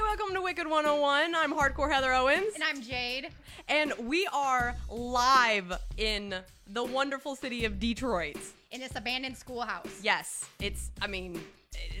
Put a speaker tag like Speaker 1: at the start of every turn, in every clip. Speaker 1: Welcome to Wicked 101. I'm Hardcore Heather Owens.
Speaker 2: And I'm Jade.
Speaker 1: And we are live in the wonderful city of Detroit.
Speaker 2: In this abandoned schoolhouse.
Speaker 1: Yes, it's, I mean,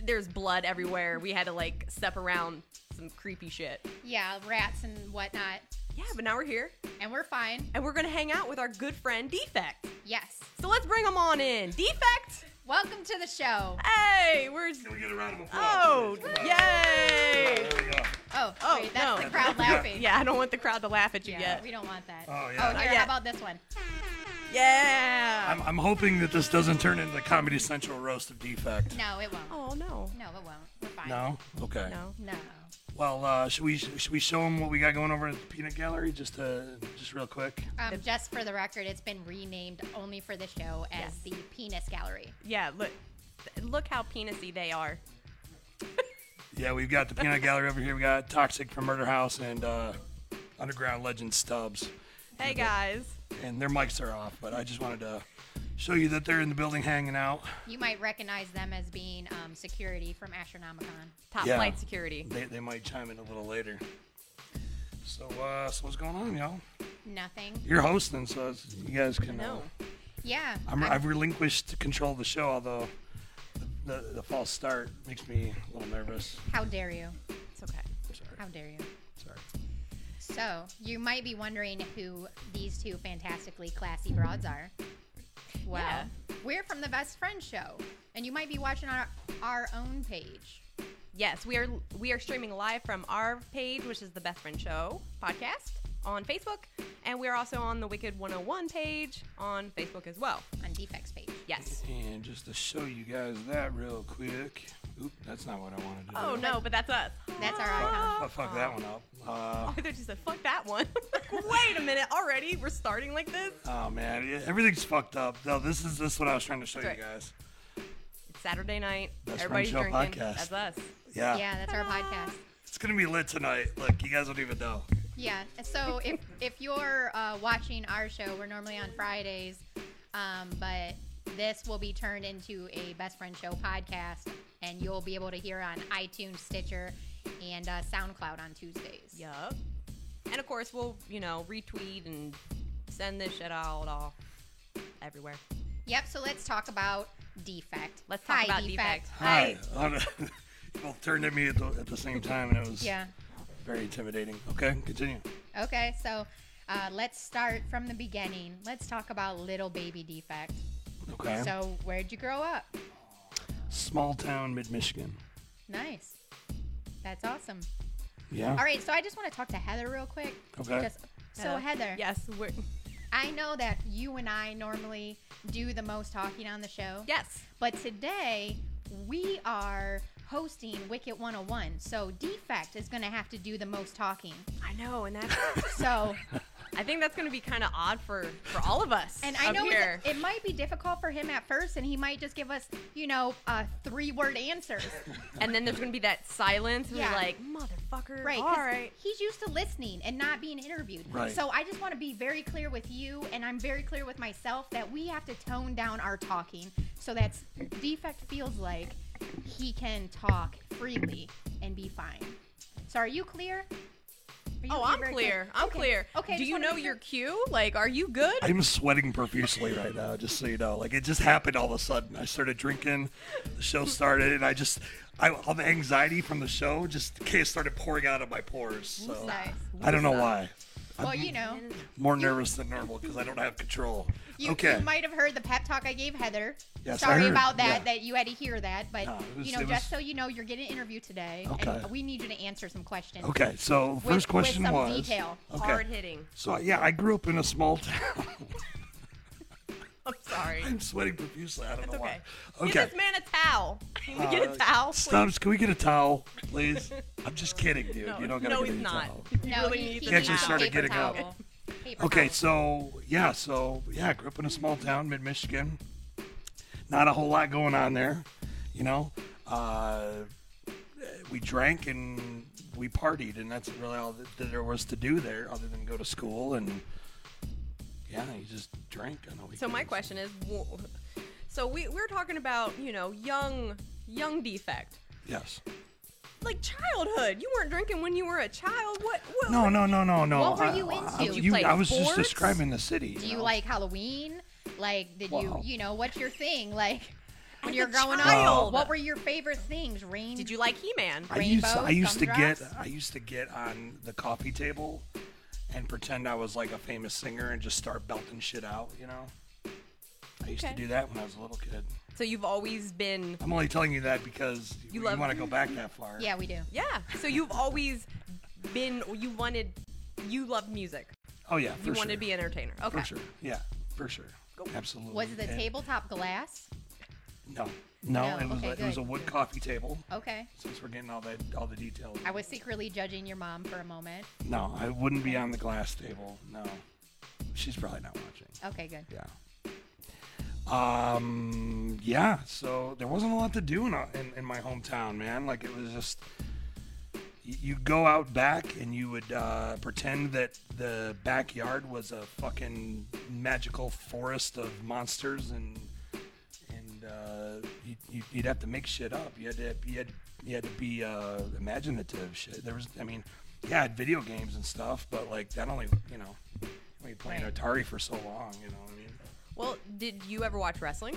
Speaker 1: there's blood everywhere. We had to like step around some creepy shit.
Speaker 2: Yeah, rats and whatnot.
Speaker 1: Yeah, but now we're here
Speaker 2: And we're fine.
Speaker 1: and we're gonna hang out with our good friend Defect.
Speaker 2: Yes.
Speaker 1: So let's bring him on in. Defect!
Speaker 2: Welcome to the show.
Speaker 1: Hey, we're.
Speaker 3: Can we get a round of applause?
Speaker 1: Oh,
Speaker 3: Come on.
Speaker 1: yay!
Speaker 3: There we go.
Speaker 2: Oh,
Speaker 1: Oh,
Speaker 2: wait, that's
Speaker 1: no.
Speaker 2: the crowd laughing.
Speaker 1: Yeah, I don't want the crowd to laugh at you
Speaker 2: Yeah,
Speaker 1: yet.
Speaker 2: we don't want that.
Speaker 3: Oh, yeah.
Speaker 2: Oh,
Speaker 3: Not
Speaker 2: here,
Speaker 1: yet.
Speaker 2: how about this one?
Speaker 1: Yeah!
Speaker 3: I'm, I'm hoping that this doesn't turn into Comedy Central roast of defect.
Speaker 2: No, it won't.
Speaker 1: Oh, no.
Speaker 2: No, it won't. We're fine.
Speaker 3: No. Okay.
Speaker 1: No.
Speaker 2: No.
Speaker 3: Well, uh, should we should we show them what we got going over at the Peanut Gallery just uh, just real quick?
Speaker 2: Um, just for the record, it's been renamed only for the show as
Speaker 1: Yes.
Speaker 2: the Penis Gallery.
Speaker 1: Yeah, look look how penisy they are.
Speaker 3: Yeah, we've got the Peanut Gallery over here. We got Toxic from Murder House and uh, Underground Legend Stubbs,
Speaker 1: Hey guys.
Speaker 3: and their mics are off. But I just wanted to show you that they're in the building hanging out.
Speaker 2: You might recognize them as being um, security from Astronomicon.
Speaker 1: Top
Speaker 3: Yeah.
Speaker 1: flight security.
Speaker 3: They, they might chime in a little later. So uh, so what's going on, y'all?
Speaker 2: Nothing.
Speaker 3: You're hosting, so it's- you guys can. uh,
Speaker 1: No.
Speaker 2: Yeah.
Speaker 3: I'm,
Speaker 2: I'm-
Speaker 3: I've relinquished control of the show, although the, the, the false start makes me a little nervous.
Speaker 2: how dare you?
Speaker 1: It's okay.
Speaker 2: How dare you?
Speaker 3: Sorry.
Speaker 2: So, you might be wondering who these two fantastically classy broads are. Well,
Speaker 1: Yeah.
Speaker 2: we're from the Best Friend Show, and you might be watching our, our own page.
Speaker 1: Yes, we are we are streaming live from our page, which is the Best Friend Show podcast on Facebook, and we are also on the Wicked 101 page on Facebook as well.
Speaker 2: On Defects page.
Speaker 1: Yes.
Speaker 3: And just to show you guys that real quick. Oop, that's not what I wanted to
Speaker 1: Oh
Speaker 3: do.
Speaker 1: no, but that's us.
Speaker 2: That's our
Speaker 1: Ah.
Speaker 3: Fuck, fuck that one up. Uh,
Speaker 1: I thought you said fuck that one. Wait a minute, already we're starting like this.
Speaker 3: oh man, yeah, everything's fucked up. No, this is this is what I was trying to show
Speaker 1: Sorry.
Speaker 3: you guys.
Speaker 1: It's Saturday night.
Speaker 3: Best Friend
Speaker 1: Everybody's
Speaker 3: Show
Speaker 1: drinking.
Speaker 3: podcast.
Speaker 1: That's us.
Speaker 3: Yeah.
Speaker 2: Yeah, that's our podcast.
Speaker 3: It's gonna be lit tonight. Like you guys don't even know.
Speaker 2: Yeah. So, if, if you're uh, watching our show, we're normally on Fridays, um, but this will be turned into a Best Friend Show podcast, and you'll be able to hear on iTunes, Stitcher, and uh, SoundCloud on Tuesdays.
Speaker 1: Yup. And of course, we'll you know retweet and send this shit out all everywhere.
Speaker 2: Yep. So let's talk about defect.
Speaker 1: Let's talk
Speaker 2: Hi,
Speaker 1: about defect.
Speaker 3: Hi. People turned at me at the, at the same time, and it was
Speaker 2: Yeah.
Speaker 3: very intimidating. Okay, continue.
Speaker 2: Okay. So uh, let's start from the beginning. Let's talk about little baby defect.
Speaker 3: Okay.
Speaker 2: So where'd you grow up?
Speaker 3: Small town, mid Michigan.
Speaker 2: Nice. That's awesome.
Speaker 3: Yeah.
Speaker 2: All right. So I just want to talk to Heather real quick.
Speaker 3: Okay.
Speaker 2: Just, so
Speaker 1: Hello.
Speaker 2: Heather,
Speaker 1: Yes, we're
Speaker 2: I know that you and I normally do the most talking on the show.
Speaker 1: yes.
Speaker 2: But today we are hosting Wicket 101. So defect is going to have to do the most talking.
Speaker 1: I know, and that's
Speaker 2: So
Speaker 1: I think that's going to be kind of odd for for all of us.
Speaker 2: And I
Speaker 1: up
Speaker 2: know
Speaker 1: here.
Speaker 2: it's, it might be difficult for him at first, and he might just give us, you know, uh, three word answers.
Speaker 1: and then there's going to be that silence. and
Speaker 2: Yeah.
Speaker 1: We're like, motherfucker.
Speaker 2: Right.
Speaker 1: All
Speaker 2: 'cause
Speaker 1: right.
Speaker 2: He's used to listening and not being interviewed.
Speaker 3: Right.
Speaker 2: So I just want to be very clear with you, and I'm very clear with myself that we have to tone down our talking so that Defect feels like he can talk freely and be fine. So are you clear? Are you
Speaker 1: Oh, I'm
Speaker 2: very
Speaker 1: clear. I'm
Speaker 2: Okay.
Speaker 1: clear.
Speaker 2: Okay.
Speaker 1: Do
Speaker 2: just
Speaker 1: you
Speaker 2: wanna
Speaker 1: know
Speaker 2: make
Speaker 1: your
Speaker 2: sure.
Speaker 1: cue? Like, are you good?
Speaker 3: I'm sweating profusely right now, just so you know. Like it just happened all of a sudden. I started drinking, the show started, and I just, I, all the anxiety from the show just came- started pouring out of my pores. So
Speaker 2: Nice.
Speaker 3: I don't know why.
Speaker 2: Well, you know,
Speaker 3: More nervous than normal because I don't have control.
Speaker 2: You,
Speaker 3: okay.
Speaker 2: you might have heard the pep talk I gave Heather.
Speaker 3: Yes, I
Speaker 2: Sorry
Speaker 3: heard.
Speaker 2: about that,
Speaker 3: Yeah.
Speaker 2: that you had to hear that. But,
Speaker 3: No, it was-
Speaker 2: you know,
Speaker 3: it
Speaker 2: just
Speaker 3: was-
Speaker 2: so you know, you're getting an interview today.
Speaker 3: Okay.
Speaker 2: And we need you to answer some questions.
Speaker 3: okay. So
Speaker 2: With,
Speaker 3: first question
Speaker 2: with some
Speaker 3: was.
Speaker 2: detail.
Speaker 3: Okay.
Speaker 1: Hard hitting.
Speaker 3: So yeah, I grew up in a small town.
Speaker 1: I'm sorry.
Speaker 3: I'm sweating profusely. I don't
Speaker 1: It's
Speaker 3: know
Speaker 1: okay.
Speaker 3: why.
Speaker 1: Give this man a towel. Can we get
Speaker 3: Uh,
Speaker 1: a towel? please?
Speaker 3: Stubbs, can we get a towel, please? I'm just kidding, dude. you don't gotta
Speaker 1: no,
Speaker 3: get
Speaker 1: he's
Speaker 3: any
Speaker 1: not.
Speaker 3: towel.
Speaker 1: You
Speaker 2: No,
Speaker 1: really
Speaker 2: he,
Speaker 1: need
Speaker 2: he
Speaker 1: the
Speaker 3: actually
Speaker 1: towel.
Speaker 2: needs
Speaker 3: started
Speaker 2: paper
Speaker 3: getting up.
Speaker 2: towel. Paper
Speaker 3: Okay,
Speaker 2: towel.
Speaker 3: so yeah, so yeah, I grew up in a small town, mid Michigan. Not a whole lot going on there, you know. Uh, we drank and we partied, and that's really all that, that there was to do there, other than go to school and yeah, you just drank on the weekends.
Speaker 1: So my question is, wh- so we we're talking about you know young young defect.
Speaker 3: yes,
Speaker 1: like childhood. You weren't drinking when you were a child. What? what
Speaker 3: No, no, no, no, no.
Speaker 2: What were
Speaker 3: I-
Speaker 2: you
Speaker 3: I-
Speaker 2: into?
Speaker 3: I,
Speaker 2: Did you
Speaker 1: play
Speaker 3: I was just
Speaker 1: sports?
Speaker 3: describing the city.
Speaker 2: Do you
Speaker 3: know?
Speaker 2: like Halloween? Like, did
Speaker 3: Wow.
Speaker 2: you, you know, what's your thing? Like, when
Speaker 1: As
Speaker 2: you're
Speaker 1: a
Speaker 2: growing up,
Speaker 1: child.
Speaker 2: what were your favorite things? Rain?
Speaker 1: Did you like He-Man?
Speaker 3: I used I
Speaker 2: rainbows,
Speaker 3: used to get
Speaker 2: gumdrops?
Speaker 3: I used to get on the coffee table and pretend I was like a famous singer and just start belting shit out, you know. I used to
Speaker 1: Okay.
Speaker 3: do that when I was a little kid.
Speaker 1: So you've always been.
Speaker 3: I'm only telling you that because
Speaker 1: You
Speaker 3: you,
Speaker 1: love-
Speaker 3: want to go back that far.
Speaker 2: Yeah, we do.
Speaker 1: Yeah. So you've always been. You wanted. You loved music.
Speaker 3: Oh yeah. For
Speaker 1: you
Speaker 3: sure.
Speaker 1: wanted to be an entertainer. Okay.
Speaker 3: For sure. Yeah. For sure. Absolutely.
Speaker 2: Was the
Speaker 3: And-
Speaker 2: tabletop glass?
Speaker 3: No. No.
Speaker 2: No,
Speaker 3: It was
Speaker 2: okay,
Speaker 3: a, it was
Speaker 2: good,
Speaker 3: a wood
Speaker 2: good.
Speaker 3: coffee table.
Speaker 2: Okay.
Speaker 3: Since we're getting all that all the details.
Speaker 2: I was secretly judging your mom for a moment.
Speaker 3: No, I wouldn't be on the glass table. No. She's probably not watching.
Speaker 2: Okay, good.
Speaker 3: Yeah. Um. Yeah. So there wasn't a lot to do in, uh, in in my hometown, man. Like it was just you you'd go out back and you would uh, pretend that the backyard was a fucking magical forest of monsters and and uh, you, you, you'd have to make shit up. You had to you had you had to be uh, imaginative. Shit. There was. I mean, yeah, I had video games and stuff, but like that only you know. We playing
Speaker 2: Right.
Speaker 3: Atari for so long, you know what I mean?
Speaker 1: Well, did you ever watch wrestling?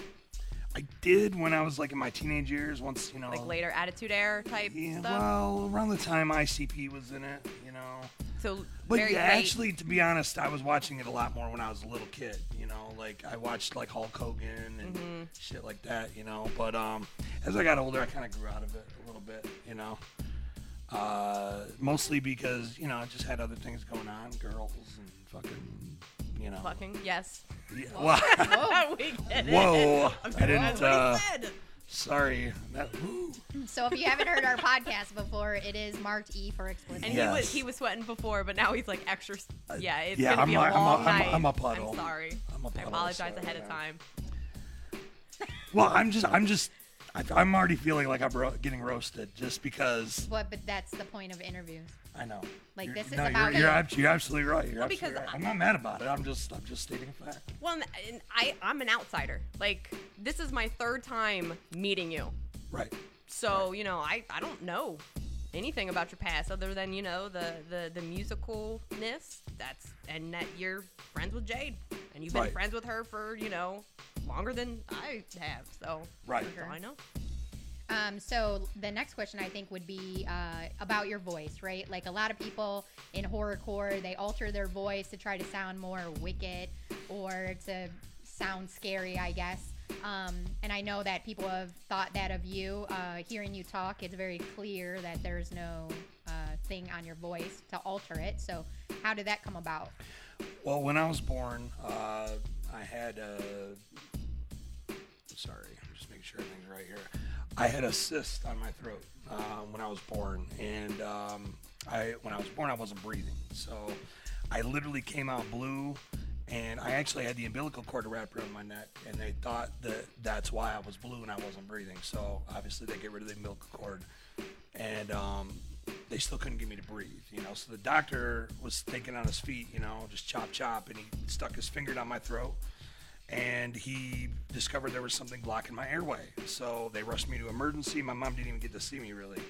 Speaker 3: I did when I was like in my teenage years. Once you know,
Speaker 1: Like later Attitude Era type
Speaker 3: Uh, yeah,
Speaker 1: stuff.
Speaker 3: well, around the time ICP was in it, you know.
Speaker 1: so
Speaker 3: But
Speaker 1: very
Speaker 3: yeah,
Speaker 1: late.
Speaker 3: actually, to be honest, I was watching it a lot more when I was a little kid. You know, like I watched like Hulk Hogan and
Speaker 1: Mm-hmm.
Speaker 3: shit like that. You know, but um, as I got older, I kind of grew out of it a little bit. You know, uh, mostly because you know I just had other things going on, girls and fucking, you know,
Speaker 1: Fucking yes.
Speaker 3: Yeah, well,
Speaker 1: Oh, we get it.
Speaker 3: whoa, I
Speaker 1: That's
Speaker 3: didn't.
Speaker 1: what
Speaker 3: Uh,
Speaker 1: he said.
Speaker 3: sorry, that. Ooh.
Speaker 2: So if you haven't heard our podcast before, it is marked E for explicit.
Speaker 1: And
Speaker 3: Yeah.
Speaker 1: he was
Speaker 3: Yes. Uh,
Speaker 1: he was sweating before, but now he's like extra. Yeah, it's
Speaker 3: yeah,
Speaker 1: gonna
Speaker 3: I'm
Speaker 1: be
Speaker 3: a-
Speaker 1: a
Speaker 3: I'm a-
Speaker 1: long
Speaker 3: I'm a-
Speaker 1: night.
Speaker 3: I'm a puddle.
Speaker 1: I'm sorry.
Speaker 3: I'm a
Speaker 1: I
Speaker 3: puddle,
Speaker 1: apologize
Speaker 3: so,
Speaker 1: ahead of
Speaker 3: yeah.
Speaker 1: time.
Speaker 3: Well, I'm just, I'm just, I, I'm already feeling like I'm ro- getting roasted just because
Speaker 2: But, but that's the point of interviews.
Speaker 3: I know.
Speaker 2: Like,
Speaker 3: You're-
Speaker 2: this is
Speaker 3: no,
Speaker 2: about
Speaker 3: you're, you're,
Speaker 2: you.
Speaker 3: ab- you're absolutely right. You're
Speaker 1: Well,
Speaker 3: absolutely
Speaker 1: because
Speaker 3: right. I'm not mad about it. I'm just, I'm just stating a fact.
Speaker 1: Well, and- and I I'm an outsider. Like this is my third time meeting you,
Speaker 3: Right.
Speaker 1: so you know I I don't know anything about your past other than you know the the the musicalness that's and that you're friends with Jade and you've been
Speaker 3: Right.
Speaker 1: friends with her for you know longer than I have. So
Speaker 3: Right.
Speaker 1: that's all I know.
Speaker 2: Um, so the next question I think would be uh, about your voice, right? Like a lot of people in horrorcore, they alter their voice to try to sound more wicked or to sound scary, I guess. Um, and I know that people have thought that of you. Uh, hearing you talk, it's very clear that there's no uh, thing on your voice to alter it. So how did that come about?
Speaker 3: Well, when I was born, uh, I had a. Sorry, I'm just making sure everything's right here. I had a cyst on my throat uh, when I was born, and um, I when I was born, I wasn't breathing, so I literally came out blue, and I actually had the umbilical cord wrapped around my neck, and they thought that that's why I was blue and I wasn't breathing. So obviously, they get rid of the umbilical cord, and um, they still couldn't get me to breathe, you know. So the doctor was thinking on his feet, you know, just chop chop, and he stuck his finger down my throat, and he discovered there was something blocking my airway. So they rushed me to emergency. My mom didn't even get to see me really,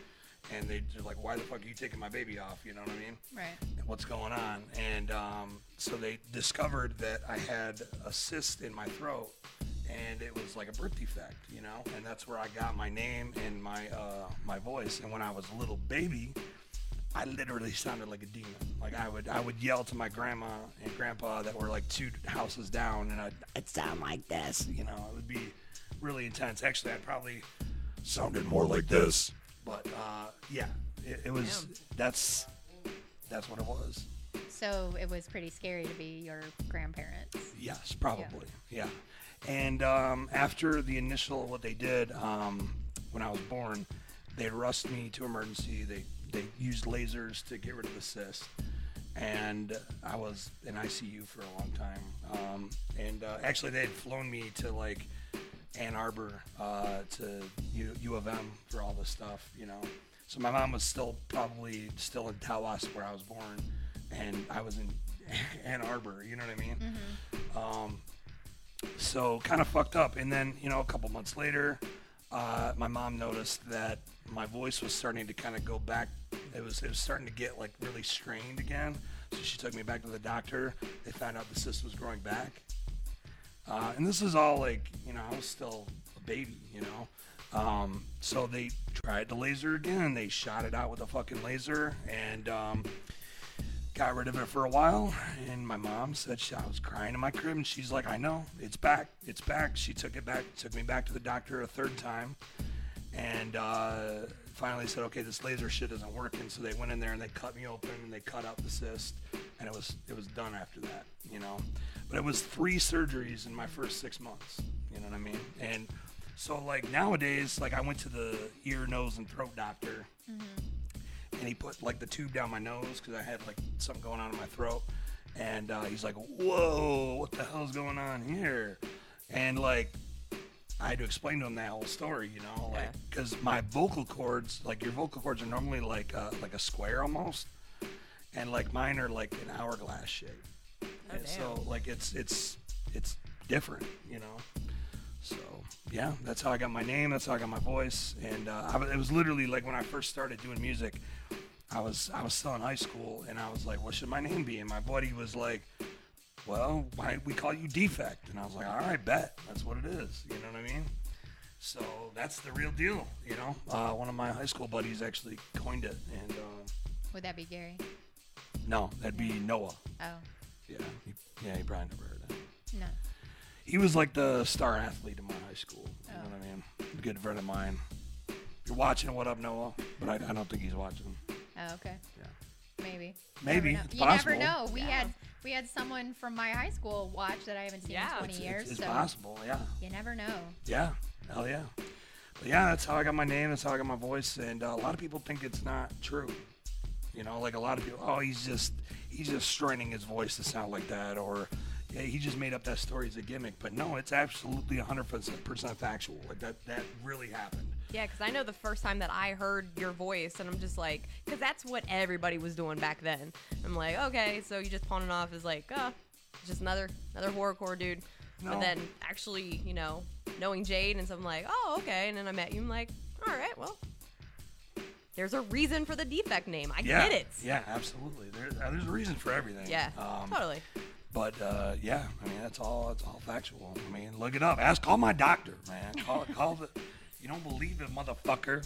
Speaker 3: and they- they're like, "Why the fuck are you taking my baby off?" You know what I mean?
Speaker 2: Right.
Speaker 3: and what's going on. And um, so they discovered that I had a cyst in my throat, and it was like a birth defect, you know. And that's where I got my name and my uh, my voice. And when I was a little baby, I literally sounded like a demon. Like I would I would yell to my grandma and grandpa that were like two houses down, and I'd, I'd sound like this, you know. It would be really intense. Actually, I'd probably sounded more like this. But uh, yeah, it, it was
Speaker 1: Damn.
Speaker 3: that's that's what it was.
Speaker 2: So it was pretty scary to be your grandparents.
Speaker 3: Yes, probably. Yeah. And um, after the initial, what they did um, when I was born, they rushed me to emergency. They they used lasers to get rid of the cyst, and I was in ICU for a long time. Um, and uh, actually, they had flown me to like Ann Arbor uh, to U, U of M for all this stuff, you know. So my mom was still probably still in Tawas where I was born, and I was in Ann Arbor. You know what I mean? Um, so kind of fucked up. And then you know a couple months later, uh, my mom noticed that my voice was starting to kind of go back. It was it was starting to get like really strained again. So she took me back to the doctor. They found out the cyst was growing back. Uh, and this is all like you know I was still a baby, you know. Um, so they tried the laser again. They shot it out with a fucking laser and um, got rid of it for a while. And my mom said she, I was crying in my crib, and she's like, "I know, it's back, it's back." She took it back, took me back to the doctor a third time, and uh, finally said, "Okay, this laser shit isn't working." So they went in there and they cut me open and they cut out the cyst, and it was it was done after that, you know. But it was three surgeries in my first six months. You know what I mean? And so like nowadays, like I went to the ear, nose, and throat doctor, and he put like the tube down my nose because I had like something going on in my throat, and uh, he's like, "Whoa, what the hell's going on here?" And like I had to explain to him that whole story, you know, like because my vocal cords, like your vocal cords, are normally like a, like a square almost, and like mine are like an hourglass shape. and so like it's it's it's different, you know. So yeah, that's how I got my name. That's how I got my voice. And uh, I, was- it was literally like when I first started doing music, I was I was still in high school, and I was like, what should my name be? And my buddy was like, well, why don't we call you Defect? And I was like, all right, bet. That's what it is. You know what I mean? So that's the real deal. You know, uh, one of my high school buddies actually coined it, and uh,
Speaker 2: Would that be Gary?
Speaker 3: no, that'd be Noah.
Speaker 2: Oh,
Speaker 3: Yeah, he, yeah, he probably never heard it.
Speaker 2: no.
Speaker 3: He was like the star athlete in my high school. You know what I mean? A good friend of mine. If you're watching, what up, Noah? But I, I don't think he's watching.
Speaker 2: Oh, okay.
Speaker 3: Yeah.
Speaker 2: Maybe.
Speaker 3: Maybe.
Speaker 2: Never know.
Speaker 3: It's
Speaker 2: you
Speaker 3: possible.
Speaker 2: never know. We
Speaker 1: Yeah.
Speaker 2: had we had someone from my high school watch that I haven't seen
Speaker 1: Yeah.
Speaker 2: in 20
Speaker 1: It's-
Speaker 2: years.
Speaker 3: It's, it's
Speaker 2: so
Speaker 3: possible, yeah.
Speaker 2: you never know.
Speaker 3: Yeah. Hell yeah. But yeah, that's how I got my name. That's how I got my voice. And uh, a lot of people think it's not true. You know, like a lot of people, oh, he's just, he's just straining his voice to sound like that. Or yeah, he just made up that story as a gimmick. But no, it's absolutely 100% factual. Like that, that really happened.
Speaker 1: Yeah, because I know the first time that I heard your voice, and I'm just like, because that's what everybody was doing back then. I'm like, okay, so you just pawn it off as like, oh, it's just another another horrorcore dude.
Speaker 3: No.
Speaker 1: But then actually, you know, knowing Jade and so I'm like, oh, okay. And then I met you, I'm like, all right, well, there's a reason for the defect name. I
Speaker 3: Yeah.
Speaker 1: get it.
Speaker 3: Yeah, absolutely. There, uh, there's a reason for everything.
Speaker 1: Yeah,
Speaker 3: Um,
Speaker 1: totally.
Speaker 3: But uh, yeah, I mean that's all. That's all factual. I mean, look it up. Ask. Call my doctor, man. Call. call the. You don't believe it, motherfucker.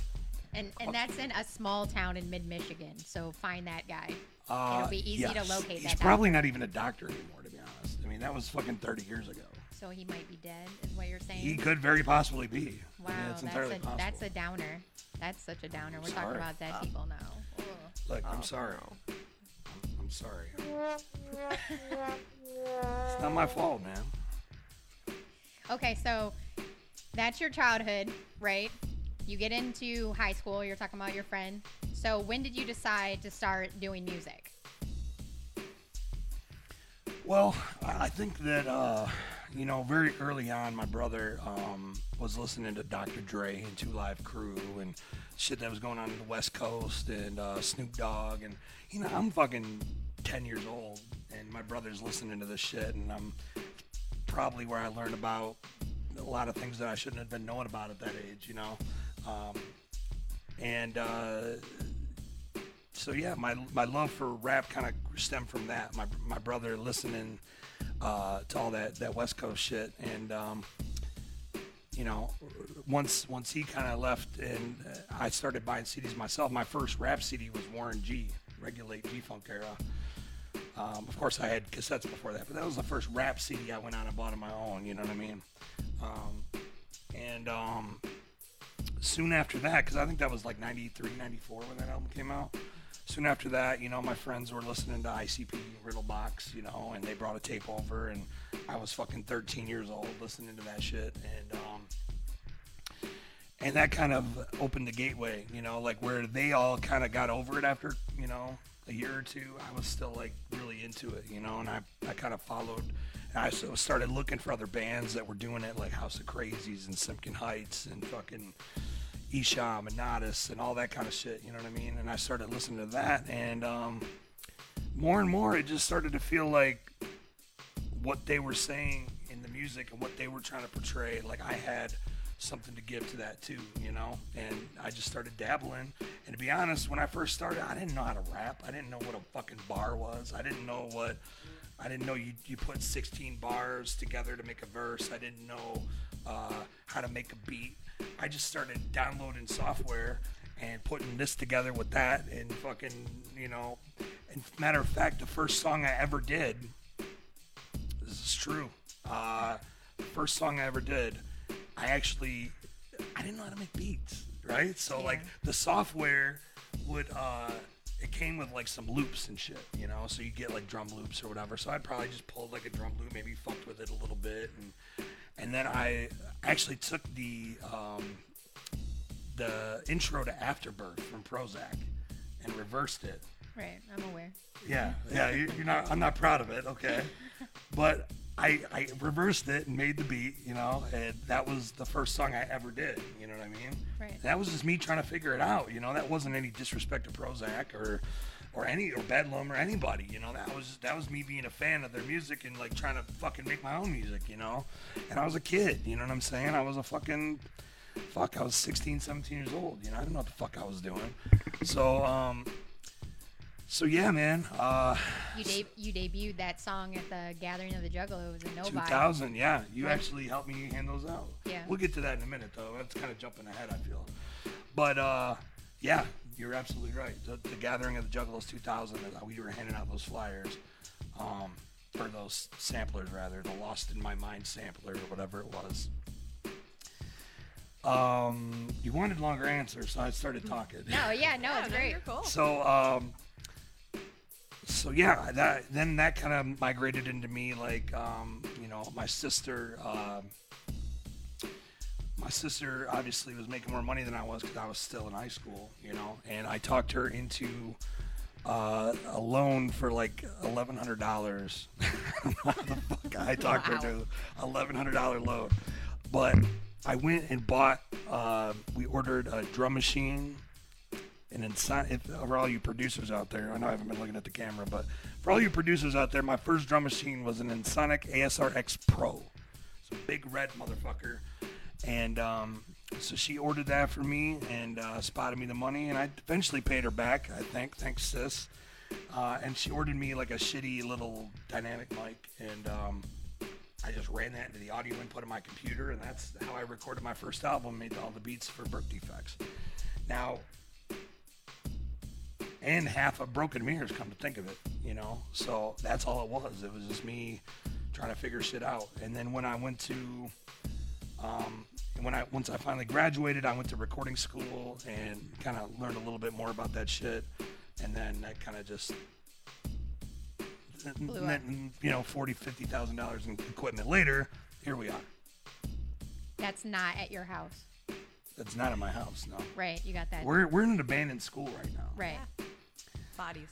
Speaker 2: And and that's in a small town in mid Michigan. So find that guy.
Speaker 3: Uh,
Speaker 2: It'll be easy to
Speaker 3: yes.
Speaker 2: locate
Speaker 3: He's
Speaker 2: that doctor.
Speaker 3: probably not even a doctor anymore, to be honest. I mean, that was fucking 30 years ago.
Speaker 2: So he might be dead, is what you're saying.
Speaker 3: e- He could very possibly be. I
Speaker 2: wow,
Speaker 3: mean, it's
Speaker 2: that's
Speaker 3: entirely
Speaker 2: a
Speaker 3: possible. Uh,
Speaker 2: that's a downer. That's such a downer. We're
Speaker 3: Sorry.
Speaker 2: talking about dead people now. Ugh.
Speaker 3: Look, I'm sorry. I'm, I'm sorry. it's not my fault, man.
Speaker 2: Okay, so that's your childhood, right? You get into high school, you're talking about your friend. So when did you decide to start doing music?
Speaker 3: Well, I I think that uh, you know, very early on, my brother um, was listening to Dr. Dre and Two Live Crew and shit that was going on in the West Coast and uh, Snoop Dogg and you know, I'm fucking ten years old and my brother's listening to this shit and I'm probably where I learned about a lot of things that I shouldn't have been knowing about at that age, you know. Um, and uh, so yeah, my my love for rap kind of stemmed from that. My my brother listening uh, to all that that West Coast shit, and um, you know, once once he kind of left, and uh, I started buying CDs myself. My first rap CD was Warren G, Regulate G Funk era. Um, of course, I had cassettes before that, but that was the first rap CD I went out and bought on my own. You know what I mean? Um, and um, soon after that, because I think that was like 93, 94 when that album came out. Soon after that, you know, my friends were listening to ICP Riddle Box, you know, and they brought a tape over, and I was fucking 13 years old listening to that shit, and um, and that kind of opened the gateway, you know, like where they all kind of got over it after, you know, a year or two. I was still like really into it, you know, and I, I kind of followed. And I so started looking for other bands that were doing it, like House of Crazies and Simpkin Heights and fucking Isham and Nodis and all that kind of shit, you know what I mean? And I started listening to that, and um, more and more, it just started to feel like what they were saying in the music and what they were trying to portray. Like I had something to give to that too, you know. And I just started dabbling. And to be honest, when I first started, I didn't know how to rap. I didn't know what a fucking bar was. I didn't know what. I didn't know you, you put 16 bars together to make a verse. I didn't know uh, how to make a beat. I just started downloading software and putting this together with that and fucking, you know. And matter of fact, the first song I ever did, this is true. Uh, first song I ever did, I actually, I didn't know how to make beats, right? So, like, the software would, uh, it came with like some loops and shit, you know. So you get like drum loops or whatever. So I probably just pulled like a drum loop, maybe fucked with it a little bit, and and then I actually took the um, the intro to Afterbirth from Prozac and reversed it.
Speaker 2: Right, I'm aware.
Speaker 3: Yeah, yeah, you- you're not. I'm not proud of it. Okay, but I I reversed it and made the beat, you know, and that was the first song I ever did. You know what I mean?
Speaker 2: Right.
Speaker 3: That was just me trying to figure it out. You know, that wasn't any disrespect to Prozac or or any or Bedlam or anybody. You know, that was that was me being a fan of their music and like trying to fucking make my own music. You know, and I was a kid. You know what I'm saying? I was a fucking fuck. I was 16, 17 years old. You know, I didn't know what the fuck I was doing. So um. So yeah, man. Uh,
Speaker 2: You de- you debuted that song at the Gathering of the Juggalos in Novi.
Speaker 3: 2000, yeah. You
Speaker 2: Right.
Speaker 3: actually helped me hand those out.
Speaker 2: Yeah.
Speaker 3: We'll get to that in a minute, though. That's kind of jumping ahead, I feel. But uh, yeah, you're absolutely right. The, the gathering of the Juggalos 2000, uh, we were handing out those flyers, um, or those samplers, rather, the Lost in My Mind sampler or whatever it was. Um, you wanted longer answers, so I started talking.
Speaker 2: No, yeah, no,
Speaker 1: Yeah,
Speaker 2: it's
Speaker 1: no,
Speaker 2: great.
Speaker 1: You're cool.
Speaker 3: So, um, so yeah, that then that kind of migrated into me, like, um, you know, my sister, um, my sister obviously was making more money than I was because I was still in high school, you know, and I talked her into uh, a loan for like eleven hundred dollars. I talked her to eleven hundred dollar loan, but I went and bought. Uh, we ordered a drum machine and insi- if, for all you producers out there, I know I haven't been looking at the camera, but for all you producers out there, my first drum machine was an Insonic ASRX Pro. It's a big red motherfucker. And um, so she ordered that for me and uh, spotted me the money, and I eventually paid her back, I think. Thanks, sis. Uh, and she ordered me like a shitty little dynamic mic, and um, I just ran that into the audio input of my computer, and that's how I recorded my first album, made all the beats for Birth Defects. Now, and half of Broken Mirrors. Come to think of it, you know. So that's all it was. It was just me trying to figure shit out. And then when I went to, um, when I once I finally graduated, I went to recording school and kind of learned a little bit more about that shit. And then that kind of just.
Speaker 2: Blew up.
Speaker 3: Then, you know, forty, fifty thousand dollars in equipment later, here we are.
Speaker 2: That's not at your house.
Speaker 3: That's not in my house, no.
Speaker 2: Right, you got that.
Speaker 3: We're, we're in an abandoned school right now.
Speaker 2: right.
Speaker 1: Bodies.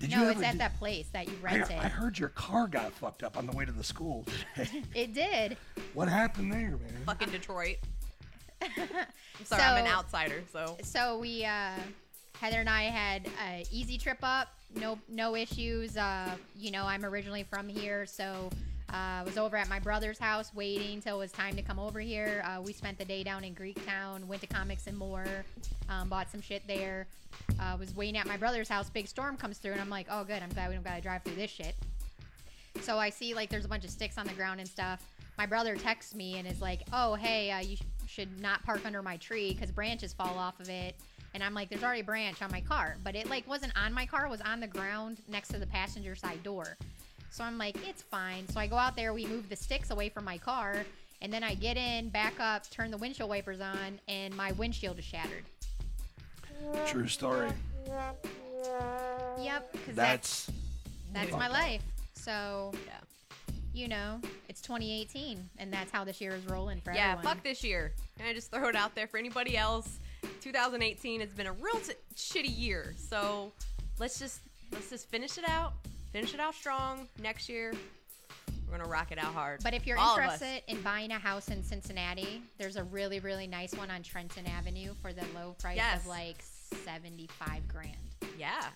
Speaker 3: Did
Speaker 2: No,
Speaker 3: ever-
Speaker 2: it's at
Speaker 3: did-
Speaker 2: that place that you
Speaker 3: I,
Speaker 2: rented.
Speaker 3: I heard your car got fucked up on the way to the school today.
Speaker 2: It did.
Speaker 3: what happened there, man?
Speaker 1: Fucking Detroit. I'm sorry, I'm an
Speaker 2: So-
Speaker 1: outsider, so
Speaker 2: So we, uh, Heather and I had a easy trip up. No, no issues. Uh, you know, I'm originally from here, so uh, I was over at my brother's house waiting till it was time to come over here. Uh, we spent the day down in Greektown, went to Comics and More, um, bought some shit there. Uh, was waiting at my brother's house. Big storm comes through, and I'm like, oh, good. I'm glad we don't gotta drive through this shit. So I see like there's a bunch of sticks on the ground and stuff. My brother texts me and is like, "Oh, hey, uh, you sh- should not park under my tree because branches fall off of it." And I'm like, "There's already a branch on my car," but it like wasn't on my car; it was on the ground next to the passenger side door. So I'm like, "It's fine." So I go out there, we move the sticks away from my car, and then I get in, back up, turn the windshield wipers on, and my windshield is shattered.
Speaker 3: True story.
Speaker 2: Yep, because that's
Speaker 3: That's
Speaker 2: that's my life. So
Speaker 1: yeah.
Speaker 2: you know, it's 2018, and that's how this year is rolling for
Speaker 1: yeah,
Speaker 2: everyone.
Speaker 1: fuck this year. Can I just throw it out there for anybody else? 2018 has been a real t- shitty year, so let's just let's just finish it out, finish it out strong. Next year, we're gonna rock it out hard.
Speaker 2: But if you're
Speaker 1: All of us.
Speaker 2: interested in buying a house in Cincinnati, there's a really, really nice one on Trenton Avenue for the low price
Speaker 1: Yes.
Speaker 2: of like 75 grand.
Speaker 1: yeah,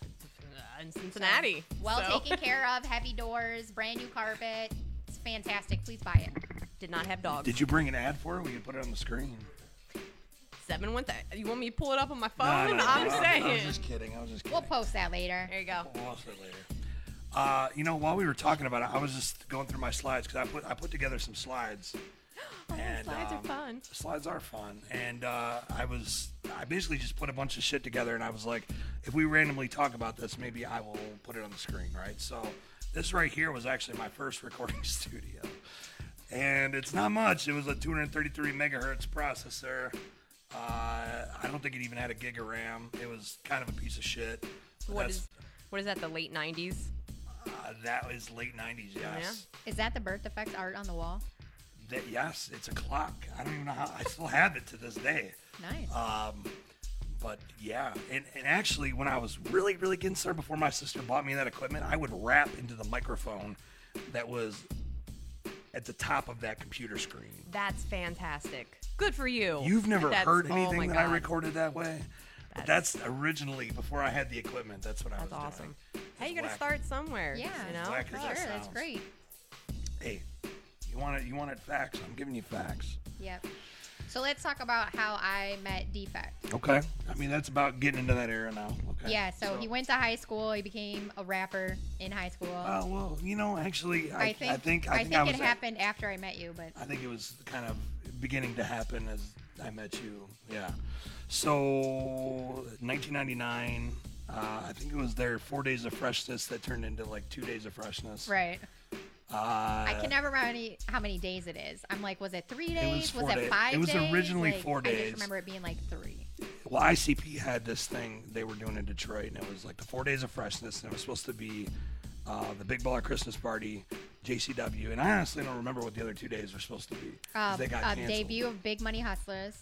Speaker 1: Uh, in Cincinnati,
Speaker 2: Well
Speaker 1: so-
Speaker 2: taken care of, heavy doors, brand new carpet. It's fantastic. Please buy it.
Speaker 1: did not have dogs.
Speaker 3: Did you bring an ad for it? We could put it on the screen.
Speaker 1: Seven one three. You want me to pull it up on my phone?
Speaker 3: No, no, no,
Speaker 1: I'm
Speaker 3: no,
Speaker 1: saying.
Speaker 3: I was just kidding. I was just kidding.
Speaker 2: We'll post that later.
Speaker 1: there you go.
Speaker 3: We'll watch that later. Uh, you know, while we were talking about it, I was just going through my slides because I put I put together some slides. And,
Speaker 1: Oh, slides
Speaker 3: um,
Speaker 1: are fun.
Speaker 3: Slides are fun, and uh, I was I basically just put a bunch of shit together, and I was like, if we randomly talk about this, maybe I will put it on the screen, right? So this right here was actually my first recording studio, and it's not much. It was a 233 megahertz processor. Uh, I don't think it even had a gig of RAM. It was kind of a piece of shit. but
Speaker 1: What
Speaker 3: that's-
Speaker 1: is what is that? The late '90s?
Speaker 3: uh, that was late
Speaker 1: Oh,
Speaker 3: '90s. Yes.
Speaker 2: Is that the birth defects art on the wall?
Speaker 3: That yes, it's a clock. I don't even know how. I still have it to this day.
Speaker 2: Nice.
Speaker 3: Um, but yeah, and, and actually, when I was really, really getting started before my sister bought me that equipment, I would rap into the microphone that was at the top of that computer screen.
Speaker 1: That's fantastic. Good for you.
Speaker 3: You've never
Speaker 1: That's-
Speaker 3: heard
Speaker 1: oh
Speaker 3: anything
Speaker 1: my
Speaker 3: that I
Speaker 1: God.
Speaker 3: recorded that way. But that's originally before I had the equipment. That's what I
Speaker 1: That's
Speaker 3: was
Speaker 1: awesome.
Speaker 3: doing.
Speaker 1: Hey, you
Speaker 3: It
Speaker 1: gotta
Speaker 3: was whack.
Speaker 1: start somewhere.
Speaker 2: yeah.
Speaker 1: You know.
Speaker 3: whack as
Speaker 2: sure,
Speaker 3: that
Speaker 2: that's
Speaker 3: sounds.
Speaker 2: great.
Speaker 3: Hey, you want it? You want it facts? I'm giving you facts.
Speaker 2: Yep. So let's talk about how I met Defect.
Speaker 3: Okay. I mean, that's about getting into that era now. Okay.
Speaker 2: Yeah, so, he went to high school. He became a rapper in high school.
Speaker 3: Uh, well, you know, actually, I,
Speaker 2: I think
Speaker 3: I think I, think I
Speaker 2: it
Speaker 3: was-
Speaker 2: happened after I met you, but
Speaker 3: I think it was kind of beginning to happen as I met you. Yeah. So 1999. Uh, I think it was their four days of freshness that turned into like two days of freshness.
Speaker 2: right.
Speaker 3: Uh,
Speaker 2: I can never remember any, how many days it is. I'm like, was it three days?
Speaker 3: four
Speaker 2: it
Speaker 3: days.
Speaker 2: five?
Speaker 3: It was
Speaker 2: days?
Speaker 3: originally
Speaker 2: Like,
Speaker 3: four
Speaker 2: I
Speaker 3: days.
Speaker 2: just remember it being like three.
Speaker 3: Well, ICP had this thing they were doing in Detroit, and it was like the four days of freshness, and it was supposed to be uh, the Big Baller Christmas Party, JCW, and I honestly don't remember what the other two days were supposed to be. 'cause
Speaker 2: Uh,
Speaker 3: they got
Speaker 2: uh,
Speaker 3: canceled.
Speaker 2: debut of Big Money Hustlers.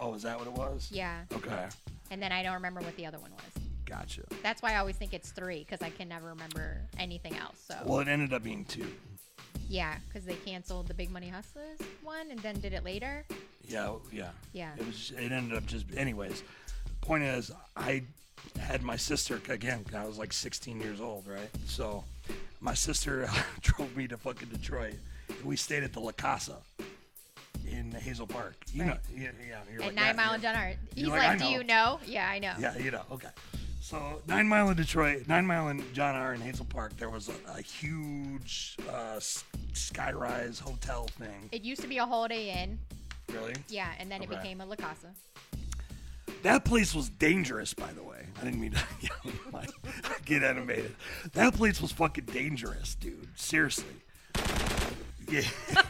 Speaker 3: Oh, is that what it was?
Speaker 2: Yeah,
Speaker 3: Okay,
Speaker 2: and then I don't remember what the other one was.
Speaker 3: gotcha.
Speaker 2: That's why I always think it's three because I can never remember anything else. So
Speaker 3: Well, it ended up being two.
Speaker 2: yeah, because they canceled the Big Money Hustlers one and then did it later.
Speaker 3: Yeah, oh, yeah.
Speaker 2: Yeah.
Speaker 3: It was. It ended up just. Anyways, point is, I had my sister again. I was like 16 years old, right? So, my sister drove me to fucking Detroit, and we stayed at the La Casa in Hazel Park. You know, yeah, yeah. You're
Speaker 2: At
Speaker 3: like,
Speaker 2: Nine
Speaker 3: yeah,
Speaker 2: Mile and
Speaker 3: yeah.
Speaker 2: John Art. He's
Speaker 3: You're like,
Speaker 2: like,
Speaker 3: "I
Speaker 2: do you know? Yeah, I know.
Speaker 3: Yeah, you know. Okay. So Nine Mile in Detroit, Nine Mile and John R. in Hazel Park, there was a, a huge uh, s- skyrise hotel thing.
Speaker 2: It used to be a Holiday Inn.
Speaker 3: Really?
Speaker 2: Yeah, and then
Speaker 3: Okay.
Speaker 2: it became a La Casa.
Speaker 3: That place was dangerous, by the way. I didn't mean to yell at my- get animated. That place was fucking dangerous, dude. Seriously. Yeah.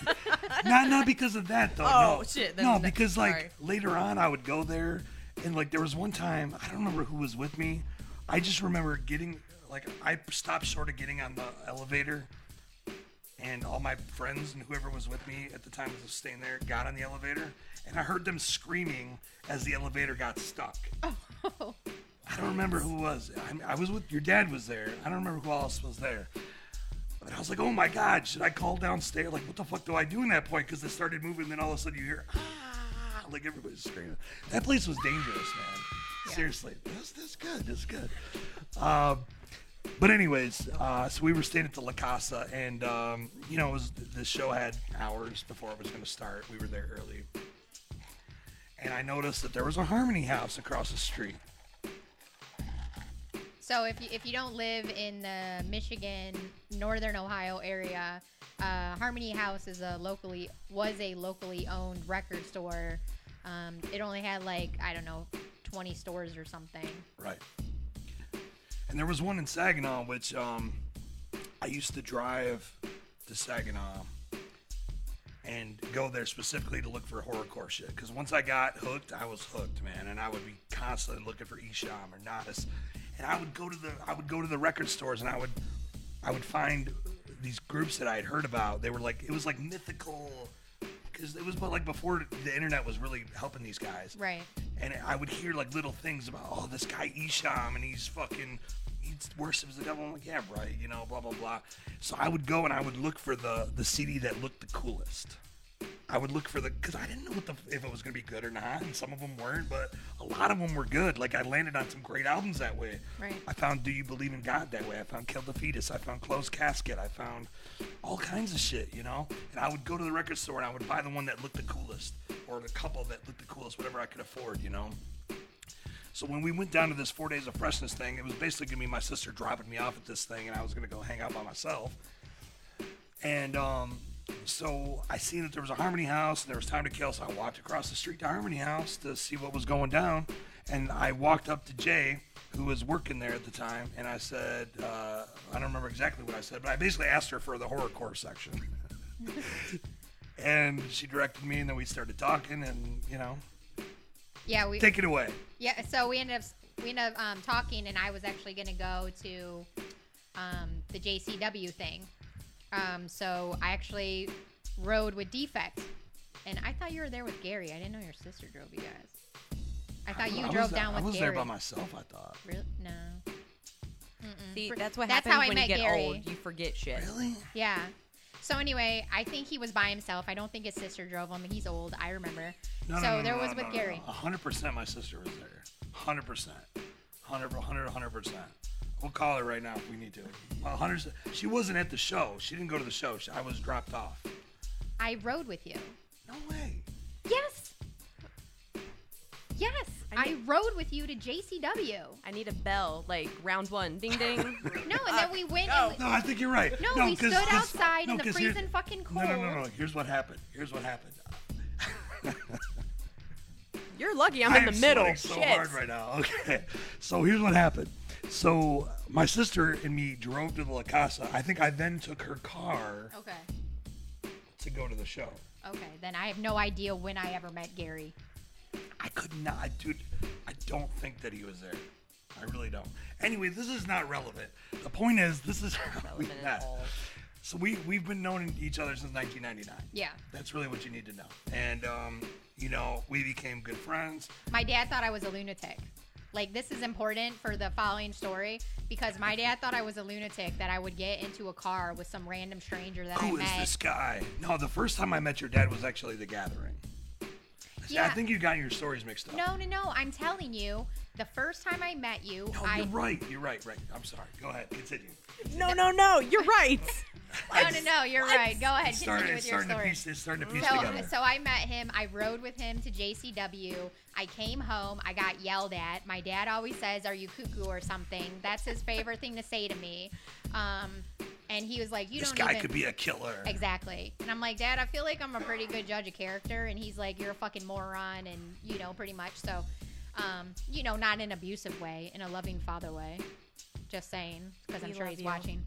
Speaker 3: not not because of that though.
Speaker 1: Oh,
Speaker 3: no.
Speaker 1: shit, that
Speaker 3: No,
Speaker 1: was-
Speaker 3: because like
Speaker 1: sorry.
Speaker 3: later on I would go there and like there was one time, I don't remember who was with me. I just remember getting like I stopped short of getting on the elevator and all my friends and whoever was with me at the time was staying there got on the elevator and I heard them screaming as the elevator got stuck. I don't remember who it was. I, I was with your dad was there. I don't remember who else was there. But I was like, oh my god, should I call downstairs? Like, what the fuck do I do in that point? Because it started moving, then all of a sudden you hear ah, like everybody's screaming. That place was dangerous, man. Seriously, that's that's good. That's good. Um, but anyways, uh, so we were staying at the La Casa, and um, you know, it was the show had hours before it was going to start. We were there early, and I noticed that there was a Harmony House across the street.
Speaker 2: So if you, if you don't live in the Michigan, Northern Ohio area, uh, Harmony House is a locally was a locally owned record store. Um, it only had like I don't know, 20 stores or something.
Speaker 3: Right. And there was one in Saginaw, which um, I used to drive to Saginaw and go there specifically to look for horrorcore shit. Because once I got hooked, I was hooked, man. And I would be constantly looking for Isham or Nadas. And I would go to the I would go to the record stores and I would I would find these groups that I had heard about. They were like it was like mythical because it was but like before the internet was really helping these guys
Speaker 2: Right.
Speaker 3: and I would hear like little things about, oh, this guy Isham, and he's fucking, he worships the devil. I'm like, yeah, right, you know, blah blah blah. So I would go and I would look for the the CD that looked the coolest. I would look for the because I didn't know what the, if it was gonna be good or not, and some of them weren't, but a lot of them were good. Like I landed on some great albums that way.
Speaker 2: Right.
Speaker 3: I found Do You Believe in God that way. I found Kill the Fetus. I found Closed Casket. I found all kinds of shit, you know. And I would go to the record store and I would buy the one that looked the coolest, or the couple that looked the coolest, whatever I could afford, you know. So when we went down to this four days of freshness thing, it was basically gonna be my sister dropping me off at this thing, and I was gonna go hang out by myself. And um, so I seen that there was a Harmony House and there was time to kill, so I walked across the street to Harmony House to see what was going down. And I walked up to Jay, who was working there at the time, and I said, uh, I don't remember exactly what I said, but I basically asked her for the horrorcore section. and she directed me, and then we started talking, and you know,
Speaker 2: Yeah, we
Speaker 3: take it away.
Speaker 2: yeah. So we ended up we ended up um, talking, and I was actually gonna go to um, the JCW thing. Um, so I actually rode with Defect, and I thought you were there with Gary. I didn't know your sister drove you guys. I thought you
Speaker 3: I was,
Speaker 2: drove down with
Speaker 3: I was
Speaker 2: Gary.
Speaker 3: there by myself, I thought.
Speaker 2: Really? No.
Speaker 1: See,
Speaker 2: For-
Speaker 1: that's what
Speaker 2: that's
Speaker 1: happens
Speaker 2: how I
Speaker 1: when you
Speaker 2: met
Speaker 1: get
Speaker 2: Gary.
Speaker 1: old. You forget shit.
Speaker 3: Really?
Speaker 2: Yeah. So anyway, I think he was by himself. I don't think his sister drove him. He's old. I remember.
Speaker 3: No,
Speaker 2: so
Speaker 3: no, no,
Speaker 2: there
Speaker 3: no,
Speaker 2: was
Speaker 3: no,
Speaker 2: with
Speaker 3: no,
Speaker 2: Gary.
Speaker 3: no. 100% my sister was there. 100%. 100, 100, 100%. We'll call her right now if we need to. Well, 100, she wasn't at the show. She didn't go to the show. She, I was dropped off.
Speaker 2: I rode with you.
Speaker 3: No way.
Speaker 2: Yes. Yes.
Speaker 1: I
Speaker 2: I, rode with you to JCW.
Speaker 1: I need a bell, like round one, ding ding.
Speaker 2: No, and then we went. and
Speaker 3: No, I think you're right.
Speaker 2: No, we
Speaker 3: 'cause-
Speaker 2: stood
Speaker 3: 'cause-
Speaker 2: outside in the
Speaker 3: 'cause here-
Speaker 2: freezing fucking
Speaker 3: No, no, no, no.
Speaker 2: cold.
Speaker 3: Here's what happened. Here's what happened.
Speaker 1: You're lucky I'm
Speaker 3: I
Speaker 1: in
Speaker 3: am
Speaker 1: the middle.
Speaker 3: sweating so
Speaker 1: shit.
Speaker 3: hard right now. Okay. So here's what happened. So my sister and me drove to the La Casa. I think I then took her car
Speaker 2: okay.
Speaker 3: to go to the show.
Speaker 2: Okay. Then I have no idea when I ever met Gary.
Speaker 3: I could not, I- dude. I don't think that he was there. I really don't. Anyway, this is not relevant. The point is, this is how we
Speaker 1: relevant at
Speaker 3: met.
Speaker 1: all.
Speaker 3: So we we've been knowing each other since 1999.
Speaker 2: Yeah.
Speaker 3: That's really what you need to know. And um, you know, we became good friends.
Speaker 2: My dad thought I was a lunatic. Like this is important for the following story because my dad thought I was a lunatic that I would get into a car with some random stranger that
Speaker 3: Who
Speaker 2: I
Speaker 3: is
Speaker 2: met.
Speaker 3: this guy? No, the first time I met your dad was actually the gathering. See, I
Speaker 2: Yeah.
Speaker 3: think you got your stories mixed up.
Speaker 2: No, no, no. I'm telling you, the first time I met you,
Speaker 3: No,
Speaker 2: I
Speaker 3: you're right. You're right. Right. I'm sorry. Go ahead. Continue.
Speaker 1: No, no, no. You're right.
Speaker 2: No, no, no. You're right. Go ahead.
Speaker 3: It's starting,
Speaker 2: Continue
Speaker 3: it's
Speaker 2: with your
Speaker 3: starting to
Speaker 2: story.
Speaker 3: piece. It's starting to piece
Speaker 2: So,
Speaker 3: together.
Speaker 2: so I met him. I rode with him to JCW. I came home. I got yelled at. My dad always says, "Are you cuckoo or something?" That's his favorite thing to say to me. Um, and he was like, "You
Speaker 3: this
Speaker 2: don't
Speaker 3: guy
Speaker 2: even."
Speaker 3: could be a killer.
Speaker 2: Exactly. And I'm like, Dad, I feel like I'm a pretty good judge of character. And he's like, You're a fucking moron. And, you know, pretty much. So, um, you know, not in an abusive way, in a loving father way. Just saying, because I'm
Speaker 1: We
Speaker 2: sure
Speaker 1: love
Speaker 2: he's
Speaker 1: you.
Speaker 2: watching.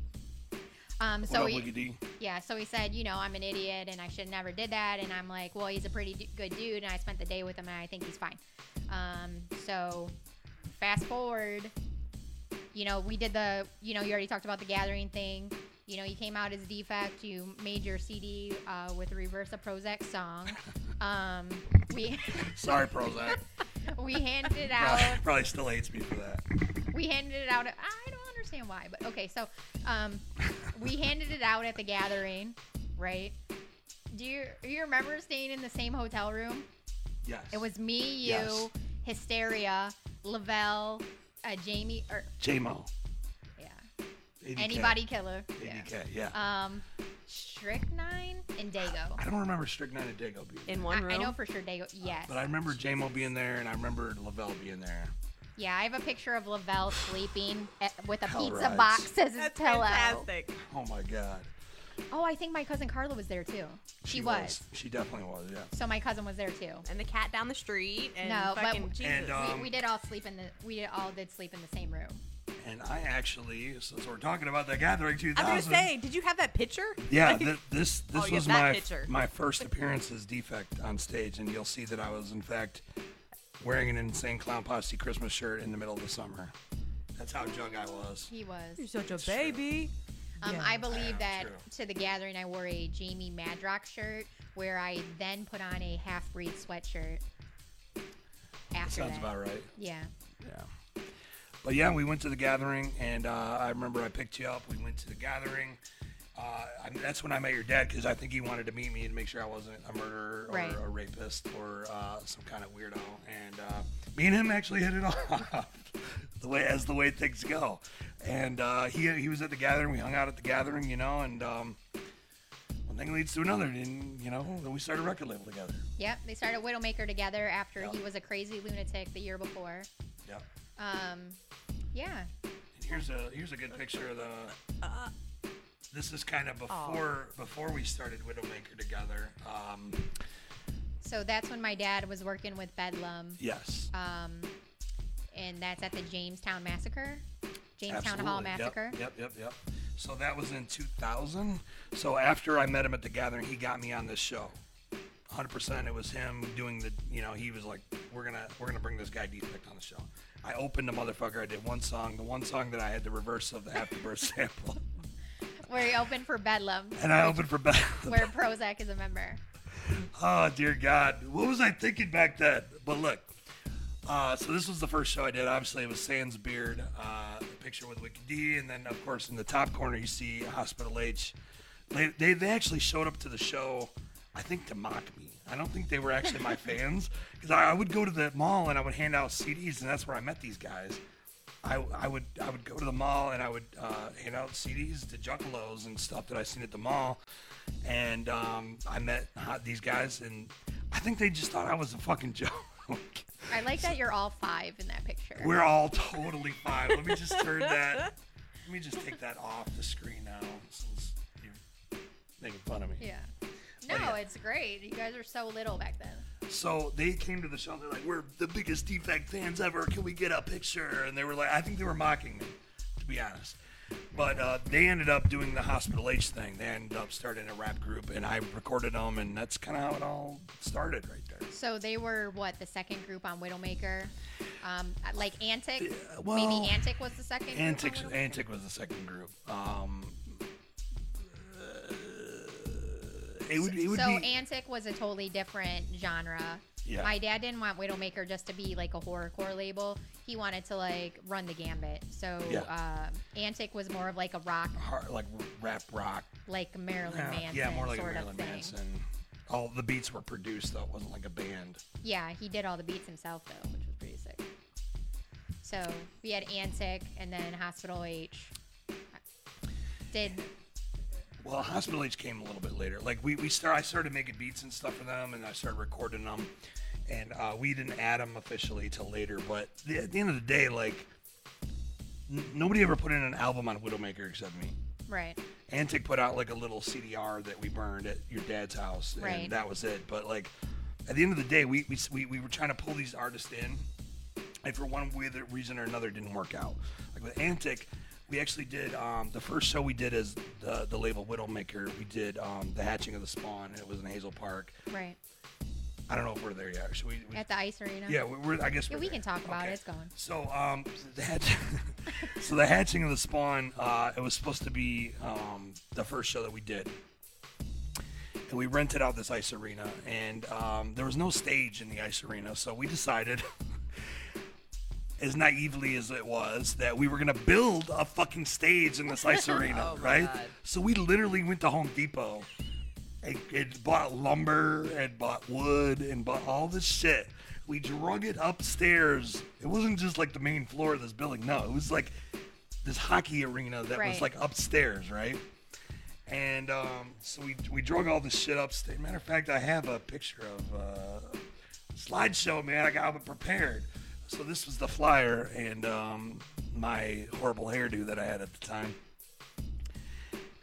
Speaker 2: Um,
Speaker 3: What
Speaker 2: so
Speaker 3: up,
Speaker 2: he,
Speaker 3: Wiggy D?
Speaker 2: yeah, so he said, you know, I'm an idiot and I should never did that. And I'm like, well, he's a pretty d- good dude, and I spent the day with him, and I think he's fine. Um, so fast forward, you know, we did the, you know, you already talked about the gathering thing. You know, you came out as defect. You made your CD uh, with a reverse of Prozac song. Um, we
Speaker 3: Sorry, Prozac.
Speaker 2: we handed it out.
Speaker 3: probably, probably still hates me for that.
Speaker 2: we handed it out. I don't understand why, but okay. So, um, we handed it out at the gathering, right? Do you do you remember staying in the same hotel room?
Speaker 3: Yes.
Speaker 2: It was me, you,
Speaker 3: Yes.
Speaker 2: Hysteria, Lavelle, uh, Jamie, or
Speaker 3: JMO.
Speaker 2: yeah,
Speaker 3: 80K.
Speaker 2: anybody killer,
Speaker 3: 80K, yeah.
Speaker 2: yeah. um, Strychnine and Dago.
Speaker 3: I don't remember Strychnine and Dago being there.
Speaker 1: In
Speaker 2: I,
Speaker 1: one room.
Speaker 2: I know for sure Dago. Yes.
Speaker 3: But I remember JMO being there and I remember Lavelle being there.
Speaker 2: yeah, I have a picture of Lavelle sleeping at, with a
Speaker 3: Hell
Speaker 2: pizza
Speaker 3: rides.
Speaker 2: box as his
Speaker 1: That's
Speaker 2: pillow.
Speaker 1: fantastic.
Speaker 3: Oh my God.
Speaker 2: Oh, I think my cousin Carla was there too. She, was.
Speaker 3: She definitely was, yeah.
Speaker 2: So my cousin was there too.
Speaker 1: And the cat down the street. And
Speaker 2: No, but-
Speaker 1: fucking Jesus.
Speaker 3: And, uh, Um,
Speaker 2: we, we did all sleep in the we did- all did sleep in the same room.
Speaker 3: And I actually, since we're talking about the Gathering
Speaker 1: I
Speaker 3: 2000.
Speaker 1: was gonna say, did you have that picture?
Speaker 3: Yeah,
Speaker 1: Like-
Speaker 3: th- this this
Speaker 1: Oh, you
Speaker 3: was
Speaker 1: have that
Speaker 3: my
Speaker 1: picture.
Speaker 3: my first appearance as defect on stage, and you'll see that I was in fact wearing an insane clown posse Christmas shirt in the middle of the summer. That's how jug I was.
Speaker 2: He was.
Speaker 1: You're such a baby.
Speaker 2: Um,
Speaker 1: Yeah.
Speaker 2: I believe that
Speaker 3: true.
Speaker 2: to the gathering, I wore a Jamie Madrox shirt, where I then put on a half breed sweatshirt.
Speaker 3: That
Speaker 2: After
Speaker 3: sounds
Speaker 2: that.
Speaker 3: about right.
Speaker 2: Yeah.
Speaker 3: Yeah. But yeah, we went to the gathering, and uh, I remember I picked you up. We went to the gathering, Uh, I that's when I met your dad because I think he wanted to meet me to make sure I wasn't a murderer or
Speaker 2: Right.
Speaker 3: a rapist or uh, some kind of weirdo. And uh, me and him actually hit it off the way as the way things go. And uh, he he was at the gathering. We hung out at the gathering, you know. And um, one thing leads to another, and you know, then we started a record label together.
Speaker 2: Yep, they started Widowmaker together after
Speaker 3: Yeah.
Speaker 2: he was a crazy lunatic the year before.
Speaker 3: Yeah.
Speaker 2: Um, yeah,
Speaker 3: And here's a here's a good picture of the. This is kind of before before we started Widowmaker together. Um,
Speaker 2: so that's when my dad was working with Bedlam,
Speaker 3: yes.
Speaker 2: um, and that's at the Jamestown Massacre, Jamestown Hall
Speaker 3: Absolutely. Yep,
Speaker 2: Massacre.
Speaker 3: Yep, yep, yep. So that was in 2000. So after I met him at the gathering, he got me on this show. 100% it was him doing the you know he was like we're gonna we're gonna bring this guy defect on the show i opened the motherfucker i did one song the one song that i had the reverse of the afterbirth sample
Speaker 2: Where he opened for Bedlam,
Speaker 3: and i opened for back
Speaker 2: where Prozac is a member.
Speaker 3: Oh dear God, what was I thinking back then? But look, uh, so this was the first show I did. Obviously, it was Sans Beard, uh, a picture with Wicked D, and then of course in the top corner you see Hospital H. They, they they actually showed up to the show, I think to mock me. I don't think they were actually my fans because I, I would go to the mall and I would hand out CDs, and that's where I met these guys. I, I would I would go to the mall and I would uh, hand out CDs to juggalos and stuff that I seen at the mall, and um, I met uh, these guys and I think they just thought I was a fucking joke.
Speaker 2: I like that you're all five in that picture.
Speaker 3: We're all totally fine. Let me just turn that. Let me just take that off the screen now since you're making fun of me.
Speaker 2: yeah. No,
Speaker 3: But Oh, yeah.
Speaker 2: it's great. You guys are so little back then.
Speaker 3: So they came to the show and they're like, "We're the biggest defect fans ever. Can we get a picture?" And they were like, "I think they were mocking me, to be honest." But uh, they ended up doing the Hospital H thing. They ended up starting a rap group, and I recorded them, and that's kind of how it all started right there.
Speaker 2: So they were what the second group on Widowmaker, um, like Antic.
Speaker 3: well,
Speaker 2: Maybe Antic was the second. group on
Speaker 3: Antic,
Speaker 2: Widowmaker?
Speaker 3: Antic was the second group. Um, uh, it would, it would
Speaker 2: so
Speaker 3: be,
Speaker 2: antic was a totally different genre.
Speaker 3: Yeah.
Speaker 2: My dad didn't want Widowmaker just to be like a horrorcore label. He wanted to like run the gambit. So
Speaker 3: Yeah.
Speaker 2: uh, antic was more of like a rock,
Speaker 3: hard, like rap rock.
Speaker 2: like Marilyn
Speaker 3: Yeah,
Speaker 2: Manson
Speaker 3: yeah, more like a
Speaker 2: sort
Speaker 3: Marilyn
Speaker 2: of thing.
Speaker 3: Manson. All the beats were produced though; it wasn't like a band.
Speaker 2: Yeah, he did all the beats himself though, which was pretty sick. So we had antic and then Hospital H. Did
Speaker 3: Well, Hospital H came a little bit later. Like we, we start, I started making beats and stuff for them, and I started recording them, and uh, we didn't add them officially till later. But the, at the end of the day, like n- nobody ever put in an album on Widowmaker except me.
Speaker 2: right.
Speaker 3: Antic put out like a little CDR that we burned at your dad's house, and
Speaker 2: Right.
Speaker 3: that was it. But like at the end of the day, we we, we, we were trying to pull these artists in, and for one weird reason or another, it didn't work out. Like with Antic, we actually did um, the first show we did as the the label Widowmaker. We did um, the Hatching of the Spawn, and it was in Hazel Park.
Speaker 2: Right.
Speaker 3: I don't know if we're there yet. Should we? we
Speaker 2: At the ice arena.
Speaker 3: yeah, we, we're. I guess
Speaker 2: Yeah,
Speaker 3: we're
Speaker 2: we
Speaker 3: there.
Speaker 2: can talk about it.
Speaker 3: Okay.
Speaker 2: It's gone.
Speaker 3: So um, the hatch- so the hatching of the spawn, uh, it was supposed to be um, the first show that we did, and we rented out this ice arena, and um, there was no stage in the ice arena, so we decided. As naively as it was, that we were gonna build a fucking stage in this ice arena,
Speaker 1: Oh my
Speaker 3: right?
Speaker 1: God.
Speaker 3: So we literally went to Home Depot and, and bought lumber and bought wood and bought all this shit. We drug it upstairs. It wasn't just like the main floor of this building. No, it was like this hockey arena that was
Speaker 2: Right.
Speaker 3: like upstairs, right? And um, so we we drug all this shit upstairs. Matter of fact, I have a picture of uh, slideshow, man. I got I was prepared. So this was the flyer and um, my horrible hairdo that I had at the time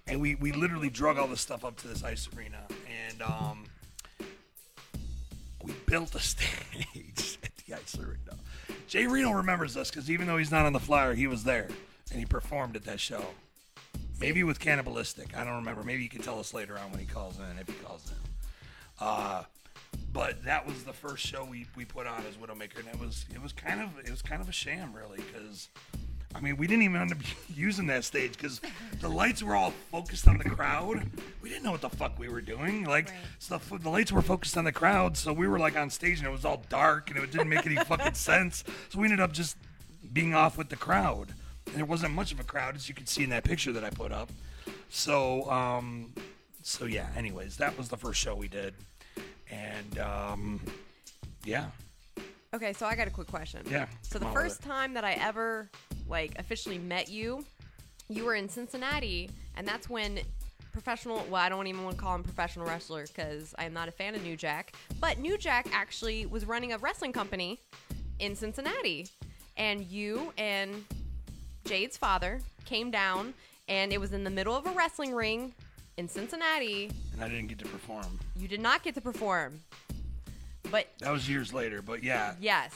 Speaker 3: and we, we literally drug all this stuff up to this ice arena and um, we built a stage at the ice arena jay reno remembers us because even though he's not on the flyer he was there and he performed at that show maybe with cannibalistic i don't remember maybe you can tell us later on when he calls in if he calls in uh, but that was the first show we, we put on as Widowmaker, and it was it was kind of it was kind of a sham, really, because I mean we didn't even end up using that stage because the lights were all focused on the crowd. We didn't know what the fuck we were doing. Like
Speaker 2: Right.
Speaker 3: so the, f- the lights were focused on the crowd, so we were like on stage and it was all dark and it didn't make any fucking sense. So we ended up just being off with the crowd. There wasn't much of a crowd, as you can see in that picture that I put up. So, um, so yeah. Anyways, that was the first show we did, and um, yeah,
Speaker 1: Okay, so I got a quick question.
Speaker 3: Yeah,
Speaker 1: So the
Speaker 3: come on with
Speaker 1: first
Speaker 3: it.
Speaker 1: time that I ever like officially met you, you were in Cincinnati, and that's when professional well, I don't even want to call him professional wrestler because I am not a fan of New Jack. But New Jack actually was running a wrestling company in Cincinnati. And you and Jade's father came down and it was in the middle of a wrestling ring in Cincinnati.
Speaker 3: and I didn't get to perform.
Speaker 1: You did not get to perform. But
Speaker 3: That was years later, but yeah.
Speaker 1: Yes.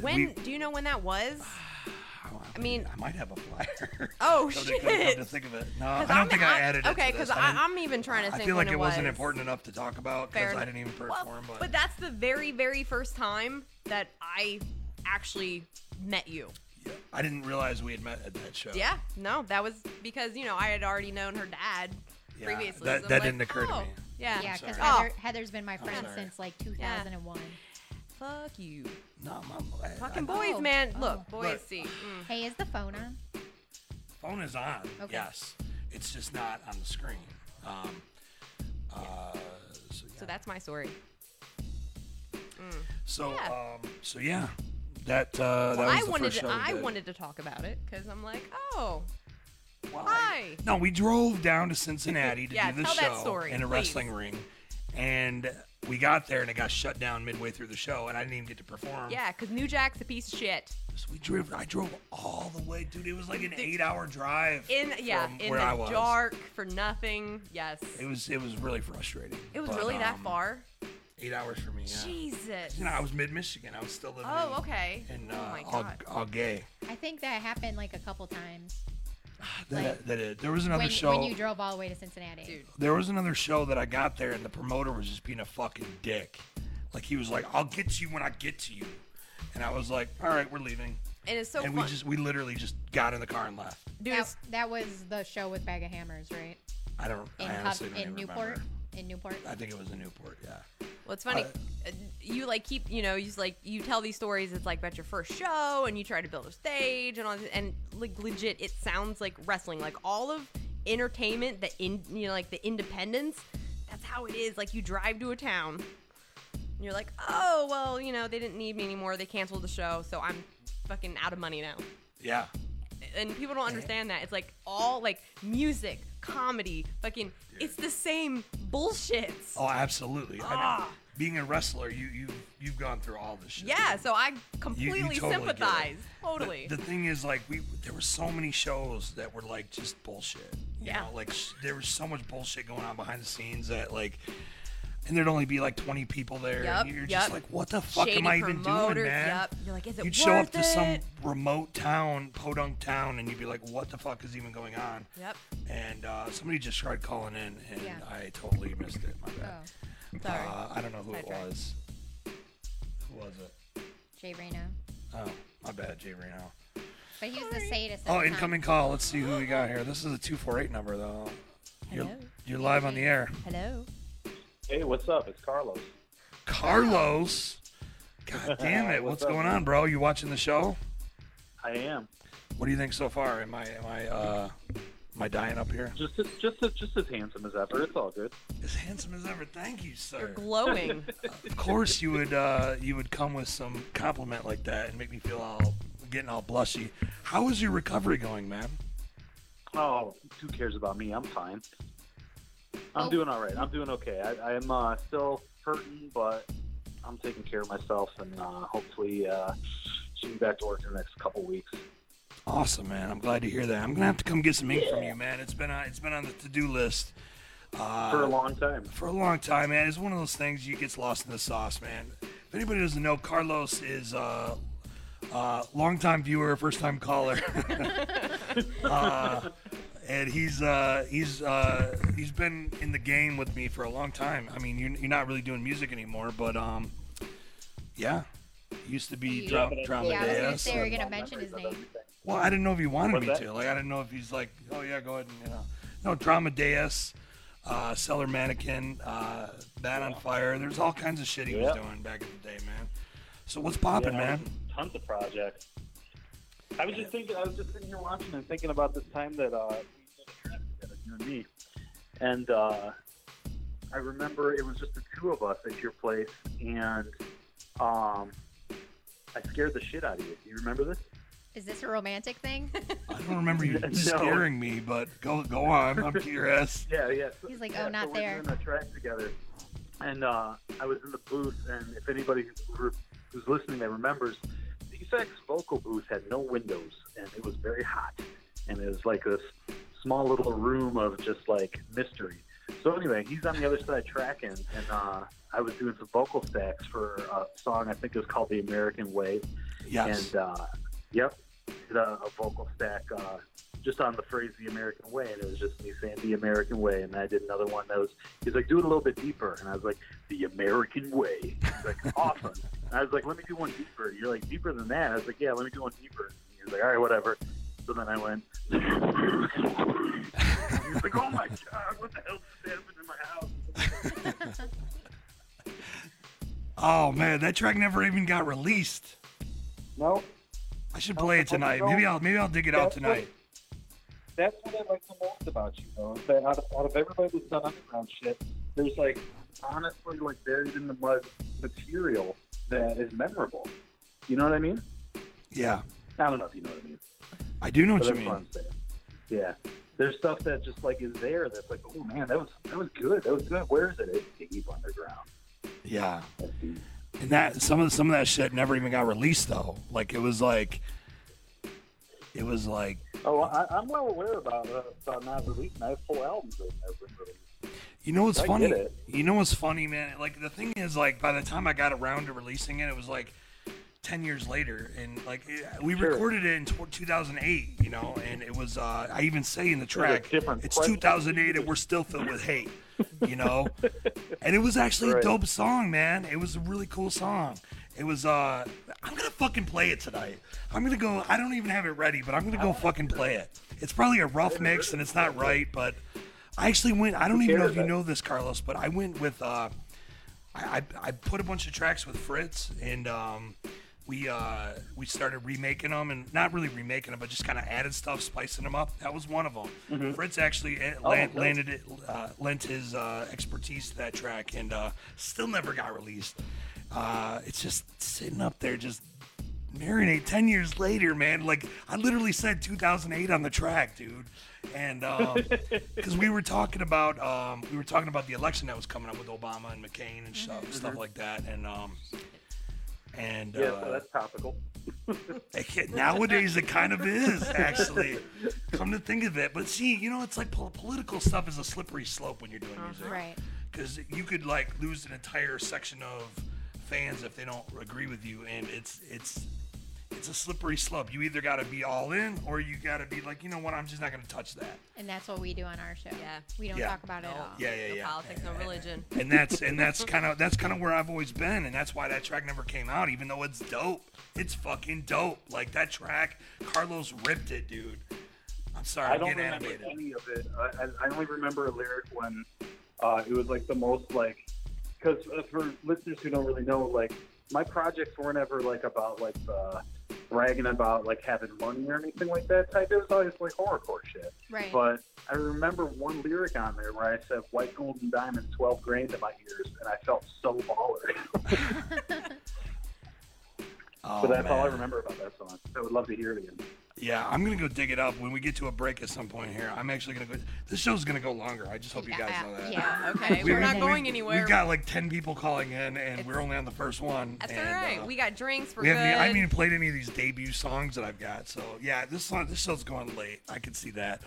Speaker 1: When
Speaker 3: we-
Speaker 1: do you know when that was?
Speaker 3: I
Speaker 1: mean-
Speaker 3: I might have a flyer.
Speaker 1: Oh,
Speaker 3: Come to- come to-
Speaker 1: shit.
Speaker 3: Come to think of it, no, I don't think I added it.
Speaker 1: Okay,
Speaker 3: because
Speaker 1: I, I'm even trying to
Speaker 3: I
Speaker 1: think.
Speaker 3: feel like
Speaker 1: when
Speaker 3: it wasn't
Speaker 1: was.
Speaker 3: important enough to talk about
Speaker 1: Fair
Speaker 3: because I
Speaker 1: enough.
Speaker 3: didn't even
Speaker 1: Well,
Speaker 3: perform.
Speaker 1: but that's the very, very first time that I actually met you.
Speaker 3: Yeah, I didn't realize we had met at that show.
Speaker 1: Yeah. No, that was because you know I had already known her dad
Speaker 3: Yeah,
Speaker 1: previously.
Speaker 3: that-
Speaker 1: so I'm
Speaker 3: that
Speaker 1: like,
Speaker 3: didn't occur to
Speaker 1: oh,
Speaker 3: me.
Speaker 1: Yeah.
Speaker 2: Yeah,
Speaker 3: sorry.
Speaker 2: because
Speaker 1: Oh.
Speaker 2: Heather, Heather's been my friend
Speaker 3: sorry.
Speaker 2: since like 2001.
Speaker 1: Fuck you,
Speaker 3: No, mom. I-
Speaker 1: fucking
Speaker 3: I-
Speaker 1: boys,
Speaker 2: Oh,
Speaker 1: man.
Speaker 2: oh.
Speaker 1: Look, boys
Speaker 3: Oh, Look.
Speaker 1: see. Mm.
Speaker 2: Hey, is the phone on?
Speaker 3: phone is on.
Speaker 2: Okay.
Speaker 3: Yes, it's just not on the screen. Um, uh, so yeah.
Speaker 1: So that's my story. Mm.
Speaker 3: So,
Speaker 1: yeah.
Speaker 3: Um, so yeah, that uh, Oh, that was
Speaker 1: I
Speaker 3: the
Speaker 1: wanted,
Speaker 3: first
Speaker 1: to,
Speaker 3: show we
Speaker 1: I
Speaker 3: did.
Speaker 1: wanted to talk about it because I'm like, oh,
Speaker 3: Why?
Speaker 1: Hi.
Speaker 3: No, we drove down to Cincinnati to
Speaker 1: Yeah,
Speaker 3: do the
Speaker 1: tell
Speaker 3: show
Speaker 1: that story,
Speaker 3: in a
Speaker 1: please.
Speaker 3: wrestling ring, and we got there and it got shut down midway through the show, and I didn't even get to perform.
Speaker 1: yeah, because New Jack's a piece of shit.
Speaker 3: So we drove. I drove all the way, dude. It was like an eight-hour drive.
Speaker 1: in yeah
Speaker 3: from
Speaker 1: in
Speaker 3: where
Speaker 1: the
Speaker 3: I was.
Speaker 1: dark for nothing yes
Speaker 3: It was it was really frustrating.
Speaker 1: it was
Speaker 3: But,
Speaker 1: really that
Speaker 3: um,
Speaker 1: far
Speaker 3: Eight hours for me. Yeah.
Speaker 1: jesus
Speaker 3: You know, I was mid Michigan. I was still living.
Speaker 1: oh
Speaker 3: in-
Speaker 1: okay
Speaker 3: And
Speaker 1: oh
Speaker 3: uh,
Speaker 1: my
Speaker 3: all,
Speaker 1: god
Speaker 3: all gay.
Speaker 2: I think that happened like a couple times
Speaker 3: That,
Speaker 2: Like-
Speaker 3: that it, there was another
Speaker 2: when,
Speaker 3: show.
Speaker 2: when you drove all the way to Cincinnati.
Speaker 1: dude
Speaker 3: there was another show that I got there, and the promoter was just being a fucking dick. Like he was like, "I'll get you when I get to you," and I was like, "All right, we're leaving."
Speaker 1: and it's so
Speaker 3: and
Speaker 1: fun
Speaker 3: we just we literally just got in the car and left.
Speaker 2: That,
Speaker 1: dude it's-
Speaker 2: that was the show with Bag of Hammers, right?
Speaker 3: I don't.
Speaker 2: In,
Speaker 3: I
Speaker 2: Hub-
Speaker 3: honestly don't
Speaker 2: in
Speaker 3: even
Speaker 2: Newport.
Speaker 3: remember.
Speaker 2: In Newport.
Speaker 3: I think it was in Newport. Yeah.
Speaker 1: well it's funny
Speaker 3: I-
Speaker 1: uh, you like keep you know you just like you tell these stories it's like about your first show and you try to build a stage and all this, and like legit it sounds like wrestling like all of entertainment the in you know like the independence that's how it is like you drive to a town and you're like oh well you know they didn't need me anymore they canceled the show so i'm fucking out of money now
Speaker 3: Yeah.
Speaker 1: and people don't understand that. It's like all like music, comedy, fucking it's the same bullshit.
Speaker 3: Oh, absolutely. I know.
Speaker 1: Ah.
Speaker 3: Being a wrestler, you you you've gone through all this shit.
Speaker 1: Yeah, so I
Speaker 3: You- you
Speaker 1: completely
Speaker 3: totally get it.
Speaker 1: sympathize.
Speaker 3: But
Speaker 1: Totally.
Speaker 3: The thing is, like, we there were so many shows that were like just bullshit. You
Speaker 1: Yeah.
Speaker 3: Know? Like sh- there was so much bullshit going on behind the scenes that like. And there'd only be like 20 people there.
Speaker 1: Yup,
Speaker 3: and you're just
Speaker 1: yup.
Speaker 3: like, what the fuck
Speaker 1: Shady
Speaker 3: am I even doing,
Speaker 1: promoters,
Speaker 3: man?
Speaker 1: yup. You're like, is it
Speaker 3: You'd show up
Speaker 1: worth
Speaker 3: to some
Speaker 1: it?
Speaker 3: remote town, podunk town, and you'd be like, what the fuck is even going on?
Speaker 1: Yep.
Speaker 3: And uh, somebody just tried calling in, and
Speaker 2: Yeah.
Speaker 3: I totally missed it. My
Speaker 2: Oh,
Speaker 3: bad.
Speaker 1: Sorry.
Speaker 3: Uh, I don't know who it
Speaker 1: Sidetrack.
Speaker 3: was. Who was it?
Speaker 2: Jay Reno.
Speaker 3: Oh, my bad, Jay Reno.
Speaker 2: But he was the sadist. at
Speaker 3: Oh,
Speaker 2: the time.
Speaker 3: incoming call. Let's see who we got here. This is a 248 number, though. You're,
Speaker 1: Hello?
Speaker 3: you're live on the air.
Speaker 1: Hello.
Speaker 4: Hey, what's up? It's Carlos.
Speaker 3: Carlos. God damn it. What's
Speaker 4: What's up,
Speaker 3: going
Speaker 4: man?
Speaker 3: on, bro? You watching the show?
Speaker 4: I am
Speaker 3: What do you think so far? Am I am I uh am I dying up here?
Speaker 4: just as, just as, just as handsome as ever. It's all good.
Speaker 3: As handsome as ever. Thank you,
Speaker 1: You're
Speaker 3: sir.
Speaker 1: glowing.
Speaker 3: Of course you would uh you would come with some compliment like that and make me feel all getting all blushy. How is your recovery going, man?
Speaker 4: Oh, who cares about me? I'm fine. I'm
Speaker 2: Oh.
Speaker 4: doing all right. I'm doing okay. I, I'm uh, still hurting, but I'm taking care of myself, and uh, hopefully, uh, should be back to work in the next couple weeks.
Speaker 3: Awesome, man. I'm glad to hear that. I'm gonna have to come get some ink from you, man. It's been on it's been on the to do list. Uh,
Speaker 4: For a long time.
Speaker 3: for a long time, man. It's one of those things you gets lost in the sauce, man. If anybody doesn't know, Carlos is a uh, uh, longtime viewer, first time caller, uh, and he's uh, he's uh, he's been in the game with me for a long time. I mean, you're, you're not really doing music anymore, but um, yeah, he used to be
Speaker 2: Yeah,
Speaker 3: drum,
Speaker 4: but I-
Speaker 3: drum
Speaker 2: Yeah, I was gonna
Speaker 3: dance.
Speaker 2: say, are
Speaker 3: and-
Speaker 2: you gonna
Speaker 4: Um,
Speaker 2: mention his
Speaker 4: memories of
Speaker 2: name?
Speaker 4: everything.
Speaker 3: well, I didn't know if he wanted
Speaker 4: What's
Speaker 3: me
Speaker 4: that?
Speaker 3: to. Like, I didn't know if he's like, oh yeah, go ahead and you know. No, Drama Deus, uh, Cellar Mannequin, uh, Bat on Fire. There's all kinds of shit he was
Speaker 4: Yeah.
Speaker 3: doing back in the day, man. So what's popping,
Speaker 4: Yeah,
Speaker 3: man?
Speaker 4: Tons of projects. I was just thinking. I was just sitting here watching and thinking about this time that uh, we did a trip together, you and me, and uh, I remember it was just the two of us at your place, and um, I scared the shit out of you. Do you remember this?
Speaker 2: Is this a romantic thing?
Speaker 3: I don't remember you
Speaker 4: No.
Speaker 3: scaring me, but go go on. I'm curious.
Speaker 4: Yeah, yeah. So-
Speaker 2: He's like,
Speaker 4: yeah,
Speaker 2: "Oh, not
Speaker 4: so
Speaker 2: there."
Speaker 4: We're doing a track together, and uh, I was in the booth. And if anybody who's re- who's listening that remembers, the effects vocal booth had no windows, and it was very hot, and it was like this small little room of just like mystery. So anyway, he's on the other side tracking, and uh, I was doing some vocal stacks for a song. I think it was called "The American Way,"
Speaker 3: Yes.
Speaker 4: and uh, yep, did a, a vocal stack uh, just on the phrase "the American way," and it was just me saying "the American way," and I did another one that was he's like, "Do it a little bit deeper," and I was like, "the American way." He's like, "Awesome," and I was like, "Let me do one deeper." You're like, "Deeper than that?" I was like, "Yeah, let me do one deeper." And he was like, "All right, whatever." So then I went. He's like, "Oh my god, what the hell's happening in my house?"
Speaker 3: oh man, that track never even got released.
Speaker 4: No,
Speaker 3: I should play it tonight. Maybe I'll maybe I'll dig it out
Speaker 4: That's what-
Speaker 3: tonight.
Speaker 4: that's what I like the most about you, though, is that out of, out of everybody that's done underground shit, there's like honestly like buried in the mud material that is memorable. You know what I mean?
Speaker 3: Yeah,
Speaker 4: I don't know if you know what I mean.
Speaker 3: I do know
Speaker 4: but
Speaker 3: what you
Speaker 4: that's what
Speaker 3: mean.
Speaker 4: I'm saying. Yeah. There's stuff that just like is there that's like, oh man, that was that was good. That was good. Where is it? It's deep underground.
Speaker 3: Yeah,
Speaker 4: That's deep.
Speaker 3: and that some of some of that shit never even got released though. Like it was like, it was like
Speaker 4: Oh, I, I'm well aware about uh, about not releasing. I have full albums that have been released.
Speaker 3: You know what's
Speaker 4: I get
Speaker 3: funny?
Speaker 4: it.
Speaker 3: You know what's funny, man? Like the thing is, like by the time I got around to releasing it, it was like ten years later, and like it- we
Speaker 4: Sure.
Speaker 3: recorded it in tw 2008, you know, and it was. Uh, I even say in the track,
Speaker 4: different
Speaker 3: it's
Speaker 4: question.
Speaker 3: 2008, and we're still filled with hate, you know. and it was actually a
Speaker 4: Right.
Speaker 3: dope song, man. It was a really cool song. It was. uh I'm gonna fucking play it tonight. I'm gonna go. I don't even have it ready, but I'm gonna go fucking play it. It's probably a rough mix, and it's not right, but. I actually went. I don't even know if you
Speaker 4: cares?
Speaker 3: know this, Carlos, but I went with. Uh, I, I I put a bunch of tracks with Fritz, and um, we uh, we started remaking them, and not really remaking them, but just kind of added stuff, spicing them up. That was one of them. Fritz actually eh, lan-
Speaker 4: nice.
Speaker 3: landed it, uh, lent his uh, expertise to that track, and uh, still never got released. Uh, it's just sitting up there, just marinate 10 years later man like i literally said 2008 on the track dude and um, because we were talking about um, we were talking about the election that was coming up with obama and mccain and stuff, stuff like that and um and
Speaker 4: Mm-hmm. Yeah, so
Speaker 3: uh,
Speaker 4: that's topical.
Speaker 3: it- nowadays it kind of is actually come to think of it but see you know it's like pol- political stuff is a slippery slope when you're doing music
Speaker 2: right.
Speaker 3: because you could like lose an entire section of fans if they don't agree with you and it's it's it's a slippery slope you either got to be all in or you got to be like you know what i'm just not going to touch that
Speaker 2: And that's what we do on our show.
Speaker 1: Yeah.
Speaker 2: We don't
Speaker 3: Yeah.
Speaker 2: talk about it at all.
Speaker 3: yeah yeah
Speaker 1: no
Speaker 3: yeah
Speaker 1: politics, no religion.
Speaker 3: and that's and that's kind of that's kind of where i've always been and that's why that track never came out even though it's dope it's fucking dope like that track carlos ripped it dude i'm sorry
Speaker 4: I
Speaker 3: i'm
Speaker 4: don't
Speaker 3: getting
Speaker 4: remember
Speaker 3: animated
Speaker 4: any of it. I, I- I only remember a lyric when uh, it was like the most like because for listeners who don't really know, like my projects weren't ever like about like uh, bragging about like having money or anything like that type. It was always like horrorcore shit.
Speaker 2: Right.
Speaker 4: But I remember one lyric on there where I said "white gold and diamonds, twelve grains in my ears," and I felt so baller.
Speaker 3: oh,
Speaker 4: so that's all I
Speaker 3: man.
Speaker 4: remember about that song. I would love to hear it again.
Speaker 3: Yeah, I'm gonna go dig it up when we get to a break at some point here. I'm actually gonna go. This show's gonna go longer. I just hope you guys
Speaker 2: yeah,
Speaker 3: know that.
Speaker 2: yeah.
Speaker 1: Okay,
Speaker 3: We-
Speaker 1: we're not
Speaker 3: we-
Speaker 1: going
Speaker 3: we-
Speaker 1: anywhere.
Speaker 3: We've got like ten people calling in, and we're only on the first one.
Speaker 1: That's
Speaker 3: and,
Speaker 1: all right.
Speaker 3: uh,
Speaker 1: we got drinks. We're
Speaker 3: we
Speaker 1: good.
Speaker 3: haven't. I haven't even played any of these debut songs that I've got. So yeah, this song, this show's going late. I can see that.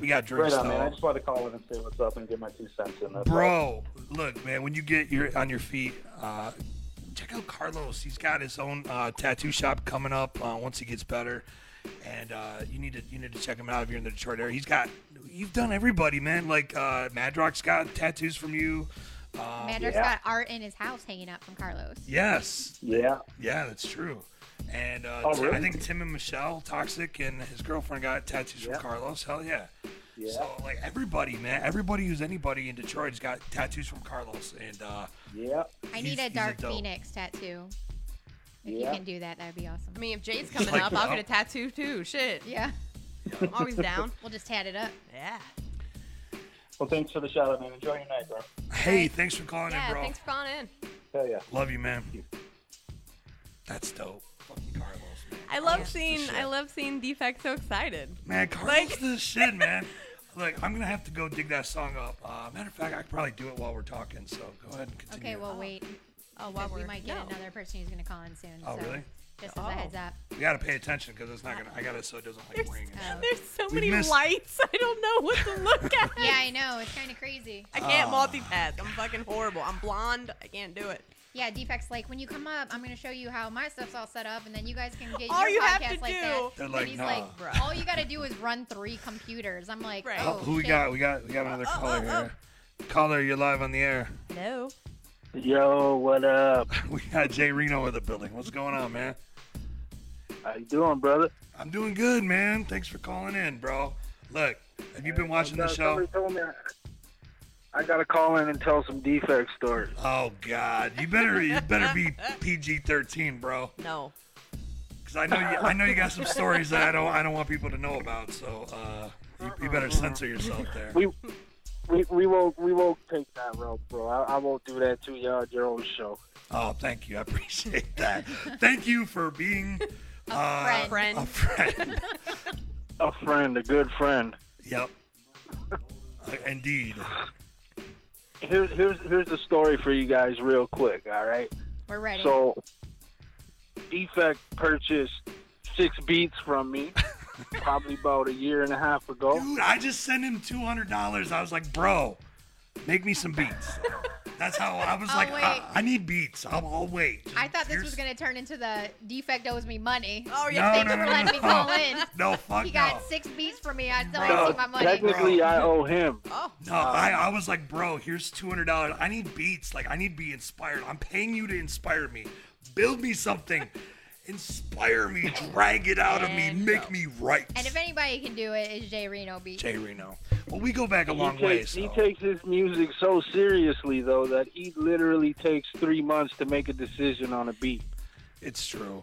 Speaker 3: We got
Speaker 4: Right
Speaker 3: drinks
Speaker 4: on,
Speaker 3: though.
Speaker 4: man. I just wanted to call in and say what's up and get my two cents in. That's all.
Speaker 3: Bro, look, man. When you get your on your feet, uh, check out Carlos. He's got his own uh, tattoo shop coming up uh, once he gets better, and uh, you need to you need to check him out if you're in the Detroit area. He's got you've done everybody, man. Like uh, Madrox got tattoos from you. Uh,
Speaker 2: Mandrake's
Speaker 4: yeah.
Speaker 2: got art in his house hanging up from Carlos.
Speaker 3: yes,
Speaker 4: Yeah.
Speaker 3: yeah, that's true. And uh,
Speaker 4: Oh,
Speaker 3: Ti- I
Speaker 4: really?
Speaker 3: think Tim and Michelle, Toxic, and his girlfriend got tattoos
Speaker 4: Yeah.
Speaker 3: from Carlos. Hell yeah.
Speaker 4: Yeah.
Speaker 3: So like everybody, man, everybody who's anybody in Detroit's got tattoos from Carlos, and uh,
Speaker 4: Yeah.
Speaker 2: I
Speaker 3: He's-
Speaker 2: need a
Speaker 3: he's
Speaker 2: dark
Speaker 3: dope.
Speaker 2: phoenix tattoo. If
Speaker 4: Yeah.
Speaker 2: you can do that, that'd be awesome.
Speaker 1: I mean, if Jade's coming
Speaker 3: Like,
Speaker 1: up, I'll
Speaker 3: wow.
Speaker 1: get a tattoo too. Shit.
Speaker 2: yeah,
Speaker 1: I'm always down.
Speaker 2: we'll just tat it up.
Speaker 1: Yeah.
Speaker 4: Well, thanks for the shout out, man. Enjoy your night, bro.
Speaker 3: Hey, thanks for calling
Speaker 1: Yeah,
Speaker 3: in, bro.
Speaker 1: thanks for calling in.
Speaker 4: Hell yeah.
Speaker 3: Love you, man. That's dope. Fucking Carlos, man.
Speaker 1: I love
Speaker 3: Carlos is the
Speaker 1: seeing
Speaker 3: shit.
Speaker 1: I love seeing Defect so excited.
Speaker 3: Man, Carlos this shit, man. Like, I'm gonna have to go dig that song up. Uh, matter of fact, I could probably do it while we're talking. So go ahead and continue.
Speaker 2: Okay, well wait,
Speaker 1: Oh, wow,
Speaker 2: because we might get
Speaker 1: no.
Speaker 2: another person who's gonna call in soon.
Speaker 3: Oh,
Speaker 2: so
Speaker 3: really?
Speaker 2: Just as a heads
Speaker 1: Oh.
Speaker 2: up.
Speaker 3: we gotta pay attention because it's not gonna. I got it so it doesn't like ring. and shit.
Speaker 1: There's so
Speaker 3: We
Speaker 1: many
Speaker 3: missed-
Speaker 1: lights. I don't know what to look at.
Speaker 2: Yeah, I know. It's kind of crazy.
Speaker 1: I can't
Speaker 3: Ah.
Speaker 1: multitask. I'm fucking horrible. I'm blonde. I can't do it.
Speaker 2: Yeah, defects like when you come up, I'm gonna show you how my stuff's all set up, and then you guys can get
Speaker 1: All
Speaker 2: your
Speaker 1: you
Speaker 2: podcast
Speaker 1: have to
Speaker 2: like
Speaker 1: do-
Speaker 2: that.
Speaker 3: They're
Speaker 2: and
Speaker 3: like,
Speaker 2: he's
Speaker 3: "Nah."
Speaker 2: like,
Speaker 1: Bruh.
Speaker 2: all you gotta do is run three computers. I'm like,
Speaker 1: Right.
Speaker 2: oh,
Speaker 3: Oh, who we
Speaker 2: shit.
Speaker 3: got? We got we got another
Speaker 1: oh,
Speaker 3: caller
Speaker 1: oh,
Speaker 3: here. Caller, you're live on the air.
Speaker 1: No.
Speaker 5: Yo, what up?
Speaker 3: We got Jay Reno in the building. What's going on, man?
Speaker 5: How you doing, brother?
Speaker 3: I'm doing good, man. Thanks for calling in, bro. Look, have you been watching the
Speaker 5: Uh,
Speaker 3: show?
Speaker 5: Somebody told me I, I gotta call in and tell some defect stories.
Speaker 3: Oh God, you better you better be PG-13, bro.
Speaker 1: No.
Speaker 3: Because I know you, I know you got some stories that I don't I don't want people to know about. So uh, you, you better censor yourself there.
Speaker 5: We we, we won't we won't take that route, bro. I, I won't do that to y'all your own show.
Speaker 3: Oh, thank you. I appreciate that. Thank you for being uh,
Speaker 2: friend.
Speaker 1: Friend.
Speaker 3: a friend.
Speaker 5: A friend, a good friend.
Speaker 3: Yep. Uh, indeed.
Speaker 5: Here's here's here's the story for you guys real quick, all right?
Speaker 2: We're ready.
Speaker 5: So defect purchased six beats from me probably about a year and a half ago.
Speaker 3: Dude, I just sent him two hundred dollars. I was like, bro, make me some beats. That's how I was
Speaker 2: Oh,
Speaker 3: like,
Speaker 2: wait.
Speaker 3: I, I need beats. I'll, I'll wait.
Speaker 2: I thought this
Speaker 3: Here's-
Speaker 2: was gonna turn into the defect owes me money.
Speaker 1: Oh
Speaker 3: No,
Speaker 1: yeah.
Speaker 2: Thank you
Speaker 3: no,
Speaker 2: for
Speaker 3: no,
Speaker 2: letting
Speaker 3: no.
Speaker 2: me call in.
Speaker 3: No, fuck
Speaker 2: He
Speaker 3: no.
Speaker 2: got six beats for me. I still
Speaker 5: No,
Speaker 2: ain't seen my money.
Speaker 5: technically, I owe him.
Speaker 1: Oh.
Speaker 3: No, I, I was like, bro, here's two hundred dollars. I need beats. Like, I need to be inspired. I'm paying you to inspire me. Build me something. Inspire me. Drag it out of me.
Speaker 1: And
Speaker 3: Make me right.
Speaker 2: And if anybody can do it, it's Jay Reno beat.
Speaker 3: Jay Reno. Well, we go back a long
Speaker 5: he takes,
Speaker 3: ways.
Speaker 5: He takes his music so seriously, though, that he literally takes three months to make a decision on a beat.
Speaker 3: It's true.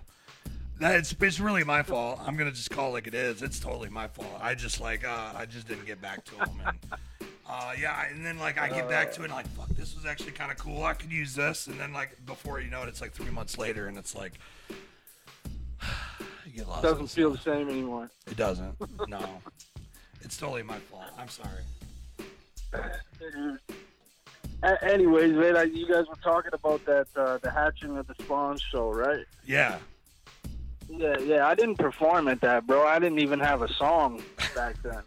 Speaker 3: That it's, it's really my fault. I'm gonna just call it like it is. It's totally my fault. I just like uh, I just didn't get back to him. And, uh, yeah, and then like I get back to it, and like fuck, this was actually kind of cool. I could use this, and then like before you know it, it's like three months later, and it's like you get lost.
Speaker 5: It
Speaker 3: in
Speaker 5: doesn't
Speaker 3: the
Speaker 5: feel the
Speaker 3: sauce.
Speaker 5: same anymore.
Speaker 3: It doesn't. No, it's totally my fault. I'm sorry.
Speaker 5: A- anyways, man, I, you guys were talking about that uh, the hatching of the spawn show, right?
Speaker 3: Yeah,
Speaker 5: Yeah, yeah. I didn't perform at that, bro. I didn't even have a song back then.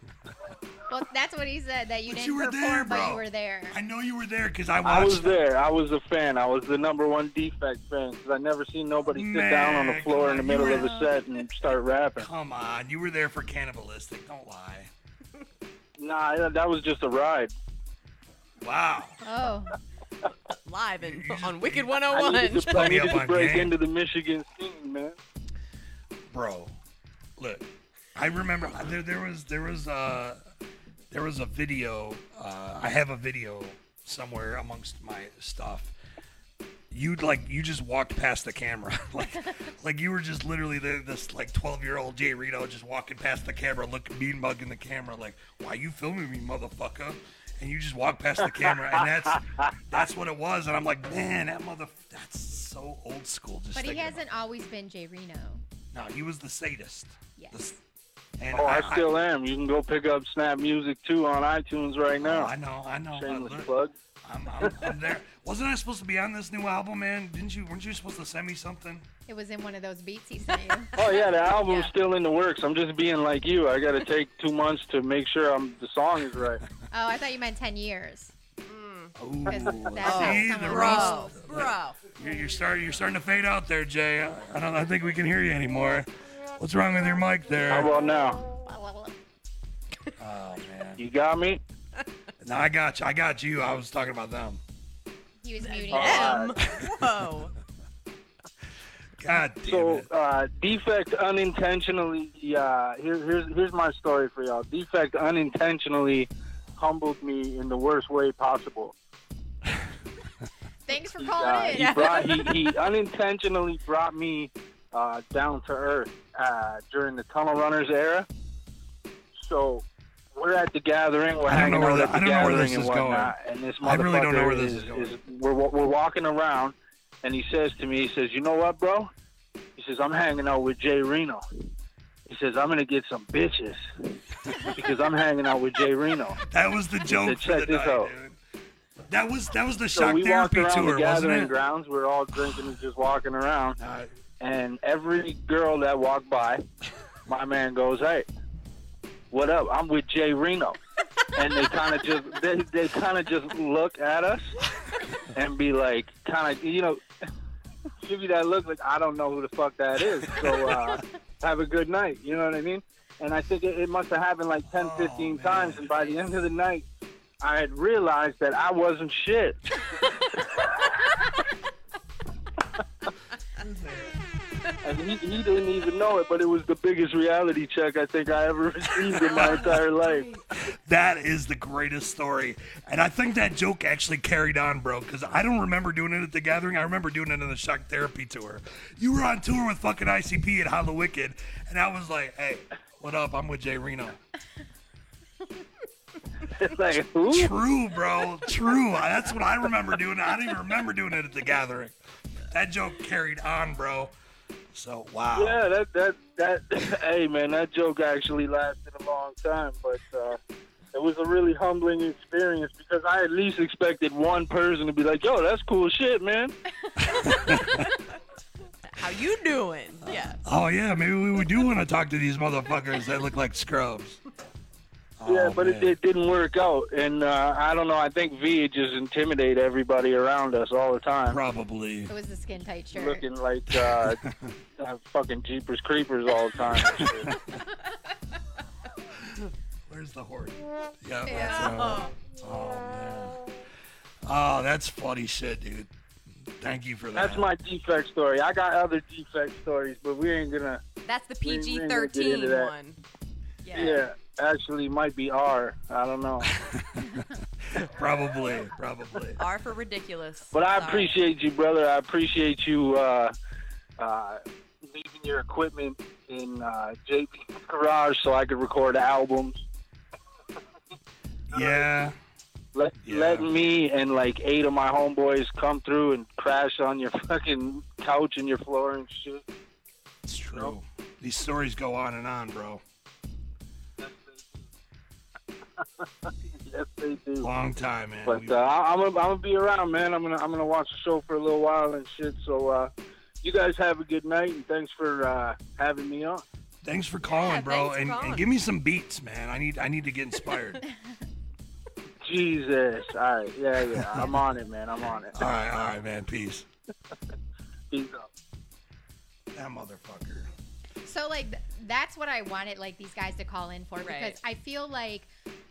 Speaker 2: Well, that's what he said that you
Speaker 3: But
Speaker 2: didn't
Speaker 3: you were
Speaker 2: perform,
Speaker 3: there,
Speaker 2: but
Speaker 3: bro.
Speaker 2: you were there.
Speaker 3: I know you were there because I watched.
Speaker 5: I was
Speaker 3: it.
Speaker 5: there. I was a fan. I was the number one defect fan because I never seen nobody sit down on the
Speaker 3: Man,
Speaker 5: floor in the
Speaker 3: come
Speaker 5: middle of
Speaker 2: on.
Speaker 5: a set and start rapping.
Speaker 3: Come on, you were there for cannibalistic. Don't lie.
Speaker 5: Nah, that- that was just a ride.
Speaker 3: Wow.
Speaker 2: Oh,
Speaker 1: Live and
Speaker 3: You just-
Speaker 1: on Wicked
Speaker 5: I
Speaker 1: 101.
Speaker 5: needed to, I
Speaker 3: Put me
Speaker 5: needed
Speaker 3: up
Speaker 5: to
Speaker 3: on
Speaker 5: break
Speaker 3: game.
Speaker 5: into the Michigan scene, man.
Speaker 3: bro look i remember uh, there, there was there was uh there was a video uh i have a video somewhere amongst my stuff you'd like you just walked past the camera like like you were just literally the, this like 12 year old jay reno just walking past the camera looking mean mugging the camera like why you filming me motherfucker and you just walk past the camera and that's that's what it was and i'm like man that mother that's so old school just
Speaker 2: but he
Speaker 3: thinking about
Speaker 2: hasn't always been Jay Reno.
Speaker 3: no, he was the sadist.
Speaker 2: Yes.
Speaker 3: The s- and
Speaker 5: Oh, I still am. You can go pick up Snap Music too on iTunes right
Speaker 3: Oh,
Speaker 5: now.
Speaker 3: I know, I know.
Speaker 5: Shameless
Speaker 3: Look,
Speaker 5: plug.
Speaker 3: I'm, I'm, I'm there. Wasn't I supposed to be on this new album, man? Didn't you? Weren't you supposed to send me something?
Speaker 2: It was in one of those beats he sent you.
Speaker 5: Oh yeah, the album's
Speaker 2: Yeah.
Speaker 5: still in the works. I'm just being like you. I gotta take two months to make sure I'm the song is right.
Speaker 2: oh, I thought you meant ten years.
Speaker 3: Ooh,
Speaker 2: That's how
Speaker 3: see
Speaker 2: some
Speaker 3: the
Speaker 2: of
Speaker 1: Bro,
Speaker 3: roast.
Speaker 2: those-
Speaker 1: bro.
Speaker 3: You're, you're starting. You're starting to fade out there, Jay. I, I don't. I think we can hear you anymore. What's wrong with your mic
Speaker 5: How
Speaker 3: there?
Speaker 5: about now?
Speaker 3: Oh man.
Speaker 5: You got me?
Speaker 3: No, I got you. I got you. I was talking about them.
Speaker 2: He was muting.
Speaker 5: Oh.
Speaker 2: us.
Speaker 1: M.
Speaker 2: Oh.
Speaker 1: Whoa.
Speaker 3: God damn
Speaker 5: So
Speaker 3: it.
Speaker 5: uh, defect unintentionally. Yeah, here, here's here's my story for y'all. Defect unintentionally humbled me in the worst way possible.
Speaker 2: Thanks for
Speaker 5: He,
Speaker 2: calling
Speaker 5: uh,
Speaker 2: in.
Speaker 5: he, brought, he, he unintentionally brought me uh, down to earth uh, during the Tunnel Runners era. So we're at the gathering. We're
Speaker 3: I don't know
Speaker 5: hanging
Speaker 3: where
Speaker 5: out
Speaker 3: the-
Speaker 5: at the
Speaker 3: I don't know where
Speaker 5: gathering
Speaker 3: this
Speaker 5: and
Speaker 3: is going.
Speaker 5: whatnot, And this
Speaker 3: I really don't know
Speaker 5: motherfucker
Speaker 3: where this is going.
Speaker 5: we're, wa- we're walking around, and he says to me, he says, you know what, bro? He says, I'm hanging out with Jay Reno. He says, I'm going to get some bitches because I'm hanging out with Jay Reno.
Speaker 3: That was the joke for
Speaker 5: check
Speaker 3: the
Speaker 5: this
Speaker 3: night,
Speaker 5: out.
Speaker 3: dude. That was that was the
Speaker 5: So
Speaker 3: shock
Speaker 5: we walked
Speaker 3: therapy
Speaker 5: around
Speaker 3: tour, wasn't
Speaker 5: the gathering
Speaker 3: it?
Speaker 5: grounds. We are all drinking and just walking around.
Speaker 3: Uh,
Speaker 5: And every girl that walked by, my man goes, "Hey, what up? I'm with Jay Reno." And they kind of just they, they kind of just look at us and be like, kind of you know, give you that look like I don't know who the fuck that is. So uh, have a good night. You know what I mean? And I think it, it must have happened like 10,
Speaker 3: Oh,
Speaker 5: 15
Speaker 3: man.
Speaker 5: times. And by the end of the night, I had realized that I wasn't shit. And he, he didn't even know it, but it was the biggest reality check I think I ever received in my entire life.
Speaker 3: that is the greatest story, and I think that joke actually carried on, bro. Because I don't remember doing it at the gathering. I remember doing it in the shock therapy tour. You were on tour with fucking ICP at Hollow Wicked, and I was like, "Hey, what up? I'm with Jay Reno."
Speaker 5: It's like, who?
Speaker 3: True, bro. True. That's what I remember doing. I don't even remember doing it at the gathering. That joke carried on, bro. So wow.
Speaker 5: Yeah, that, that, that, hey man, that joke actually lasted a long time, but, uh, it was a really humbling experience because I at least expected one person to be like, yo, that's cool shit, man.
Speaker 1: How you doing? Yeah.
Speaker 3: Oh yeah, maybe we do want to talk to these motherfuckers that look like scrubs.
Speaker 5: yeah,
Speaker 3: Oh,
Speaker 5: but it,
Speaker 3: man.
Speaker 5: it didn't work out. And, uh, I don't know, I think V would just intimidate everybody around us all the time.
Speaker 3: Probably.
Speaker 2: It was the skin tight shirt.
Speaker 5: Looking like uh, uh, fucking Jeepers Creepers all the time.
Speaker 3: Where's the horse? Yeah.
Speaker 1: Yeah.
Speaker 3: That's, uh, oh man. Oh, that's funny shit, dude. Thank you for that.
Speaker 5: That's my defect story. I got other defect stories, but we ain't gonna.
Speaker 1: That's the
Speaker 5: We- we
Speaker 1: PG
Speaker 5: ain't gonna get into
Speaker 1: thirteen
Speaker 5: that.
Speaker 1: one.
Speaker 5: Yeah. actually, might be R. I don't know.
Speaker 3: Probably. Probably.
Speaker 1: R for ridiculous.
Speaker 5: But I
Speaker 1: Sorry.
Speaker 5: appreciate you, brother. I appreciate you uh, uh, leaving your equipment in uh, JP's garage so I could record albums.
Speaker 3: Yeah.
Speaker 5: Let,
Speaker 3: Yeah.
Speaker 5: let me and like eight of my homeboys come through and crash on your fucking couch and your floor and shit.
Speaker 3: It's true. These stories go on and on, bro.
Speaker 5: Yes, they do.
Speaker 3: Long time, man.
Speaker 5: But
Speaker 3: We've-
Speaker 5: uh, I- I'm gonna, I'm gonna be around, man. I'm gonna I'm gonna watch the show for a little while and shit. So uh, you guys have a good night and thanks for uh, having me on.
Speaker 3: Thanks for calling,
Speaker 1: Yeah,
Speaker 3: bro,
Speaker 1: thanks for
Speaker 3: and,
Speaker 1: calling.
Speaker 3: and give me some beats, man. I need I need to get inspired.
Speaker 5: Jesus, all right, yeah, yeah, I'm on it, man. I'm on it.
Speaker 3: all right, all right, man. Peace.
Speaker 5: Peace out.
Speaker 3: That motherfucker.
Speaker 2: So like th- that's what I wanted like these guys to call in for because
Speaker 1: Right.
Speaker 2: I feel like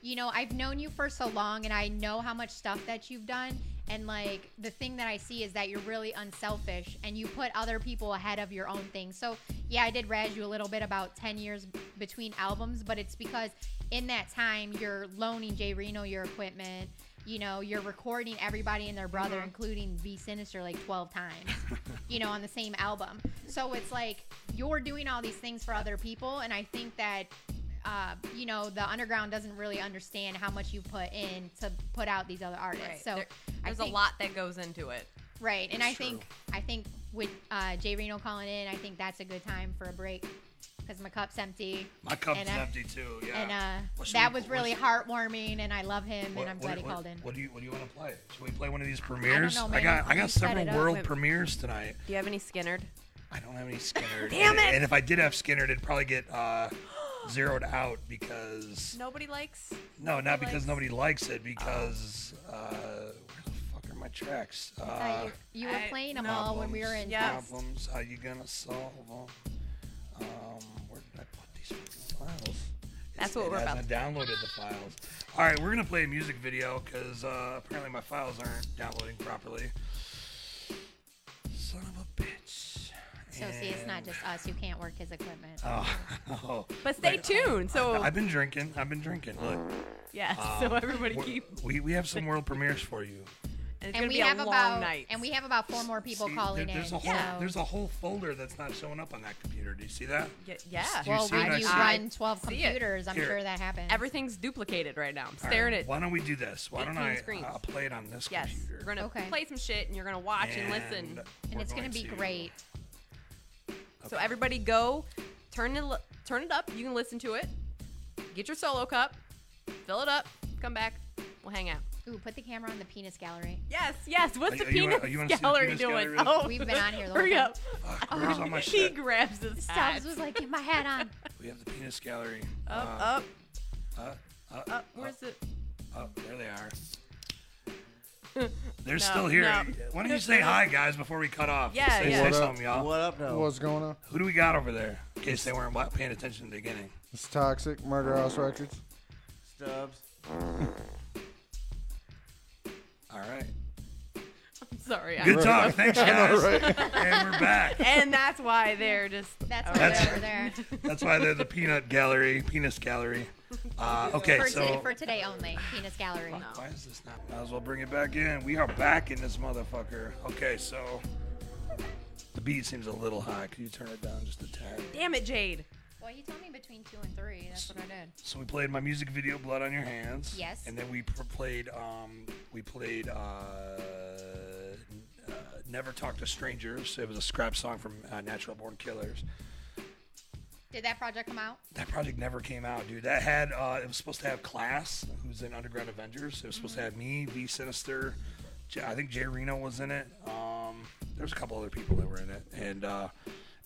Speaker 2: you know I've known you for so long and I know how much stuff that you've done and like the thing that I see is that you're really unselfish and you put other people ahead of your own thing. So yeah, I did razz you a little bit about 10 years b- between albums, but it's because in that time you're loaning Jay Reno your equipment. You know, you're recording everybody and their brother,
Speaker 1: Mhm.
Speaker 2: including V Sinister, like 12 times you know, on the same album. So it's like you're doing all these things for other people, and I think that uh, you know the underground doesn't really understand how much you put in to put out these other artists.
Speaker 1: Right.
Speaker 2: So
Speaker 1: There-
Speaker 2: I
Speaker 1: there's
Speaker 2: think-
Speaker 1: a lot that goes into it.
Speaker 2: right, and
Speaker 3: It's
Speaker 2: I think I think with uh, Jay Reno calling in, I think that's a good time for a break because my cup's empty,
Speaker 3: My cup's
Speaker 2: And I-
Speaker 3: empty too. Yeah.
Speaker 2: and uh,
Speaker 3: What should
Speaker 2: that
Speaker 3: we-
Speaker 2: was
Speaker 3: what
Speaker 2: really
Speaker 3: should-
Speaker 2: heartwarming, and I love him,
Speaker 3: What-
Speaker 2: and I'm
Speaker 3: what-
Speaker 2: glad he
Speaker 3: what-
Speaker 2: called in.
Speaker 3: What do you What do you want to play? Should we play one of these premieres?
Speaker 2: know, man.
Speaker 3: got I
Speaker 2: You
Speaker 3: got
Speaker 2: set
Speaker 3: several
Speaker 2: it up.
Speaker 3: world
Speaker 1: Wait.
Speaker 3: premieres tonight.
Speaker 1: Do you have any Skinnerd?
Speaker 3: I don't have any Skinner. and,
Speaker 1: Damn it!
Speaker 3: And if I did have Skinner, it'd probably get uh, zeroed out because
Speaker 1: Nobody likes.
Speaker 3: no, not because
Speaker 1: likes-
Speaker 3: nobody likes it. Because uh, where the fuck are my tracks? Uh,
Speaker 2: Uh, you, you were
Speaker 1: I-
Speaker 2: playing them all when we were in.
Speaker 1: Yeah. Yes.
Speaker 3: Problems. How you gonna solve 'em? Um, where did I put these fucking files?
Speaker 1: That's what
Speaker 3: it
Speaker 1: we're about
Speaker 3: hasn't downloaded the files. All right, we're gonna play a music video because uh, apparently my files aren't downloading properly. Son of a bitch.
Speaker 2: So see, it's not
Speaker 3: And-
Speaker 2: just us who can't work his equipment.
Speaker 3: Oh, oh.
Speaker 1: But stay
Speaker 3: Like,
Speaker 1: tuned. So
Speaker 3: I've been drinking. I've been drinking. Look, Uh,
Speaker 1: yeah. so everybody
Speaker 3: we're-
Speaker 1: keep
Speaker 3: we we have some world premieres for you.
Speaker 1: And it's
Speaker 2: and
Speaker 1: gonna
Speaker 2: we
Speaker 1: be a
Speaker 2: have
Speaker 1: long
Speaker 2: about
Speaker 1: night.
Speaker 2: and we have about four more people
Speaker 3: See,
Speaker 2: calling
Speaker 3: there- there's
Speaker 2: in.
Speaker 3: A whole,
Speaker 2: so-
Speaker 3: There's a whole folder that's not showing up on that computer. Do you see that?
Speaker 1: yeah. yeah.
Speaker 3: Do you
Speaker 2: well,
Speaker 3: see what
Speaker 2: when
Speaker 3: I
Speaker 2: you
Speaker 3: see?
Speaker 2: run twelve
Speaker 1: See it.
Speaker 2: computers, I'm
Speaker 3: Here.
Speaker 2: sure that happens.
Speaker 1: Everything's duplicated right now. I'm
Speaker 3: All
Speaker 1: staring
Speaker 3: right,
Speaker 1: at.
Speaker 3: Why don't we do this? Why don't
Speaker 1: 18
Speaker 3: I
Speaker 1: screens.
Speaker 3: uh, play it on this
Speaker 1: Yes,
Speaker 3: computer?
Speaker 1: we're gonna
Speaker 2: Okay.
Speaker 1: play some shit, and you're gonna watch and, listen.
Speaker 2: and
Speaker 3: we're
Speaker 2: it's gonna
Speaker 3: going
Speaker 2: be
Speaker 3: to-
Speaker 2: great.
Speaker 1: So everybody, go turn it l- turn it up. You can listen to it. Get your solo cup, fill it up, come back. We'll hang out.
Speaker 2: Ooh, put the camera on the penis gallery.
Speaker 1: Yes, yes. What's
Speaker 3: Are-
Speaker 1: the
Speaker 3: are you-
Speaker 1: penis
Speaker 3: are you on the
Speaker 1: gallery
Speaker 3: penis
Speaker 1: doing?
Speaker 3: gallery?
Speaker 1: Oh,
Speaker 2: We've been on here the whole
Speaker 1: Hurry
Speaker 2: time.
Speaker 1: up.
Speaker 3: Fuck, where's all my
Speaker 1: He
Speaker 3: shit?
Speaker 1: grabs his hat.
Speaker 2: Stubbs was like, "Get my hat on."
Speaker 3: We have the penis gallery.
Speaker 1: Up,
Speaker 3: Uh,
Speaker 1: up,
Speaker 3: up, up,
Speaker 1: up. Where's it?
Speaker 3: up. There they are. They're still
Speaker 1: No,
Speaker 3: here.
Speaker 1: no.
Speaker 3: Why don't you say hi, guys, before we cut off?
Speaker 1: Yeah,
Speaker 3: say,
Speaker 1: yeah.
Speaker 3: say
Speaker 1: What
Speaker 3: something, y'all.
Speaker 6: What up, though?
Speaker 7: What's going on?
Speaker 3: Who do we got over there? In case they weren't wa- paying attention at the beginning.
Speaker 7: It's toxic. Murder House Records.
Speaker 6: Stubbs?
Speaker 3: All right.
Speaker 1: I'm sorry. I-
Speaker 3: Good talk. Thanks, guys.
Speaker 7: right?
Speaker 3: and we're back.
Speaker 1: and that's why they're just.
Speaker 2: That's
Speaker 1: over
Speaker 2: why
Speaker 3: That's-
Speaker 1: there.
Speaker 2: they're over there
Speaker 3: That's why they're the peanut gallery, penis gallery. Uh, okay,
Speaker 2: for,
Speaker 3: so
Speaker 2: today, for today only. Penis gallery.
Speaker 3: why is this not? Might as well bring it back in. We are back in this motherfucker. Okay, so the beat seems a little high. Could you turn it down just a tad?
Speaker 1: Damn it, Jade.
Speaker 2: Well, you told me between two and three. That's what I did.
Speaker 3: So we played my music video, "Blood on Your Hands."
Speaker 2: Yes.
Speaker 3: And then we pr- played, um, we played uh, n- uh, "Never Talk to Strangers." It was a scrap song from uh, Natural Born Killers.
Speaker 2: Did that project come out?
Speaker 3: That project never came out, dude. That had uh, it was supposed to have Class, who's in Underground Avengers. It was supposed to
Speaker 1: Mm-hmm.
Speaker 3: have me, V Sinister. J- I think Jay Reno was in it. Um, there was a couple other people that were in it, and uh,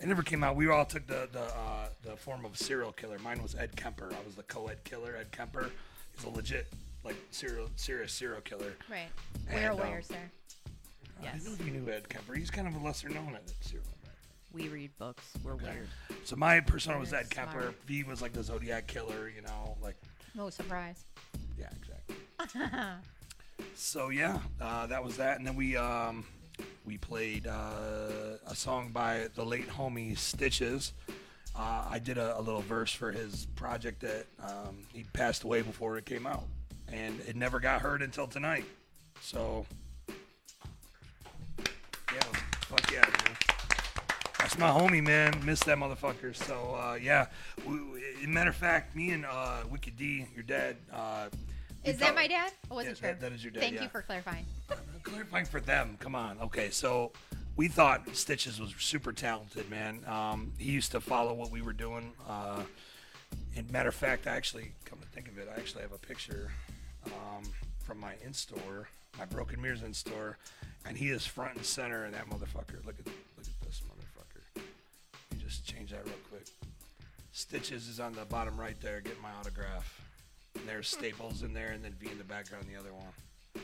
Speaker 3: it never came out. We all took the the, uh, the form of serial killer. Mine was Ed Kemper. I was the co-ed killer. Ed Kemper is a legit like serial serious serial killer.
Speaker 2: Right.
Speaker 3: And,
Speaker 2: We're
Speaker 3: um,
Speaker 2: aware, sir.
Speaker 3: I didn't know if you knew Ed Kemper. He's kind of a lesser known Ed serial.
Speaker 1: We read books. We're weird.
Speaker 3: So my persona was
Speaker 2: You're
Speaker 3: Ed Kemper.
Speaker 2: smart.
Speaker 3: V was like the Zodiac killer. You know, like
Speaker 2: No surprise.
Speaker 3: Yeah, exactly. so yeah, uh, that was that, and then we um, we played uh, a song by the late homie Stitches. Uh, I did a, a little verse for his project that um, he passed away before it came out, and it never got heard until tonight. So yeah, fuck yeah, man. That's my homie, man. Miss that motherfucker. So uh, yeah, we, we, in matter of fact, me and uh, Wicked D, your dad. Uh, we
Speaker 2: Is that
Speaker 3: thought-
Speaker 2: my dad? I wasn't
Speaker 3: Yeah,
Speaker 2: sure.
Speaker 3: that- that is your dad,
Speaker 2: Thank
Speaker 3: yeah.
Speaker 2: you for clarifying.
Speaker 3: clarifying for them. Come on. Okay, so we thought Stitches was super talented, man. Um, he used to follow what we were doing. Uh, and matter of fact, I actually come to think of it, I actually have a picture um, from my in store, my Broken Mirrors in store, and he is front and center in that motherfucker. Look at look at this motherfucker. Let me just change that real quick. Stitches is on the bottom right there. Get my autograph. And there's Staples in there, and then V in the background, the other one.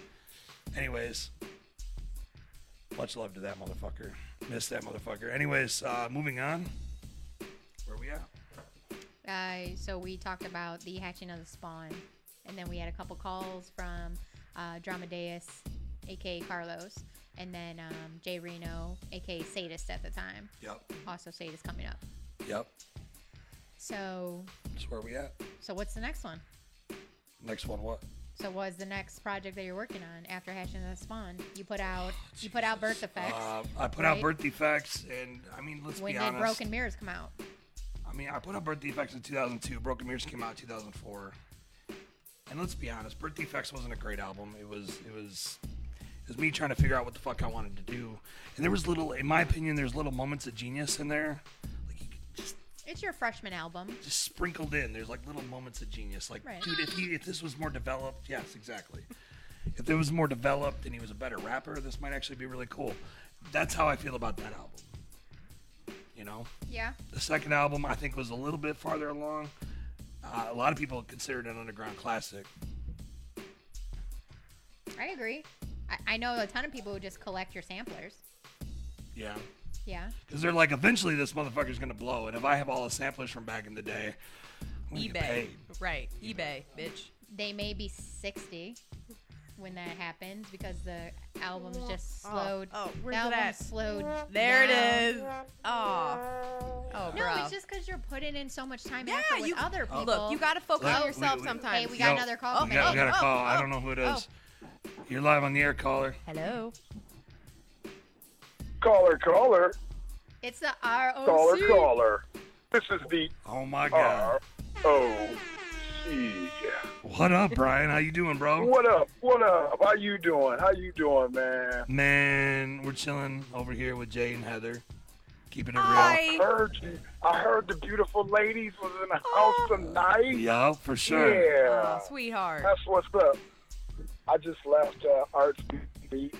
Speaker 3: Anyways, much love to that motherfucker. Miss that motherfucker. Anyways, uh, moving on. Where we at?
Speaker 2: Uh, so we talked about the hatching of the spawn, and then we had a couple calls from uh, Dramadeus, aka Carlos, and then um, Jay Reno, aka Sadist at the time.
Speaker 3: Yep.
Speaker 2: Also, Sadist coming up.
Speaker 3: Yep.
Speaker 2: So,
Speaker 3: That's where we at.
Speaker 2: so what's the next one?
Speaker 3: Next one, what?
Speaker 2: So, what's the next project that you're working on after hatching of the spawn? You put out, you put out Birth Effects.
Speaker 3: Oh, Uh, I put out
Speaker 2: Right.
Speaker 3: birth defects, and I mean, let's
Speaker 2: when
Speaker 3: be
Speaker 2: did
Speaker 3: honest.
Speaker 2: Broken Mirrors come out?
Speaker 3: I mean, I put out birth defects in 2002. Broken Mirrors came out in 2004. And let's be honest, Birth Defects wasn't a great album. It was, it was, it was me trying to figure out what the fuck I wanted to do. And there was little, in my opinion, there's little moments of genius in there. Like you could just
Speaker 2: It's your freshman album.
Speaker 3: just sprinkled in. There's like little moments of genius. Like,
Speaker 2: Right.
Speaker 3: dude, if he if this was more developed, yes, exactly. if it was more developed and he was a better rapper, this might actually be really cool. That's how I feel about that album. You know,
Speaker 2: Yeah.
Speaker 3: the second album I think was a little bit farther along. Uh, a lot of people considered it an underground classic.
Speaker 2: I agree. I, I know a ton of people who just collect your samplers.
Speaker 3: Yeah.
Speaker 2: Yeah.
Speaker 3: Because they're like, eventually this motherfucker's gonna blow, and if I have all the samplers from back in the day, I'm gonna get
Speaker 1: eBay.
Speaker 3: paid.
Speaker 1: Right. eBay, bitch.
Speaker 2: They may be 60 when that happens because the album's just slowed.
Speaker 1: Oh, oh, where's
Speaker 2: the
Speaker 1: it
Speaker 2: album
Speaker 1: at?
Speaker 2: slowed.
Speaker 1: There
Speaker 2: down.
Speaker 1: it is. Aw. Oh,
Speaker 2: No,
Speaker 1: bro.
Speaker 2: it's just because you're putting in so much time and
Speaker 1: yeah,
Speaker 2: effort with
Speaker 1: you
Speaker 2: other people.
Speaker 1: Oh, Look, you gotta focus
Speaker 3: Look,
Speaker 1: on
Speaker 3: we-
Speaker 1: yourself
Speaker 3: we-
Speaker 1: sometimes.
Speaker 2: Hey, we got
Speaker 3: Yo,
Speaker 2: another call.
Speaker 3: We got, we got a
Speaker 1: Oh,
Speaker 3: call.
Speaker 1: oh,
Speaker 3: I don't know who it is. You're live on the air, caller.
Speaker 1: Hello.
Speaker 6: Caller, caller,
Speaker 2: It's the R
Speaker 1: Oh,
Speaker 2: O
Speaker 6: caller,
Speaker 2: C.
Speaker 6: caller. This is the
Speaker 3: Oh my God.
Speaker 6: R O C.
Speaker 3: What up, Brian? How you doing, bro?
Speaker 6: What up? What up? How you doing? How you doing, man?
Speaker 3: Man, we're chilling over here with Jay and Heather, keeping it real.
Speaker 6: I
Speaker 1: Hi.
Speaker 6: heard you. I heard the beautiful ladies was in the
Speaker 1: Oh.
Speaker 6: house tonight.
Speaker 3: Yeah, for sure.
Speaker 6: Yeah.
Speaker 1: Oh, sweetheart.
Speaker 6: That's what's up. I just left uh, Arts Beats.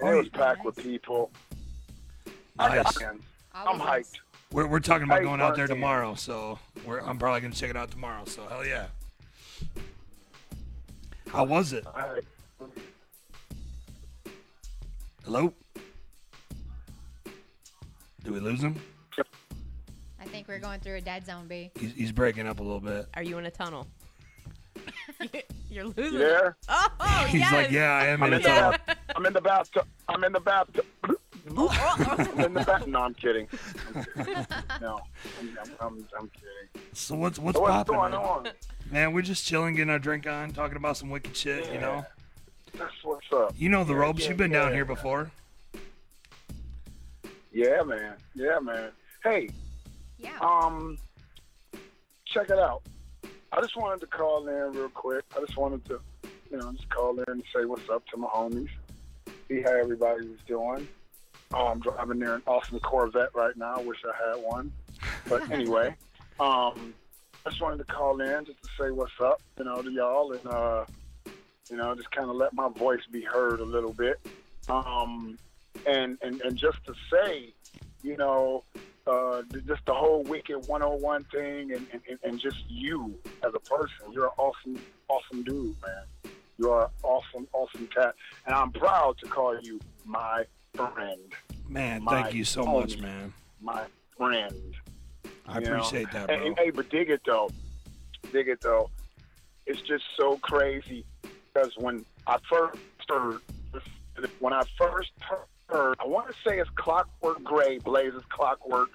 Speaker 6: And it was packed with people. I
Speaker 3: Oh, Nice.
Speaker 6: got in. I'm
Speaker 2: Always nice.
Speaker 6: hyped.
Speaker 3: We're, we're talking about
Speaker 6: Hey,
Speaker 3: going out there
Speaker 6: Martin.
Speaker 3: tomorrow, so we're, I'm probably gonna check it out tomorrow. So hell yeah. How was it?
Speaker 6: I-
Speaker 3: Hello? Do we lose him?
Speaker 2: I think we're going through a dead zone, B.
Speaker 3: He's, he's breaking up a little bit.
Speaker 1: Are you in a tunnel? You're losing.
Speaker 6: You
Speaker 1: it.
Speaker 6: there?
Speaker 1: Oh,
Speaker 3: He's
Speaker 1: yes.
Speaker 3: like, yeah, I am
Speaker 6: I'm
Speaker 3: in a
Speaker 6: in the
Speaker 3: tunnel.
Speaker 6: bath. I'm in the bathtub. I'm in the bathtub. I'm in the bath. No, I'm kidding. I'm kidding. No, I'm, I'm, I'm, I'm kidding.
Speaker 3: So what's what's
Speaker 6: So what's
Speaker 3: popping?
Speaker 6: going
Speaker 3: man?
Speaker 6: on?
Speaker 3: Man, we're just chilling, getting our drink on, talking about some wicked shit. You know,
Speaker 6: That's what's up.
Speaker 3: you know the
Speaker 6: Yeah,
Speaker 3: ropes.
Speaker 6: yeah,
Speaker 3: You've been down
Speaker 6: yeah.
Speaker 3: here before.
Speaker 6: Yeah, man. Yeah, man. Hey,
Speaker 2: Yeah.
Speaker 6: um, check it out. I just wanted to call in real quick. I just wanted to, you know, just call in and say what's up to my homies, see how everybody was doing. Oh, I'm driving near an awesome Corvette right now. I wish I had one. But anyway, um, I just wanted to call in just to say what's up, you know, to y'all and, uh, you know, just kind of let my voice be heard a little bit. Um, and, and, and just to say, you know, uh, th- just the whole Wicked 101 thing and, and, and- and just you as a person. You're an awesome, awesome dude, man. You are an awesome, awesome cat. And I'm proud to call you my friend.
Speaker 3: Man,
Speaker 6: My
Speaker 3: thank you so much,
Speaker 6: homie.
Speaker 3: man.
Speaker 6: My friend.
Speaker 3: I
Speaker 6: You know?
Speaker 3: appreciate that,
Speaker 6: Hey,
Speaker 3: bro.
Speaker 6: hey, but dig it though. Dig it though. It's just so crazy because when I first heard, when I first heard, I want to say it's Clockwork Gray, Blaze's Clockwork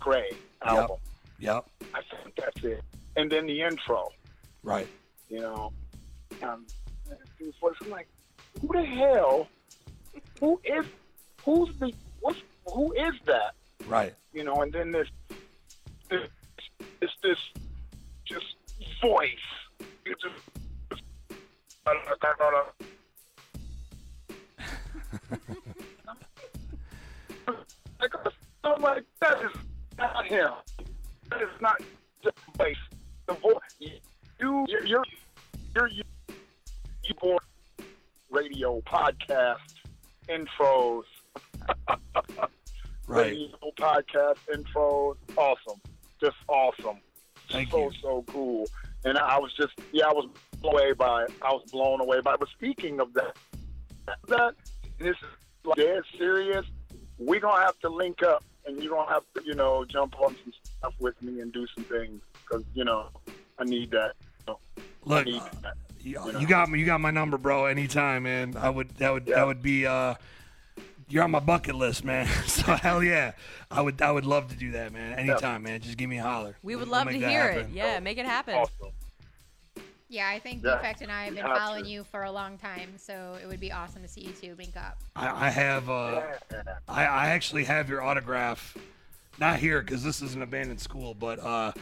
Speaker 6: Gray album.
Speaker 3: Yep,
Speaker 6: I think that's it. And then the intro,
Speaker 3: right.
Speaker 6: you know, um, dude's voice. I'm like, who the hell? Who is? Who's the? What's? Who is that?
Speaker 3: Right.
Speaker 6: you know, and then this, this, this, this just voice. It just, I'm like, that is not him. That is not the voice. The voice. You, you're, you're, you're, you, you born radio, podcast, intros,
Speaker 3: Right.
Speaker 6: radio podcast intros. Awesome. Just awesome.
Speaker 3: Thank
Speaker 6: so,
Speaker 3: you.
Speaker 6: so cool. And I was just, yeah, I was blown away by it. I was blown away by it. But speaking of that, that and this is like dead serious. We're going to have to link up and you're going to have to, you know, jump on some stuff with me and do some things because, you know, I need that. I
Speaker 3: Look,
Speaker 6: need that.
Speaker 3: you,
Speaker 6: you know.
Speaker 3: you got me. You got my number, bro. Anytime, man. I would. That would.
Speaker 6: Yeah.
Speaker 3: That would be. uh You're on my bucket list, man. so hell yeah, I would. I would love to do that, man. Anytime, man. Just give me a holler.
Speaker 1: We would
Speaker 3: We'll
Speaker 1: love to
Speaker 3: make that
Speaker 1: hear it.
Speaker 3: happen.
Speaker 1: Yeah, make it happen.
Speaker 6: Awesome.
Speaker 2: Yeah, I think
Speaker 6: Yeah,
Speaker 2: Defect and I have
Speaker 6: you
Speaker 2: been
Speaker 6: have
Speaker 2: following
Speaker 6: to.
Speaker 2: you for a long time, so it would be awesome to see you two link up.
Speaker 3: I, I have. uh
Speaker 6: Yeah.
Speaker 3: I, I actually have your autograph, not here because this is an abandoned school, but uh,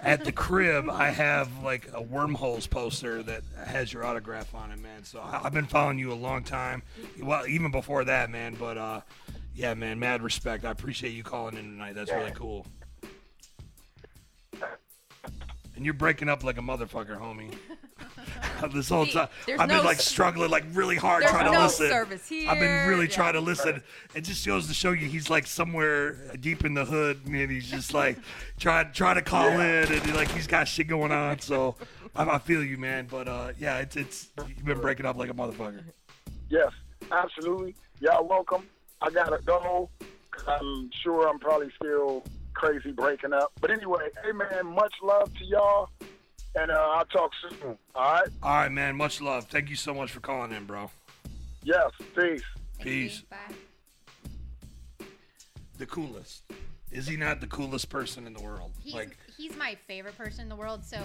Speaker 3: at the crib I have like a wormholes poster that has your autograph on it, man. So I, I've been following you a long time, well even before that, man. But uh, yeah, man, mad respect. I appreciate you calling in tonight. That's really cool. And you're breaking up like a motherfucker, homie. this whole
Speaker 1: See,
Speaker 3: time,
Speaker 1: there's
Speaker 3: I've been
Speaker 1: no
Speaker 3: like
Speaker 1: s-
Speaker 3: struggling, like really hard
Speaker 1: There's
Speaker 3: trying to
Speaker 1: no
Speaker 3: listen.
Speaker 1: service here.
Speaker 3: I've been really
Speaker 1: Yeah.
Speaker 3: trying to listen. It just goes to show you he's like somewhere deep in the hood, man. He's just like trying trying to call in, and like he's got shit going on. So I, I feel you, man. But uh, yeah, it's it's you've been breaking up like a motherfucker.
Speaker 6: Yes, absolutely. Y'all welcome. I gotta go. 'cause I'm sure I'm probably still crazy breaking up. But anyway, hey man, much love to y'all, and uh, I'll talk soon. All right.
Speaker 3: All right, man. Much love. Thank you so much for calling in, bro.
Speaker 6: Yes. Peace.
Speaker 2: Thank you.
Speaker 3: Peace.
Speaker 2: Bye.
Speaker 3: The coolest. Is he not the coolest person in the world?
Speaker 2: He's,
Speaker 3: Like
Speaker 2: he's my favorite person in the world. So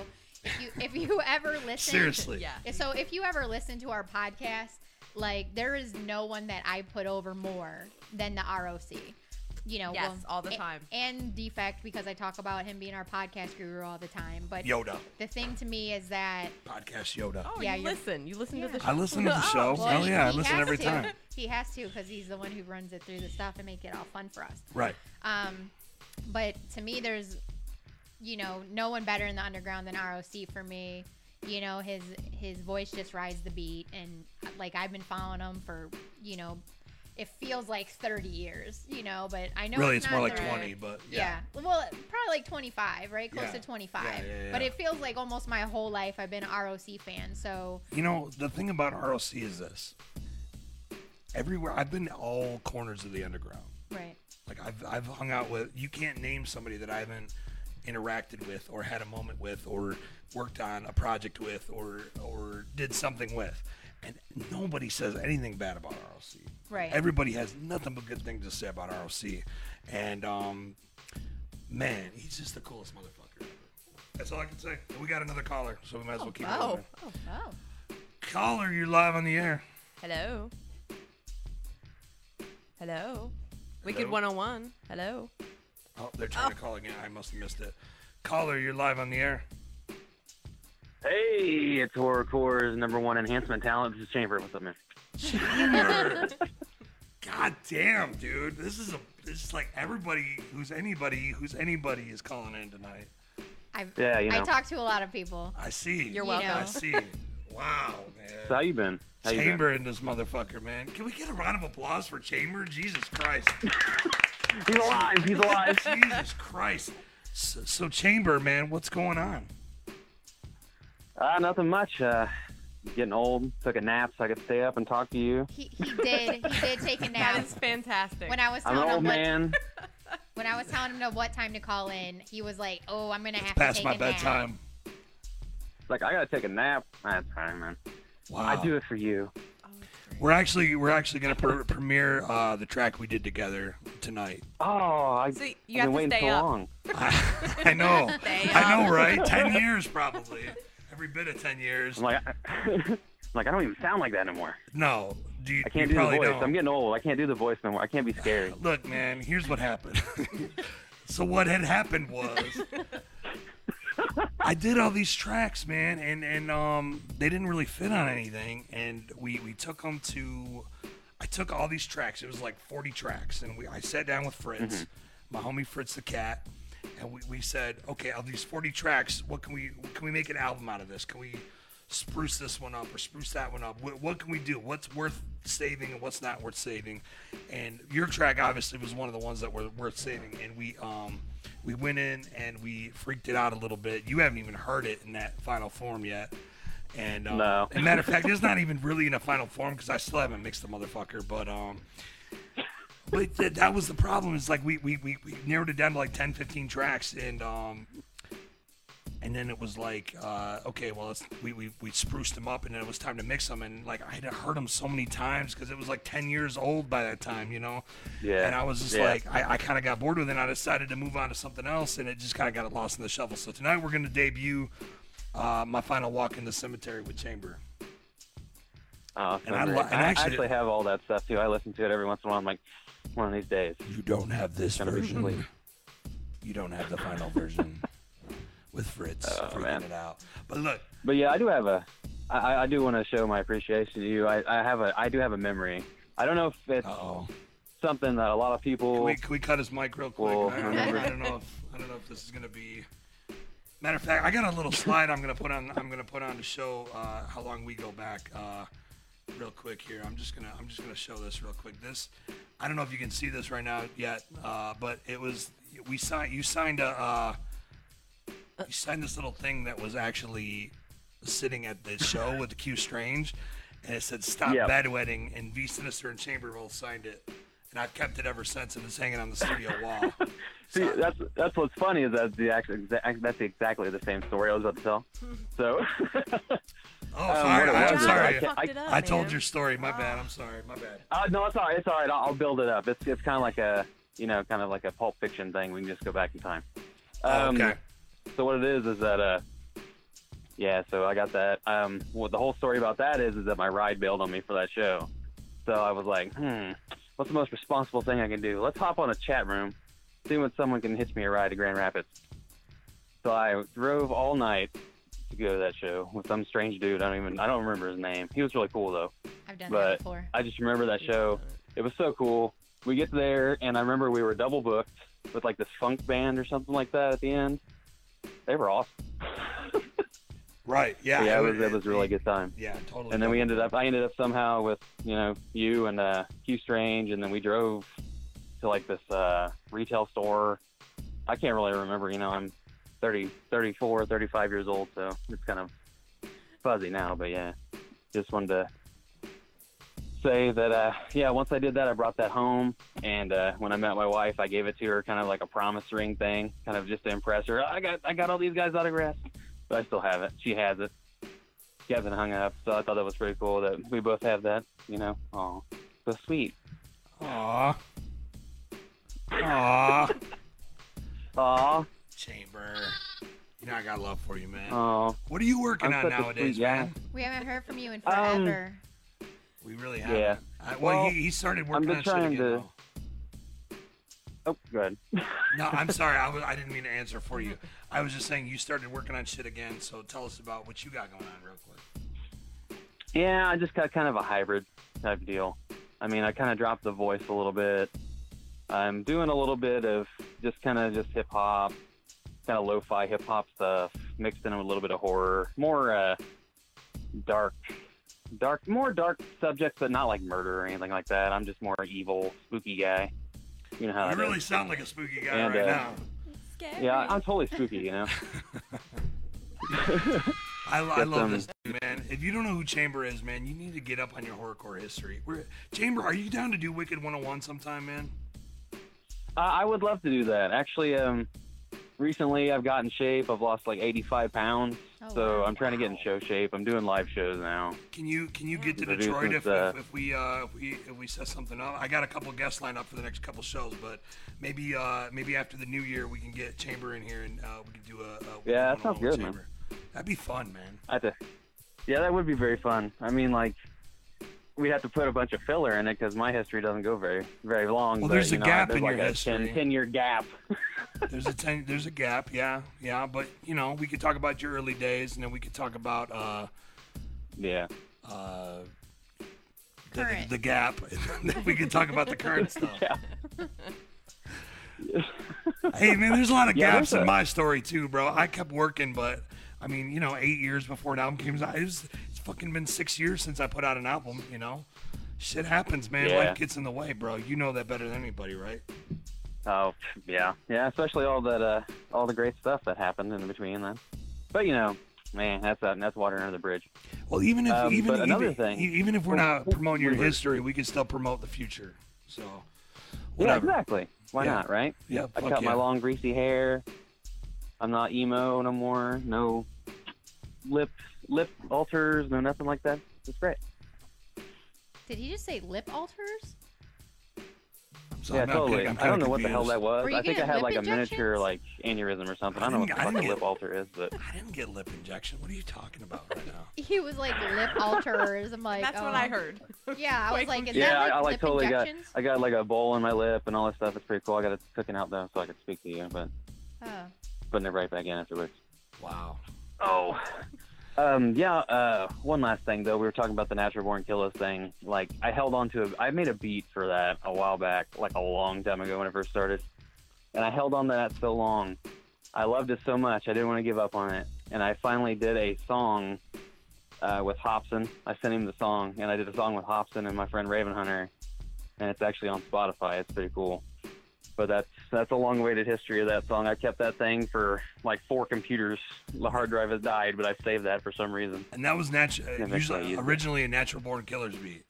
Speaker 2: if you if you ever listen
Speaker 3: Seriously.
Speaker 1: Yeah.
Speaker 2: So if you ever listen to our podcast, like there is no one that I put over more than the ROC. You know,
Speaker 1: Yes, all the
Speaker 2: a-
Speaker 1: time.
Speaker 2: And defect because I talk about him being our podcast guru all the time. But
Speaker 3: Yoda.
Speaker 2: the thing to me is that
Speaker 3: Podcast Yoda.
Speaker 1: Oh,
Speaker 2: Yeah,
Speaker 1: you
Speaker 2: you're-
Speaker 1: listen. You listen to
Speaker 2: Yeah.
Speaker 1: the show.
Speaker 3: I listen to the show.
Speaker 1: well,
Speaker 3: oh,
Speaker 2: he-
Speaker 3: yeah. I
Speaker 2: he
Speaker 3: listen
Speaker 2: has
Speaker 3: every
Speaker 2: to.
Speaker 3: time.
Speaker 2: He has to because he's the one who runs it through the stuff and make it all fun for us.
Speaker 3: Right.
Speaker 2: Um, but to me, there's, you know, no one better in the underground than ROC for me. You know, his his voice just rides the beat, and like I've been following him for, you know, it feels like 30 years. You know, but I know
Speaker 3: really,
Speaker 2: it's,
Speaker 3: it's more
Speaker 2: not
Speaker 3: like
Speaker 2: 30.
Speaker 3: 20, but yeah.
Speaker 2: Yeah. Well, probably like 25, right? Close
Speaker 3: Yeah.
Speaker 2: to 25.
Speaker 3: Yeah, yeah, yeah.
Speaker 2: But it feels like almost my whole life I've been a ROC fan. So
Speaker 3: You know, the thing about ROC is this everywhere, I've been to all corners of the underground.
Speaker 2: right.
Speaker 3: Like I've I've hung out with you can't name somebody that I haven't interacted with or had a moment with or worked on a project with or or did something with. And nobody says anything bad about ROC.
Speaker 2: Right.
Speaker 3: Everybody has nothing but good things to say about ROC. And um man, he's just the coolest motherfucker ever. That's all I can say. We got another caller, so we might as well keep
Speaker 1: Oh,
Speaker 3: it.
Speaker 2: Oh wow.
Speaker 3: Caller, you're live on the air.
Speaker 1: hello. Hello. Wicked
Speaker 3: Hello?
Speaker 1: 101. Hello.
Speaker 3: Oh, they're trying to call again. I must have missed it. Caller, you're live on the air.
Speaker 8: Hey, it's Horrorcore's number one enhancement talent. This is Chamber. What's up, man?
Speaker 3: God damn, dude. This is a this is like everybody who's anybody who's anybody is calling in tonight.
Speaker 2: I've,
Speaker 8: Yeah, you
Speaker 2: I
Speaker 8: know.
Speaker 2: talk to a lot of people.
Speaker 3: I see.
Speaker 1: You're
Speaker 2: You
Speaker 1: welcome.
Speaker 3: I
Speaker 2: know.
Speaker 3: see. Wow,
Speaker 8: So how
Speaker 3: man.
Speaker 8: you been? How you
Speaker 3: Chamber in this motherfucker, man. Can we get a round of applause for Chamber? Jesus Christ.
Speaker 8: been? He's alive. He's alive.
Speaker 3: Jesus Christ. So, so Chamber, man, what's going on?
Speaker 8: Uh, nothing much. Uh, getting old. Took a nap so I could stay up and talk to you.
Speaker 2: He, he did. He did take a
Speaker 1: That
Speaker 2: nap.
Speaker 1: is fantastic.
Speaker 2: When I was
Speaker 8: I'm an
Speaker 2: telling
Speaker 8: old
Speaker 2: him what,
Speaker 8: man.
Speaker 2: when I was telling him what time to call in, he was like, "Oh, I'm gonna have to
Speaker 3: Past
Speaker 2: take
Speaker 3: my
Speaker 2: a nap."
Speaker 3: bedtime.
Speaker 8: Like I gotta take a nap. That's fine, man.
Speaker 3: Wow.
Speaker 8: I do it for you.
Speaker 3: We're actually we're actually gonna pre- premiere uh, the track we did together tonight.
Speaker 8: Oh, I,
Speaker 1: So you
Speaker 8: I've
Speaker 1: have
Speaker 8: been
Speaker 1: to
Speaker 8: waiting
Speaker 1: stay
Speaker 8: so
Speaker 1: up.
Speaker 8: long.
Speaker 3: I, I know.
Speaker 1: Stay
Speaker 3: I
Speaker 1: up.
Speaker 3: know, right? Ten years probably. Every bit of ten years.
Speaker 8: I'm like, I'm like I don't even sound like that anymore.
Speaker 3: No, do you,
Speaker 8: I can't
Speaker 3: you
Speaker 8: do the
Speaker 3: probably
Speaker 8: voice.
Speaker 3: Don't.
Speaker 8: I'm getting old. I can't do the voice no more. I can't be scared.
Speaker 3: Look, man, here's what happened. so what had happened was I did all these tracks, man, and and um they didn't really fit on anything, and we we took them to. I took all these tracks. It was like 40 tracks, and we I sat down with Fritz, my homie Fritz the cat, and we, we said, okay, of these 40 tracks, what can we can we make an album out of this? Can we spruce this one up or spruce that one up? What, what can we do? What's worth saving and what's not worth saving? And your track obviously was one of the ones that were worth saving, and we um we went in and we freaked it out a little bit. You haven't even heard it in that final form yet. And um,
Speaker 8: No.
Speaker 3: and matter of fact, it's not even really in a final form because I still haven't mixed the motherfucker. But um, but th- that was the problem. Is like we, we we we narrowed it down to like 10, 15 tracks, and um, and then it was like uh, okay, well, it's, we we we spruced them up, and then it was time to mix them, and like I had heard them so many times because it was like ten years old by that time, you know.
Speaker 8: Yeah.
Speaker 3: And I was just
Speaker 8: Yeah.
Speaker 3: like, I, I kind of got bored with it. and I decided to move on to something else, and it just kind of got lost in the shuffle. So tonight we're gonna debut uh, my final walk in the cemetery with Chamber.
Speaker 8: Oh,
Speaker 3: And I
Speaker 8: great.
Speaker 3: li- and
Speaker 8: I
Speaker 3: actually-
Speaker 8: actually have all that stuff too. I listen to it every once in a while. I'm like, one of these days.
Speaker 3: You don't have this
Speaker 8: Gotta be
Speaker 3: version. You don't have the final version with Fritz
Speaker 8: Oh,
Speaker 3: freaking
Speaker 8: man.
Speaker 3: it out. But look,
Speaker 8: But yeah, I do have a. I, I- I do want to show my appreciation to you. I, I have a. I do have a memory. I don't know if it's
Speaker 3: uh oh.
Speaker 8: something that a lot of
Speaker 3: Can
Speaker 8: people.
Speaker 3: we, can we cut his mic real quick?
Speaker 8: Well,
Speaker 3: I, don't know, I don't know if I don't know if this is gonna be. Matter of fact, I got a little slide I'm gonna put on. I'm gonna put on to show uh, how long we go back. Uh, real quick here. I'm just gonna I'm just gonna show this real quick. This I don't know if you can see this right now yet, uh, but it was we signed you signed a uh, you signed this little thing that was actually sitting at the show with the Q Strange, and it said "Stop
Speaker 8: Yep.
Speaker 3: Bedwetting," and V Sinister and Chamber both signed it, and I've kept it ever since, and it's hanging on the studio wall.
Speaker 8: See, that's that's what's funny is that the act, exa- that's exactly the same story I was about to tell. So
Speaker 3: Oh,
Speaker 8: Um,
Speaker 3: sorry,
Speaker 8: what it
Speaker 3: I'm
Speaker 8: was is
Speaker 3: sorry.
Speaker 8: I can't-
Speaker 1: Fucked it up,
Speaker 3: I told
Speaker 1: man. Ah.
Speaker 3: your story. My bad. I'm sorry. My bad.
Speaker 8: uh, no, it's all right. It's all right. I'll, I'll build it up. It's it's kind of like a you know kind of like a Pulp Fiction thing. We can just go back in time.
Speaker 3: Oh,
Speaker 8: Um,
Speaker 3: okay.
Speaker 8: So what it is is that uh, Yeah, so I got that. Um, well, the whole story about that is, is that my ride bailed on me for that show. So I was like, hmm, what's the most responsible thing I can do? Let's hop on a chat room, see when someone can hitch me a ride to Grand Rapids. So I drove all night to go to that show with some strange dude. I don't even, I don't remember his name. He was really cool though.
Speaker 2: I've done
Speaker 8: But-
Speaker 2: that before.
Speaker 8: I just remember that show. It was so cool. We get there, and I remember we were double booked with like this funk band or something like that at the end. They were awesome.
Speaker 3: Right. Yeah.
Speaker 8: it was, it was a really good time.
Speaker 3: Yeah, totally.
Speaker 8: And then we ended up, I ended up somehow with, you know, you and uh, Hugh Strange, and then we drove to like this uh, retail store. I can't really remember, you know, I'm 30, 34, 35 years old, so it's kind of fuzzy now, but yeah, just wanted to say that, uh, yeah, once I did that, I brought that home, and uh, when I met my wife, I gave it to her kind of like a promise ring thing, kind of just to impress her. I got, I got all these guys autographs, but I still have it. She has it. She hasn't hung it up, so I thought that was pretty cool that we both have that, you know? Oh, so sweet.
Speaker 3: Aw. Aw.
Speaker 8: Aw.
Speaker 3: Chamber. You know I got love for you, man.
Speaker 9: Uh,
Speaker 8: Oh,
Speaker 3: what are you working
Speaker 8: I'm
Speaker 3: on
Speaker 8: such a
Speaker 3: nowadays,
Speaker 8: sweet guy.
Speaker 3: man?
Speaker 2: We haven't heard from you in
Speaker 8: Um,
Speaker 2: forever.
Speaker 3: We really have.
Speaker 8: yeah.
Speaker 3: I, well,
Speaker 8: Well,
Speaker 3: he, he started working
Speaker 8: been
Speaker 3: on shit
Speaker 8: trying
Speaker 3: again,
Speaker 8: to-
Speaker 3: though.
Speaker 8: Oh, good.
Speaker 3: No, I'm sorry. I, was, I didn't mean to answer for you. I was just saying you started working on shit again. So tell us about what you got going on, real quick.
Speaker 8: Yeah, I just got kind of a hybrid type deal. I mean, I kind of dropped the voice a little bit. I'm doing a little bit of just kind of just hip hop, kind of lo-fi hip hop stuff mixed in with a little bit of horror, more uh, dark, dark, more dark subjects, but not like murder or anything like that. I'm just more evil, spooky guy. You know how
Speaker 3: You
Speaker 8: that is.
Speaker 3: really sound like a spooky guy
Speaker 8: And,
Speaker 3: right
Speaker 8: uh,
Speaker 3: now.
Speaker 1: Scary.
Speaker 8: Yeah, I'm totally spooky, you know.
Speaker 3: I, I
Speaker 8: get
Speaker 3: love
Speaker 8: them.
Speaker 3: this, dude, man. If you don't know who Chamber is, man, you need to get up on your horrorcore history. We're, Chamber, are you down to do Wicked 101 sometime, man?
Speaker 8: Uh, I would love to do that. Actually, um, recently I've got in shape. I've lost like 85 pounds,
Speaker 2: Oh,
Speaker 8: so
Speaker 2: wow.
Speaker 8: I'm trying to get in show shape. I'm doing live shows now.
Speaker 3: Can you can you get to
Speaker 8: Introduce
Speaker 3: Detroit if,
Speaker 8: us,
Speaker 3: if, if we uh, if we if we set something up? I got a couple guests lined up for the next couple shows, but maybe uh, maybe after the new year we can get Chamber in here and uh, we can do a, a
Speaker 8: Yeah, that
Speaker 3: one-on-one
Speaker 8: sounds
Speaker 3: with
Speaker 8: good, man.
Speaker 3: Chamber. That'd be fun, man.
Speaker 8: I have to, yeah, that would be very fun. I mean, like, we'd have to put a bunch of filler in it because my history doesn't go very very long.
Speaker 3: Well,
Speaker 8: but,
Speaker 3: there's a
Speaker 8: you know,
Speaker 3: gap
Speaker 8: there's
Speaker 3: in
Speaker 8: like
Speaker 3: your
Speaker 8: a
Speaker 3: history.
Speaker 8: 10, 10 year gap.
Speaker 3: There's a ten, there's a gap, yeah, yeah. But you know, we could talk about your early days, and then we could talk about uh,
Speaker 8: yeah.
Speaker 3: uh, the,
Speaker 2: Current.
Speaker 3: the gap. Then we can talk about the current stuff. hey man, there's a lot of
Speaker 8: Yeah,
Speaker 3: gaps
Speaker 8: there's
Speaker 3: in
Speaker 8: a-
Speaker 3: my story too, bro. I kept working, but I mean, you know, eight years before an album came out, it was, it's fucking been six years since I put out an album. You know, shit happens, man.
Speaker 8: Yeah.
Speaker 3: Life gets in the way, bro. You know that better than anybody, right?
Speaker 8: Oh, yeah, yeah. Especially all that, uh, all the great stuff that happened in between then. But you know, man, that's uh, that's water under the bridge.
Speaker 3: Well, even if
Speaker 8: Um,
Speaker 3: even
Speaker 8: but another
Speaker 3: even,
Speaker 8: thing-
Speaker 3: e- even if we're not promoting your
Speaker 8: Wait, wait.
Speaker 3: history, we can still promote the future. So, whatever.
Speaker 8: Yeah, exactly. Why
Speaker 3: Yeah.
Speaker 8: not, right?
Speaker 3: Yeah,
Speaker 8: I
Speaker 3: fuck
Speaker 8: cut my
Speaker 3: yeah.
Speaker 8: long greasy hair. I'm not emo no more. No lip lip alters, no nothing like that. It's great.
Speaker 2: Did he just say lip alters?
Speaker 3: So
Speaker 8: yeah,
Speaker 3: I'm not
Speaker 8: totally.
Speaker 3: kidding. I'm
Speaker 8: I don't
Speaker 3: kinda
Speaker 8: know what the hell
Speaker 3: confused.
Speaker 8: that was.
Speaker 2: Were you
Speaker 8: I think I
Speaker 2: getting
Speaker 8: had
Speaker 2: lip
Speaker 8: like a miniature
Speaker 2: injections?
Speaker 8: like aneurysm or something. I
Speaker 3: I
Speaker 8: don't know what the
Speaker 3: didn't- I
Speaker 8: fuck a
Speaker 3: didn't
Speaker 8: lip
Speaker 3: get-
Speaker 8: alter is, but
Speaker 3: I didn't get lip injection. What are you talking about right now?
Speaker 2: He was like lip alters. I'm like,
Speaker 1: That's
Speaker 2: oh.
Speaker 1: what I heard.
Speaker 2: Yeah, I was
Speaker 1: Quite
Speaker 2: like, is
Speaker 8: yeah,
Speaker 2: that
Speaker 8: I, I
Speaker 2: like
Speaker 8: like
Speaker 2: lip
Speaker 8: totally got
Speaker 2: injections?
Speaker 8: I got like a bowl in my lip and all that stuff. It's pretty cool. I got it taken out though, so I could speak to you, but
Speaker 2: Oh.
Speaker 8: putting it right back in afterwards.
Speaker 3: Wow.
Speaker 8: Oh. Um, yeah, uh, one last thing though. We were talking about the natural born killers thing. Like, I held on to a, I made a beat for that a while back, like a long time ago when it first started. And I held on to that so long. I loved it so much. I didn't want to give up on it. And I finally did a song, uh, with Hobson. I sent him the song and I did a song with Hobson and my friend Raven Hunter. And it's actually on Spotify. It's pretty cool. But that's that's a long-awaited history of that song. I kept that thing for like four computers. The hard drive has died, but I saved that for some reason.
Speaker 3: And that was natural.
Speaker 8: that's what I
Speaker 3: usually,
Speaker 8: used.
Speaker 3: originally a natural born killers beat.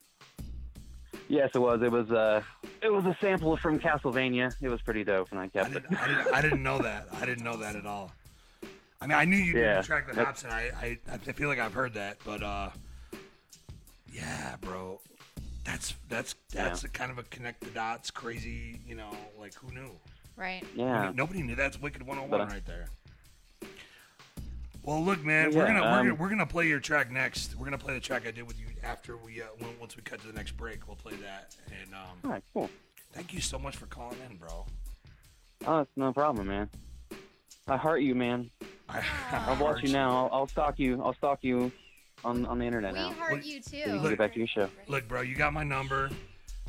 Speaker 8: Yes, it was. It was uh, it was a sample from Castlevania. It was pretty dope, and I
Speaker 3: I
Speaker 8: kept it.
Speaker 3: didn't, I didn't. I didn't know that. I didn't know that at all. I mean, I knew you did
Speaker 8: Yeah,
Speaker 3: the track with
Speaker 8: that's-
Speaker 3: Hobson. I, I, I feel like I've heard that, but uh, yeah, bro, that's that's that's a kind of a connect the dots, crazy. You know, like who knew?
Speaker 2: Right.
Speaker 8: Yeah.
Speaker 3: oh Nobody knew. That's Wicked
Speaker 8: But,
Speaker 3: 101
Speaker 8: uh,
Speaker 3: right there. Well, look, man, we're
Speaker 8: Yeah,
Speaker 3: gonna we're,
Speaker 8: um,
Speaker 3: gonna we're gonna play your track next. We're gonna play the track I did with you after we uh, when- once we cut to the next break. We'll play that. And
Speaker 8: All
Speaker 3: um,
Speaker 8: right, cool.
Speaker 3: thank you so much for calling in, bro.
Speaker 8: Oh, it's no problem, man. I heart you, man.
Speaker 3: I,
Speaker 8: I'll watch you now. I'll, I'll stalk you. I'll stalk you on, on the internet
Speaker 2: We
Speaker 8: now.
Speaker 2: heard
Speaker 3: Look-
Speaker 2: you
Speaker 8: So you
Speaker 2: too.
Speaker 8: can get back to your show.
Speaker 3: Look, bro, you got my number.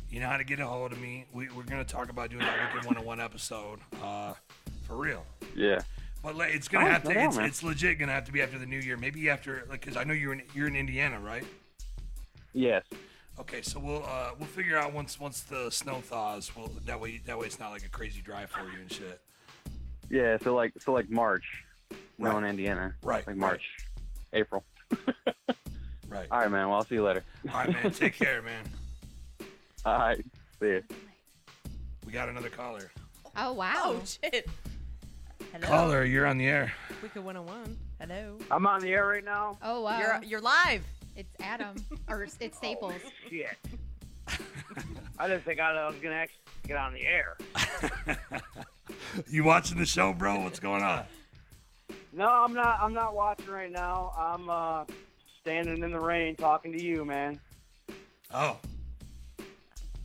Speaker 3: You know how to get a hold of me. We, we're gonna talk about doing that weekend one-on-one oh episode, uh, for real.
Speaker 8: Yeah.
Speaker 3: But like, it's gonna
Speaker 8: Oh,
Speaker 3: have to.
Speaker 8: no
Speaker 3: It's,
Speaker 8: problem.
Speaker 3: it's legit gonna have to be after the new year. Maybe after, like, cause I know you're in you're in Indiana, right?
Speaker 8: Yes.
Speaker 3: Okay, so we'll uh, we'll figure out once once the snow thaws. Well, that way that way it's not like a crazy drive for you and shit.
Speaker 8: Yeah. So like so like March.
Speaker 3: Right.
Speaker 8: No, in Indiana.
Speaker 3: Right,
Speaker 8: Like March, April.
Speaker 3: Right.
Speaker 8: All right, man. Well, I'll see you later.
Speaker 3: All right, man. Take care, man.
Speaker 8: All right. See ya.
Speaker 3: We got another caller.
Speaker 2: Oh wow.
Speaker 1: Oh shit. Hello.
Speaker 3: Caller, you're on the air.
Speaker 1: We could one on one. Hello.
Speaker 9: I'm on the air right now.
Speaker 2: Oh wow.
Speaker 1: You're you're live. Oh,
Speaker 2: It's Adam or it's- it's Staples.
Speaker 9: Shit. I didn't think I was gonna actually get on the air.
Speaker 3: You watching the show, bro? What's going on?
Speaker 9: No, I'm not. I'm not watching right now. I'm uh, standing in the rain talking to you, man.
Speaker 3: Oh,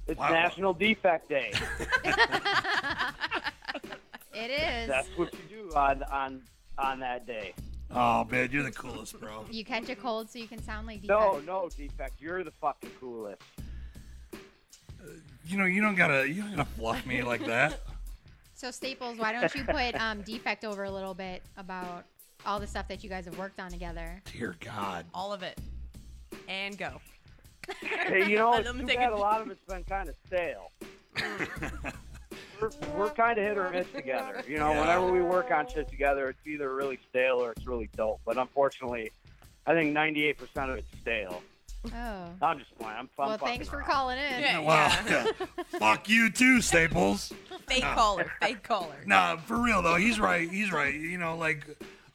Speaker 9: It's
Speaker 3: Wow.
Speaker 9: National Defect Day.
Speaker 2: It is.
Speaker 9: That's what you do on on on that day.
Speaker 3: oh, man, you're the coolest, bro.
Speaker 2: you catch a cold so you can sound like
Speaker 9: No,
Speaker 2: Deepak.
Speaker 9: no defect. You're the fucking coolest.
Speaker 3: You know, you don't gotta you don't gotta bluff me like that.
Speaker 2: So Staples, why don't you put um, defect over a little bit about all the stuff that you guys have worked on together?
Speaker 3: Dear God.
Speaker 1: All of it. And go.
Speaker 9: Hey, you know,
Speaker 1: Let
Speaker 9: it's
Speaker 1: me
Speaker 9: too
Speaker 1: take
Speaker 9: bad
Speaker 1: a-
Speaker 9: a lot of it's been kind of stale. We're, we're kind of hit or miss together. You know,
Speaker 3: Yeah.
Speaker 9: whenever we work on shit together, it's either really stale or it's really dope. But unfortunately, I think 98% of it's stale.
Speaker 2: Oh.
Speaker 9: I'm just playing. I'm, I'm
Speaker 2: Well,
Speaker 9: fucking
Speaker 2: thanks for
Speaker 9: around.
Speaker 2: calling in.
Speaker 1: Yeah.
Speaker 3: Wow. Fuck you too, Staples.
Speaker 1: Fake caller. Fake caller.
Speaker 3: Nah, for real though, he's right. He's right. You know, like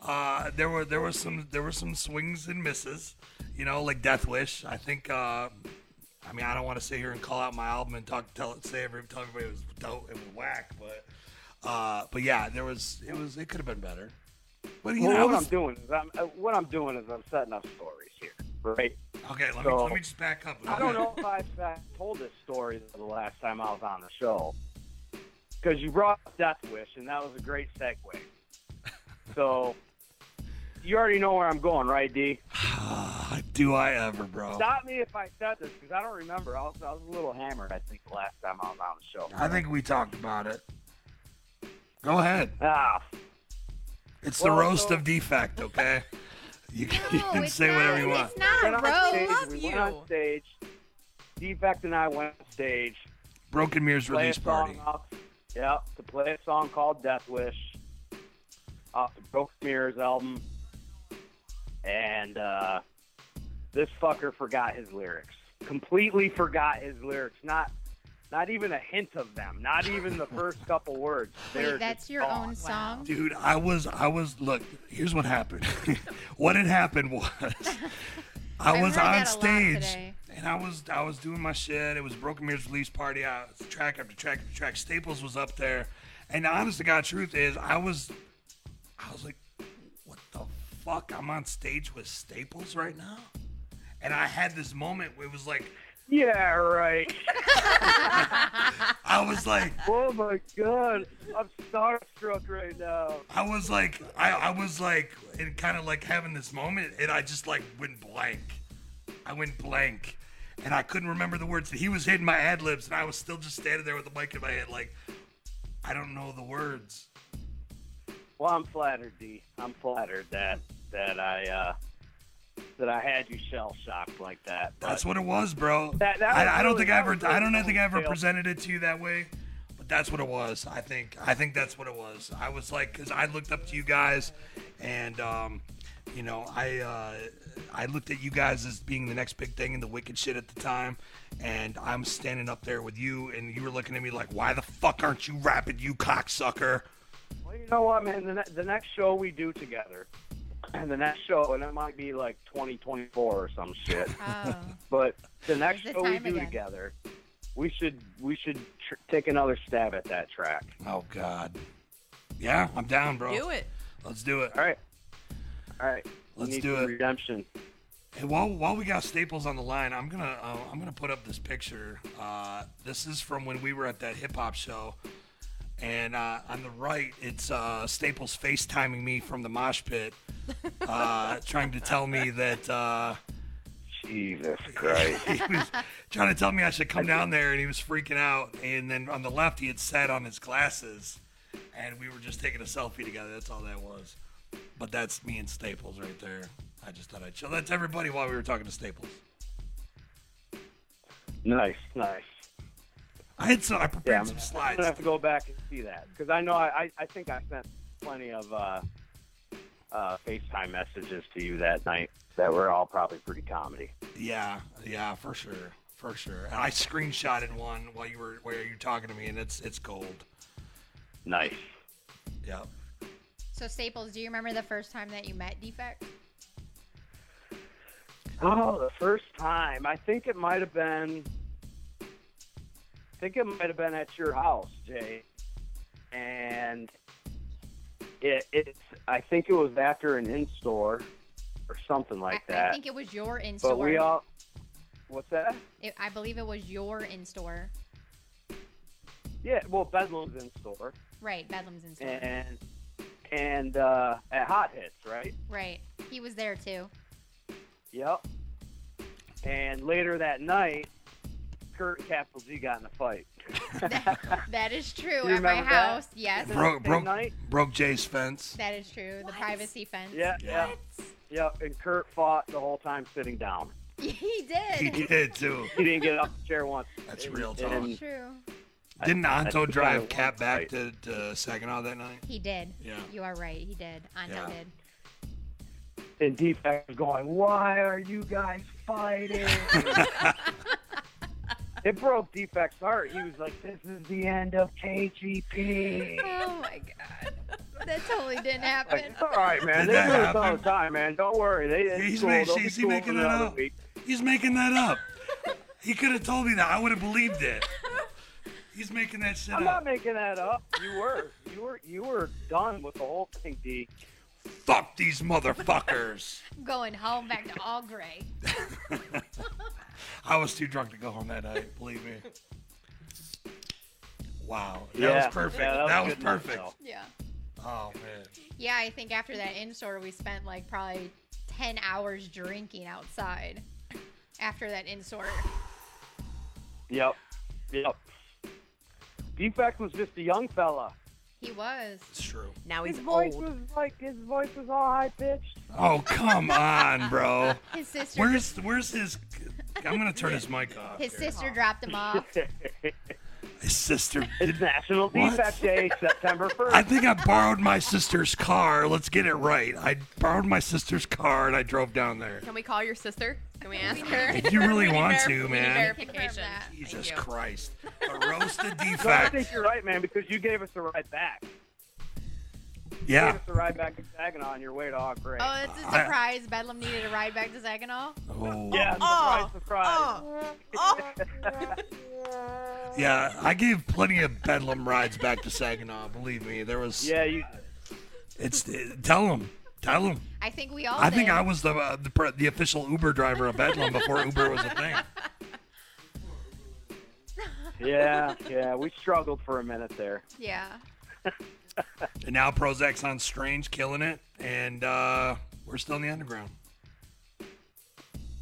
Speaker 3: uh, there were there were some there were some swings and misses. You know, like Death Wish. I think. Uh, I mean, I don't want to sit here and call out my album and talk tell say every tell everybody it was dope, it was whack, but uh, but yeah, there was it was it could have been better. But you
Speaker 9: Well,
Speaker 3: know, I
Speaker 9: what
Speaker 3: was-
Speaker 9: I'm doing is I'm uh, what I'm doing is I'm setting up stories here, right?
Speaker 3: okay, let me
Speaker 9: so-
Speaker 3: let me just back up. a
Speaker 9: I don't
Speaker 3: little
Speaker 9: know if I've uh, told this story the last time I was on the show because you brought up Death Wish, and that was a great segue. So you already know where I'm going, right, D?
Speaker 3: bit. Ah, Do I ever, bro?
Speaker 9: Stop me if I said this because I don't remember. I was, I was a little hammered, I think, the last time I was on the show.
Speaker 3: I think we talked about it. Go ahead.
Speaker 9: Ah,
Speaker 3: It's
Speaker 9: Well,
Speaker 3: the roast
Speaker 9: so-
Speaker 3: of defect, okay? You can, you
Speaker 2: No,
Speaker 3: can
Speaker 2: it's
Speaker 3: say
Speaker 2: not,
Speaker 3: whatever you want.
Speaker 2: It's not,
Speaker 9: went on
Speaker 2: bro.
Speaker 9: stage,
Speaker 1: love
Speaker 9: we
Speaker 1: you.
Speaker 9: went on stage. Defect and I went on stage.
Speaker 3: Broken Mirrors
Speaker 9: play a
Speaker 3: release
Speaker 9: song
Speaker 3: party.
Speaker 9: off. Yep, to play a song called Death Wish off the Broken Mirrors album. And uh, this fucker forgot his lyrics. Completely forgot his lyrics. Not not even a hint of them. Not even the first couple words. They're
Speaker 2: Wait, that's
Speaker 9: just
Speaker 2: your
Speaker 9: gone.
Speaker 2: own song.
Speaker 3: Dude, I was, I was. Look, here's what happened. what had happened was, I
Speaker 2: I've
Speaker 3: was
Speaker 2: heard
Speaker 3: on
Speaker 2: that a lot
Speaker 3: stage
Speaker 2: today.
Speaker 3: and I was, I was doing my shit. It was Broken Mirrors release party. I was track after track after track. Staples was up there, and the honest to God truth is, I was, I was like, what the fuck? I'm on stage with Staples right now, and I had this moment. Where it was like,
Speaker 9: Yeah, right.
Speaker 3: I was like.
Speaker 9: Oh my god. I'm starstruck right now.
Speaker 3: I was like, I, I was like, and kind of like having this moment, and I just like went blank. I went blank, and I couldn't remember the words. He was hitting my ad libs, and I was still just standing there with the mic in my hand, like, I don't know the words.
Speaker 9: Well, I'm flattered, D. I'm flattered that that I uh, that I had you shell shocked like that. But
Speaker 3: That's what it was, bro.
Speaker 9: That- that was
Speaker 3: I, I don't
Speaker 9: really-
Speaker 3: think I
Speaker 9: that
Speaker 3: ever,
Speaker 9: was
Speaker 3: I don't
Speaker 9: really
Speaker 3: think I ever
Speaker 9: fail.
Speaker 3: presented it to you that way, but that's what it was. I think, I think that's what it was. I was like, because I looked up to you guys, and um, you know, I uh, I looked at you guys as being the next big thing in the wicked shit at the time, and I'm standing up there with you, and you were looking at me like, why the fuck aren't you rapping, you cocksucker?
Speaker 9: Well, you know what, man? The, ne- the next show we do together, and the next show, and it might be like 2024 or some shit.
Speaker 2: Oh.
Speaker 9: but the next
Speaker 2: There's the
Speaker 9: show we
Speaker 2: time
Speaker 9: do
Speaker 2: again.
Speaker 9: together, we should we should tr- take another stab at that track.
Speaker 3: Oh God. Yeah, I'm down, bro.
Speaker 1: Do it.
Speaker 3: Let's do it.
Speaker 9: All right. All right.
Speaker 3: Let's
Speaker 9: need
Speaker 3: do
Speaker 9: some
Speaker 3: it.
Speaker 9: Redemption.
Speaker 3: Hey, while while we got Staples on the line, I'm gonna uh, I'm gonna put up this picture. Uh, this is from when we were at that hip hop show, and uh, on the right, it's uh, Staples FaceTiming me from the mosh pit, uh, trying to tell me that uh,
Speaker 10: Jesus Christ.
Speaker 3: he was trying to tell me I should come down there, and he was freaking out. And then on the left, he had sat on his glasses, and we were just taking a selfie together. That's all that was. But that's me and Staples right there. I just thought I'd show that to everybody while we were talking to Staples.
Speaker 9: Nice, nice.
Speaker 3: I had some. I prepared
Speaker 9: Yeah, I'm,
Speaker 3: some
Speaker 9: I'm
Speaker 3: slides.
Speaker 9: gonna have to go back and see that because I know I, I, I think I sent plenty of uh, uh, FaceTime messages to you that night that were all probably pretty comedy.
Speaker 3: Yeah, yeah, for sure, for sure. And I screenshotted one while you were while you were talking to me, and it's it's gold.
Speaker 9: Nice.
Speaker 3: Yep.
Speaker 2: So Staples, do you remember the first time that you met Defect?
Speaker 9: Oh, the first time. I think it might have been. I think it might have been at your house, Jay. And it, it's. I think it was after an in store or something like
Speaker 2: I,
Speaker 9: that.
Speaker 2: I think it was your in store.
Speaker 9: but we all. What's that?
Speaker 2: It- I believe it was your in store.
Speaker 9: Yeah. Well, Bedlam's in store,
Speaker 2: Right, Bedlam's in store.
Speaker 9: and and uh, at Hot Hits, right?
Speaker 2: Right. He was there too.
Speaker 9: Yep. And later that night, Kurt and Capital G got in a fight.
Speaker 2: That is true.
Speaker 9: You
Speaker 2: At my
Speaker 9: remember that?
Speaker 2: house, yes.
Speaker 3: Broke broke
Speaker 9: night?
Speaker 3: broke Jay's fence.
Speaker 2: That is true. The privacy fence.
Speaker 9: Yeah, yeah, yeah. And Kurt fought the whole time sitting down.
Speaker 2: He
Speaker 3: He
Speaker 2: did.
Speaker 3: did too.
Speaker 9: He didn't get off the chair once.
Speaker 3: That's real
Speaker 9: And-
Speaker 3: talk.
Speaker 9: and
Speaker 2: True.
Speaker 3: Didn't
Speaker 9: that's
Speaker 3: Anto
Speaker 9: the
Speaker 3: drive
Speaker 9: kind of
Speaker 3: Cap back
Speaker 9: fight.
Speaker 3: to, to Saginaw that night?
Speaker 2: He did.
Speaker 3: Yeah.
Speaker 2: You are right. He did. Anto
Speaker 3: Yeah.
Speaker 2: did.
Speaker 9: And Defect was going, "Why are you guys fighting?" it broke Defect's heart. He was like, "This is the end of KGP."
Speaker 2: Oh my god. That totally didn't
Speaker 9: Like,
Speaker 2: happen.
Speaker 9: it's all right, man.
Speaker 3: Did
Speaker 9: They
Speaker 3: that
Speaker 9: do this all
Speaker 3: happen?
Speaker 9: the time, man. Don't worry. They it's
Speaker 3: He's
Speaker 9: cool.
Speaker 3: ma-
Speaker 9: They'll be
Speaker 3: he's- he
Speaker 9: cool
Speaker 3: making
Speaker 9: for
Speaker 3: it
Speaker 9: another
Speaker 3: up.
Speaker 9: week.
Speaker 3: He's making that up. he could have told me that. I would have believed it. He's making that shit
Speaker 9: I'm
Speaker 3: up.
Speaker 9: not making that up. You were, you were, you were done with the whole thing, D.
Speaker 3: Fuck these motherfuckers.
Speaker 2: I'm going home back to all gray.
Speaker 3: I was too drunk to go home that night. Believe me. Wow, that
Speaker 9: Yeah,
Speaker 3: was perfect.
Speaker 9: yeah, that
Speaker 3: that was,
Speaker 9: was good enough,
Speaker 3: perfect.
Speaker 9: though.
Speaker 2: Yeah.
Speaker 3: Oh man.
Speaker 2: Yeah, I think after that in store we spent like probably ten hours drinking outside. After that in store.
Speaker 9: Yep, yep. Defect was just a young fella.
Speaker 2: He was.
Speaker 3: It's true.
Speaker 1: Now
Speaker 9: His
Speaker 1: he's
Speaker 9: voice
Speaker 1: old.
Speaker 9: was like his voice was all high pitched.
Speaker 3: Oh come on, bro.
Speaker 2: His sister
Speaker 3: Where's where's his? I'm gonna turn his mic off.
Speaker 2: his
Speaker 3: here.
Speaker 2: sister dropped him off.
Speaker 3: His sister.
Speaker 9: It's National
Speaker 3: What?
Speaker 9: Defect Day, September
Speaker 3: I
Speaker 9: first.
Speaker 3: think I borrowed my sister's car. Let's get it right. I borrowed my sister's car and I drove down there.
Speaker 1: Can we call your sister? Can we ask her?
Speaker 3: If you really
Speaker 1: We need
Speaker 3: want
Speaker 1: verif-
Speaker 3: to,
Speaker 1: we need
Speaker 3: man.
Speaker 1: verification.
Speaker 2: Confirm that.
Speaker 3: Jesus
Speaker 1: you.
Speaker 3: Christ. A roasted
Speaker 9: No, I
Speaker 3: defect.
Speaker 9: think you're right, man, because you gave us the ride back. You
Speaker 3: Yeah.
Speaker 9: gave us the ride back to Saginaw on your way to Hawk Ray.
Speaker 2: Oh, it's a
Speaker 3: I-
Speaker 2: surprise. Bedlam needed a ride back to Saginaw.
Speaker 3: Oh.
Speaker 9: yeah,
Speaker 1: Oh,
Speaker 9: surprise, surprise.
Speaker 1: Oh, oh.
Speaker 3: Yeah, I gave plenty of bedlam rides back to Saginaw. Believe me, there was.
Speaker 9: Yeah, you.
Speaker 3: It's it, tell them, tell them.
Speaker 2: I think we all
Speaker 3: I
Speaker 2: did.
Speaker 3: think I was the, uh, the pre- the official Uber driver of Bedlam before Uber was a thing.
Speaker 9: Yeah, yeah. We struggled for a minute there.
Speaker 2: Yeah.
Speaker 3: And now Prozac's on Strange, killing it, and uh, we're still in the underground.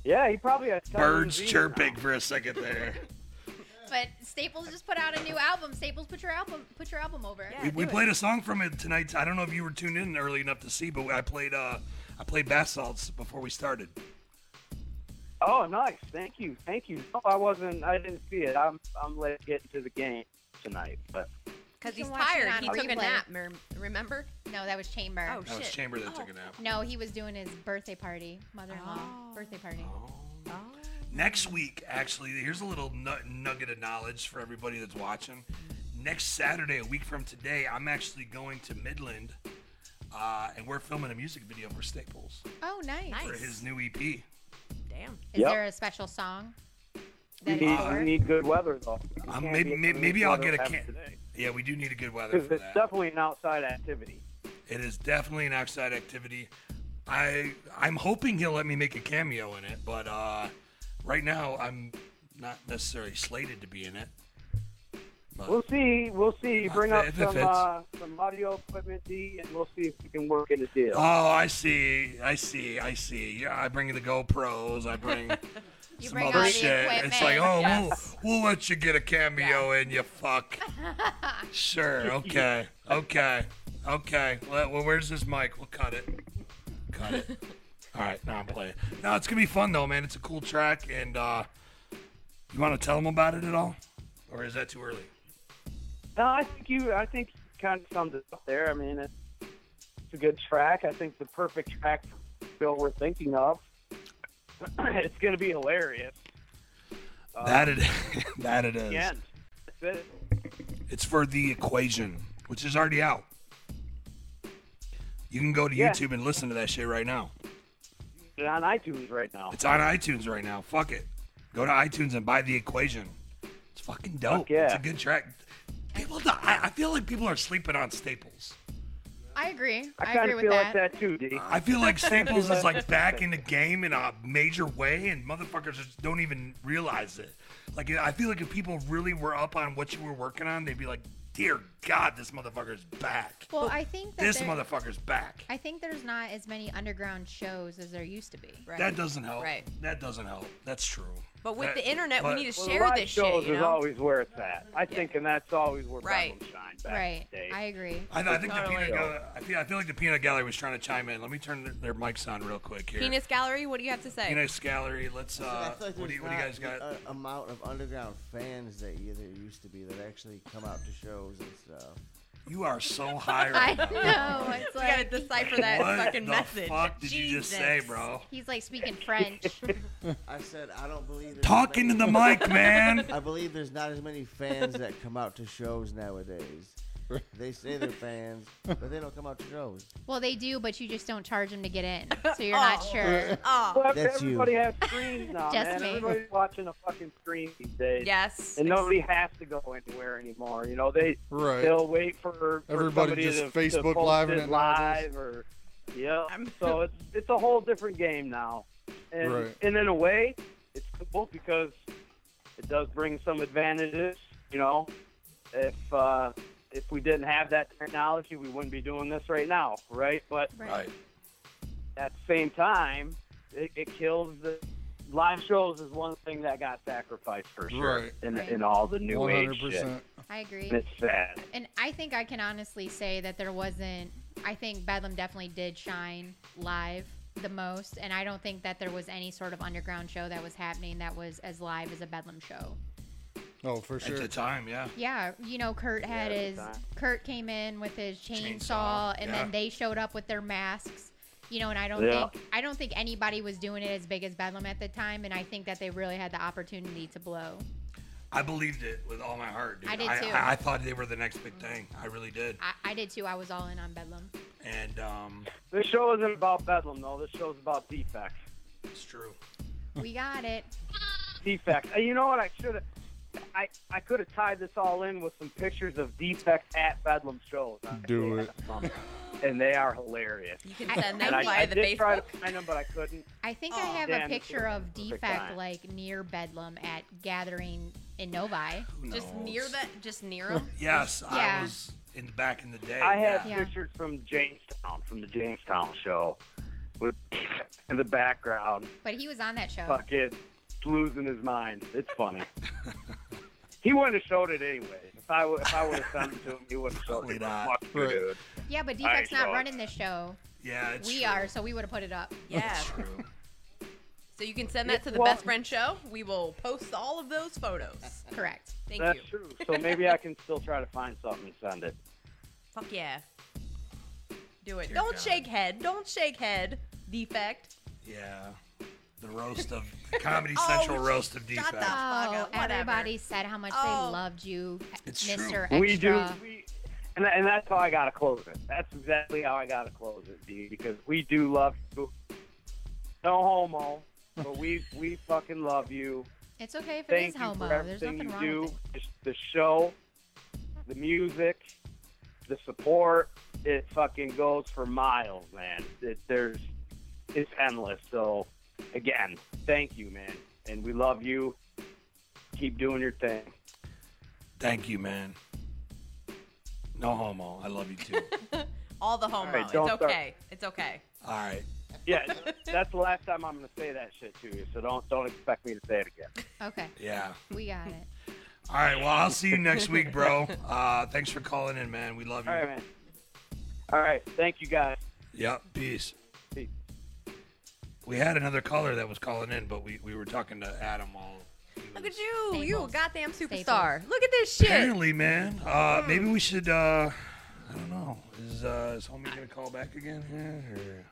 Speaker 9: Yeah, he probably had tons of
Speaker 3: Birds
Speaker 9: disease
Speaker 3: chirping
Speaker 9: now.
Speaker 3: for a second there.
Speaker 2: But Staples just put out a new album. Staples, put your album, put your album over.
Speaker 1: Yeah.
Speaker 3: We, we
Speaker 1: do it.
Speaker 3: played a song from it tonight. I don't know if you were tuned in early enough to see, but I played uh, I played bath salts before we started.
Speaker 9: Oh, nice. Thank you, thank you. No, I wasn't. I didn't see it. I'm I'm late getting to the game tonight, but
Speaker 1: Because
Speaker 2: You
Speaker 1: he's
Speaker 2: can watch it
Speaker 1: tired.
Speaker 2: on
Speaker 1: He took a
Speaker 2: replay.
Speaker 1: nap. mer- Remember?
Speaker 2: No, that was Chamber.
Speaker 1: Oh,
Speaker 3: That was
Speaker 1: shit.
Speaker 3: Chamber that took a nap.
Speaker 2: No, he was doing his birthday party, mother-in-law birthday party.
Speaker 3: Oh. Next week, actually, here's a little nu- nugget of knowledge for everybody that's watching. Next Saturday, a week from today, I'm actually going to Midland, uh, and we're filming a music video for Staples
Speaker 2: Oh, nice.
Speaker 1: Nice.
Speaker 3: for his new E EP.
Speaker 1: Damn.
Speaker 2: Is
Speaker 9: Yep.
Speaker 2: there a special song?
Speaker 9: we
Speaker 2: That
Speaker 9: need,
Speaker 2: is
Speaker 9: we
Speaker 2: for?
Speaker 9: need good weather though.
Speaker 3: Um, maybe- maybe- maybe I'll get a can-
Speaker 9: today
Speaker 3: Yeah, we do need a good weather
Speaker 9: because
Speaker 3: for
Speaker 9: it's
Speaker 3: that.
Speaker 9: definitely an outside activity.
Speaker 3: It is definitely an outside activity. I I'm hoping he'll let me make a cameo in it, but uh, right now I'm not necessarily slated to be in it. But
Speaker 9: We'll see. We'll see. You
Speaker 3: Uh,
Speaker 9: bring up
Speaker 3: if it
Speaker 9: some
Speaker 3: fits.
Speaker 9: uh, some audio equipment, D, and we'll see if we can work in a deal.
Speaker 3: Oh, I see. I see. I see. Yeah, I bring the GoPros. I bring
Speaker 2: You
Speaker 3: some
Speaker 2: bring all
Speaker 3: other
Speaker 2: the
Speaker 3: shit. It's
Speaker 2: equipment.
Speaker 3: like, oh,
Speaker 2: Yes.
Speaker 3: we'll, we'll let you get a cameo in, you fuck. Sure. Okay. Okay. Okay. Well, well, where's this mic? We'll cut it. Cut it. All right. Now I'm playing. No, it's gonna be fun though, man. It's a cool track, and uh, you want to tell them about it at all, or is that too early?
Speaker 9: No, I think you. I think you kind of summed it up there. I mean, it's, it's a good track. I think the perfect track for Bill we're thinking of. it's going to be hilarious. Uh,
Speaker 3: that it. that it is.
Speaker 9: the end. That's it.
Speaker 3: It's for the equation, which is already out. You can go to
Speaker 9: Yeah.
Speaker 3: YouTube and listen to that shit right now.
Speaker 9: It's on iTunes right now.
Speaker 3: It's on iTunes right now. Fuck it. Go to iTunes and buy the equation. It's fucking dope.
Speaker 9: Fuck yeah.
Speaker 3: It's a good track. People, don't- I, I feel like people are sleeping on Staples.
Speaker 2: I agree.
Speaker 9: I
Speaker 2: I,
Speaker 9: kind
Speaker 2: agree
Speaker 9: of
Speaker 2: with
Speaker 9: feel
Speaker 2: that.
Speaker 9: like that too, D.
Speaker 3: I feel like Staples is like back in the game in a major way, and motherfuckers just don't even realize it. Like I feel like if people really were up on what you were working on, they'd be like, "Dear God, this motherfucker's back.
Speaker 2: Well, I think that
Speaker 3: This
Speaker 2: there-
Speaker 3: motherfucker's back."
Speaker 2: I think there's not as many underground shows as there used to be.
Speaker 1: Right.
Speaker 3: That doesn't help.
Speaker 1: Right.
Speaker 3: That doesn't help. That's true.
Speaker 1: But with
Speaker 3: That-
Speaker 1: the internet, we
Speaker 3: but-
Speaker 1: need to
Speaker 9: Well,
Speaker 1: share
Speaker 9: live
Speaker 1: this
Speaker 9: shows
Speaker 1: shit. You
Speaker 9: is
Speaker 1: know?
Speaker 9: always where it's at. I think, and that's always where
Speaker 1: Right.
Speaker 9: Problem shine back
Speaker 2: Right.
Speaker 9: in the day.
Speaker 2: I agree.
Speaker 3: I, I think
Speaker 1: Totally.
Speaker 3: the peanut gallery, I, feel, I feel like the peanut gallery was trying to chime in. Let me turn their, their mics on real quick here.
Speaker 1: Penis gallery. What do you have to say?
Speaker 3: Penis gallery. Let's. Uh, what, do you, what do you guys got?
Speaker 11: A, amount of underground fans that either used to be that actually come out to shows and stuff.
Speaker 3: You are so high
Speaker 2: I
Speaker 3: right now.
Speaker 2: know. It's
Speaker 1: we gotta
Speaker 2: like
Speaker 1: decipher that
Speaker 3: what
Speaker 1: fucking
Speaker 3: the
Speaker 1: message.
Speaker 3: fuck did you just say,
Speaker 1: Jesus.
Speaker 3: bro?
Speaker 2: he's like speaking French.
Speaker 11: I said I don't believe. there's
Speaker 3: Talk into
Speaker 11: many-
Speaker 3: the mic, man.
Speaker 11: I believe there's not as many fans that come out to shows nowadays. They say they're fans, but they don't come out to shows.
Speaker 2: Well, they do, but you just don't charge them to get in, so you're not
Speaker 1: Oh.
Speaker 2: sure.
Speaker 1: Oh,
Speaker 9: Well,
Speaker 11: That's you.
Speaker 9: everybody has screens now,
Speaker 2: Just
Speaker 9: man.
Speaker 2: me.
Speaker 9: Everybody's watching a fucking screen these days.
Speaker 1: yes.
Speaker 9: And nobody has to go anywhere anymore. You know, they
Speaker 7: Right.
Speaker 9: They'll wait for for
Speaker 7: Everybody
Speaker 9: somebody
Speaker 7: just
Speaker 9: to, to
Speaker 7: Facebook
Speaker 9: post
Speaker 7: Live
Speaker 9: it
Speaker 7: it nowadays.
Speaker 9: live or yeah.
Speaker 1: I'm-
Speaker 9: so it's it's a whole different game now, and
Speaker 7: Right.
Speaker 9: and in a way, it's cool because it does bring some advantages. You know, if uh, if we didn't have that technology, we wouldn't be doing this right now, right? But
Speaker 3: Right.
Speaker 9: at the same time, it, it kills the live shows is one thing that got sacrificed for sure
Speaker 7: Right.
Speaker 9: in
Speaker 2: Right.
Speaker 9: in all the new age shit.
Speaker 7: 100%.
Speaker 2: I agree.
Speaker 9: And It's sad.
Speaker 2: And I think I can honestly say that there wasn't. I think Bedlam definitely did shine live the most, and I don't think that there was any sort of underground show that was happening that was as live as a Bedlam show.
Speaker 7: Oh, for
Speaker 3: At
Speaker 7: sure.
Speaker 3: the time, yeah.
Speaker 2: Yeah, you know, Kurt had
Speaker 9: Yeah,
Speaker 2: his
Speaker 9: good time.
Speaker 2: Kurt came in with his chainsaw,
Speaker 3: Chainsaw,
Speaker 2: and
Speaker 3: yeah.
Speaker 2: then they showed up with their masks. You know, and I don't
Speaker 9: Yeah.
Speaker 2: think I don't think anybody was doing it as big as Bedlam at the time, and I think that they really had the opportunity to blow.
Speaker 3: I believed it with all my heart, dude.
Speaker 2: I did too.
Speaker 3: I, I thought they were the next big thing. I really did.
Speaker 2: I, I did too. I was all in on Bedlam.
Speaker 3: And um,
Speaker 9: This show isn't about Bedlam, though. This show's about E defects.
Speaker 3: it's true.
Speaker 2: We got it.
Speaker 9: Defects. E And you know what? I should have. I, I could have tied this all in with some pictures of defects at Bedlam shows. I
Speaker 7: Do
Speaker 9: actually
Speaker 7: it.
Speaker 9: have some. And they are hilarious.
Speaker 1: You can
Speaker 2: I-
Speaker 9: And
Speaker 1: send them
Speaker 9: I, I
Speaker 1: via the
Speaker 9: did try to
Speaker 1: Facebook.
Speaker 9: find them, but I couldn't.
Speaker 2: I think
Speaker 1: Aw.
Speaker 2: I have
Speaker 9: Damn,
Speaker 2: a
Speaker 9: this
Speaker 2: picture
Speaker 9: was
Speaker 2: of
Speaker 9: perfect
Speaker 2: defect
Speaker 9: time.
Speaker 2: like near Bedlam at Gathering in Novi.
Speaker 3: Who
Speaker 1: Just
Speaker 3: knows?
Speaker 1: near that. Just near them.
Speaker 3: Yes, I
Speaker 2: Yeah.
Speaker 3: was in back in the day.
Speaker 9: I have
Speaker 2: Yeah.
Speaker 9: pictures from Jamestown, from the Jamestown show, with E in the background,
Speaker 2: But he was on that show.
Speaker 9: fucking losing his mind. It's funny. he wouldn't have showed it anyway. If I, would- if I would have sent it to him, he would have showed
Speaker 3: Probably
Speaker 9: it.
Speaker 3: not.
Speaker 9: Fuck you,
Speaker 7: Right.
Speaker 9: dude.
Speaker 2: Yeah, but defect's not
Speaker 9: saw it.
Speaker 2: running this show.
Speaker 3: Yeah, it's
Speaker 2: we
Speaker 3: true.
Speaker 2: are, so we would have put it up.
Speaker 1: Yeah.
Speaker 3: It's true.
Speaker 1: So you can send that to the
Speaker 9: Well-
Speaker 1: Best Friend Show. We will post all of those photos.
Speaker 2: Correct.
Speaker 1: Thank
Speaker 9: That's
Speaker 1: you.
Speaker 9: true. So maybe I can still try to find something and send it.
Speaker 1: Fuck yeah. Do it.
Speaker 3: Dear
Speaker 1: Don't
Speaker 3: God.
Speaker 1: shake head. Don't shake head. Defect.
Speaker 3: Yeah. The roast of the Comedy
Speaker 1: Oh,
Speaker 3: Central roast of
Speaker 1: shut
Speaker 3: defect.
Speaker 1: up. Fuck
Speaker 2: Oh,
Speaker 1: it, whatever.
Speaker 2: everybody said how much
Speaker 1: Oh.
Speaker 2: they loved you,
Speaker 3: It's
Speaker 2: Mr.
Speaker 3: true.
Speaker 2: Extra.
Speaker 9: We do. We, and, and that's how I got to close it. That's exactly how I got to close it, D, because we do love you. No homo, but we we fucking love you.
Speaker 2: It's okay if it
Speaker 9: Thank
Speaker 2: is
Speaker 9: you
Speaker 2: homo.
Speaker 9: for
Speaker 2: There's
Speaker 9: everything
Speaker 2: nothing wrong
Speaker 9: you
Speaker 2: with it.
Speaker 9: do. Just The show, the music, the support, it fucking goes for miles, man. It, there's it's endless. So, again, thank you, man, and we love you. Keep doing your thing.
Speaker 3: Thank you, man. No homo. I love you too.
Speaker 1: All the homo.
Speaker 9: right,
Speaker 1: it's
Speaker 9: don't
Speaker 1: okay.
Speaker 9: start-
Speaker 1: It's okay.
Speaker 3: All right.
Speaker 9: Yeah, that's the last time I'm going to say that shit to you. So don't don't expect me to say it again.
Speaker 2: Okay.
Speaker 3: Yeah.
Speaker 2: We got it.
Speaker 3: All right. Well, I'll see you next week, bro. Uh, thanks for calling in, man. We love you.
Speaker 9: All right, man. All right, thank you guys.
Speaker 3: Yep. Peace.
Speaker 9: Peace.
Speaker 3: We had another caller that was calling in, but we, we were talking to Adam all.
Speaker 1: Look at you. You a goddamn superstar. Look at this shit.
Speaker 3: Apparently, man. Uh, maybe we should. Uh, I don't know. Is uh, is homie gonna call back again? Yeah, or-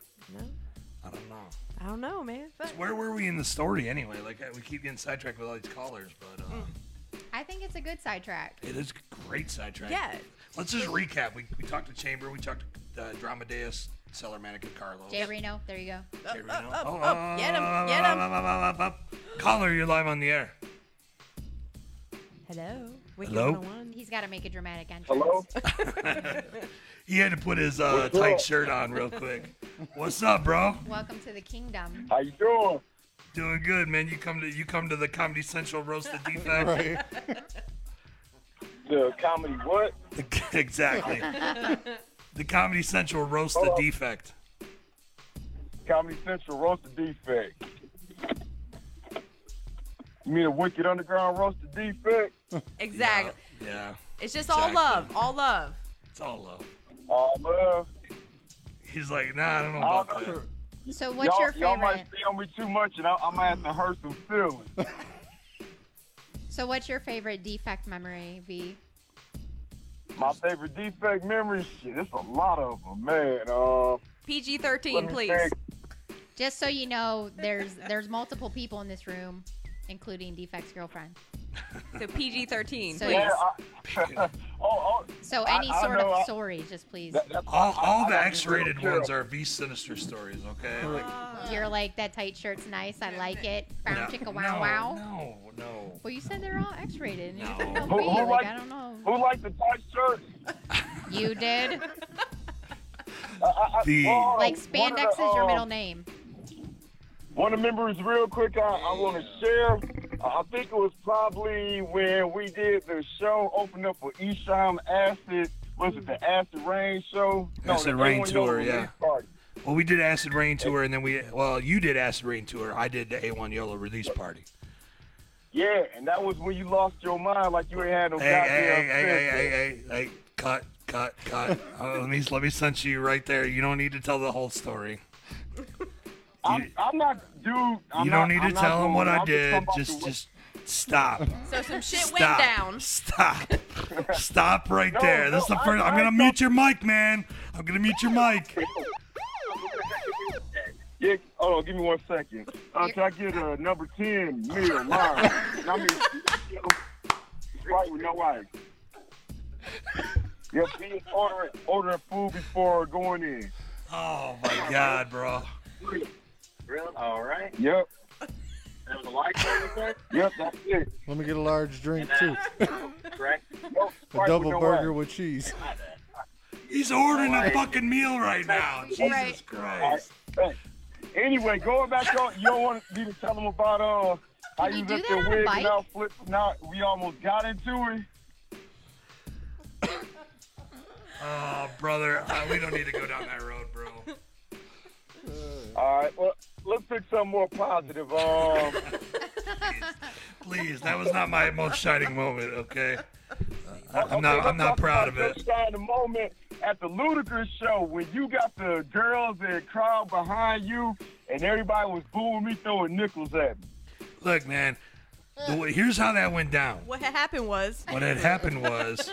Speaker 3: I don't know.
Speaker 1: I don't know, man. But
Speaker 3: Where were we in the story anyway? Like uh, we keep getting sidetracked with all these callers, but uh,
Speaker 2: I think it's a good sidetrack.
Speaker 3: it is great sidetrack.
Speaker 2: Yeah.
Speaker 3: Let's just recap. We, we talked to Chamber. We talked to uh, Dramadeus, Seller Manica, Carlos.
Speaker 2: Jay Reno, there you go.
Speaker 3: Jay Reno.
Speaker 2: up,
Speaker 3: Oh,
Speaker 2: up. Get 'em,
Speaker 3: up,
Speaker 2: get
Speaker 3: up,
Speaker 2: 'em.
Speaker 3: up, up, up, up. oh, Caller, you're live on the air.
Speaker 2: Hello.
Speaker 3: Wicked Hello? 101.
Speaker 2: He's got to make a dramatic entrance.
Speaker 3: Hello? He had to put his uh,
Speaker 2: What's
Speaker 3: tight
Speaker 2: up?
Speaker 3: shirt on real quick. What's up, bro?
Speaker 2: Welcome to the kingdom.
Speaker 3: How you doing? Doing good, man. You come to you come to the Comedy Central roast the defect.
Speaker 12: The comedy what?
Speaker 3: exactly. the Comedy Central roast the defect.
Speaker 12: Comedy Central roasted defect. You mean a wicked underground roasted defect?
Speaker 1: Exactly.
Speaker 3: Yeah.
Speaker 1: It's just all
Speaker 3: Exactly.
Speaker 1: love. All love.
Speaker 3: It's all love.
Speaker 12: All love.
Speaker 3: He's like, nah, I don't know about that.
Speaker 2: So
Speaker 12: what's y'all, your favorite? Y'all might see on me too much, and I, I might have to hurt some feelings.
Speaker 2: So, what's your favorite defect memory, V?
Speaker 12: My favorite defect memories, shit, it's a lot of them, man. Uh,
Speaker 1: PG
Speaker 12: Let
Speaker 1: thirteen,
Speaker 12: me
Speaker 1: please.
Speaker 12: think.
Speaker 2: Just so you know, there's there's multiple people in this room, including defect's girlfriend.
Speaker 1: So PG thirteen,
Speaker 2: So-
Speaker 1: please.
Speaker 2: Yeah,
Speaker 3: Oh,
Speaker 2: So
Speaker 1: I-
Speaker 2: any
Speaker 1: I
Speaker 2: sort
Speaker 1: know,
Speaker 2: of
Speaker 1: I-
Speaker 2: sorry, just please.
Speaker 3: All, all the
Speaker 12: I- I-
Speaker 3: X-rated ones are V sinister stories, okay? Like,
Speaker 1: Oh.
Speaker 2: You're like that tight shirt's nice. I like it. Brown
Speaker 3: No,
Speaker 2: chicka
Speaker 3: no,
Speaker 2: wow wow.
Speaker 3: No, no.
Speaker 2: Well, you said they're all X-rated. And you
Speaker 12: Who- who
Speaker 2: like,
Speaker 12: liked-
Speaker 2: I don't know.
Speaker 12: Who liked the tight shirt?
Speaker 2: You did.
Speaker 12: I, I, I-
Speaker 3: Uh, The-
Speaker 12: oh,
Speaker 2: like
Speaker 12: one of the,
Speaker 2: spandex is your
Speaker 12: uh,
Speaker 1: oh.
Speaker 2: middle name.
Speaker 12: One of the memories, real quick, I, I want to share. I think it was probably when we did the show, open up for Esham Acid. Was it the Acid Rain show?
Speaker 3: Acid
Speaker 12: the
Speaker 3: Rain
Speaker 12: A1
Speaker 3: tour,
Speaker 12: Yola
Speaker 3: yeah.
Speaker 12: release party.
Speaker 3: Well, we did Acid Rain tour, and then we well, you did Acid Rain tour. I did the A1 Yolo release party.
Speaker 12: Yeah, and that was when you lost your mind, like you ain't had no
Speaker 3: Hey, hey,
Speaker 12: goddamn
Speaker 3: hey, hey, hey,
Speaker 12: sense.
Speaker 3: hey, hey, hey, cut, cut, cut. uh, let me let me censor you right there. You don't need to tell the whole story.
Speaker 12: I'm, I'm not, dude. I'm
Speaker 3: you
Speaker 12: not,
Speaker 3: don't need
Speaker 12: I'm
Speaker 3: to
Speaker 12: not
Speaker 3: tell
Speaker 12: going-
Speaker 3: them what I
Speaker 12: I'm
Speaker 3: did.
Speaker 12: talking about
Speaker 3: Just,
Speaker 12: the-
Speaker 3: just stop.
Speaker 1: So some shit
Speaker 3: Stop.
Speaker 1: went down.
Speaker 3: Stop. Stop right
Speaker 1: No,
Speaker 3: there. That's
Speaker 1: no,
Speaker 3: the first.
Speaker 1: I-
Speaker 3: I, am
Speaker 1: I
Speaker 3: gonna mute your mic, man. I'm gonna mute your mic.
Speaker 12: Yeah, hold on, give me one second. Uh, can I get a number 10 meal, mine? And I mean, you know, right with no ice. Yep, be ordering, ordering food before going in.
Speaker 3: Oh my God, bro.
Speaker 6: Really? All right.
Speaker 12: Yep,
Speaker 6: That was a light effect,
Speaker 12: yep, that's it.
Speaker 7: Let me get a large drink too.
Speaker 6: correct?
Speaker 7: A double burger with cheese.
Speaker 3: He's ordering a fucking meal right now. Jesus
Speaker 12: Right.
Speaker 3: Christ.
Speaker 12: Hey, anyway, going back on, you don't want me to tell them about uh, how
Speaker 2: you
Speaker 12: you
Speaker 2: do
Speaker 12: lift
Speaker 2: that
Speaker 12: your
Speaker 2: on a
Speaker 12: wig
Speaker 2: bike?
Speaker 12: and now flip. Now we almost got into it.
Speaker 3: Oh, brother. Uh, we don't need to go down that road, bro.
Speaker 12: All right, well, let's pick something more positive. Um,
Speaker 3: Please, that was not my most shining moment. Okay. Uh, I'm not. I'm not proud of it.
Speaker 12: Just trying the moment at the Ludacris show when you got the girls and crowd behind you, and everybody was booing me, throwing nickels at me.
Speaker 3: Look, man. The way, here's how that went down.
Speaker 1: What had happened was
Speaker 3: what had happened was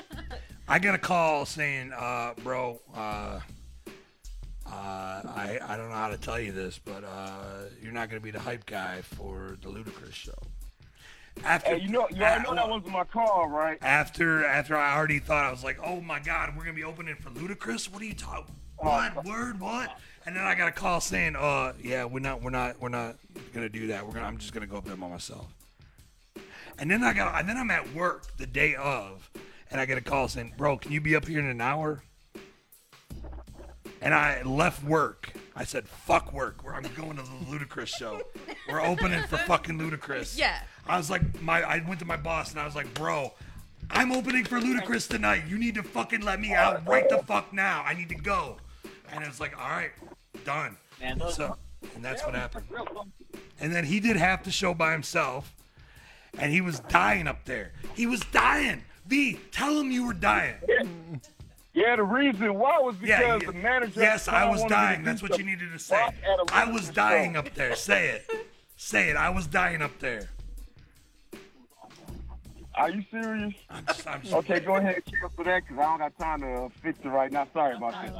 Speaker 3: I got a call saying, uh, bro, uh, uh, I, I don't know how to tell you this, but uh, you're not going to be the hype guy for the Ludacris show. After
Speaker 12: Hey, you know,
Speaker 3: Ah,
Speaker 12: you all know that wasn't my call, right?
Speaker 3: after after I already thought I was like, oh my god, we're gonna be opening for Ludacris. What are you talking? What word? What? And then I got a call saying, uh, yeah, we're not, we're not, we're not gonna do that. We're gonna, I'm just gonna go up there by myself. And then I got, and then I'm at work the day of, and I get a call saying, bro, can you be up here in an hour? And I left work I said, fuck work. We're, I'm going to the Ludacris show. We're opening for fucking Ludacris.
Speaker 1: Yeah.
Speaker 3: I was like, my I went to my boss and I was like, bro, I'm opening for Ludacris tonight. You need to fucking let me out right the fuck now. I need to go. And it's like, all right, done.
Speaker 4: Man, those-
Speaker 3: so, and that's what happened. And then he did half the show by himself, and he was dying up there. He was dying. V, tell him you were dying.
Speaker 6: Yeah, the reason why was because
Speaker 3: Yeah,
Speaker 6: the manager.
Speaker 3: Yes, I was
Speaker 6: wanted me to
Speaker 3: dying.
Speaker 6: do
Speaker 3: That's what you
Speaker 6: something.
Speaker 3: needed to say. I was dying up there. Say it. Say it. I was dying up there.
Speaker 12: Are you serious? okay, go ahead and keep up with that because I don't got time to fix it right now. Sorry about that.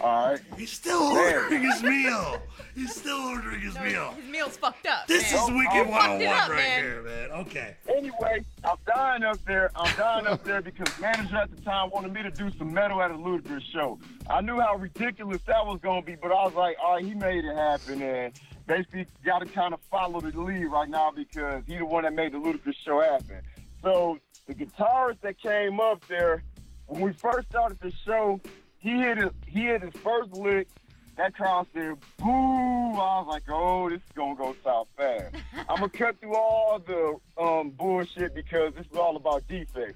Speaker 12: All right.
Speaker 3: He's still ordering his meal. He's still ordering his
Speaker 1: No,
Speaker 3: meal.
Speaker 1: His meal's fucked up.
Speaker 3: This
Speaker 1: man.
Speaker 3: is
Speaker 2: Oh,
Speaker 3: Wicked
Speaker 1: You fucked
Speaker 3: 101
Speaker 1: it up,
Speaker 3: right
Speaker 1: man.
Speaker 3: here, man. Okay.
Speaker 12: Anyway, I'm dying up there. I'm dying up there because manager at the time wanted me to do some metal at a ludicrous show. I knew how ridiculous that was gonna be, but I was like, all right, he made it happen, and basically got to kind of follow the lead right now because he the one that made the ludicrous show happen. So the guitarist that came up there when we first started the show, he hit his, he hit his first lick. That crowd said, boo. I was like, oh, this is going to go south fast. I'm going to cut through all the um, bullshit because this is all about defect.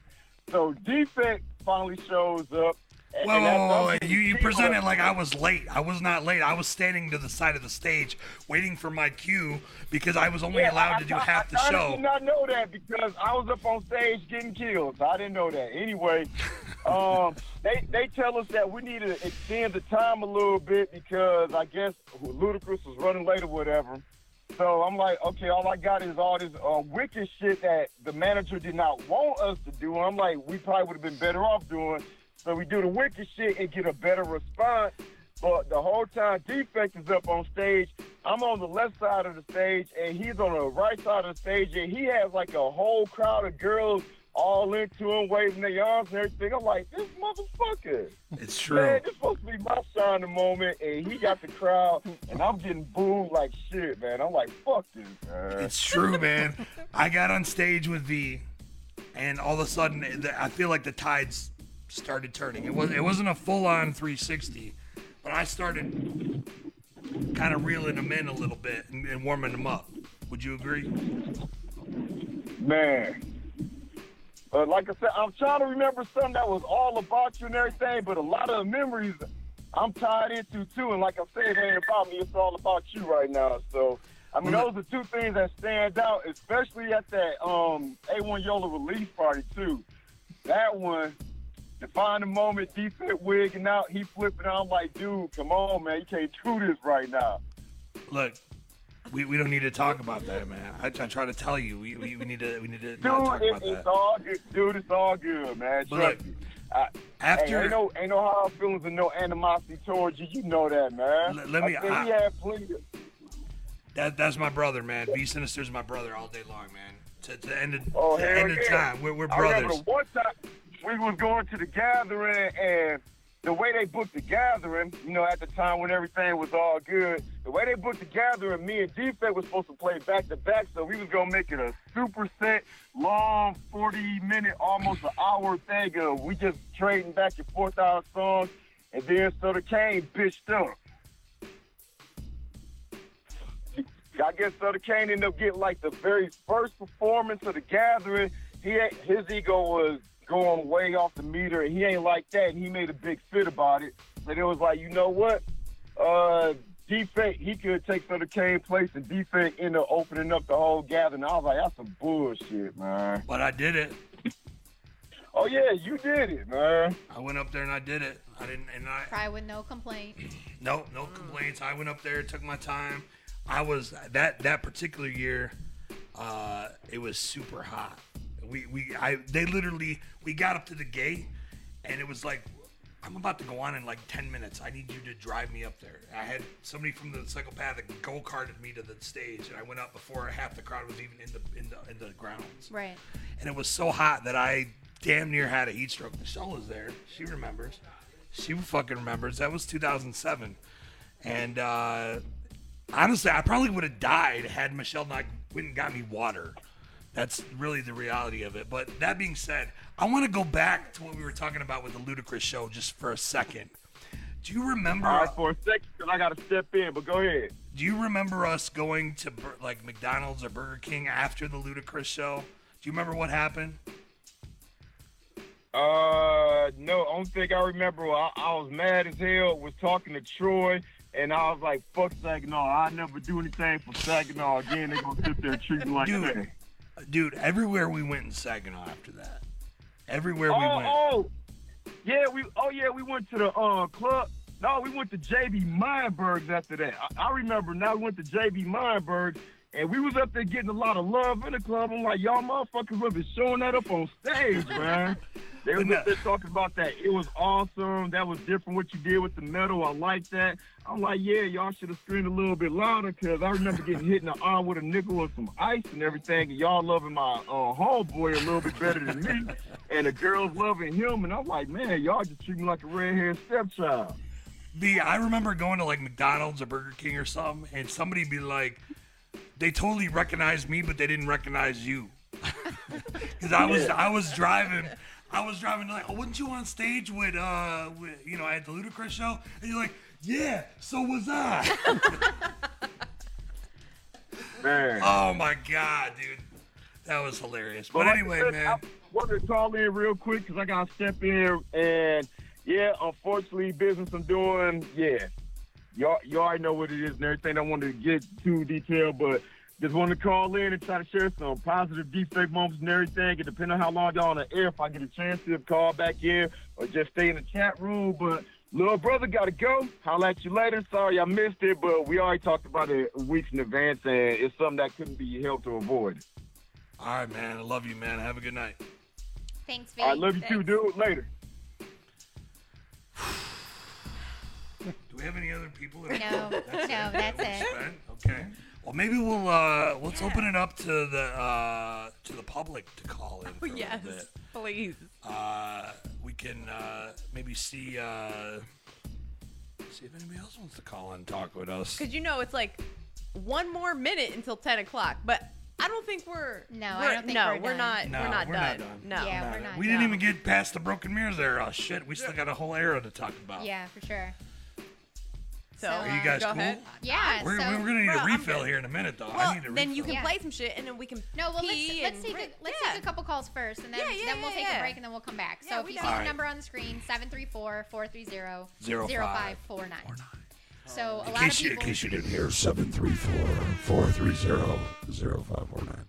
Speaker 12: So defect finally shows up.
Speaker 3: Whoa,
Speaker 12: and-
Speaker 3: whoa,
Speaker 12: and that's-
Speaker 3: whoa, whoa, whoa. You, you
Speaker 12: people-
Speaker 3: presented like I was late. I was not late. I was standing to the side of the stage waiting for my cue because I was only
Speaker 12: Yeah,
Speaker 3: allowed
Speaker 12: I-
Speaker 3: to do
Speaker 12: I-
Speaker 3: half the
Speaker 12: I, I did
Speaker 3: show.
Speaker 12: not know that because I was up on stage getting killed. So I didn't know that. Anyway, um, they they tell us that we need to extend the time a little bit because I guess Ludacris was running late or whatever. So I'm like, okay, all I got is all this uh, wicked shit that the manager did not want us to do. I'm like, we probably would have been better off doing. So we do the wicked shit and get a better response. But the whole time, defect is up on stage. I'm on the left side of the stage, and he's on the right side of the stage, and he has like a whole crowd of girls all into him, waving their arms and everything. I'm like, this motherfucker.
Speaker 3: It's
Speaker 12: Man, this supposed to be my shine moment, and he got the crowd, and I'm getting booed like shit, man. I'm like, fuck this, man.
Speaker 3: It's true, man. I got on stage with V, and all of a sudden, the- I feel like the tides started turning. It was it wasn't a full on 360, but I started kind of reeling them in a little bit and, and warming them up. Would you agree?
Speaker 12: Man. But like I said, I'm trying to remember something that was all about you and everything, but a lot of the memories I'm tied into too. And like I said, it ain't about me, it's all about you right now. So I mean those are two things that stand out, especially at that um A1 Yola release party too. That one Define the moment, defense wigging out, he flipping out. I'm like, dude, come on, man, you can't do this right now.
Speaker 3: Look, we, we don't need to talk about that, man. I, I try to tell you, we, we, we need to we need to
Speaker 12: Dude,
Speaker 3: not talk
Speaker 12: it-
Speaker 3: about
Speaker 12: it's
Speaker 3: that.
Speaker 12: all good. Dude, it's all good, man.
Speaker 3: But
Speaker 12: Trust me. I,
Speaker 3: after-
Speaker 12: hey, ain't no ain't no hard feelings and no animosity towards you. You know that, man.
Speaker 3: Let- let me-
Speaker 12: I think
Speaker 3: I-
Speaker 12: he had plenty. of-
Speaker 3: That that's my brother, man. V Sinister's my brother all day long, man. To, to end of,
Speaker 12: Oh,
Speaker 3: to
Speaker 12: hell
Speaker 3: end of
Speaker 12: yeah.
Speaker 3: time, we're, we're
Speaker 12: I
Speaker 3: brothers.
Speaker 12: remember the one time we was going to the gathering and the way they booked the gathering, you know, at the time when everything was all good, the way they booked the gathering, me and Defect was supposed to play back to back, so we was gonna make it a super set, long, forty minute, almost an hour thing. Of we just trading back and forth our songs, and then Soda Kane bitched up. I guess Soda Kane ended up getting like the very first performance of the gathering. He had- his ego was going way off the meter, and he ain't like that. And he made a big fit about it. But it was like, you know what? Uh, defect. He could take Soda Kane place, and defect ended up opening up the whole gathering. I was like, that's some bullshit, man.
Speaker 3: But I did it.
Speaker 12: Oh yeah, you did it, man.
Speaker 3: I went up there and I did it. I didn't, and I
Speaker 2: Probably with no complaint.
Speaker 3: no no complaints. I went up there, took my time. I was that that particular year, uh, it was super hot. We we I they literally we got up to the gate, and it was like. I'm about to go on in like 10 minutes. I need you to drive me up there. I had somebody from the psychopathic go karted me to the stage, and I went up before half the crowd was even in the in the in the grounds.
Speaker 2: Right.
Speaker 3: and it was so hot that I damn near had a heat stroke. Michelle was there. She remembers. She fucking remembers. That was 2007. And uh, honestly, I probably would have died had Michelle not went and got me water. That's really the reality of it. But that being said, I want to go back to what we were talking about with the Ludicrous show just for a second. Do you remember?
Speaker 12: All right, for a second, 'cause I got to step in, but go ahead.
Speaker 3: Do you remember us going to Bur- like McDonald's or Burger King after the Ludacris show? Do you remember what happened?
Speaker 12: Uh, no, only thing I remember, I, I was mad as hell, was talking to Troy, and I was like, fuck Saginaw. I never do anything for Saginaw again. They're going to sit there and treat me like
Speaker 3: Dude,
Speaker 12: that.
Speaker 3: Dude, everywhere we went in Saginaw after that. Everywhere
Speaker 12: oh,
Speaker 3: we went.
Speaker 12: Oh, yeah, we oh yeah, we went to the uh, club. No, we went to JB Meinberg's after that. I, I remember now we went to JB Meinberg's and we was up there getting a lot of love in the club. I'm like, y'all motherfuckers would be showing that up on stage, man. They was up there talking about that. It was awesome. That was different what you did with the metal. I like that. I'm like, yeah, y'all should have screamed a little bit louder because I remember getting hit in the arm with a nickel and some ice and everything. And y'all loving my uh, homeboy a little bit better than me. And the girls loving him. And I'm like, man, y'all just treat me like a redhead stepchild.
Speaker 3: The I remember going to like McDonald's or Burger King or something, and somebody be like, they totally recognized me, but they didn't recognize you, because I was
Speaker 13: Yeah.
Speaker 3: I was driving. I was driving like, oh, wasn't you on stage with, uh, with, you know, at the Ludacris show? And you're like, yeah, so was I.
Speaker 12: Man.
Speaker 3: oh my god, dude, that was hilarious. But,
Speaker 12: like I
Speaker 3: anyway,
Speaker 12: said,
Speaker 3: man,
Speaker 12: I wanted to call in real quick because I got to step in. And yeah, unfortunately, business I'm doing, yeah. Y'all, you already know what it is and everything. I wanted to get too detailed, but just wanted to call in and try to share some positive defect moments and everything. And depending on how long y'all on the air, if I get a chance to call back in or just stay in the chat room. But little brother got to go. Holla at you later. Sorry I missed it, but we already talked about it weeks in advance, and it's something that couldn't be helped to avoid.
Speaker 3: all right, man, I love you, man. Have a good night.
Speaker 2: Thanks, V.
Speaker 12: I love you too, dude. Later.
Speaker 3: Do we have any other people?
Speaker 2: No, no,
Speaker 3: that
Speaker 2: that's
Speaker 3: we
Speaker 2: it.
Speaker 3: spent? Okay. Well, maybe we'll uh, let's open it up to the uh, to the public to call in. For
Speaker 1: yes,
Speaker 3: a little bit.
Speaker 1: please.
Speaker 3: Uh, we can uh, maybe see uh, see if anybody else wants to call in and talk with us.
Speaker 1: Because you know it's like one more minute until ten o'clock, but I don't think we're no,
Speaker 2: I don't think
Speaker 1: no,
Speaker 2: we're done.
Speaker 1: not.
Speaker 3: No,
Speaker 1: we're not
Speaker 3: we're
Speaker 1: done.
Speaker 3: not done.
Speaker 1: No,
Speaker 2: Yeah, we're not
Speaker 3: we didn't even get past the broken mirrors there. Oh shit, we still got a whole era to talk
Speaker 1: Oh.
Speaker 3: about.
Speaker 2: Yeah, for sure.
Speaker 1: So,
Speaker 3: Are you guys cool?
Speaker 2: Yeah.
Speaker 3: We're,
Speaker 2: so,
Speaker 3: we're gonna need
Speaker 1: Uh, Bro,
Speaker 3: a
Speaker 1: I'm
Speaker 3: refill here in a minute, though. I need a
Speaker 1: then you
Speaker 3: refill.
Speaker 1: can play some shit, and then we can.
Speaker 2: No, well, let's,
Speaker 1: pee
Speaker 2: let's
Speaker 1: and
Speaker 2: take
Speaker 1: re-
Speaker 2: a, let's
Speaker 1: yeah.
Speaker 2: take a couple calls first, and then
Speaker 1: Yeah, yeah,
Speaker 2: then we'll
Speaker 1: yeah,
Speaker 2: take
Speaker 1: yeah.
Speaker 2: a break, and then we'll come back.
Speaker 1: Yeah,
Speaker 2: so if
Speaker 1: we
Speaker 2: you
Speaker 1: got
Speaker 2: see
Speaker 1: it.
Speaker 2: the
Speaker 1: Alright.
Speaker 2: number on the screen, 734-430-0549.
Speaker 3: Zero five
Speaker 2: So a
Speaker 3: In
Speaker 2: lot of
Speaker 3: case, you,
Speaker 2: people.
Speaker 3: in case you didn't hear, 734 430 0549.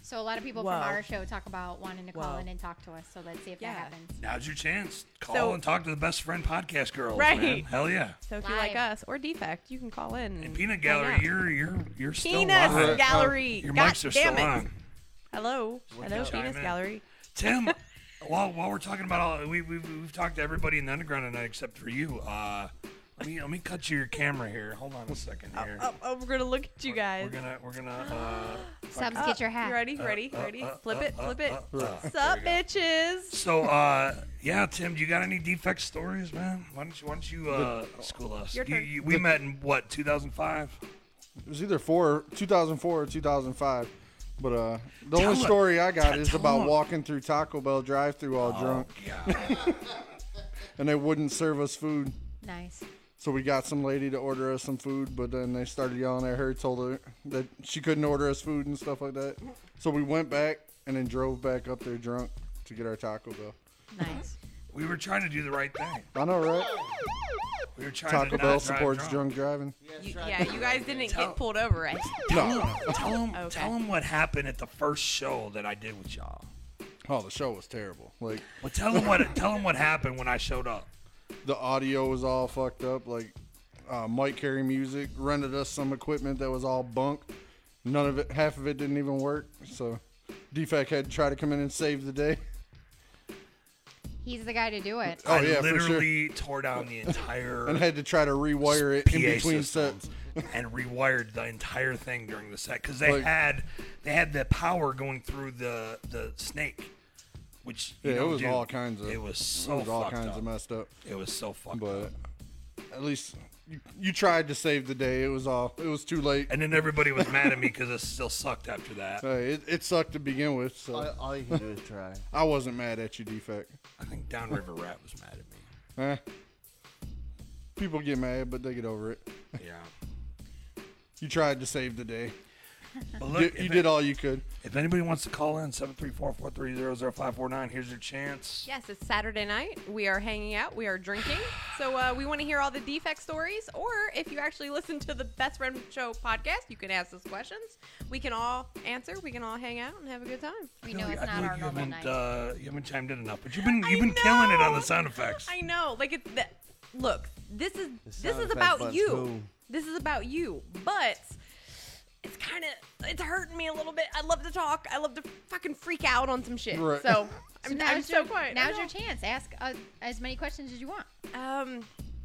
Speaker 2: So a lot of people
Speaker 1: Whoa.
Speaker 2: from our show talk about wanting to call
Speaker 1: Whoa.
Speaker 2: in and talk to us. So let's see if
Speaker 1: Yeah.
Speaker 2: that happens.
Speaker 3: Now's your chance. Call
Speaker 1: So-
Speaker 3: and talk to the best friend podcast girls.
Speaker 1: Right.
Speaker 3: Man. Hell yeah.
Speaker 1: So if you
Speaker 2: Live.
Speaker 1: like us or defect, you can call in. And
Speaker 3: Peanut
Speaker 1: hang
Speaker 3: Gallery,
Speaker 1: out.
Speaker 3: you're you're you're still
Speaker 1: Penis
Speaker 3: live.
Speaker 1: Gallery.
Speaker 3: Your
Speaker 1: God
Speaker 3: mics are
Speaker 1: damn
Speaker 3: still
Speaker 1: it.
Speaker 3: on.
Speaker 1: Hello,
Speaker 3: We'll
Speaker 1: hello,
Speaker 3: chime
Speaker 1: Penis
Speaker 3: in.
Speaker 1: Gallery.
Speaker 3: Tim, while, while we're talking about all, we, we we've talked to everybody in the underground tonight except for you. Uh, let me let me cut to your camera here. Hold on a second here.
Speaker 1: Oh, oh, we're gonna look at you guys.
Speaker 3: We're gonna we're gonna. Uh,
Speaker 1: Subs,
Speaker 3: fuck-
Speaker 1: get your hat. You ready?
Speaker 3: Uh,
Speaker 1: Ready?
Speaker 3: uh,
Speaker 1: Ready?
Speaker 3: uh,
Speaker 1: Flip
Speaker 3: uh,
Speaker 1: it,
Speaker 3: uh,
Speaker 1: flip it.
Speaker 3: uh, uh.
Speaker 1: Sup, bitches?
Speaker 3: So uh, yeah, Tim, do you got any defect stories, man? Why don't you why don't you uh, school us?
Speaker 1: Your
Speaker 3: You-
Speaker 1: turn.
Speaker 3: you- we met in what 2005.
Speaker 7: It was either four, 2004 or 2005. But uh, the
Speaker 3: Tell
Speaker 7: only
Speaker 3: it.
Speaker 7: story I got
Speaker 3: T-
Speaker 7: is
Speaker 3: tell Oh,
Speaker 7: about
Speaker 3: 'em.
Speaker 7: walking through Taco Bell drive-through all drunk, and they wouldn't serve us food.
Speaker 2: Nice.
Speaker 7: So we got some lady to order us some food, but then they started yelling at her, told her that she couldn't order us food and stuff like that. So we went back and then drove back up there drunk to get our Taco Bell.
Speaker 2: Nice.
Speaker 3: We were trying to do the right thing.
Speaker 7: I know, right?
Speaker 3: We were trying to
Speaker 7: Taco
Speaker 3: not
Speaker 7: Bell
Speaker 3: drive
Speaker 7: supports drunk
Speaker 3: drunk.
Speaker 7: driving.
Speaker 1: You- yeah, you guys didn't get pulled over, right?
Speaker 7: No.
Speaker 3: Tell him,
Speaker 1: Okay.
Speaker 3: tell him what happened at the first show that I did with y'all.
Speaker 7: Oh, the show was terrible. Like,
Speaker 3: Well, tell him what tell him what happened when I showed up.
Speaker 7: the audio was all fucked up. Like uh, Mike Carey Music rented us some equipment that was all bunk. None of it, half of it didn't even work. So Defect had to try to come in and save the day.
Speaker 2: He's the guy to do it.
Speaker 7: Oh
Speaker 3: I
Speaker 7: yeah, for sure.
Speaker 3: literally tore down the entire
Speaker 7: And had to try to rewire it in
Speaker 3: PA
Speaker 7: between
Speaker 3: systems
Speaker 7: sets.
Speaker 3: and rewired the entire thing during the set because they
Speaker 7: Like-
Speaker 3: had they had the power going through the the snake, which you
Speaker 7: Yeah,
Speaker 3: know,
Speaker 7: it was
Speaker 3: dude,
Speaker 7: all kinds of.
Speaker 3: it was so
Speaker 7: it was all
Speaker 3: fucked
Speaker 7: kinds
Speaker 3: up.
Speaker 7: of messed up.
Speaker 3: It was so fucked
Speaker 7: but at least you, you tried to save the day. It was all. It was too late.
Speaker 3: and then everybody was mad at me because it still sucked after that.
Speaker 7: Uh, it, it sucked to begin with. So
Speaker 11: All, all you can do is try.
Speaker 7: I wasn't mad at you, Defect.
Speaker 3: I think Downriver Rat was mad at me.
Speaker 7: Eh. people get mad, but they get over it.
Speaker 3: Yeah.
Speaker 7: You tried to save the day.
Speaker 3: Well,
Speaker 7: You-
Speaker 3: look,
Speaker 7: you
Speaker 3: if
Speaker 7: did
Speaker 3: it-
Speaker 7: all you could.
Speaker 3: If anybody wants to call in, 734-430-0549, here's your chance.
Speaker 1: Yes, it's Saturday night. We are hanging out. We are drinking. So uh, we want to hear all the defect stories. Or if you actually listen to the Best Friend Show podcast, you can ask us questions. We can all answer. We can all hang out and have a good time.
Speaker 2: We
Speaker 3: I
Speaker 2: know it's
Speaker 3: feel
Speaker 2: not
Speaker 3: like
Speaker 2: our
Speaker 3: you
Speaker 2: normal
Speaker 3: haven't,
Speaker 2: night.
Speaker 3: Uh, you haven't chimed in enough, but you've been you've been killing it on the sound effects.
Speaker 1: I know. Like it. Th- look, this is this
Speaker 3: sound
Speaker 1: is
Speaker 3: effects
Speaker 1: about
Speaker 3: must
Speaker 1: you.
Speaker 3: move.
Speaker 1: This is about you. But it's kind of it's hurting me a little bit. I love to talk. I love to fucking freak out on some shit.
Speaker 2: Right.
Speaker 1: So
Speaker 2: So
Speaker 1: I'm,
Speaker 2: now's
Speaker 1: I'm
Speaker 2: your-
Speaker 1: so quiet.
Speaker 2: Now's your chance. Ask uh, as many questions as you want.
Speaker 1: Um.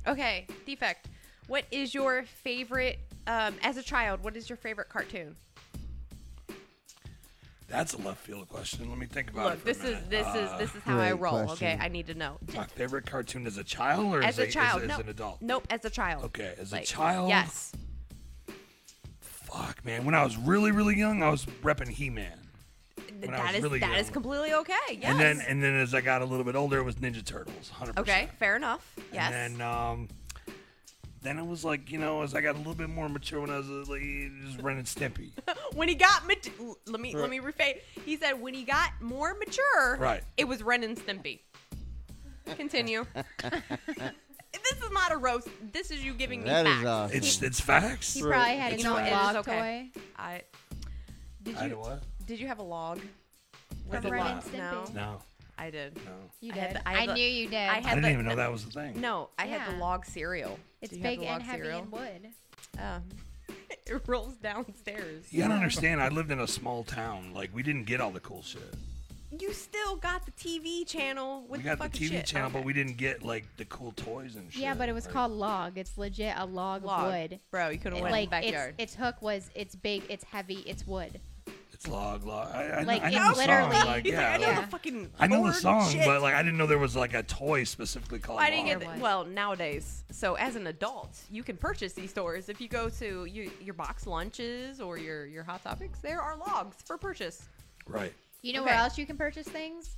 Speaker 1: Okay. Defect. What is your favorite? Um, as a child, what is your favorite cartoon?
Speaker 3: That's a left field question. Let me think about it.
Speaker 1: Look,
Speaker 3: for a
Speaker 1: this is
Speaker 3: minute.
Speaker 1: this
Speaker 3: Uh,
Speaker 1: is this is how I roll. Okay, I need to know.
Speaker 3: My favorite cartoon as a child or
Speaker 1: as
Speaker 3: as,
Speaker 1: a child,
Speaker 3: as,
Speaker 1: no,
Speaker 3: an adult?
Speaker 1: Nope, as a child.
Speaker 3: Okay, as a
Speaker 1: Like,
Speaker 3: child?
Speaker 1: Yes.
Speaker 3: Fuck, man. When I was really, really young, I was repping He-Man.
Speaker 1: Th-
Speaker 3: When I
Speaker 1: That
Speaker 3: was
Speaker 1: is
Speaker 3: really
Speaker 1: that is
Speaker 3: young.
Speaker 1: completely okay. Yes.
Speaker 3: And then and then as I got a little bit older, it was Ninja Turtles, 100%.
Speaker 1: okay, fair enough. Yes.
Speaker 3: And then, um, then I was like, you know, as I got a little bit more mature when I was uh, like, just running Stimpy.
Speaker 1: when he got mat- l- let me let
Speaker 3: Right.
Speaker 1: me rephrase. He said when he got more mature,
Speaker 3: Right.
Speaker 1: it was Ren and Stimpy. Continue. this is not a roast. This is you giving me
Speaker 11: That is uh,
Speaker 1: facts.
Speaker 11: awesome. It's-
Speaker 3: it's facts.
Speaker 2: He probably had
Speaker 1: It's
Speaker 2: his own
Speaker 1: fine.
Speaker 2: log
Speaker 1: It is okay.
Speaker 2: toy.
Speaker 1: I did you
Speaker 3: I had a what?
Speaker 1: did you have a log? With
Speaker 2: From
Speaker 1: a
Speaker 2: Ren
Speaker 1: log?
Speaker 2: and
Speaker 1: No.
Speaker 2: Stimpy.
Speaker 3: No.
Speaker 1: I did.
Speaker 3: No.
Speaker 2: You
Speaker 1: I had
Speaker 2: did.
Speaker 1: the- had
Speaker 2: I
Speaker 1: the-
Speaker 2: knew you did.
Speaker 1: I, had
Speaker 3: I
Speaker 1: the-
Speaker 3: didn't even know
Speaker 1: the-
Speaker 3: that was a thing.
Speaker 1: No, I had the
Speaker 2: Yeah.
Speaker 1: log cereal.
Speaker 2: It's
Speaker 1: Did you have
Speaker 2: big
Speaker 1: the log
Speaker 2: and heavy
Speaker 1: cereal?
Speaker 2: in wood.
Speaker 1: Um, it rolls downstairs.
Speaker 3: You gotta understand, I lived in a small town. Like, we didn't get all the cool shit.
Speaker 1: You still got the TV channel with
Speaker 3: we got the,
Speaker 1: fucking
Speaker 3: TV
Speaker 1: shit.
Speaker 3: channel,
Speaker 1: Okay.
Speaker 3: but we didn't get, like, the cool toys and shit.
Speaker 2: Yeah, but it was
Speaker 3: like-
Speaker 2: called log. It's legit a log,
Speaker 1: Log.
Speaker 2: of wood.
Speaker 1: Bro, you could've
Speaker 2: It-
Speaker 1: went in
Speaker 2: like,
Speaker 1: the backyard.
Speaker 2: Its, its hook was it's big, it's heavy, it's wood.
Speaker 3: It's log, log. I, I,
Speaker 2: Like,
Speaker 3: I
Speaker 2: it's
Speaker 3: know the song.
Speaker 2: literally-
Speaker 3: Like,
Speaker 2: He's
Speaker 3: yeah,
Speaker 2: like, I know the
Speaker 3: like-
Speaker 1: fucking
Speaker 3: I know the
Speaker 1: word,
Speaker 3: song,
Speaker 1: shit.
Speaker 3: but, like, I didn't know there was, like, a toy specifically called
Speaker 1: I didn't
Speaker 3: log.
Speaker 1: get the, well nowadays. So as an adult, you can purchase these stores. If you go to your, your box lunches or your your hot topics, there are logs for purchase.
Speaker 3: Right.
Speaker 2: You know
Speaker 1: Okay.
Speaker 2: where else you can purchase things?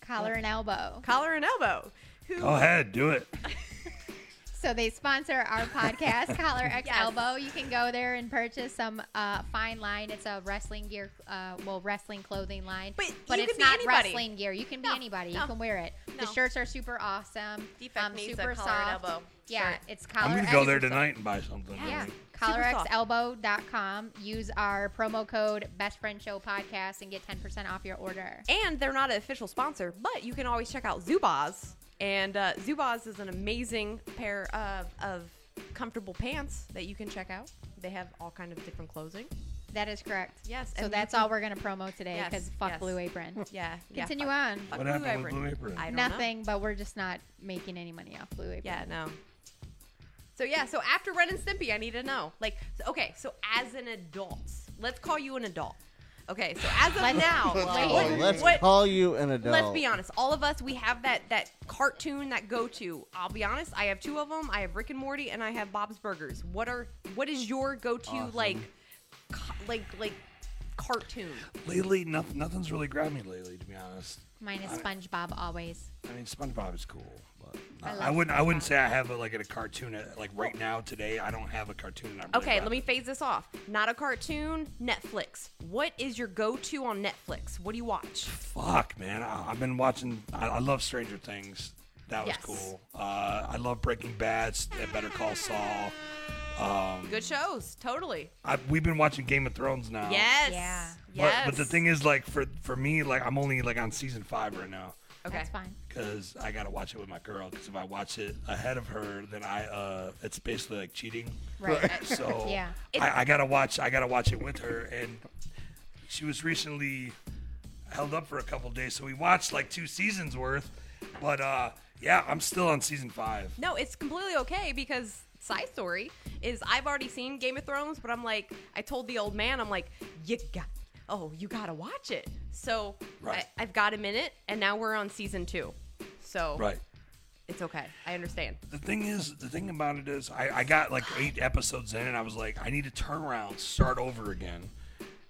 Speaker 2: Collar and elbow.
Speaker 1: Collar and elbow. Who?
Speaker 3: Go ahead, do it.
Speaker 2: So they sponsor our podcast, Collar X Elbow. You can go there and purchase some uh, fine line. It's a wrestling gear, uh, well, wrestling clothing line. But,
Speaker 1: you
Speaker 2: it's
Speaker 1: can be
Speaker 2: not
Speaker 1: anybody.
Speaker 2: wrestling gear. You can be anybody.
Speaker 1: no,
Speaker 2: You can wear it. The
Speaker 1: no.
Speaker 2: shirts are super awesome. Um,
Speaker 1: Defect needs a
Speaker 2: super
Speaker 1: collar and
Speaker 2: soft.
Speaker 1: elbow
Speaker 2: Yeah,
Speaker 1: shirt.
Speaker 2: it's collar.
Speaker 3: I'm gonna
Speaker 2: X
Speaker 3: go there tonight and buy something.
Speaker 2: Yeah,
Speaker 3: like,
Speaker 2: collarxelbow.com. Use our promo code Best Friend Show Podcast and get 10% off your order.
Speaker 1: And they're not an official sponsor, but you can always check out Zubaz. And uh, Zubaz is an amazing pair of, of comfortable pants that you can check out. They have all kind of different clothing.
Speaker 2: That is correct.
Speaker 1: Yes.
Speaker 2: So
Speaker 1: and
Speaker 2: that's
Speaker 1: you can-
Speaker 2: all we're going to promo today
Speaker 1: Yes,
Speaker 2: because fuck
Speaker 1: yes.
Speaker 2: Blue Apron.
Speaker 1: Yeah. yeah,
Speaker 2: Continue
Speaker 1: fuck-
Speaker 2: on.
Speaker 1: fuck Blue Apron. I don't know.
Speaker 2: Nothing, but we're just not making any money off Blue Apron.
Speaker 1: Yeah, no. So yeah, so after Ren and Stimpy, I need to know. Like, so- okay, so as an adult, let's call you an adult. Okay, so as of
Speaker 11: Let's-
Speaker 1: now,
Speaker 11: let's
Speaker 1: like,
Speaker 11: call you- let's call you an adult.
Speaker 1: Let's be honest. All of us, we have that that cartoon that go to. I'll be honest. I have two of them. I have Rick and Morty, and I have Bob's Burgers. What are what is your go to
Speaker 3: Awesome.
Speaker 1: like, ca- like like cartoon?
Speaker 3: lately, no, nothing's really grabbed me lately, to be honest.
Speaker 2: Mine is
Speaker 3: I-
Speaker 2: SpongeBob always.
Speaker 3: I mean, SpongeBob is cool, but
Speaker 2: I
Speaker 3: I,
Speaker 2: love
Speaker 3: wouldn't. I wouldn't say I have a, like a cartoon uh, like right now today. I don't have a cartoon. That I'm
Speaker 1: Okay, let me phase this off. Not a cartoon. Netflix. What is your go to on Netflix? What do you watch?
Speaker 3: Fuck, man. I, I've been watching. I, I love Stranger Things. That was
Speaker 1: Yes.
Speaker 3: cool. Uh, I love Breaking Bad. s- uh, Better Call Saul. Um,
Speaker 1: Good shows, totally.
Speaker 3: I, we've been watching Game of Thrones now.
Speaker 1: Yes. Yeah.
Speaker 3: But, but the thing is, like for for me, like I'm only like on season five right now.
Speaker 1: Okay. That's
Speaker 2: fine.
Speaker 3: Cause I gotta watch it with my girl. Cause if I watch it ahead of her, then I uh, it's basically like cheating.
Speaker 2: Right. Right.
Speaker 3: So
Speaker 2: Yeah.
Speaker 3: I, I gotta watch. I gotta watch it with her. And she was recently held up for a couple days, so we watched like two seasons worth. But uh, yeah, I'm still on season five.
Speaker 1: No, it's completely okay because side story is I've already seen Game of Thrones, but I'm like, I told the old man, I'm like, you got, oh, you gotta watch it. So
Speaker 3: Right.
Speaker 1: I, I've got him in it, and now we're on season two. So
Speaker 3: Right.
Speaker 1: it's okay. I understand.
Speaker 3: The thing is, the thing about it is, I, I got like eight episodes in, and I was like, I need to turn around, start over again,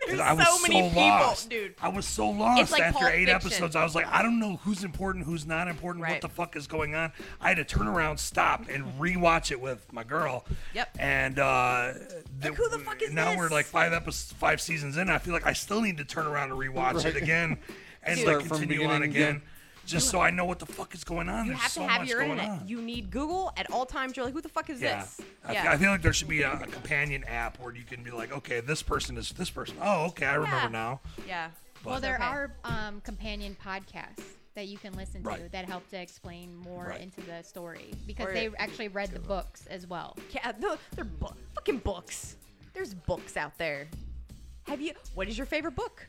Speaker 3: 'Cause
Speaker 1: There's
Speaker 3: I was
Speaker 1: so many people,
Speaker 3: lost.
Speaker 1: dude.
Speaker 3: I was so
Speaker 1: It's
Speaker 3: lost
Speaker 1: like
Speaker 3: after
Speaker 1: Pulp
Speaker 3: eight
Speaker 1: Fiction.
Speaker 3: episodes. I was like, I don't know who's important, who's not important, what
Speaker 1: Right.
Speaker 3: the fuck is going on. I had to turn around, stop, and rewatch it with my girl.
Speaker 1: Yep.
Speaker 3: And uh, the, who the fuck is now we're
Speaker 1: this?
Speaker 3: like five episodes, five seasons in. and I feel like I still need to turn around and rewatch
Speaker 7: Right.
Speaker 3: it again, and
Speaker 7: Dude.
Speaker 3: like
Speaker 7: Start from
Speaker 3: continue on
Speaker 7: beginning
Speaker 3: again,
Speaker 7: again.
Speaker 3: just so I know what the fuck is going on.
Speaker 1: You
Speaker 3: There's
Speaker 1: have to
Speaker 3: so
Speaker 1: have
Speaker 3: much
Speaker 1: your
Speaker 3: going
Speaker 1: internet.
Speaker 3: on.
Speaker 1: You need Google at all times. You're like, who the fuck is this?
Speaker 3: I, fe- I feel like there should be a, a companion app where you can be like, okay, this person is this person. Oh, okay, I remember
Speaker 2: Yeah.
Speaker 3: now.
Speaker 1: Yeah.
Speaker 3: But-
Speaker 2: well, there
Speaker 3: Okay.
Speaker 2: are um, companion podcasts that you can listen to
Speaker 3: Right.
Speaker 2: that help to explain more into the story because
Speaker 1: Or-
Speaker 2: they actually read the books as well.
Speaker 1: Yeah, no, they're bu- fucking books. There's books out there. Have you? What is your favorite book?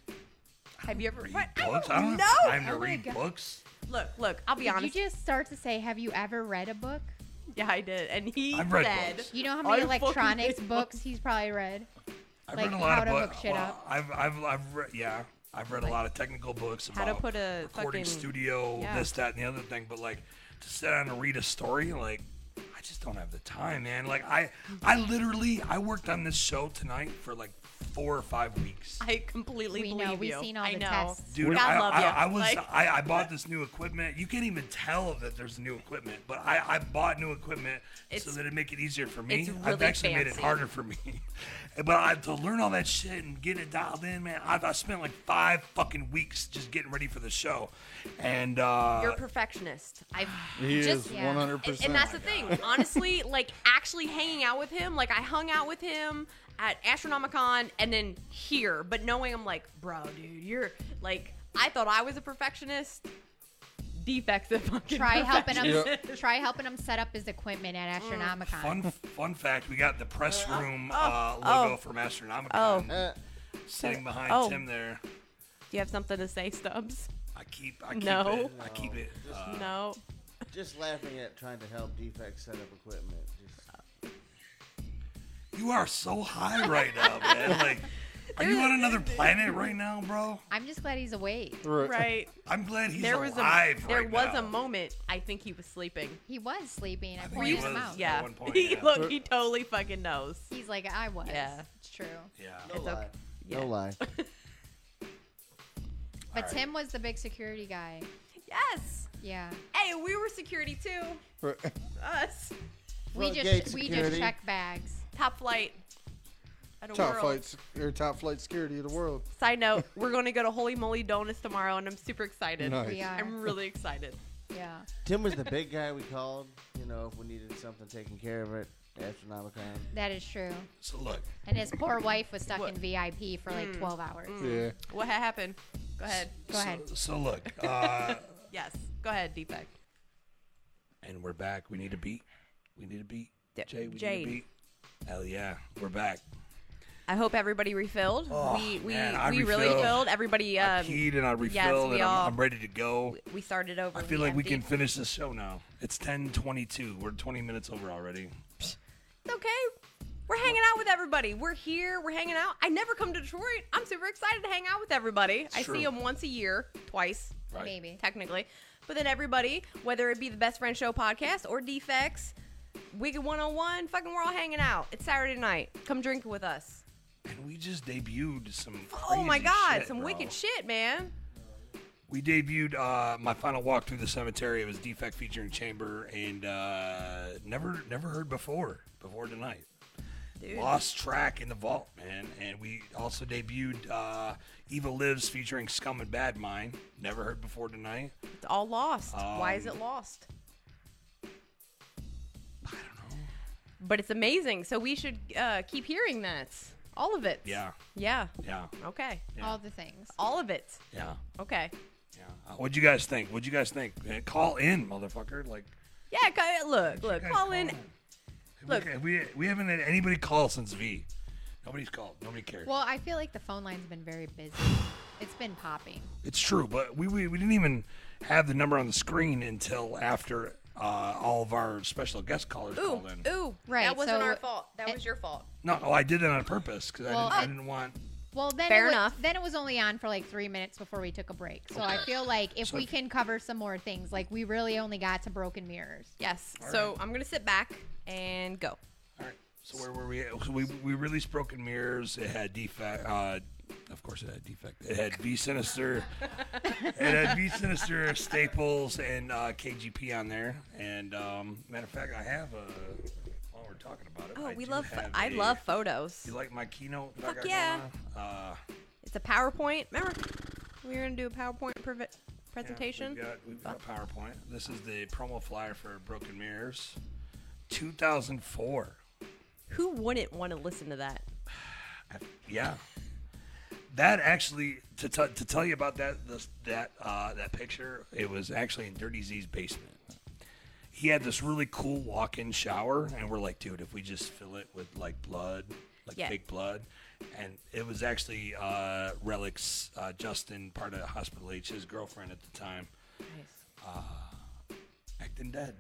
Speaker 1: Have you ever? What? I
Speaker 3: Books? I
Speaker 1: don't
Speaker 3: don't
Speaker 1: know.
Speaker 3: have time to
Speaker 1: Oh my
Speaker 3: read
Speaker 1: God.
Speaker 3: books.
Speaker 1: Look, look. I'll be
Speaker 2: did
Speaker 1: honest.
Speaker 2: you just start to say, "Have you ever read a book?"
Speaker 1: Yeah, I did, and he
Speaker 3: I've read
Speaker 1: said,
Speaker 3: books.
Speaker 2: You know how many
Speaker 1: I fucking
Speaker 2: electronics
Speaker 1: hate
Speaker 2: books he's probably read.
Speaker 3: I've
Speaker 2: like
Speaker 3: read a lot
Speaker 2: how
Speaker 3: of
Speaker 2: to
Speaker 3: books.
Speaker 2: look shit
Speaker 3: well,
Speaker 2: up.
Speaker 3: I've, I've, I've read, yeah, I've read a lot of technical books
Speaker 1: how
Speaker 3: about
Speaker 1: to put a
Speaker 3: recording
Speaker 1: fucking
Speaker 3: studio,
Speaker 1: yeah.
Speaker 3: this, that, and the other thing. But like to sit down and read a story, like I just don't have the time, man. Like I, I literally, I worked on this show tonight for like four or five weeks.
Speaker 1: I completely
Speaker 2: We know,
Speaker 1: believe
Speaker 2: we've
Speaker 1: you.
Speaker 2: seen all
Speaker 1: I
Speaker 2: the
Speaker 1: know.
Speaker 2: tests.
Speaker 3: Dude,
Speaker 1: God
Speaker 3: I,
Speaker 1: love
Speaker 3: I,
Speaker 1: you.
Speaker 3: I was
Speaker 1: Like,
Speaker 3: I, I bought this new equipment. You can't even tell that there's new equipment, but I, I bought new equipment so
Speaker 1: It's-
Speaker 3: that it'd make it easier for me.
Speaker 1: it's
Speaker 3: I've
Speaker 1: really
Speaker 3: actually made it
Speaker 1: fancy.
Speaker 3: harder for me. but I to learn all that shit and get it dialed in, man, I, I spent like five fucking weeks just getting ready for the show. And uh
Speaker 1: you're a perfectionist. I've
Speaker 7: He
Speaker 1: just
Speaker 7: is
Speaker 1: yeah.
Speaker 7: 100%.
Speaker 1: And, and that's the thing. Honestly, like actually hanging out with him, like I hung out with him at Astronomicon and then here, but knowing I'm like, bro, dude, you're like, I thought I was a perfectionist. Defects of fucking
Speaker 2: Try helping him.
Speaker 3: Yeah.
Speaker 2: Try helping him set up his equipment at
Speaker 1: Mm.
Speaker 2: Astronomicon.
Speaker 3: fun fun fact, we got the press room uh,
Speaker 1: oh,
Speaker 3: logo
Speaker 1: oh.
Speaker 3: from Astronomicon
Speaker 1: Oh. Uh,
Speaker 3: sitting behind
Speaker 1: oh.
Speaker 3: Tim there.
Speaker 1: Do you have something to say, Stubbs?
Speaker 3: I keep I keep
Speaker 1: No.
Speaker 3: it I keep it uh,
Speaker 1: no.
Speaker 11: Just laughing at trying to help defect set up equipment. Just,
Speaker 1: Uh,
Speaker 3: You are so high right now, man. Like, are you on another planet right now, bro?
Speaker 2: I'm just glad he's awake.
Speaker 1: Right.
Speaker 3: I'm glad he's
Speaker 1: there was
Speaker 3: alive
Speaker 1: a there
Speaker 3: right
Speaker 1: was
Speaker 3: now.
Speaker 1: a moment I think he was sleeping.
Speaker 2: He was sleeping. I,
Speaker 3: think
Speaker 2: pointed
Speaker 3: he
Speaker 2: him
Speaker 3: was.
Speaker 2: out.
Speaker 1: Yeah.
Speaker 3: At one point,
Speaker 1: He-
Speaker 3: yeah.
Speaker 1: Look, he totally fucking knows.
Speaker 2: He's like, I was.
Speaker 1: Yeah.
Speaker 2: It's true.
Speaker 3: yeah.
Speaker 11: no
Speaker 1: It's
Speaker 11: lie.
Speaker 1: okay.
Speaker 11: No
Speaker 1: Yeah.
Speaker 11: lie.
Speaker 3: All
Speaker 2: But
Speaker 3: right.
Speaker 2: Tim was the big security guy.
Speaker 1: Yes.
Speaker 2: Yeah.
Speaker 1: Hey, we were security too.
Speaker 7: Right.
Speaker 1: Us.
Speaker 2: We
Speaker 11: Front
Speaker 2: just
Speaker 11: gate
Speaker 2: we just
Speaker 11: security.
Speaker 2: check bags.
Speaker 1: Top flight. At a
Speaker 7: Top
Speaker 1: world.
Speaker 7: flight, or top flight security of the world.
Speaker 1: Side note, we're going to go to Holy Moly Donuts tomorrow, and I'm super excited.
Speaker 7: Nice.
Speaker 2: We are.
Speaker 1: I'm really excited.
Speaker 2: Yeah.
Speaker 11: Tim was the big guy we called. You know, if we needed something taken care of at Astronomicon.
Speaker 2: That is true.
Speaker 3: So look,
Speaker 2: And his poor wife was stuck
Speaker 1: What?
Speaker 2: in VIP for like 12 hours.
Speaker 7: Yeah.
Speaker 1: Mm, What ha- happened? Go ahead.
Speaker 2: Go ahead.
Speaker 3: so, so look, uh,
Speaker 1: Yes. Go ahead, Deepak.
Speaker 3: and we're back. We need a beat. We need a beat.
Speaker 1: D-
Speaker 3: Jay, we need
Speaker 1: Jade.
Speaker 3: a beat. Hell yeah, we're back.
Speaker 1: I hope everybody refilled.
Speaker 3: Oh,
Speaker 1: we we,
Speaker 3: man, I
Speaker 1: we really
Speaker 3: refilled.
Speaker 1: filled. Everybody.
Speaker 3: I
Speaker 1: Um,
Speaker 3: keyed and I refilled,
Speaker 1: yes, we
Speaker 3: and I'm,
Speaker 1: all.
Speaker 3: I'm ready to go.
Speaker 1: we started over.
Speaker 3: I feel
Speaker 1: we
Speaker 3: like we can
Speaker 1: emptied.
Speaker 3: finish this show now. It's 10:22. We're 20 minutes over already.
Speaker 1: It's okay. We're hanging out with everybody. We're here. We're hanging out. I never come to Detroit. I'm super excited to hang out with everybody. I
Speaker 3: true.
Speaker 1: see them once a year, twice,
Speaker 3: Right.
Speaker 2: Maybe.
Speaker 1: technically. But then everybody, whether it be the Best Friend Show podcast or Defects, Wicked 101, fucking we're all hanging out. It's Saturday night. Come drink with us.
Speaker 3: And we just debuted some.
Speaker 1: oh my
Speaker 3: crazy
Speaker 1: God,
Speaker 3: shit,
Speaker 1: some
Speaker 3: bro.
Speaker 1: wicked shit, man.
Speaker 3: We debuted uh, my final walk through the cemetery. It was defect featuring chamber and uh, never never heard before before tonight.
Speaker 1: Dude.
Speaker 3: Lost track in the vault, man. And we also debuted uh, Evil Lives featuring Scum and Bad Mind. Never heard before tonight.
Speaker 1: It's all lost. Why is
Speaker 3: Um,
Speaker 1: it lost? I don't know. But it's amazing. So we should uh, keep hearing that. All of it.
Speaker 3: Yeah,
Speaker 1: Yeah.
Speaker 3: yeah,
Speaker 1: Okay.
Speaker 3: Yeah.
Speaker 2: All the things.
Speaker 1: All of it.
Speaker 3: yeah,
Speaker 1: Okay.
Speaker 3: yeah. Uh, what'd you guys think? What'd you guys think? Uh, call in, motherfucker. Like,
Speaker 1: Yeah. ca- Look.
Speaker 3: you
Speaker 1: Look.
Speaker 3: guys
Speaker 1: Call in. Look.
Speaker 3: We, we, we haven't had anybody call since V. Nobody's called. Nobody cares.
Speaker 2: Well, I feel like the phone line's been very busy. It's been popping.
Speaker 3: It's true, but we, we, we didn't even have the number on the screen until after uh, all of our special guest callers
Speaker 1: Ooh.
Speaker 3: called in.
Speaker 1: Ooh.
Speaker 2: Right,
Speaker 1: That wasn't
Speaker 2: so-
Speaker 1: our fault. That was your fault.
Speaker 3: No, no, I did that on purpose because
Speaker 2: Well,
Speaker 3: I,
Speaker 2: I-
Speaker 3: didn't, I didn't want.
Speaker 2: Well, then it
Speaker 1: Fair
Speaker 2: was,
Speaker 1: enough.
Speaker 2: Then it was only on for like three minutes before we took a break. So I feel like if
Speaker 3: So
Speaker 2: we
Speaker 3: if-
Speaker 2: can cover some more things, like we really only got to broken mirrors.
Speaker 1: Yes. so um, I'm gonna sit back and go.
Speaker 3: All right. So where were we? at? So we we released Broken Mirrors. It had defect. Uh, Of course, it had defect. It had V Sinister. it had V Sinister, Staples, and uh, KGP on there. And um, matter of fact, I have a. While we're talking about it,
Speaker 1: Oh,
Speaker 3: I
Speaker 1: we
Speaker 3: do
Speaker 1: love pho-
Speaker 3: have
Speaker 1: I
Speaker 3: a-
Speaker 1: love photos.
Speaker 3: You like my keynote? that I
Speaker 1: Fuck
Speaker 3: got
Speaker 1: yeah.
Speaker 3: going on? Uh,
Speaker 1: It's a PowerPoint. Remember, we were gonna do a PowerPoint preve-
Speaker 3: yeah,
Speaker 1: presentation.
Speaker 3: we've got, we've got PowerPoint. This is the promo flyer for Broken Mirrors, 2004.
Speaker 1: Who wouldn't want to listen to that?
Speaker 3: Yeah. That actually to, t- to tell you about that this, that uh, that picture, it was actually in Dirty Z's basement. He had this really cool walk-in shower, and we're like, dude, if we just fill it with like blood, like
Speaker 1: Yeah.
Speaker 3: fake blood, and it was actually uh, relics. Uh, Justin, part of Hospital H, his girlfriend at the time, uh, acting dead.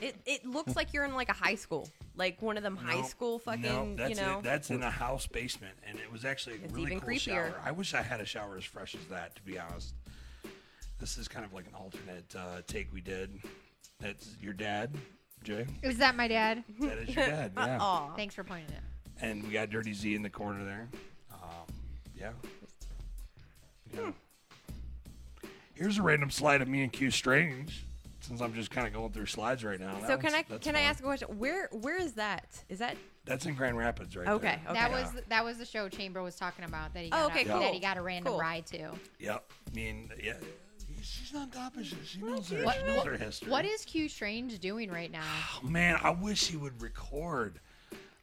Speaker 1: It it looks like you're in like a high school, like one of them
Speaker 3: No,
Speaker 1: high school fucking.
Speaker 3: No, that's
Speaker 1: you know.
Speaker 3: it. That's in a house basement, and it was actually a
Speaker 1: It's
Speaker 3: really
Speaker 1: even
Speaker 3: cool
Speaker 1: creepier.
Speaker 3: shower. I wish I had a shower as fresh as that, to be honest. This is kind of like an alternate uh, take we did. That's your dad, Jay,
Speaker 2: Is that my dad?
Speaker 3: That is your dad, yeah. Aw.
Speaker 2: Thanks for pointing it.
Speaker 3: and we got Dirty Z in the corner there. Um, yeah. Yeah.
Speaker 1: Hmm.
Speaker 3: Here's a random slide of me and Q Strange, since I'm just kind of going through slides right now.
Speaker 1: so
Speaker 3: That
Speaker 1: can
Speaker 3: one's-
Speaker 1: I
Speaker 3: that's
Speaker 1: can I
Speaker 3: fun.
Speaker 1: ask a question? Where where is that? Is that
Speaker 3: That's in Grand Rapids, right?
Speaker 1: Okay,
Speaker 3: There.
Speaker 2: That
Speaker 3: Yeah.
Speaker 2: was that was the show Chamber was talking about that he
Speaker 1: Oh,
Speaker 2: got
Speaker 1: okay,
Speaker 2: a, that
Speaker 1: cool.
Speaker 2: he got a random
Speaker 1: Cool.
Speaker 2: ride to.
Speaker 3: Yep. I mean, yeah. She's on top of shit. She knows her,
Speaker 2: What-
Speaker 3: she knows
Speaker 2: what-
Speaker 3: her history.
Speaker 2: What is Q Strange doing right now?
Speaker 3: Oh, man, I wish he would record.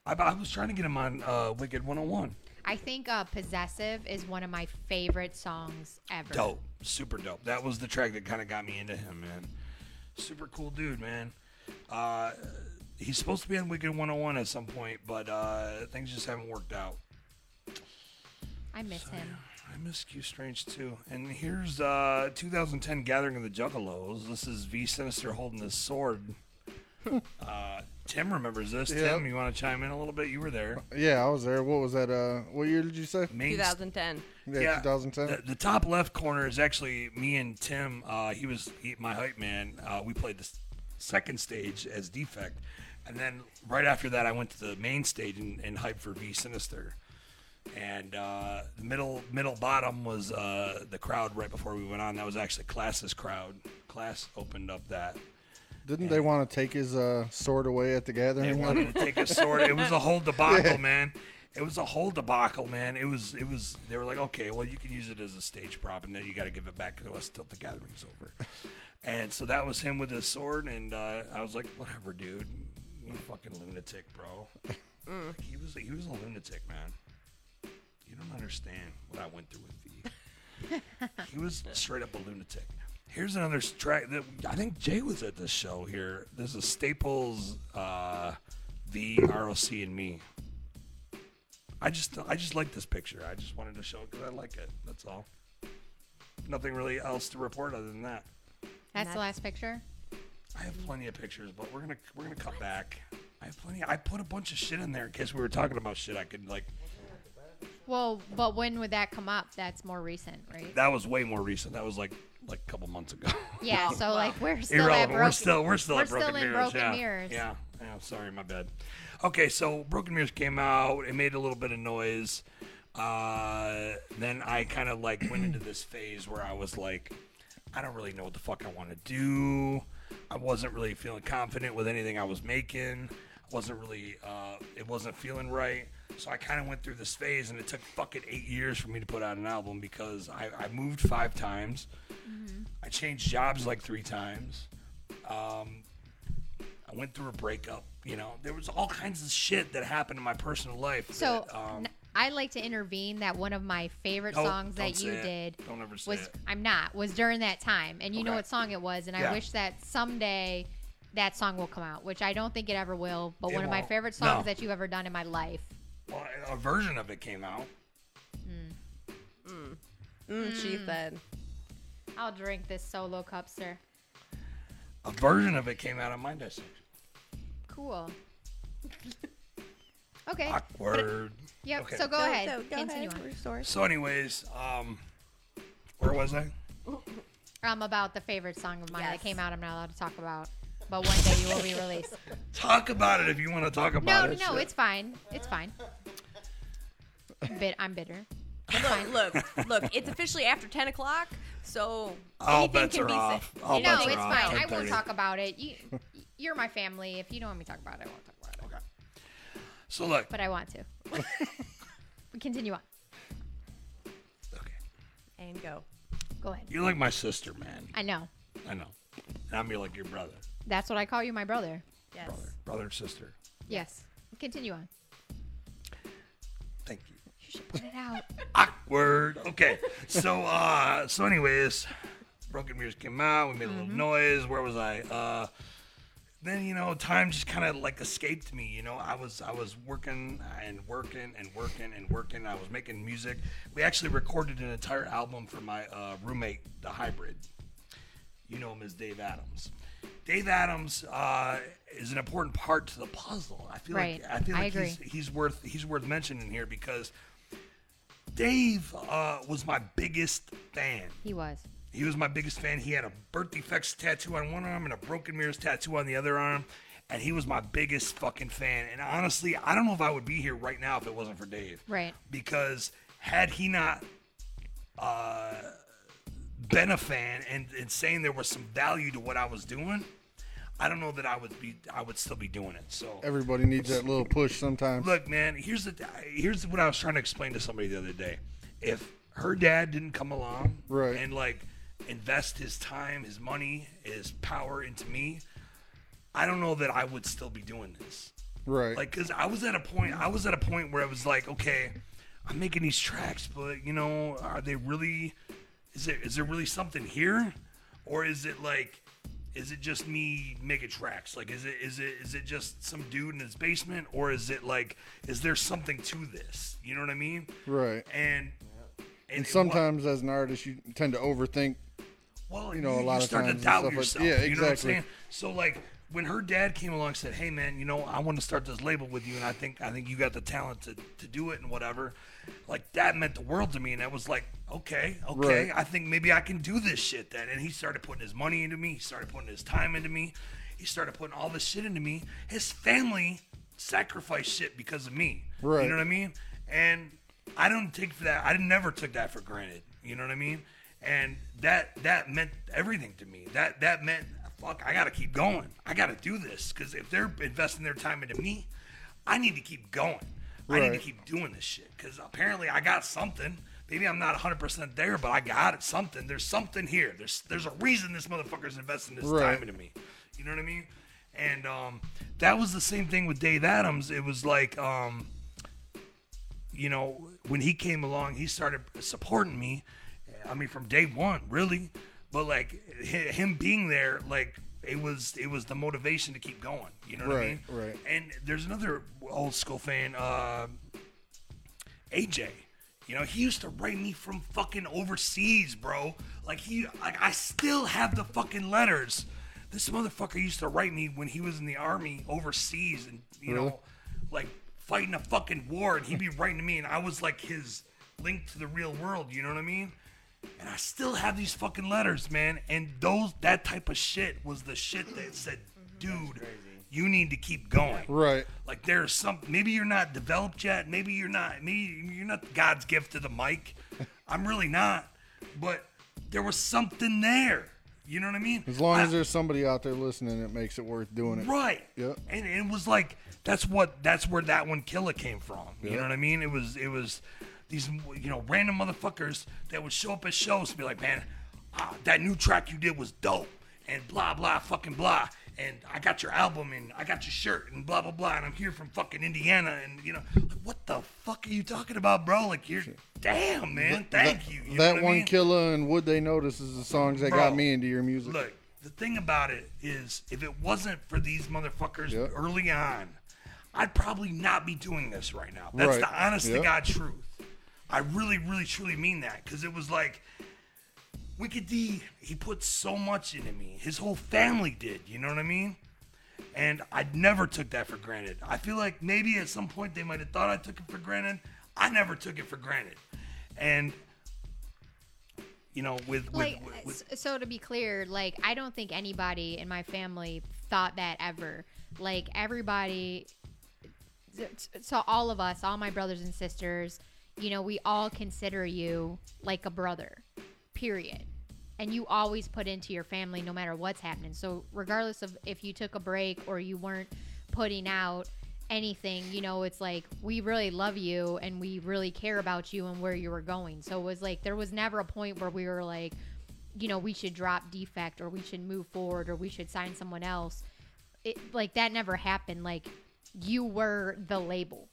Speaker 3: I, I was trying to get him on uh, Wicked 101.
Speaker 2: I think uh, "Possessive" is one of my favorite songs ever.
Speaker 3: Dope. Super dope. That was the track that kind of got me into him, man. Super cool dude, man. Uh, he's supposed to be on Wicked 101 at some point, but uh, things just haven't worked out. Oh,
Speaker 2: I miss him.
Speaker 3: I miss Q Strange too. And here's uh 2010 Gathering of the Juggalos. This is V Sinister holding his sword. uh, Tim remembers this.
Speaker 7: Yep.
Speaker 3: Tim, you want to chime in a little bit? You were there.
Speaker 7: Yeah, I was there. What was that? Uh, what year did you say?
Speaker 1: 2010?
Speaker 7: Yeah, 2010.
Speaker 3: The, the top left corner is actually me and Tim. Uh, he was he, my hype man. Uh, we played the s- second stage as Defect, and then right after that, I went to the main stage and, and hyped for V Sinister. And uh, the middle middle bottom was uh, the crowd right before we went on. That was actually Class's crowd. Class opened up that.
Speaker 7: Didn't they want to take his uh, sword away at the gathering?
Speaker 3: They wanted to take his sword. It was a whole debacle, man. It was a whole debacle, man. It was, it was. They were like, okay, well, you can use it as a stage prop, and then you got to give it back to us till the gathering's over. And so that was him with his sword, and uh, I was like, whatever, dude, you fucking lunatic, bro. Like, he was, he was a lunatic, man. You don't understand what I went through with V. he was straight up a lunatic. Here's another s- track that I think Jay was at this show here. This is Staples, uh, V, ROC, and me. I just I just like this picture. I just wanted to show it because I like it. That's all. Nothing really else to report other than that.
Speaker 2: That's the last picture.
Speaker 3: I have plenty of pictures, but we're gonna we're gonna cut back. I have plenty. I put a bunch of shit in there in case we were talking about shit. I could like
Speaker 2: Well, but when would that come up? That's more recent, right?
Speaker 3: that was way more recent. That was like like a couple months ago.
Speaker 2: yeah. So like we're still at
Speaker 3: Irrelevant.
Speaker 2: broken.
Speaker 3: We're still we're still
Speaker 2: we're
Speaker 3: at broken
Speaker 2: still in
Speaker 3: mirrors.
Speaker 2: broken
Speaker 3: yeah.
Speaker 2: mirrors.
Speaker 3: Yeah. Yeah, Sorry, my bad. Okay, so broken mirrors came out. It made a little bit of noise. Uh, then I kind of like went into this phase where I was like, I don't really know what the fuck I want to do. I wasn't really feeling confident with anything I was making. I wasn't really. Uh, it wasn't feeling right. So I kind of went through this phase, and it took fucking eight years for me to put out an album because I, I moved five times.
Speaker 1: Mm-hmm.
Speaker 3: I changed jobs like three times. Um, I went through a breakup. You know, there was all kinds of shit that happened in my personal life.
Speaker 2: So
Speaker 3: that, um,
Speaker 2: n- I'd like to intervene that one of my favorite
Speaker 3: No,
Speaker 2: songs
Speaker 3: don't
Speaker 2: that you
Speaker 3: say it.
Speaker 2: did
Speaker 3: Don't ever say
Speaker 2: was
Speaker 3: it.
Speaker 2: I'm not was during that time, and you know
Speaker 3: Okay.
Speaker 2: what song it was, and
Speaker 3: Yeah.
Speaker 2: I wish that someday that song will come out, which I don't think it ever will. But
Speaker 3: It
Speaker 2: one of my
Speaker 3: won't.
Speaker 2: favorite songs
Speaker 3: No.
Speaker 2: that you've ever done in my life.
Speaker 3: well, a version of it came out.
Speaker 2: Mm.
Speaker 1: Mm, she said.
Speaker 2: I'll drink this solo cup, sir.
Speaker 3: A version of it came out on my desk.
Speaker 2: Cool. okay.
Speaker 3: Word.
Speaker 2: Yep.
Speaker 3: Okay.
Speaker 2: So go
Speaker 1: So-
Speaker 2: ahead.
Speaker 1: so go ahead,
Speaker 2: Continue on.
Speaker 3: So, anyways, um, where was I?
Speaker 2: Um, about the favorite song of mine that came out. I'm not allowed to talk about, but one day you will be released.
Speaker 3: Talk about it if you want to talk
Speaker 2: no,
Speaker 3: about
Speaker 2: no,
Speaker 3: it.
Speaker 2: no,
Speaker 3: shit.
Speaker 2: it's fine. It's fine. Bit, I'm bitter.
Speaker 1: Look, look, look. It's officially after ten o'clock, so
Speaker 3: All
Speaker 1: anything
Speaker 3: bets
Speaker 1: can
Speaker 3: are
Speaker 1: be
Speaker 3: off.
Speaker 1: said.
Speaker 3: All
Speaker 1: You
Speaker 2: no,
Speaker 1: know,
Speaker 2: it's
Speaker 3: bets are off.
Speaker 2: fine. I
Speaker 3: Don't
Speaker 2: won't
Speaker 3: do
Speaker 2: talk
Speaker 3: it.
Speaker 2: about it. You, you're my family. If you don't want me to talk about it, I won't talk about it.
Speaker 3: So look,
Speaker 2: But I want to. we continue on.
Speaker 1: and go.
Speaker 2: Go ahead.
Speaker 3: you're like my sister, man.
Speaker 2: I know.
Speaker 3: I know. And I'm like your brother,
Speaker 2: That's what I call you, my brother.
Speaker 1: Yes.
Speaker 3: brother and sister.
Speaker 2: Yes. Continue on.
Speaker 3: Thank you.
Speaker 2: You should put it out.
Speaker 3: Word. Okay. So uh so anyways, Broken Mirrors came out, we made a little noise. Where was I? Uh then you know, time just kind of like escaped me. You know, I was I was working and working and working and working. I was making music. We actually recorded an entire album for my uh, roommate, the hybrid. You know him as Dave Adams. Dave Adams uh, is an important part to the puzzle. I feel
Speaker 2: Right.
Speaker 3: like I feel
Speaker 2: I
Speaker 3: like he's,
Speaker 2: agree.
Speaker 3: he's worth he's worth mentioning here because Dave uh, was my biggest fan.
Speaker 2: He was.
Speaker 3: He was my biggest fan. He had a birth defects tattoo on one arm and a broken mirrors tattoo on the other arm. And he was my biggest fucking fan. And honestly, I don't know if I would be here right now if it wasn't for Dave.
Speaker 2: Right.
Speaker 3: Because had he not uh, been a fan and, and saying there was some value to what I was doing, I don't know that I would be I would still be doing it. So
Speaker 7: Everybody needs that little push sometimes.
Speaker 3: Look, man, here's the here's what I was trying to explain to somebody the other day. If her dad didn't come along
Speaker 7: Right.
Speaker 3: and like invest his time, his money, his power into me, I don't know that I would still be doing this.
Speaker 7: Right.
Speaker 3: Like, cause I was at a point, I was at a point where I was like, okay, I'm making these tracks, but you know, are they really? Is there is there really something here, or is it like, is it just me making tracks? Like, is it is it is it just some dude in his basement, or is it like, is there something to this? You know what I mean?
Speaker 7: right.
Speaker 3: And
Speaker 7: And
Speaker 3: it wa-
Speaker 7: sometimes, as an artist, you tend to overthink.
Speaker 3: well,
Speaker 7: you know, a lot of
Speaker 3: start
Speaker 7: times and
Speaker 3: to doubt
Speaker 7: stuff like-
Speaker 3: yourself.
Speaker 7: yeah,
Speaker 3: You know what I'm
Speaker 7: exactly.
Speaker 3: saying? So like when her dad came along and said, "Hey man, you know, I want to start this label with you, and I think I think you got the talent to, to do it and whatever," like that meant the world to me, and that was like, okay, okay,
Speaker 7: Right.
Speaker 3: I think maybe I can do this shit then. And he started putting his money into me, he started putting his time into me, he started putting all this shit into me. His family sacrificed shit because of me.
Speaker 7: Right.
Speaker 3: You know what I mean? And I don't take that. I never took that for granted. You know what I mean? And that that meant everything to me. That that meant fuck. I gotta keep going. I gotta do this because if they're investing their time into me, I need to keep going. I need to
Speaker 7: Right.
Speaker 3: keep doing this shit because apparently I got something. Maybe I'm not 100% there, but I got it. Something. There's something here. There's there's a reason this motherfucker's investing this
Speaker 7: Right.
Speaker 3: time into me. You know what I mean? And um, that was the same thing with Dave Adams. It was like, um, you know, when he came along, he started supporting me. I mean, from day one, really. But like hi- him being there, like it was it was the motivation to keep going. You know what I mean?
Speaker 7: Right. Right.
Speaker 3: And there's another old school fan, uh, AJ. You know, he used to write me from fucking overseas, bro. Like he, like I still have the fucking letters. This motherfucker used to write me when he was in the army overseas, and you
Speaker 7: Really?
Speaker 3: know, like fighting a fucking war, and he'd be writing to me, and I was like his link to the real world. You know what I mean? And I still have these fucking letters, man. And those, that type of shit was the shit that said, dude, you need to keep going.
Speaker 7: Right.
Speaker 3: Like there's some maybe you're not developed yet, maybe you're not maybe you're not God's gift to the mic. I'm really not. But there was something there. You know what I mean?
Speaker 7: As long
Speaker 3: I-
Speaker 7: as there's somebody out there listening, it makes it worth doing it.
Speaker 3: Right.
Speaker 7: Yep.
Speaker 3: And it was like that's what that's where that one killer came from. You
Speaker 7: Yeah.
Speaker 3: know what I mean? It was it was these you know random motherfuckers that would show up at shows and be like, man, ah, that new track you did was dope, and blah blah fucking blah, and I got your album and I got your shirt and blah blah blah, and I'm here from fucking Indiana, and you know like, what the fuck are you talking about, bro? Like you're damn man, thank you. you know
Speaker 7: that
Speaker 3: what I
Speaker 7: one
Speaker 3: mean?
Speaker 7: killer and would they notice is the songs that
Speaker 3: Bro,
Speaker 7: got me into your music.
Speaker 3: Look, the thing about it is, if it wasn't for these motherfuckers
Speaker 7: Yep.
Speaker 3: early on, I'd probably not be doing this right now. That's
Speaker 7: Right.
Speaker 3: the honest to
Speaker 7: Yep.
Speaker 3: God truth. I really, really, truly mean that because it was like Wicked D. He put so much into me. His whole family did. You know what I mean? And I never took that for granted. I feel like maybe at some point they might have thought I took it for granted. I never took it for granted. And you know, with with,
Speaker 2: Like,
Speaker 3: with, with
Speaker 2: s- so to be clear, like, I don't think anybody in my family thought that ever. Like, everybody, so all of us, all my brothers and sisters, you know, we all consider you like a brother, period. And you always put into your family no matter what's happening. So, regardless of if you took a break or you weren't putting out anything, you know, it's like we really love you and we really care about you and where you were going. So, it was like there was never a point where we were like, you know, we should drop defect or we should move forward or we should sign someone else. It, like, that never happened. Like, you were the label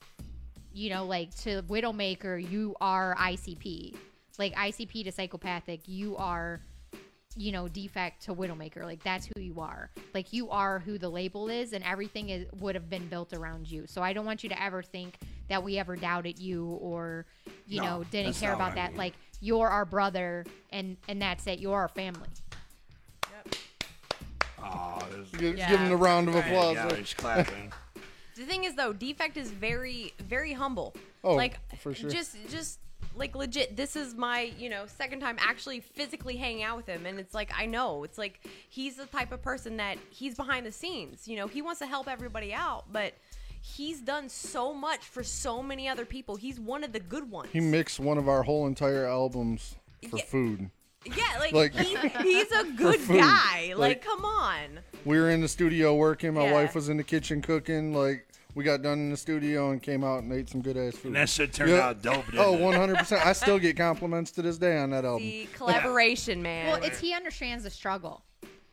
Speaker 2: you know, like to Widowmaker, you are ICP. Like ICP to psychopathic, you are, you know, defect to Widowmaker. Like that's who you are. Like you are who the label is, and everything is, would have been built around you. So I don't want you to ever think that we ever doubted you or, you
Speaker 13: No,
Speaker 2: know, didn't
Speaker 13: that's
Speaker 2: care
Speaker 13: not what
Speaker 2: about
Speaker 13: I
Speaker 2: that.
Speaker 13: mean.
Speaker 2: Like you're our brother, and and that's it. You're our family.
Speaker 3: Aw, there's-
Speaker 7: Give- give Yeah. him a round of
Speaker 3: There you
Speaker 7: applause.
Speaker 3: go, he's clapping.
Speaker 1: The thing is though, defect is very very humble.
Speaker 7: Oh,
Speaker 1: like
Speaker 7: for sure.
Speaker 1: just just like legit this is my, you know, second time actually physically hanging out with him and it's like I know. It's like he's the type of person that he's behind the scenes, you know, he wants to help everybody out, but he's done so much for so many other people. He's one of the good ones.
Speaker 7: He mixed one of our whole entire albums for
Speaker 1: Yeah.
Speaker 7: food.
Speaker 1: Yeah, like,
Speaker 7: Like-
Speaker 1: he's, he's a
Speaker 7: For
Speaker 1: good
Speaker 7: food.
Speaker 1: guy. Like,
Speaker 7: Like-
Speaker 1: come on.
Speaker 7: We were in the studio working. My
Speaker 1: Yeah.
Speaker 7: wife was in the kitchen cooking. Like we got done in the studio and came out and ate some good ass food.
Speaker 3: And that shit turned out dope, didn't
Speaker 7: oh,
Speaker 3: it?
Speaker 7: 100. percent I still get compliments to this day on that album.
Speaker 1: The collaboration, man.
Speaker 2: Well, it's he understands the struggle.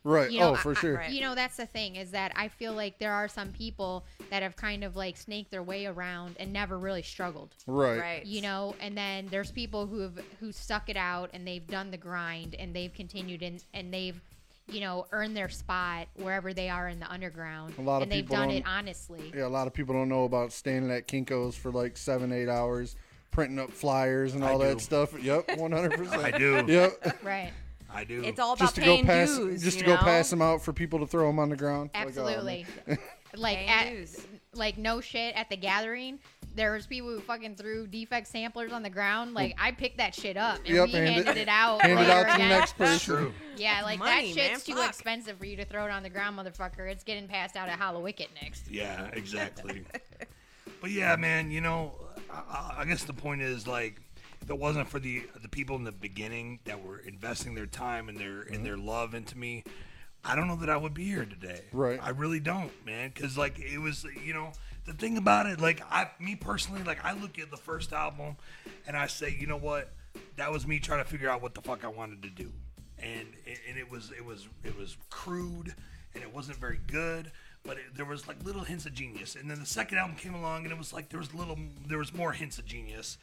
Speaker 7: Right.
Speaker 2: You know,
Speaker 7: oh,
Speaker 2: I-
Speaker 7: for
Speaker 2: I-
Speaker 7: sure.
Speaker 2: You know, that's the thing is that I feel like there are some people that have kind of like snaked their way around and never really struggled.
Speaker 7: Right. Right.
Speaker 2: You know, and then there's people who have who stuck it out and they've done the grind and they've continued and and they've you know earned their spot wherever they are in the underground.
Speaker 7: A lot of
Speaker 2: and they've
Speaker 7: people
Speaker 2: done
Speaker 7: don't-
Speaker 2: it honestly.
Speaker 7: Yeah, a lot of people don't know about standing at Kinkos for like seven, eight hours, printing up flyers and all
Speaker 3: I
Speaker 7: that
Speaker 3: do.
Speaker 7: stuff. Yep, one hundred percent.
Speaker 3: I do.
Speaker 7: Yep.
Speaker 2: Right.
Speaker 3: I do.
Speaker 1: It's all
Speaker 7: just to
Speaker 1: about
Speaker 7: go
Speaker 1: paying
Speaker 7: pass,
Speaker 1: dues,
Speaker 7: just
Speaker 1: you
Speaker 7: to go
Speaker 1: know?
Speaker 7: pass them out for people to throw them on the ground. Like, oh, man.
Speaker 2: Absolutely. like at like no shit at the gathering. There was people who fucking threw defect samplers on the ground. Like I picked that shit up and
Speaker 7: Yep,
Speaker 2: we
Speaker 7: hand it-
Speaker 2: handed it out.
Speaker 7: hand it
Speaker 2: there
Speaker 7: out to the
Speaker 2: and-
Speaker 7: next person. True.
Speaker 2: Yeah,
Speaker 1: That's
Speaker 2: like
Speaker 1: money,
Speaker 2: that shit's
Speaker 1: man,
Speaker 2: too
Speaker 1: fuck.
Speaker 2: expensive for you to throw it on the ground, motherfucker. It's getting passed out at Hollow Wicket next.
Speaker 3: Yeah, exactly. but yeah, man, you know, I- I, I guess the point is like, if it wasn't for the the people in the beginning that were investing their time and their and their love into me, I don't know that I would be here today.
Speaker 7: Right.
Speaker 3: I really don't, man, because like it was, you know, the thing about it, like I, me personally, like I look at the first album, and I say, you know what, that was me trying to figure out what the fuck I wanted to do, and and it was it was it was crude, and it wasn't very good, but it, there was like little hints of genius, and then the second album came along, and it was like there was little, there was more hints of genius,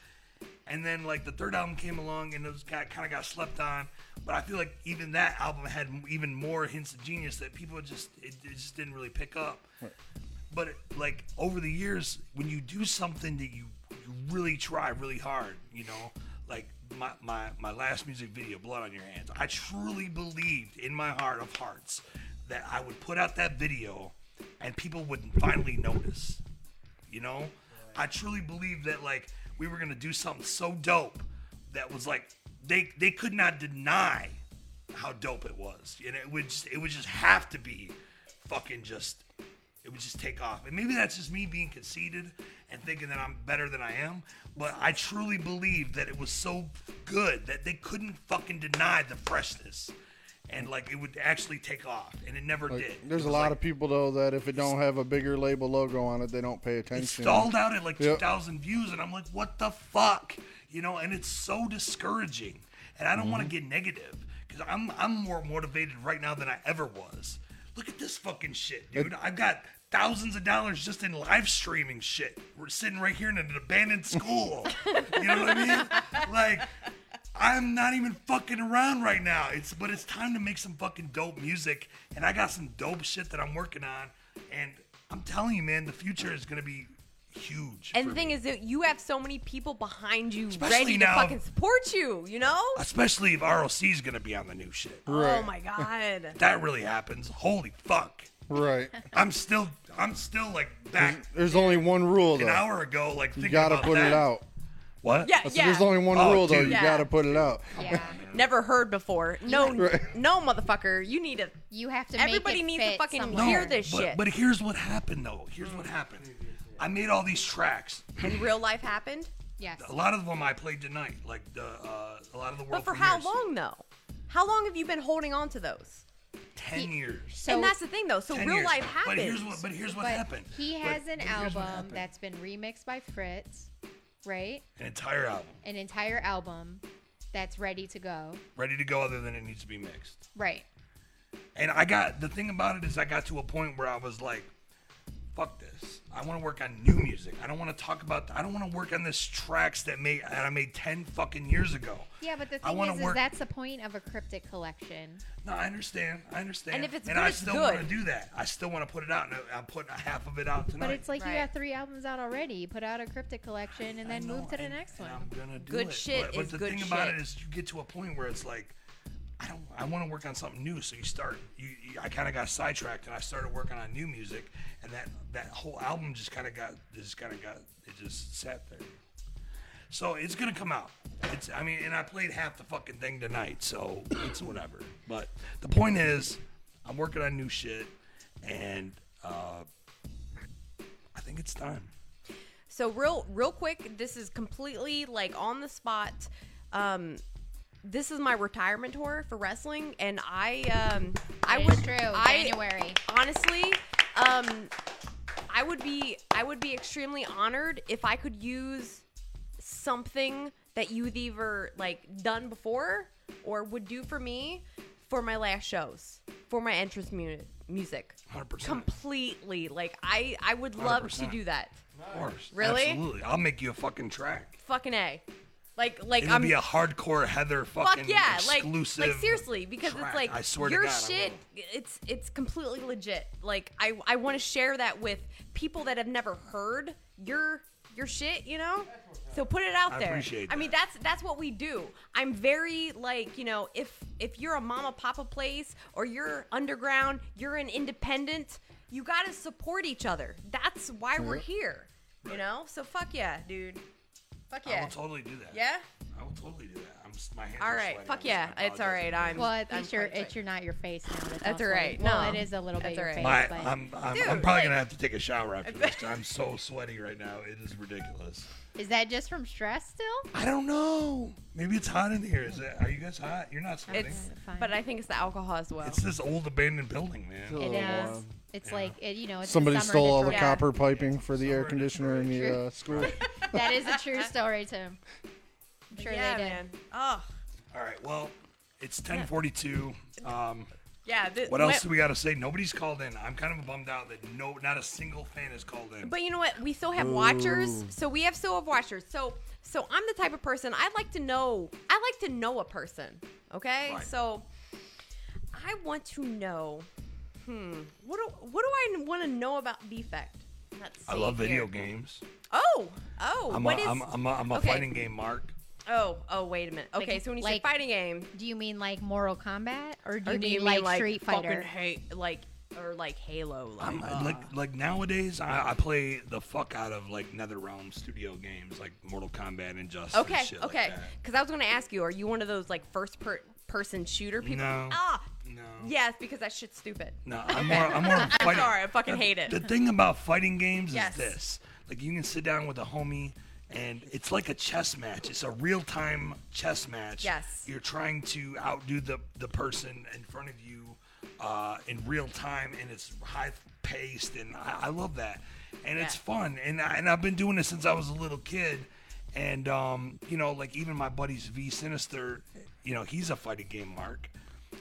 Speaker 3: and then like the third album came along and those got kind of got slept on. But I feel like even that album had m- even more hints of genius that people just it, it just didn't really pick up.
Speaker 7: Right.
Speaker 3: But like over the years, when you do something that you, you really try really hard, you know, like my, my my last music video, Blood on Your Hands, I truly believed in my heart of hearts that I would put out that video and people would finally notice. You know, I truly believe that like we were gonna do something so dope that was like they they could not deny how dope it was, and it would just, it would just have to be fucking just it would just take off. And maybe that's just me being conceited and thinking that I'm better than I am, but I truly believe that it was so good that they couldn't fucking deny the freshness. And like it would actually take off, and it never
Speaker 7: Like,
Speaker 3: did.
Speaker 7: there's a lot of people though that if it don't have a bigger label logo on it, they don't pay attention.
Speaker 3: stalled out at like
Speaker 7: Yep.
Speaker 3: 2,000 views, and I'm like, what the fuck? You know, and it's so discouraging. And I don't want to
Speaker 7: Mm-hmm.
Speaker 3: get negative because I'm I'm more motivated right now than I ever was. Look at this fucking shit, dude. I've got thousands of dollars just in live streaming shit. We're sitting right here in an abandoned school. you know what I mean? Like. I'm not even fucking around right now. It's but it's time to make some fucking dope music, and I got some dope shit that I'm working on. And I'm telling you, man, the future is gonna be huge.
Speaker 1: And
Speaker 3: for
Speaker 1: the thing
Speaker 3: me.
Speaker 1: is that you have so many people behind you
Speaker 3: Especially
Speaker 1: ready
Speaker 3: now.
Speaker 1: to fucking support you, you know?
Speaker 3: especially if ROC is gonna be on the new shit.
Speaker 1: Oh my god.
Speaker 3: That really happens. Holy fuck!
Speaker 7: Right.
Speaker 3: I'm still, I'm still like back
Speaker 7: There's only one rule though.
Speaker 3: an hour ago, like
Speaker 7: you
Speaker 3: thinking
Speaker 7: gotta
Speaker 3: about
Speaker 7: put
Speaker 3: that.
Speaker 7: it out.
Speaker 3: What? Yeah,
Speaker 7: I said, There's only one
Speaker 3: Oh,
Speaker 7: rule though.
Speaker 3: dude.
Speaker 7: You
Speaker 1: Yeah.
Speaker 7: gotta put it out.
Speaker 1: Never heard before. No
Speaker 7: Right.
Speaker 1: no motherfucker. You need to
Speaker 2: You have to make
Speaker 1: Everybody
Speaker 2: it
Speaker 1: needs to
Speaker 2: fit
Speaker 1: fucking
Speaker 2: somewhere.
Speaker 1: hear this
Speaker 3: but,
Speaker 1: shit.
Speaker 3: But here's what happened though. Here's what happened. I made all these tracks.
Speaker 1: and real life happened?
Speaker 2: Yes.
Speaker 3: A lot of them I played tonight, like the, uh, a lot of the
Speaker 1: But
Speaker 3: world
Speaker 1: for
Speaker 3: premieres.
Speaker 1: how long though? How long have you been holding on to those?
Speaker 3: Ten years.
Speaker 1: and that's the thing though. So
Speaker 3: 10
Speaker 1: real
Speaker 3: years.
Speaker 1: life
Speaker 3: But
Speaker 1: happens.
Speaker 3: here's what. But here's what
Speaker 2: But
Speaker 3: happened.
Speaker 2: He
Speaker 3: But-
Speaker 2: has an
Speaker 3: but here's what
Speaker 2: album
Speaker 3: happened.
Speaker 2: that's been remixed by Fritz, right?
Speaker 3: An entire album,
Speaker 2: An entire album that's ready to go,
Speaker 3: ready to go, other than it needs to be mixed.
Speaker 2: right?
Speaker 3: And I got the thing about it is I got to a point where I was like, fuck this. I want to work on new music. I don't want to talk about I don't want to work on this tracks that made that I made 10 fucking years ago.
Speaker 2: Yeah, but the
Speaker 3: I
Speaker 2: thing
Speaker 3: wanna
Speaker 2: is,
Speaker 3: work-
Speaker 2: is that's the point of a cryptic collection.
Speaker 3: No, I understand. I understand.
Speaker 2: And if it's
Speaker 3: and
Speaker 2: good,
Speaker 3: I
Speaker 2: it's
Speaker 3: still
Speaker 2: good.
Speaker 3: want to do that. I still want to put it out and I- I'm putting half of it out tonight.
Speaker 2: But it's like you have three albums out already. You put out a cryptic collection and then move to the next one.
Speaker 3: I'm gonna do
Speaker 2: Good
Speaker 3: it.
Speaker 2: shit
Speaker 3: But, but
Speaker 2: is
Speaker 3: the
Speaker 2: good
Speaker 3: thing about
Speaker 2: shit.
Speaker 3: it is, you get to a point where it's like, I don't. I want to work on something new. So you start. You, you I kind of got sidetracked and I started working on new music, and that that whole album just kind of got just kind of got it just sat there. So it's gonna come out. It's. I mean, and I played half the fucking thing tonight, so it's whatever. But the point is, I'm working on new shit, and uh, I think it's time.
Speaker 1: So real real quick, this is completely like on the spot. Um this is my retirement tour for wrestling and I um I
Speaker 2: It is
Speaker 1: would
Speaker 2: true,
Speaker 1: I,
Speaker 2: January.
Speaker 1: Honestly, um I would be I would be extremely honored if I could use something that you've either like done before or would do for me for my last shows for my entrance mu- music
Speaker 3: 100%.
Speaker 1: completely like i i would love to
Speaker 3: 100%.
Speaker 1: do that
Speaker 3: Of course.
Speaker 1: really
Speaker 3: Absolutely. I'll make you a fucking track.
Speaker 1: fucking a like like
Speaker 3: It'll
Speaker 1: i'm
Speaker 3: be a hardcore Heather
Speaker 1: fuck
Speaker 3: fucking
Speaker 1: yeah like
Speaker 3: exclusive.
Speaker 1: like seriously because
Speaker 3: track.
Speaker 1: it's like
Speaker 3: I swear to
Speaker 1: your
Speaker 3: God, I
Speaker 1: shit it's it's completely legit like i i want to share that with people that have never heard your your shit you know so put it out
Speaker 13: I
Speaker 1: there
Speaker 13: appreciate
Speaker 1: i mean that's that's what we do i'm very like you know if if you're a mama papa place or you're underground you're an independent you gotta support each other that's why we're
Speaker 3: Yeah.
Speaker 1: here you know so fuck yeah dude fuck
Speaker 3: I
Speaker 1: yeah
Speaker 3: will totally do that.
Speaker 1: yeah
Speaker 3: I will totally do that. I'm s- my hands
Speaker 1: all
Speaker 3: are
Speaker 1: right,
Speaker 3: sweaty.
Speaker 1: fuck yeah, it's all right. I'm
Speaker 2: well, at
Speaker 1: I'm
Speaker 2: least you're,
Speaker 1: quite
Speaker 2: it's your, not your face now. That's,
Speaker 1: That's
Speaker 2: all
Speaker 1: all
Speaker 2: sweaty.
Speaker 1: right.
Speaker 2: Well,
Speaker 1: No,
Speaker 2: it is a little bit
Speaker 1: that's
Speaker 2: your
Speaker 1: all
Speaker 2: face,
Speaker 1: right.
Speaker 3: My,
Speaker 2: but
Speaker 3: I'm, I'm,
Speaker 2: Dude,
Speaker 3: I'm probably
Speaker 2: like-
Speaker 3: gonna have to take a shower after this. 'cause I'm so sweaty right now. It is ridiculous.
Speaker 2: is that just from stress still?
Speaker 3: I don't know. Maybe it's hot in here. Is it? Are you guys hot? You're not sweating.
Speaker 1: It's, but I think it's the alcohol as well.
Speaker 3: It's this old abandoned building, man.
Speaker 2: It is. It's like it, you know. Oh, It's the
Speaker 7: Somebody
Speaker 2: summer
Speaker 7: stole all the
Speaker 2: Detroit.
Speaker 7: copper piping for the air conditioner in the uh, school.
Speaker 2: that is a true story, Tim. I'm
Speaker 1: But
Speaker 2: sure
Speaker 1: yeah,
Speaker 2: they did.
Speaker 1: man. Oh,
Speaker 3: All right. Well, it's 10:42. Um,
Speaker 1: yeah. thi-
Speaker 3: what else
Speaker 1: my-
Speaker 3: do we got to say? Nobody's called in. I'm kind of bummed out that no, not a single fan has called in.
Speaker 1: But you know what? We still have watchers.
Speaker 3: Ooh.
Speaker 1: So we have still have watchers. So so I'm the type of person I like to know. I like to know a person. Okay.
Speaker 13: Right.
Speaker 1: So I want to know. Hmm. What do what do I want to know about defect? Let's
Speaker 3: I
Speaker 1: see
Speaker 3: love video
Speaker 1: here.
Speaker 3: games.
Speaker 1: Oh oh.
Speaker 3: I'm,
Speaker 1: what
Speaker 3: a,
Speaker 1: is-
Speaker 3: am a, I'm a
Speaker 1: okay.
Speaker 3: fighting game mark.
Speaker 1: Oh oh wait a minute. Okay.
Speaker 2: Like-
Speaker 1: so when you
Speaker 2: like-
Speaker 1: say fighting game,
Speaker 2: Do you mean like Mortal Kombat, or do
Speaker 1: or
Speaker 2: you mean like, Street Fighter?
Speaker 1: fucking hate like or like Halo? Like,
Speaker 3: I'm, I-
Speaker 1: Ah.
Speaker 3: like like nowadays, I, I play the fuck out of like NetherRealm studio games like Mortal Kombat, Injustice.
Speaker 1: Okay,
Speaker 3: shit
Speaker 1: okay.
Speaker 3: Like that.
Speaker 1: Because I was going to ask you, are you one of those like first per- person shooter people?
Speaker 3: No.
Speaker 1: Ah,
Speaker 3: No.
Speaker 1: yes, because that shit's stupid.
Speaker 3: No, I'm
Speaker 1: Okay.
Speaker 3: more. I'm more.
Speaker 1: I'm
Speaker 3: fighting-
Speaker 1: sorry, I fucking
Speaker 3: the-
Speaker 1: hate it.
Speaker 3: The thing about fighting games
Speaker 1: Yes.
Speaker 3: is this: like you can sit down with a homie, and it's like a chess match. It's a real time chess match.
Speaker 1: Yes.
Speaker 3: You're trying to outdo the the person in front of you, uh, in real time, and it's high paced, and I, I love that, and it's
Speaker 1: Yeah.
Speaker 3: fun, and I, and I've been doing it since I was a little kid. And um, you know, like even my buddies V Sinister, you know, he's a fighting game mark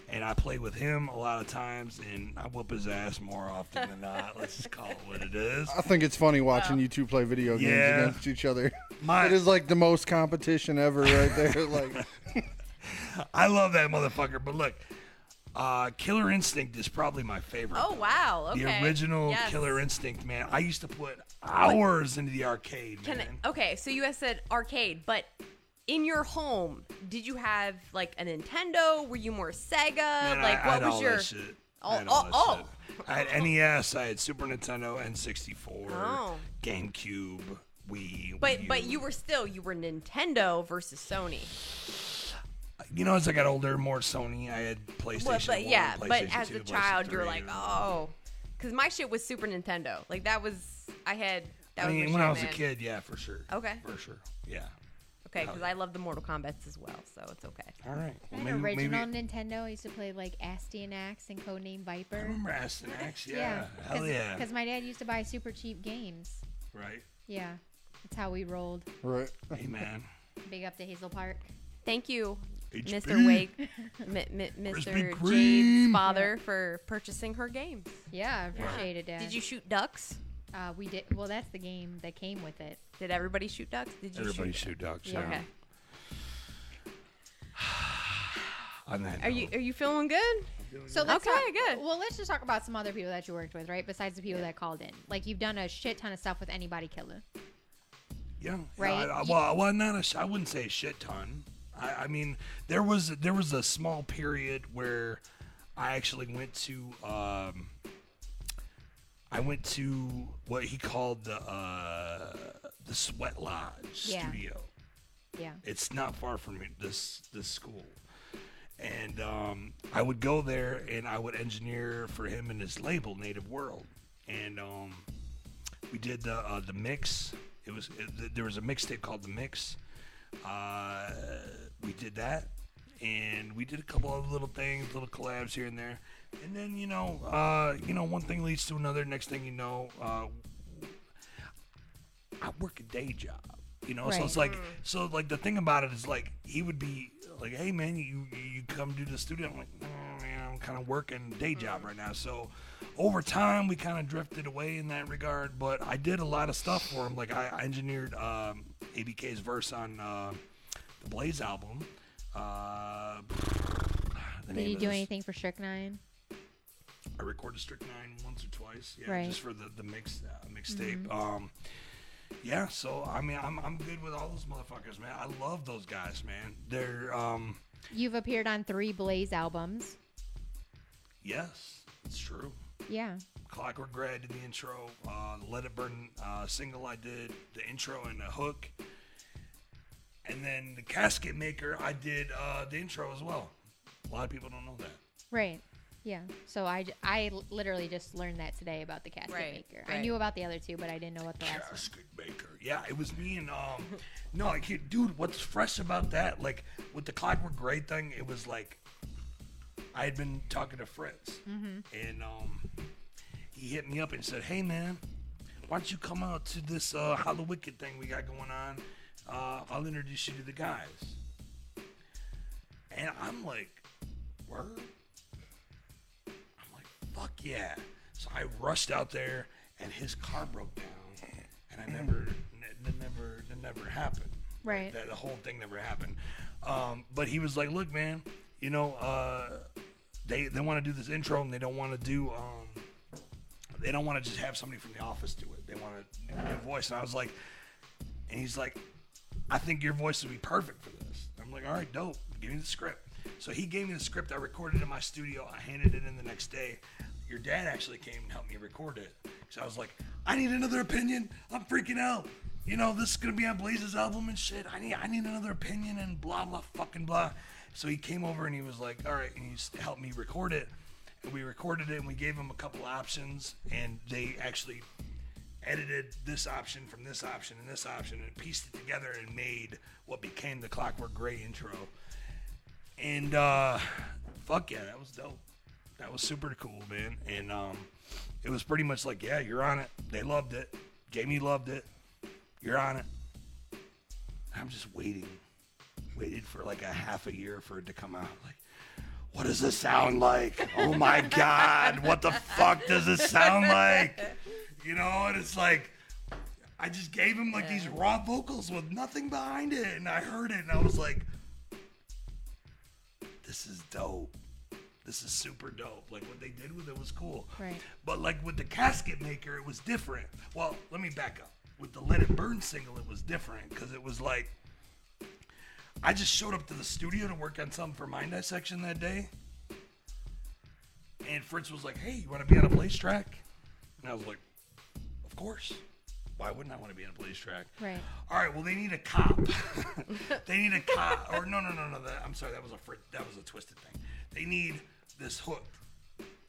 Speaker 3: and I play with him a lot of times, and I whoop his ass more often than not. Let's just call it what it is.
Speaker 7: I think it's funny watching you two play video games
Speaker 3: Yeah.
Speaker 7: against each other.
Speaker 3: My-
Speaker 7: it is like the most competition ever, right there. like
Speaker 3: I love that motherfucker, but look, uh, Killer Instinct is probably my favorite.
Speaker 1: Oh wow. Okay.
Speaker 3: The original
Speaker 1: Yes.
Speaker 3: Killer Instinct, man. I used to put hours into the arcade,
Speaker 1: Can
Speaker 3: man.
Speaker 1: I- okay, so you have said arcade, but in your home, did you have like a Nintendo? Were you more Sega?
Speaker 3: Man, I,
Speaker 1: like
Speaker 3: I
Speaker 1: what
Speaker 3: had
Speaker 1: was
Speaker 3: all
Speaker 1: your
Speaker 3: that shit. I
Speaker 1: Oh,
Speaker 3: had all
Speaker 1: oh,
Speaker 3: that
Speaker 1: oh.
Speaker 3: shit. I had NES, I had Super Nintendo, N64,
Speaker 1: Oh.
Speaker 3: GameCube, Wii.
Speaker 1: But
Speaker 3: Wii
Speaker 1: but
Speaker 3: U.
Speaker 1: you were still you were Nintendo versus Sony.
Speaker 3: you know, as I got older, more Sony. I had PlayStation.
Speaker 1: Well,
Speaker 3: 1,
Speaker 1: but yeah, but
Speaker 3: PlayStation
Speaker 1: as
Speaker 3: 2,
Speaker 1: a child,
Speaker 3: PlayStation
Speaker 1: you're
Speaker 3: 3,
Speaker 1: like,
Speaker 3: you know.
Speaker 1: oh, because my shit was Super Nintendo. Like that was I had. That
Speaker 3: I
Speaker 1: was
Speaker 3: mean,
Speaker 1: your
Speaker 3: when I
Speaker 1: shit,
Speaker 3: was a
Speaker 1: man.
Speaker 3: kid, yeah, for sure.
Speaker 1: Okay.
Speaker 3: For sure. Yeah.
Speaker 1: Okay,
Speaker 3: Oh,
Speaker 1: because I love the Mortal Kombat's as well, so it's okay.
Speaker 3: All right. Well,
Speaker 2: That
Speaker 3: maybe,
Speaker 2: original
Speaker 3: maybe
Speaker 2: Nintendo I used to play like Astyanax and Codename Viper. I
Speaker 3: remember Astyanax, yeah. Hell yeah.
Speaker 2: Because my dad used to buy super cheap games.
Speaker 3: Right.
Speaker 2: Yeah, that's how we rolled.
Speaker 7: Right.
Speaker 3: Hey, man.
Speaker 2: Big up to Hazel Park.
Speaker 1: Thank you, Mr.
Speaker 2: HP.
Speaker 1: Wake, m- m- Mr. Jade's father, for purchasing her games.
Speaker 2: Yeah, I appreciate it, Dad.
Speaker 1: Did you shoot ducks?
Speaker 2: Uh, we did. Well, that's the game that came with it.
Speaker 1: Did everybody shoot ducks? Did you
Speaker 3: Everybody
Speaker 1: shoot?
Speaker 3: shoot ducks,
Speaker 1: Yeah.
Speaker 3: yeah.
Speaker 1: Okay.
Speaker 3: on that.
Speaker 1: Are
Speaker 3: note.
Speaker 1: you are you feeling good?
Speaker 2: So let's
Speaker 1: okay,
Speaker 2: talk,
Speaker 1: good.
Speaker 2: Well, let's just talk about some other people that you worked with, right? Besides the people that called in, like you've done a shit ton of stuff with anybody killer.
Speaker 3: Yeah.
Speaker 2: Right?
Speaker 3: I, I,
Speaker 2: You-
Speaker 3: well, well, not a sh- I wouldn't say a shit ton. I, I mean, there was there was a small period where I actually went to um, I went to what he called the uh, the Sweat Lodge
Speaker 2: Yeah.
Speaker 3: studio.
Speaker 2: Yeah.
Speaker 3: It's not far from it- this this school. And um, I would go there and I would engineer for him and his label Native World. And um, we did the uh, the mix. It was it, th- there was a mixtape called the Mix. Uh, we did that, and we did a couple of little things, little collabs here and there. And then you know, uh, you know, one thing leads to another. Next thing you know, uh, I work a day job. You know, so it's
Speaker 13: Right.
Speaker 3: like, so like the thing about it is like he would be like, hey man, you you come do the studio. I'm like, "Nah, man, I'm kind of working a day job right now. So over time we kind of drifted away in that regard. But I did a lot of stuff for him. Like I, I engineered um, ABK's verse on uh, the Blaze album. Uh, the
Speaker 2: Did
Speaker 3: name
Speaker 2: you
Speaker 3: of
Speaker 2: do
Speaker 3: this-
Speaker 2: anything for Strychnine?
Speaker 3: I recorded Strychnine once or twice, yeah,
Speaker 2: Right.
Speaker 3: just for the the mix uh, mixtape.
Speaker 2: Mhm.
Speaker 3: Um, yeah, so I mean, I'm I'm good with all those motherfuckers, man. I love those guys, man. They're um,
Speaker 2: You've appeared on three Blaze albums.
Speaker 3: yes, it's true.
Speaker 2: Yeah.
Speaker 3: Clockwork Red did the intro. Uh, Let It Burn uh, single I did the intro and the hook, and then the Casket Maker I did uh, the intro as well. A lot of people don't know that.
Speaker 2: Right. Yeah. So I, j- I l- literally just learned that today about the casket
Speaker 1: Right,
Speaker 2: maker. I
Speaker 1: right.
Speaker 2: knew about the other two, but I didn't know what the last one.
Speaker 3: Casket Maker. Yeah, it was me and um. No, I can't, dude. What's fresh about that? Like with the Clockwork Gray thing, it was like I had been talking to Fritz,
Speaker 13: Mhm.
Speaker 3: and um, he hit me up and said, "Hey, man, why don't you come out to this uh, Hollow Wicked thing we got going on? Uh, I'll introduce you to the guys." And I'm like, "Word." fuck yeah. So I rushed out there and his car broke down and I never, that never, that never happened.
Speaker 13: Right.
Speaker 3: That the whole thing never happened. Um, but he was like, look, man, you know, uh, they, they want to do this intro and they don't want to do, um, they don't want to just have somebody from the office do it. They want to do a voice. And I was like, and he's like, I think your voice would be perfect for this. I'm like, all right, dope. Give me the script. So he gave me the script. I recorded it in my studio. I handed it in the next day. Your dad actually came and helped me record it. So I was like, I need another opinion. I'm freaking out. You know, this is gonna be on Blaze's album and shit. I need, I need another opinion and blah blah fucking blah. So he came over and he was like, all right, and he s- helped me record it. And we recorded it and we gave him a couple options and they actually edited this option from this option and this option and pieced it together and made what became the Clockwork Gray intro. And uh, fuck yeah, that was dope. That was super cool, man. And um, it was pretty much like, yeah, you're on it. They loved it. Jamie loved it. You're on it. I'm just waiting. Waited for like a half a year for it to come out. Like, what does this sound like? Oh my God, what the fuck does this sound like? You know, and it's like, I just gave him like these raw vocals with nothing behind it. And I heard it and I was like, this is dope. This is super dope. Like what they did with it was cool.
Speaker 13: Right.
Speaker 3: But like with the casket maker, it was different. Well, let me back up. With the Let It Burn single, it was different because it was like I just showed up to the studio to work on something for Mind Dissection that day. And Fritz was like, hey, you want to be on a Blaze track? And I was like, of course. Why wouldn't I want to be on a Blaze track?
Speaker 13: Right.
Speaker 3: All right, well, they need a cop. they need a cop. Or no, no, no, no. That, I'm sorry, that was a Fritz, that was a twisted thing. They need this hook.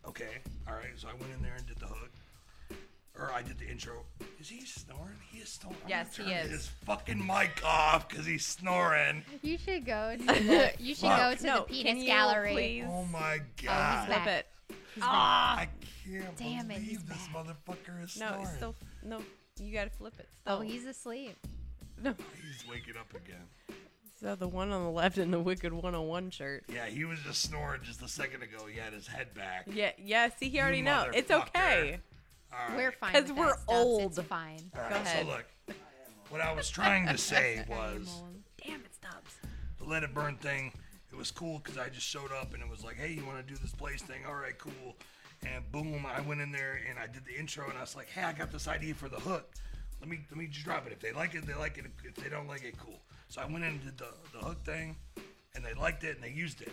Speaker 3: Okay, all right. So I went in there and did the hook. or I did the intro. Is he snoring? He is snoring. I'm
Speaker 1: Yes,
Speaker 3: gonna
Speaker 1: he
Speaker 3: turn
Speaker 1: is.
Speaker 3: His fucking mic off because he's snoring.
Speaker 2: You should go. To the, you should go
Speaker 3: Fuck.
Speaker 2: to
Speaker 1: No,
Speaker 2: the penis
Speaker 1: can you
Speaker 2: gallery.
Speaker 1: please?
Speaker 3: Oh my
Speaker 2: Oh,
Speaker 3: god.
Speaker 2: he's back.
Speaker 1: Ah.
Speaker 3: I can't
Speaker 2: Damn it,
Speaker 3: believe this motherfucker is
Speaker 1: No,
Speaker 3: snoring.
Speaker 1: it's still no. You gotta flip it.
Speaker 2: Oh,
Speaker 1: still.
Speaker 2: he's asleep.
Speaker 1: No.
Speaker 3: He's waking up again.
Speaker 1: So the one on the left in the Wicked 101 shirt.
Speaker 3: Yeah, he was just snoring just a second ago. He had his head back.
Speaker 1: Yeah, yeah. See, he already know. It's
Speaker 3: motherfucker.
Speaker 1: okay.
Speaker 3: All right.
Speaker 2: We're fine.
Speaker 1: Because
Speaker 2: with
Speaker 1: we're
Speaker 2: that stuff.
Speaker 1: old.
Speaker 2: It's fine.
Speaker 3: All right,
Speaker 1: Go ahead.
Speaker 3: So look, what I was trying to say was
Speaker 1: Damn it, Stubbs.
Speaker 3: the Let It Burn thing. It was cool because I just showed up and it was like, hey, you want to do this place thing? All right, cool. And boom, I went in there and I did the intro and I was like, hey, I got this idea for the hook. Let me let me just drop it. If they like it, they like it. If they don't like it, cool. So I went in and did the, the hook thing, and they liked it and they used it.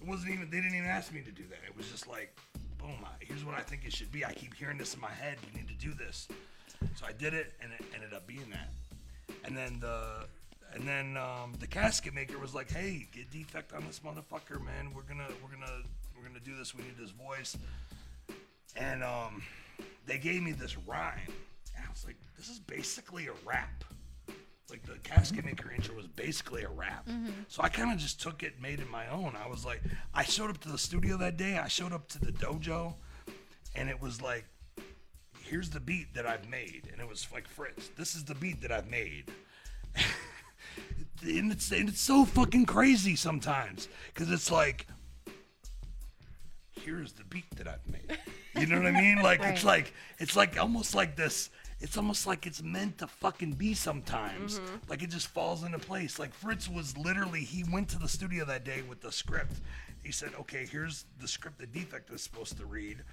Speaker 3: It wasn't even they didn't even ask me to do that. It was just like, boom, I- here's what I think it should be. I keep hearing this in my head. We need to do this. So I did it, and it ended up being that. And then the and then um, the casket maker was like, "Hey, get defect on this motherfucker, man. We're gonna we're gonna we're gonna do this. We need this voice." And um, they gave me this rhyme, and I was like, "This is basically a rap." Like the casket maker intro was basically a rap.
Speaker 13: Mhm.
Speaker 3: So I kind of just took it, made it my own. I was like, I showed up to the studio that day. I showed up to the dojo, and it was like here's the beat that I've made. And it was like, Fritz, this is the beat that I've made. and, it's, and it's so fucking crazy sometimes because it's like, here's the beat that I've made. You know what I mean? Like, it's
Speaker 13: Right.
Speaker 3: like, it's like almost like this. It's almost like it's meant to fucking be sometimes.
Speaker 13: Mhm.
Speaker 3: Like it just falls into place. Like Fritz was literally, he went to the studio that day with the script. He said, okay, here's the script the defect is supposed to read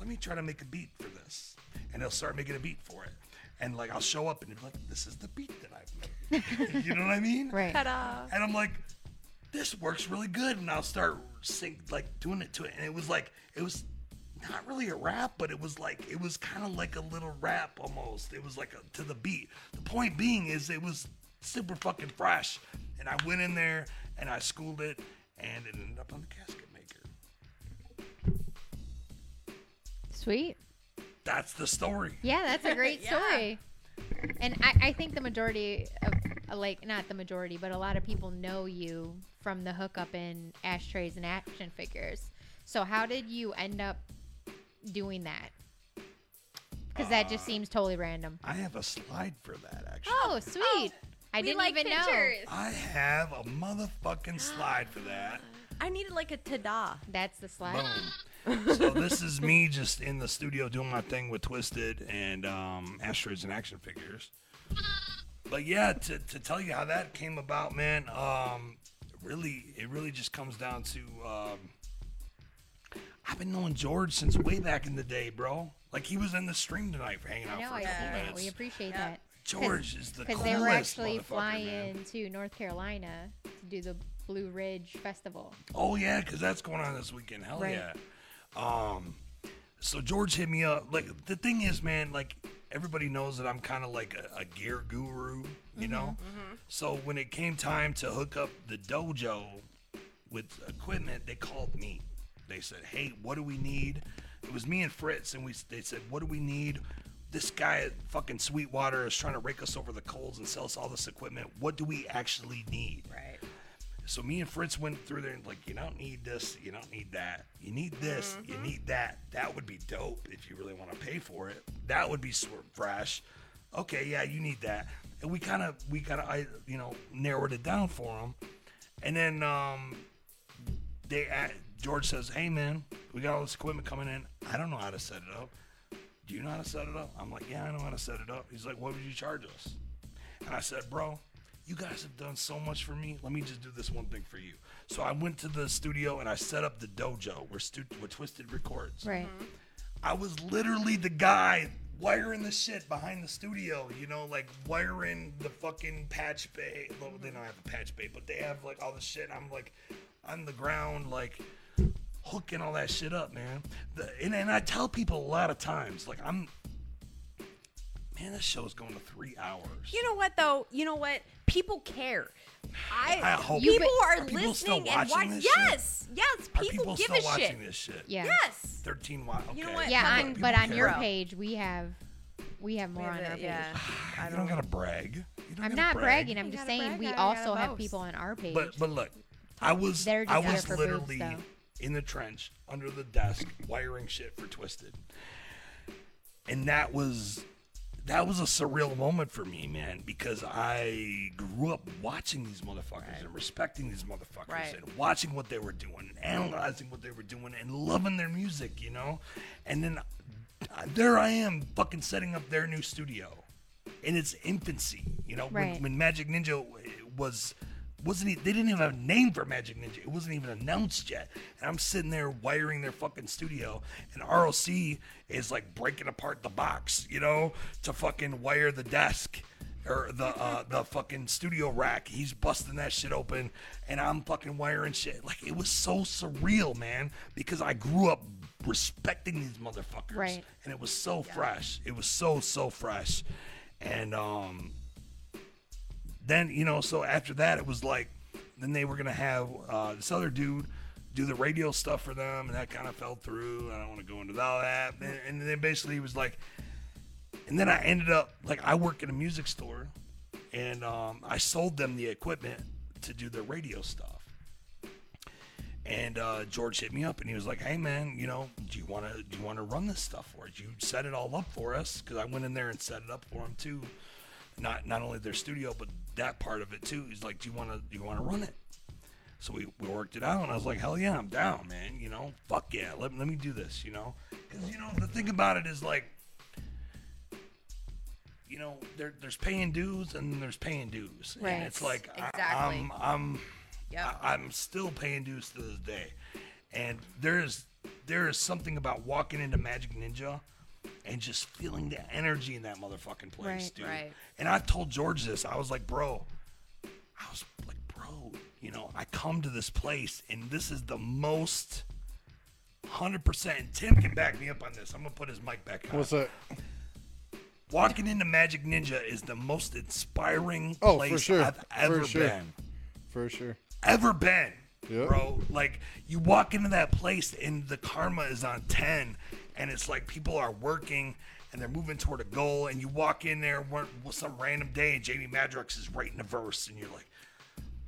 Speaker 3: let me try to make a beat for this. And they'll start making a beat for it. And like I'll show up and they'll be like, this is the beat that I've made. you know what I mean?
Speaker 13: Right. Ta-da.
Speaker 3: And I'm like, this works really good. And I'll start sing like doing it to it. And it was like it was not really a rap, but it was like it was kind of like a little rap almost. It was like a, to the beat. The point being is it was super fucking fresh. And I went in there and I schooled it and it ended up on the casket maker.
Speaker 2: Sweet.
Speaker 3: That's the story.
Speaker 2: Yeah, that's a great
Speaker 1: Yeah.
Speaker 2: story. And I, I think the majority of, uh, like, not the majority, but a lot of people know you from the hookup in ashtrays and action figures. So, how did you end up doing that? Because that just seems totally random.
Speaker 3: Uh, I have a slide for that actually.
Speaker 2: Oh, sweet. I didn't
Speaker 1: like
Speaker 2: even
Speaker 1: pictures.
Speaker 2: know.
Speaker 3: I have a
Speaker 2: Oh,
Speaker 3: motherfucking slide for that.
Speaker 1: I needed like a ta-da.
Speaker 2: That's the slide.
Speaker 3: Boom. so this is me just in the studio doing my thing with Twisted and um, Asteroids and Action Figures. But yeah, to, to tell you how that came about, man, um, really, it really just comes down to um, I've been knowing George since way back in the day, bro. Like he was in the stream tonight for hanging
Speaker 2: I
Speaker 3: out
Speaker 2: know,
Speaker 3: for a
Speaker 2: I see
Speaker 3: couple
Speaker 2: that.
Speaker 3: minutes.
Speaker 2: We appreciate that.
Speaker 3: George is the
Speaker 2: Because they were
Speaker 3: coolest
Speaker 2: actually
Speaker 3: motherfucker,
Speaker 2: flying
Speaker 3: man.
Speaker 2: to North Carolina to do the Blue Ridge Festival.
Speaker 3: Oh yeah, because that's going on this weekend. Hell
Speaker 2: Right.
Speaker 3: yeah. Um, so George hit me up. Like the thing is, man, like everybody knows that I'm kind of like a, a gear guru, you know. So when it came time to hook up the dojo with equipment, they called me. They said, "Hey, what do we need?" It was me and Fritz, and we they said, "What do we need?" This guy at fucking Sweetwater is trying to rake us over the coals and sell us all this equipment. What do we actually need?
Speaker 1: Right.
Speaker 3: So me and Fritz went through there and like, you don't need this, you don't need that, you need this, you need that. That would be dope if you really want to pay for it. That would be sort of fresh. Okay, yeah, you need that. And we kind of we kind of I you know narrowed it down for him. And then um, they a George says, "Hey man, we got all this equipment coming in. I don't know how to set it up. Do you know how to set it up?" I'm like, "Yeah, I know how to set it up." He's like, "What would you charge us?" And I said, "Bro, you guys have done so much for me. Let me just do this one thing for you." So I went to the studio and I set up the dojo where, stu- where Twisted records.
Speaker 2: Right.
Speaker 3: I was literally the guy wiring the shit behind the studio, you know, like wiring the fucking patch bay. Well, they don't have a patch bay, but they have like all the shit. I'm like on the ground, like hooking all that shit up, man. The, and, and I tell people a lot of times, like, I'm, man, this show's going to three hours.
Speaker 1: You know what though? You know what? People care. I,
Speaker 3: I hope-
Speaker 1: people
Speaker 3: You-
Speaker 1: are,
Speaker 3: are people
Speaker 1: listening
Speaker 3: still
Speaker 1: and
Speaker 3: watching
Speaker 1: watching.
Speaker 3: this shit?
Speaker 1: yes, yes,
Speaker 3: Are
Speaker 1: people,
Speaker 3: people
Speaker 1: give
Speaker 3: still
Speaker 1: a
Speaker 3: watching
Speaker 1: shit.
Speaker 3: this shit?
Speaker 2: Yeah.
Speaker 1: Yes.
Speaker 3: Thirteen. Wow. Okay.
Speaker 1: You know what?
Speaker 2: Yeah,
Speaker 1: Fuck
Speaker 2: on,
Speaker 1: it,
Speaker 2: but
Speaker 1: people
Speaker 2: on your
Speaker 1: care.
Speaker 2: page we have we have more
Speaker 1: We
Speaker 2: on
Speaker 1: have
Speaker 2: our
Speaker 1: it,
Speaker 2: page.
Speaker 1: yeah.
Speaker 3: You don't gotta brag. You don't
Speaker 2: I'm
Speaker 3: gotta
Speaker 2: not
Speaker 3: brag.
Speaker 2: bragging. I'm
Speaker 1: You
Speaker 2: just
Speaker 1: gotta
Speaker 2: saying
Speaker 1: brag,
Speaker 2: we
Speaker 1: now you
Speaker 2: also
Speaker 1: gotta
Speaker 2: have
Speaker 1: boast.
Speaker 2: people on our page.
Speaker 3: But but look, I was
Speaker 2: They're
Speaker 3: I
Speaker 2: just out
Speaker 3: was
Speaker 2: for boobs,
Speaker 3: literally
Speaker 2: though.
Speaker 3: in the trench under the desk wiring shit for Twisted, and that was that was a surreal moment for me, man, because I grew up watching these motherfuckers and respecting these motherfuckers
Speaker 1: Right.
Speaker 3: and watching what they were doing and analyzing what they were doing and loving their music, you know, and then uh, there I am fucking setting up their new studio in its infancy, you know,
Speaker 2: Right.
Speaker 3: when, when Magic Ninja w- was wasn't e they didn't even have a name for Magic Ninja. It wasn't even announced yet. And I'm sitting there wiring their fucking studio, and ROC is like breaking apart the box, you know, to fucking wire the desk or the uh, the fucking studio rack. He's busting that shit open, and I'm fucking wiring shit. Like it was so surreal, man, because I grew up respecting these motherfuckers,
Speaker 2: Right.
Speaker 3: and it was so fresh. It was so so fresh, and um, then you know so after that it was like then they were gonna have uh, this other dude do the radio stuff for them and that kind of fell through i don't want to go into all that and, and then basically he was like and then i ended up like i work in a music store and um, i sold them the equipment to do their radio stuff and uh, George hit me up and he was like, "Hey man, you know, do you want to do you want to run this stuff for us? You set it all up for us because I went in there and set it up for him too. Not not only their studio, but that part of it too. He's like, "Do you want to do you want to run it? So we, we worked it out, and I was like, hell yeah, I'm down, man. You know, fuck yeah, let, let me do this, you know? Because, you know, the thing about it is like, you know, there, there's paying dues and there's paying dues.
Speaker 1: Right.
Speaker 3: And it's like, I,
Speaker 1: Exactly.
Speaker 3: am I'm,
Speaker 1: Yep.
Speaker 3: I, I'm still paying dues to this day. And there is, there is something about walking into Magic Ninja and just feeling the energy in that motherfucking place,
Speaker 1: Right.
Speaker 3: dude.
Speaker 1: Right.
Speaker 3: And I told George this. I was like, bro, I was like, bro, you know, I come to this place and this is the most 100%. And Tim can back me up on this. I'm going to put his mic back on.
Speaker 7: What's that?
Speaker 3: Walking into Magic Ninja is the most inspiring
Speaker 7: Oh,
Speaker 3: place
Speaker 7: for sure.
Speaker 3: I've ever
Speaker 7: for sure.
Speaker 3: been.
Speaker 7: For sure.
Speaker 3: Ever been.
Speaker 7: Yeah.
Speaker 3: Bro, like you walk into that place and the karma is on 10 and it's like people are working and they're moving toward a goal and you walk in there one, some random day and Jamie Madrox is writing a verse and you're like,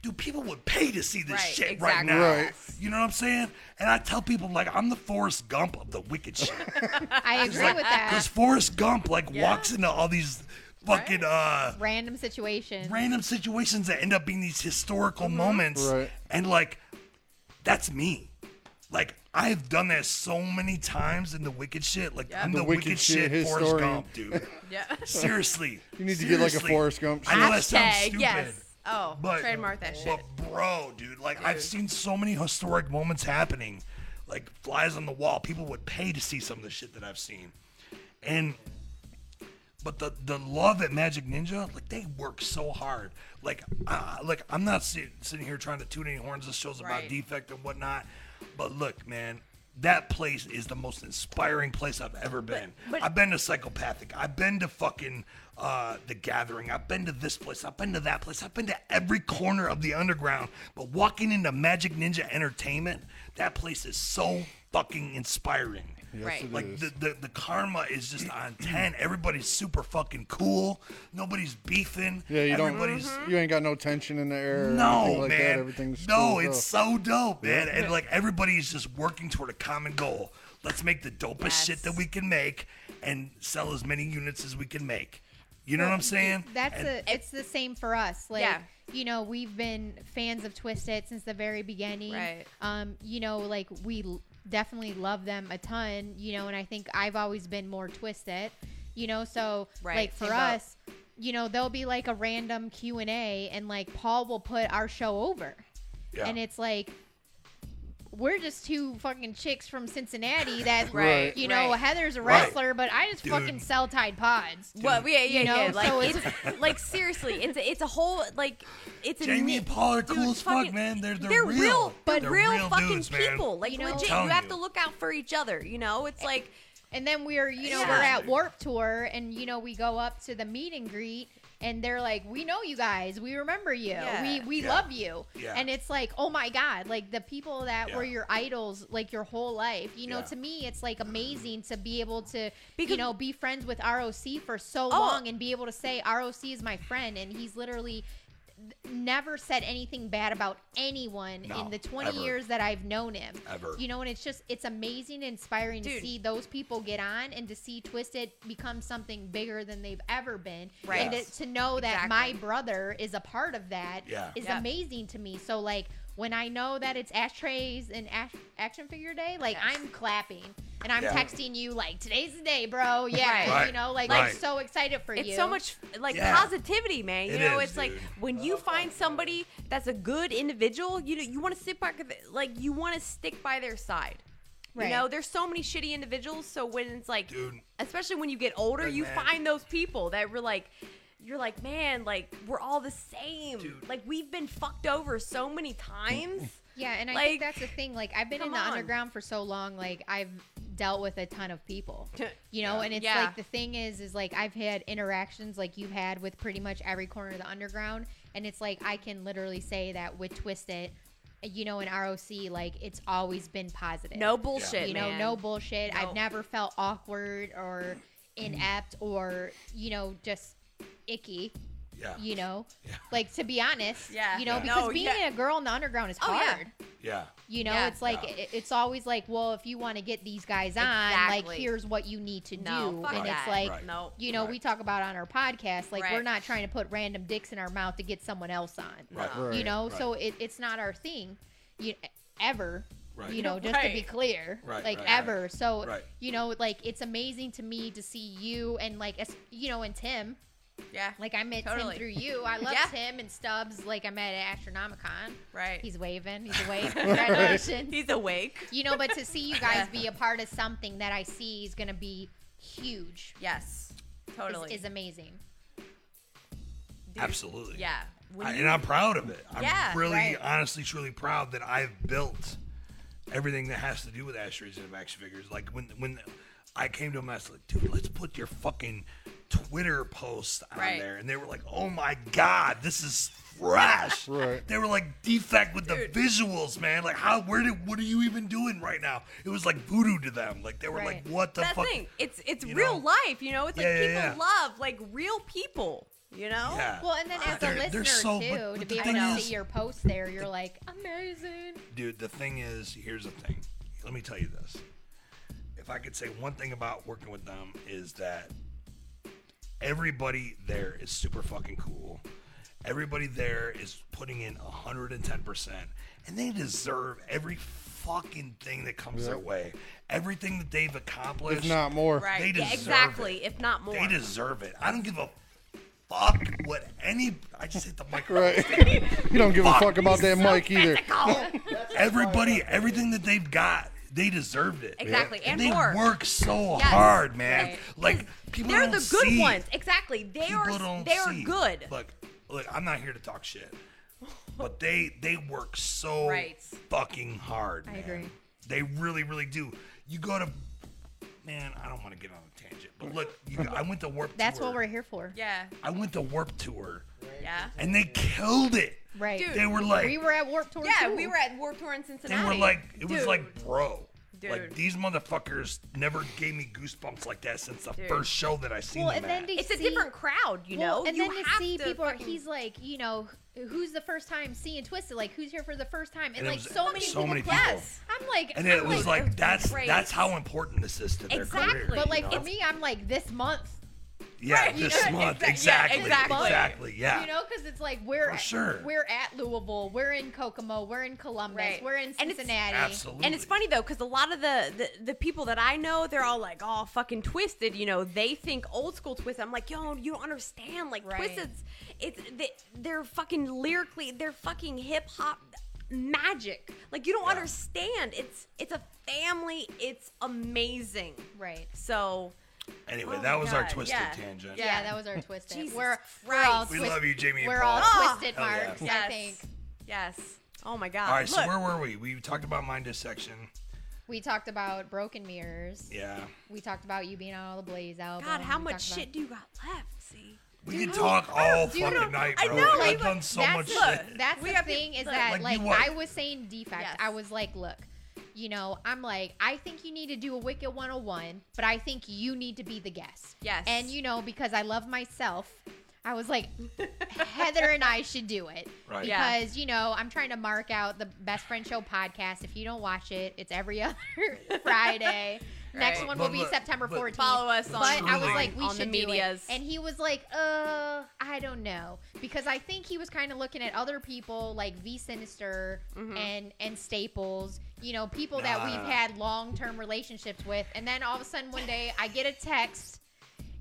Speaker 3: dude, people would pay to see this
Speaker 1: Right,
Speaker 3: shit right
Speaker 1: exactly.
Speaker 3: now.
Speaker 1: Right.
Speaker 3: You know what I'm saying? And I tell people like I'm the Forrest Gump of the wicked shit.
Speaker 2: I agree with
Speaker 3: Because
Speaker 2: that.
Speaker 3: Forrest Gump like walks into all these fucking uh
Speaker 2: Random situation.
Speaker 3: random situations that end up being these historical
Speaker 1: Mm-hmm.
Speaker 3: moments. And like, that's me. Like, I've done that so many times in the wicked shit. Like, I'm the, wicked, shit, Forrest
Speaker 7: historian.
Speaker 3: Gump, dude.
Speaker 1: Yeah.
Speaker 3: Seriously.
Speaker 7: You need to get like a
Speaker 3: Seriously.
Speaker 7: Forrest Gump
Speaker 3: I know that sounds
Speaker 1: Hashtag,
Speaker 3: stupid.
Speaker 1: yes. Oh,
Speaker 3: But-
Speaker 1: trademark that shit.
Speaker 3: But bro, dude, like I've seen so many historic moments happening, like flies on the wall. People would pay to see some of the shit that I've seen, and but the the love at Magic Ninja, like they work so hard. Like, uh, like I'm not sit, sitting here trying to toot any horns. This show's about
Speaker 1: Right.
Speaker 3: defect and whatnot. But look, man. That place is the most inspiring place I've ever been.
Speaker 1: but-
Speaker 3: I've been to Psychopathic. I've been to fucking uh, The Gathering. I've been to this place. I've been to that place. I've been to every corner of the underground. But walking into Magic Ninja Entertainment, that place is so fucking inspiring.
Speaker 7: Yes,
Speaker 1: Right.
Speaker 7: it
Speaker 3: Like
Speaker 7: is.
Speaker 3: the, the, the karma is just on 10. Everybody's super fucking cool. Nobody's beefing.
Speaker 7: yeah, you don't.
Speaker 3: Everybody's.
Speaker 7: You ain't got no tension in the air. or
Speaker 3: No,
Speaker 7: anything like
Speaker 3: man.
Speaker 7: That. Everything's
Speaker 3: no,
Speaker 7: cooled
Speaker 3: it's
Speaker 7: off.
Speaker 3: so dope, man. And like everybody's just working toward a common goal. Let's make the dopest shit that we can make and sell as many units as we can make. You know what I'm saying?
Speaker 2: That's
Speaker 3: And-
Speaker 2: a, it's the same for us. Like,
Speaker 1: Yeah.
Speaker 2: you know, we've been fans of Twisted since the very beginning.
Speaker 1: Right.
Speaker 2: Um, you know, like we l- definitely love them a ton, you know, and I think I've always been more Twisted, you know, so
Speaker 1: Right,
Speaker 2: like for
Speaker 1: same boat.
Speaker 2: us, you know, there'll be like a random Q&A and like Paul will put our show over.
Speaker 3: Yeah.
Speaker 2: And it's like we're just two fucking chicks from Cincinnati that
Speaker 1: Right,
Speaker 2: you know,
Speaker 1: right.
Speaker 2: Heather's a
Speaker 3: Right.
Speaker 2: wrestler, but I just
Speaker 3: Dude.
Speaker 2: fucking sell Tide Pods.
Speaker 1: Well, yeah, yeah,
Speaker 2: You know,
Speaker 1: yeah. Like,
Speaker 2: so
Speaker 1: it's,
Speaker 2: it's-
Speaker 1: like seriously, it's a, it's a whole like it's a
Speaker 3: Jamie
Speaker 1: ni-
Speaker 3: and Paul are
Speaker 1: dude,
Speaker 3: cool as fuck,
Speaker 1: fucking-
Speaker 3: man. They're they're,
Speaker 1: They're
Speaker 3: real,
Speaker 1: real, but
Speaker 3: They're
Speaker 1: real, fucking
Speaker 3: dudes, man.
Speaker 1: people. Like
Speaker 2: You know?
Speaker 1: legit, you
Speaker 3: Telling
Speaker 1: have
Speaker 3: you.
Speaker 1: to look out for each other. You know, it's like
Speaker 2: And then we're, you know,
Speaker 1: Yeah.
Speaker 2: we're at Warp Tour, and you know, we go up to the meet and greet, and they're like, "We know you guys. We remember you.
Speaker 1: Yeah.
Speaker 2: We we
Speaker 1: Yeah.
Speaker 2: love you."
Speaker 1: Yeah.
Speaker 2: And it's like, "Oh my god, like the people that were your idols like your whole life." You know,
Speaker 1: Yeah.
Speaker 2: to me it's like amazing to be able to
Speaker 1: Because-
Speaker 2: you know, be friends with ROC for so
Speaker 1: Oh.
Speaker 2: long and be able to say ROC is my friend and he's literally never said anything bad about anyone
Speaker 1: No,
Speaker 2: in the 20
Speaker 1: ever.
Speaker 2: years that I've known him.
Speaker 1: Ever.
Speaker 2: You know, and it's just, it's amazing, and inspiring to
Speaker 1: Dude.
Speaker 2: see those people get on and to see Twisted become something bigger than they've ever been.
Speaker 1: Right.
Speaker 2: And
Speaker 1: Yes.
Speaker 2: to, to know that my brother is a part of that is
Speaker 1: Yeah. Yeah.
Speaker 2: amazing to me. So, like, when I know that it's ashtrays and ash- action figure day, like, I'm clapping. And I'm
Speaker 1: Yeah.
Speaker 2: texting you like today's the day, bro. Yeah,
Speaker 1: Right.
Speaker 2: you know, like I'm
Speaker 1: Right.
Speaker 2: so excited for
Speaker 1: it's
Speaker 2: you.
Speaker 1: so much like
Speaker 2: Yeah.
Speaker 1: positivity, man. You
Speaker 2: It
Speaker 1: know,
Speaker 2: is,
Speaker 1: it's like when you find somebody that's a good individual, you know, you want to sit back, like you want to stick by their side.
Speaker 2: Right.
Speaker 1: You know, there's so many shitty individuals. So when it's like, especially when you get older,
Speaker 2: Good
Speaker 1: you
Speaker 2: man.
Speaker 1: find those people that were like, you're like, man, like we're all the same. Like we've been fucked over so many times.
Speaker 2: Yeah, and I think that's the thing. Like I've been in
Speaker 1: come
Speaker 2: the
Speaker 1: on.
Speaker 2: underground for so long, like I've dealt with a ton of people. You know,
Speaker 1: Yeah.
Speaker 2: and it's
Speaker 1: Yeah.
Speaker 2: like the thing is is like I've had interactions like you've had with pretty much every corner of the underground and it's like I can literally say that with Twisted you know, in ROC, like it's always been positive.
Speaker 1: No bullshit,
Speaker 2: You know,
Speaker 1: man.
Speaker 2: no bullshit.
Speaker 1: No.
Speaker 2: I've never felt awkward or inept or, you know, just icky.
Speaker 3: Yeah.
Speaker 2: You know? Like to be honest.
Speaker 1: Yeah.
Speaker 2: You know,
Speaker 1: Yeah.
Speaker 2: because
Speaker 1: No,
Speaker 2: being
Speaker 1: yeah.
Speaker 2: a girl in the underground is
Speaker 1: Oh, yeah.
Speaker 2: hard.
Speaker 3: Yeah.
Speaker 2: You know,
Speaker 1: Yeah.
Speaker 2: it's like
Speaker 1: Yeah.
Speaker 2: it, it's always like, well, if you want to get these guys on, like
Speaker 1: Exactly.
Speaker 2: here's what you need to
Speaker 1: No,
Speaker 2: do,
Speaker 1: fuck
Speaker 2: and
Speaker 1: that.
Speaker 2: it's like,
Speaker 1: Right. No.
Speaker 2: you know, we talk about on our podcast, like we're
Speaker 1: Right.
Speaker 2: not trying to put random dicks in our mouth to get someone else on,
Speaker 1: Right.
Speaker 2: you
Speaker 1: Right.
Speaker 2: know,
Speaker 1: Right.
Speaker 2: so it, it's not our thing, you ever.
Speaker 1: Right.
Speaker 2: You know, just to be
Speaker 1: Right.
Speaker 2: clear,
Speaker 1: Right,
Speaker 2: like
Speaker 1: right, right.
Speaker 2: ever. So,
Speaker 1: Right.
Speaker 2: you know, like it's amazing to me to see you and like, es- you know, and Tim.
Speaker 1: Yeah.
Speaker 2: Like I met Tim
Speaker 1: Totally.
Speaker 2: through you. I love
Speaker 1: Yeah.
Speaker 2: Tim and Stubbs. Like I met at Astronomicon.
Speaker 1: Right.
Speaker 2: He's waving. He's awake. Congratulations.
Speaker 1: He's awake.
Speaker 2: You know, but to see you guys be a part of something that I see is going to be huge.
Speaker 1: Yes, totally.
Speaker 2: Is, is amazing.
Speaker 3: Absolutely.
Speaker 1: Yeah. When
Speaker 3: I-
Speaker 1: you-
Speaker 3: and I'm proud of it. I'm
Speaker 1: Yeah,
Speaker 3: really,
Speaker 1: right.
Speaker 3: honestly, truly proud that I've built everything that has to do with ashtrays and action figures. Like when when I came to them, I was like, dude, let's put your fucking Twitter post on
Speaker 1: Right.
Speaker 3: there, and they were like, oh my god, this is fresh.
Speaker 7: Right.
Speaker 3: They were like defect with the visuals, man. Like how where did what are you even doing right now? It was like voodoo to them. Like they were like, what the
Speaker 1: That's
Speaker 3: fuck?
Speaker 1: thing. It's it's
Speaker 3: you
Speaker 1: real
Speaker 3: know?
Speaker 1: life. You know, it's like
Speaker 3: Yeah, yeah,
Speaker 1: people
Speaker 3: yeah.
Speaker 1: love like real people. You know.
Speaker 3: Yeah.
Speaker 2: Well, and then as a
Speaker 3: They're-
Speaker 2: listener,
Speaker 3: they're so-
Speaker 2: too,
Speaker 3: but-
Speaker 2: to
Speaker 3: but the
Speaker 2: be able
Speaker 3: thing
Speaker 2: to
Speaker 3: is-
Speaker 2: see your post there, you're like, amazing.
Speaker 3: Dude, the thing is, here's the thing. Let me tell you this. If I could say one thing about working with them is that everybody there is super fucking cool. Everybody there is putting in 110%, and they deserve every fucking thing that comes their
Speaker 7: Yep.
Speaker 3: way. Everything that they've accomplished.
Speaker 7: If not more.
Speaker 1: Right.
Speaker 3: They
Speaker 1: Yeah,
Speaker 3: deserve
Speaker 1: exactly.
Speaker 3: it.
Speaker 1: If not more.
Speaker 3: They deserve it. I don't give a fuck what any. I just hit the microphone.
Speaker 7: Right. you don't give a fuck about that mic either.
Speaker 3: Everybody, everything that they've got, they deserved it.
Speaker 1: Exactly, and
Speaker 3: they
Speaker 1: more.
Speaker 3: work so
Speaker 1: Yes,
Speaker 3: hard, man.
Speaker 1: right.
Speaker 3: Like people
Speaker 1: They're
Speaker 3: don't
Speaker 1: the good
Speaker 3: see.
Speaker 1: ones. Exactly. They
Speaker 3: People
Speaker 1: are.
Speaker 3: don't
Speaker 1: They are
Speaker 3: see.
Speaker 1: good.
Speaker 3: Look, look, I'm not here to talk shit, but they they work so
Speaker 1: Right.
Speaker 3: fucking hard.
Speaker 1: I
Speaker 3: man.
Speaker 1: agree.
Speaker 3: They really, really do. You go to, man. I don't want to get on a tangent, but look, you, I went to Warp
Speaker 2: That's
Speaker 3: Tour.
Speaker 2: what we're here for.
Speaker 1: Yeah.
Speaker 3: I went to Warp Tour,
Speaker 1: Yeah.
Speaker 3: and they killed it.
Speaker 2: Right.
Speaker 3: they were like,
Speaker 2: we were at Warp Tour.
Speaker 1: Yeah,
Speaker 2: too.
Speaker 1: we were at Warped Tour in
Speaker 3: They
Speaker 1: Cincinnati.
Speaker 3: were like, it was
Speaker 1: Dude.
Speaker 3: like, bro. Like
Speaker 1: Dude.
Speaker 3: these motherfuckers never gave me goosebumps like that since the
Speaker 1: Dude.
Speaker 3: first show that I seen
Speaker 2: Well,
Speaker 3: them
Speaker 2: and then
Speaker 3: at.
Speaker 2: to
Speaker 1: It's a
Speaker 2: see-
Speaker 1: different crowd, you
Speaker 2: Well,
Speaker 1: know.
Speaker 2: and
Speaker 1: You
Speaker 2: then to
Speaker 1: have
Speaker 2: see people are,
Speaker 1: fucking-
Speaker 2: he's like, you know, wh- who's the first time seeing Twisted? Like, who's here for the first time? And,
Speaker 3: And it
Speaker 2: like,
Speaker 3: was
Speaker 2: so many
Speaker 3: so
Speaker 2: people.
Speaker 3: many
Speaker 2: Yes. I'm like,
Speaker 3: And it
Speaker 2: I'm
Speaker 3: was
Speaker 2: like,
Speaker 3: like that's
Speaker 2: great.
Speaker 3: that's how important this is to their
Speaker 2: exactly.
Speaker 3: career.
Speaker 2: but
Speaker 3: you
Speaker 2: like
Speaker 3: know?
Speaker 2: for me, I'm like this month.
Speaker 3: yeah,
Speaker 2: Right, you
Speaker 3: this
Speaker 2: know,
Speaker 3: month,
Speaker 2: exact-
Speaker 3: exactly,
Speaker 2: yeah, exactly.
Speaker 3: exactly, yeah.
Speaker 2: You know, because it's like we're
Speaker 3: For sure.
Speaker 2: we're at Louisville, we're in Kokomo, we're in Columbus,
Speaker 1: Right.
Speaker 2: we're in
Speaker 1: And it's-
Speaker 2: Cincinnati.
Speaker 3: Absolutely.
Speaker 1: And it's funny though, because a lot of the, the the people that I know, they're all like, "Oh, fucking twisted," you know. They think old school twisted. I'm like, "Yo, you don't understand." Like
Speaker 2: Right.
Speaker 1: twisted's, it's they, they're fucking lyrically, they're fucking hip hop magic. Like you don't understand. It's it's a family. It's amazing.
Speaker 2: Right.
Speaker 1: So
Speaker 3: Anyway,
Speaker 1: Oh
Speaker 3: that
Speaker 1: my
Speaker 3: was our
Speaker 1: God,
Speaker 3: twisted
Speaker 1: yeah.
Speaker 3: tangent.
Speaker 2: Yeah, that was our twisted.
Speaker 1: Jesus
Speaker 2: we're, we're
Speaker 1: Christ.
Speaker 2: all
Speaker 3: We
Speaker 2: twist-
Speaker 3: love you, Jamie and
Speaker 2: We're
Speaker 3: Paul.
Speaker 2: all
Speaker 3: Ah!
Speaker 2: twisted
Speaker 3: Hell yeah.
Speaker 2: marks. I
Speaker 1: Yes.
Speaker 2: think
Speaker 1: yes. Oh my
Speaker 2: Uh,
Speaker 1: God.
Speaker 3: All right, so
Speaker 1: Look.
Speaker 3: where were we? We talked about my dissection.
Speaker 2: we talked about broken mirrors.
Speaker 3: Yeah.
Speaker 2: We talked about you being on all the Blaze albums.
Speaker 1: God, how
Speaker 2: We
Speaker 1: much
Speaker 2: talked about-
Speaker 1: shit do you got left? See.
Speaker 3: We can talk all fucking night, bro. I've done so
Speaker 2: that's
Speaker 3: much
Speaker 2: the,
Speaker 3: shit.
Speaker 2: That's the thing is that
Speaker 3: Like,
Speaker 2: like,
Speaker 3: you what?
Speaker 2: I was saying defect. I was like, look, you know, I'm like, I think you need to do a Wicked 101, but I think you need to be the guest.
Speaker 1: Yes.
Speaker 2: And you know, because I love myself, I was like, Heather and I should do it.
Speaker 1: Right. Yeah.
Speaker 2: Because, you know, I'm trying to mark out the Best Friend Show podcast. If you don't watch it, it's every other Friday. Next
Speaker 1: Right.
Speaker 2: one
Speaker 1: But
Speaker 2: will be
Speaker 1: look,
Speaker 2: September
Speaker 1: but-
Speaker 2: 14th.
Speaker 1: Follow us on-
Speaker 2: But I was
Speaker 1: Truly.
Speaker 2: like, we
Speaker 1: on the
Speaker 2: should do it.
Speaker 1: medias.
Speaker 2: And he was like, uh, I don't know. Because I think he was kind of looking at other people like V Sinister and, and Staples, you know, people that
Speaker 1: Nah.
Speaker 2: we've had long term relationships with. And then all of a sudden one day I get a text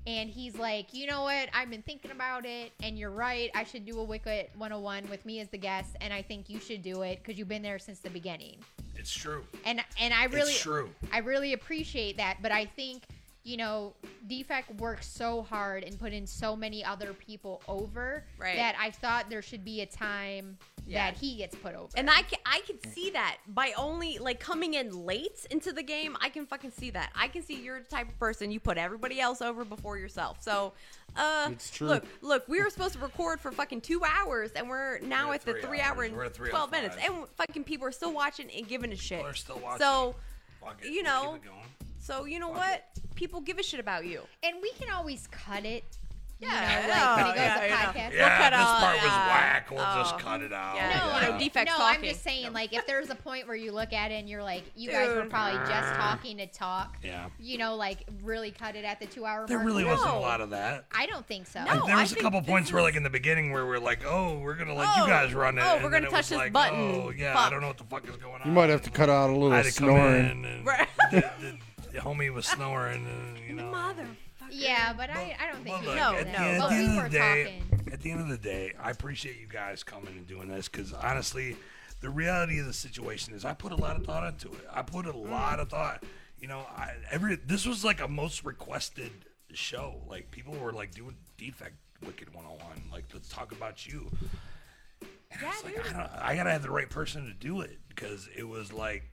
Speaker 2: and he's like, you know what? I've been thinking about it, and you're right. I should do a Wicked 101 with me as the guest, and I think you should do it because you've been there since the beginning.
Speaker 3: It's true.
Speaker 2: And and I really,
Speaker 3: it's true.
Speaker 2: I really appreciate that. But I think you know, Defect worked so hard and put in so many other people over
Speaker 1: Right.
Speaker 2: that I thought there should be a time
Speaker 1: Yeah.
Speaker 2: that he gets put over.
Speaker 1: And I can, I can see that by only like coming in late into the game, I can fucking see that. I can see you're the type of person you put everybody else over before yourself. So, uh,
Speaker 13: It's true.
Speaker 1: look, look, we were supposed to record for fucking two hours, and we're now at the
Speaker 13: three
Speaker 1: three hour
Speaker 13: hours.
Speaker 1: and
Speaker 13: We're at three oh
Speaker 1: twelve minutes,
Speaker 13: five.
Speaker 1: and fucking people are still watching and giving a shit.
Speaker 13: They're still watching.
Speaker 1: So,
Speaker 3: Fuck
Speaker 1: you know, so you know what? People give a shit about you.
Speaker 2: and we can always cut it. you know,
Speaker 1: Yeah,
Speaker 2: like, when he
Speaker 1: yeah,
Speaker 2: goes to
Speaker 1: yeah.
Speaker 2: podcast.
Speaker 1: We'll
Speaker 3: Yeah,
Speaker 1: cut
Speaker 3: this
Speaker 1: all-
Speaker 3: part was
Speaker 1: yeah.
Speaker 3: whack. We'll just
Speaker 1: Oh.
Speaker 3: cut it out.
Speaker 1: Yeah. No, I'm defect
Speaker 2: no, I'm
Speaker 1: talking.
Speaker 2: just saying, like, if there's a point where you look at it and you're like, you guys were
Speaker 1: Dude.
Speaker 2: probably just talking to talk,
Speaker 3: Yeah.
Speaker 2: you know, like really cut it at the two hour
Speaker 3: There
Speaker 2: mark.
Speaker 3: really wasn't a
Speaker 2: No.
Speaker 3: lot of that.
Speaker 2: I don't think so.
Speaker 3: Like, there was a couple points where, like in the beginning, where we're like, "Oh, we're gonna let
Speaker 2: Oh,
Speaker 3: you guys run it."
Speaker 2: oh,
Speaker 3: and
Speaker 2: we're
Speaker 3: then
Speaker 2: gonna
Speaker 3: it
Speaker 2: touch
Speaker 3: was
Speaker 2: this
Speaker 3: like,
Speaker 2: button.
Speaker 3: Oh, yeah, I
Speaker 2: Fuck.
Speaker 3: don't know what the fuck is going
Speaker 7: You might have to cut out a
Speaker 3: I
Speaker 7: little
Speaker 3: had to come
Speaker 7: snoring.
Speaker 3: on. the, the homie was snoring, and you know.
Speaker 2: Yeah, but I, I don't think
Speaker 3: Look,
Speaker 2: no,
Speaker 3: at,
Speaker 2: no.
Speaker 3: the, at
Speaker 2: But
Speaker 3: the
Speaker 2: we
Speaker 3: end
Speaker 2: were
Speaker 3: of the day,
Speaker 2: talking.
Speaker 3: at the end of the day, I appreciate you guys coming and doing this because honestly, the reality of the situation is I put a lot of thought into it. I put a
Speaker 2: Mm.
Speaker 3: lot of thought. You know, I, every this was like a most requested show. Like people were like doing defect wicked 101. Like let's talk about you. And I was like, I, don't, I gotta have the right person to do it because it was like,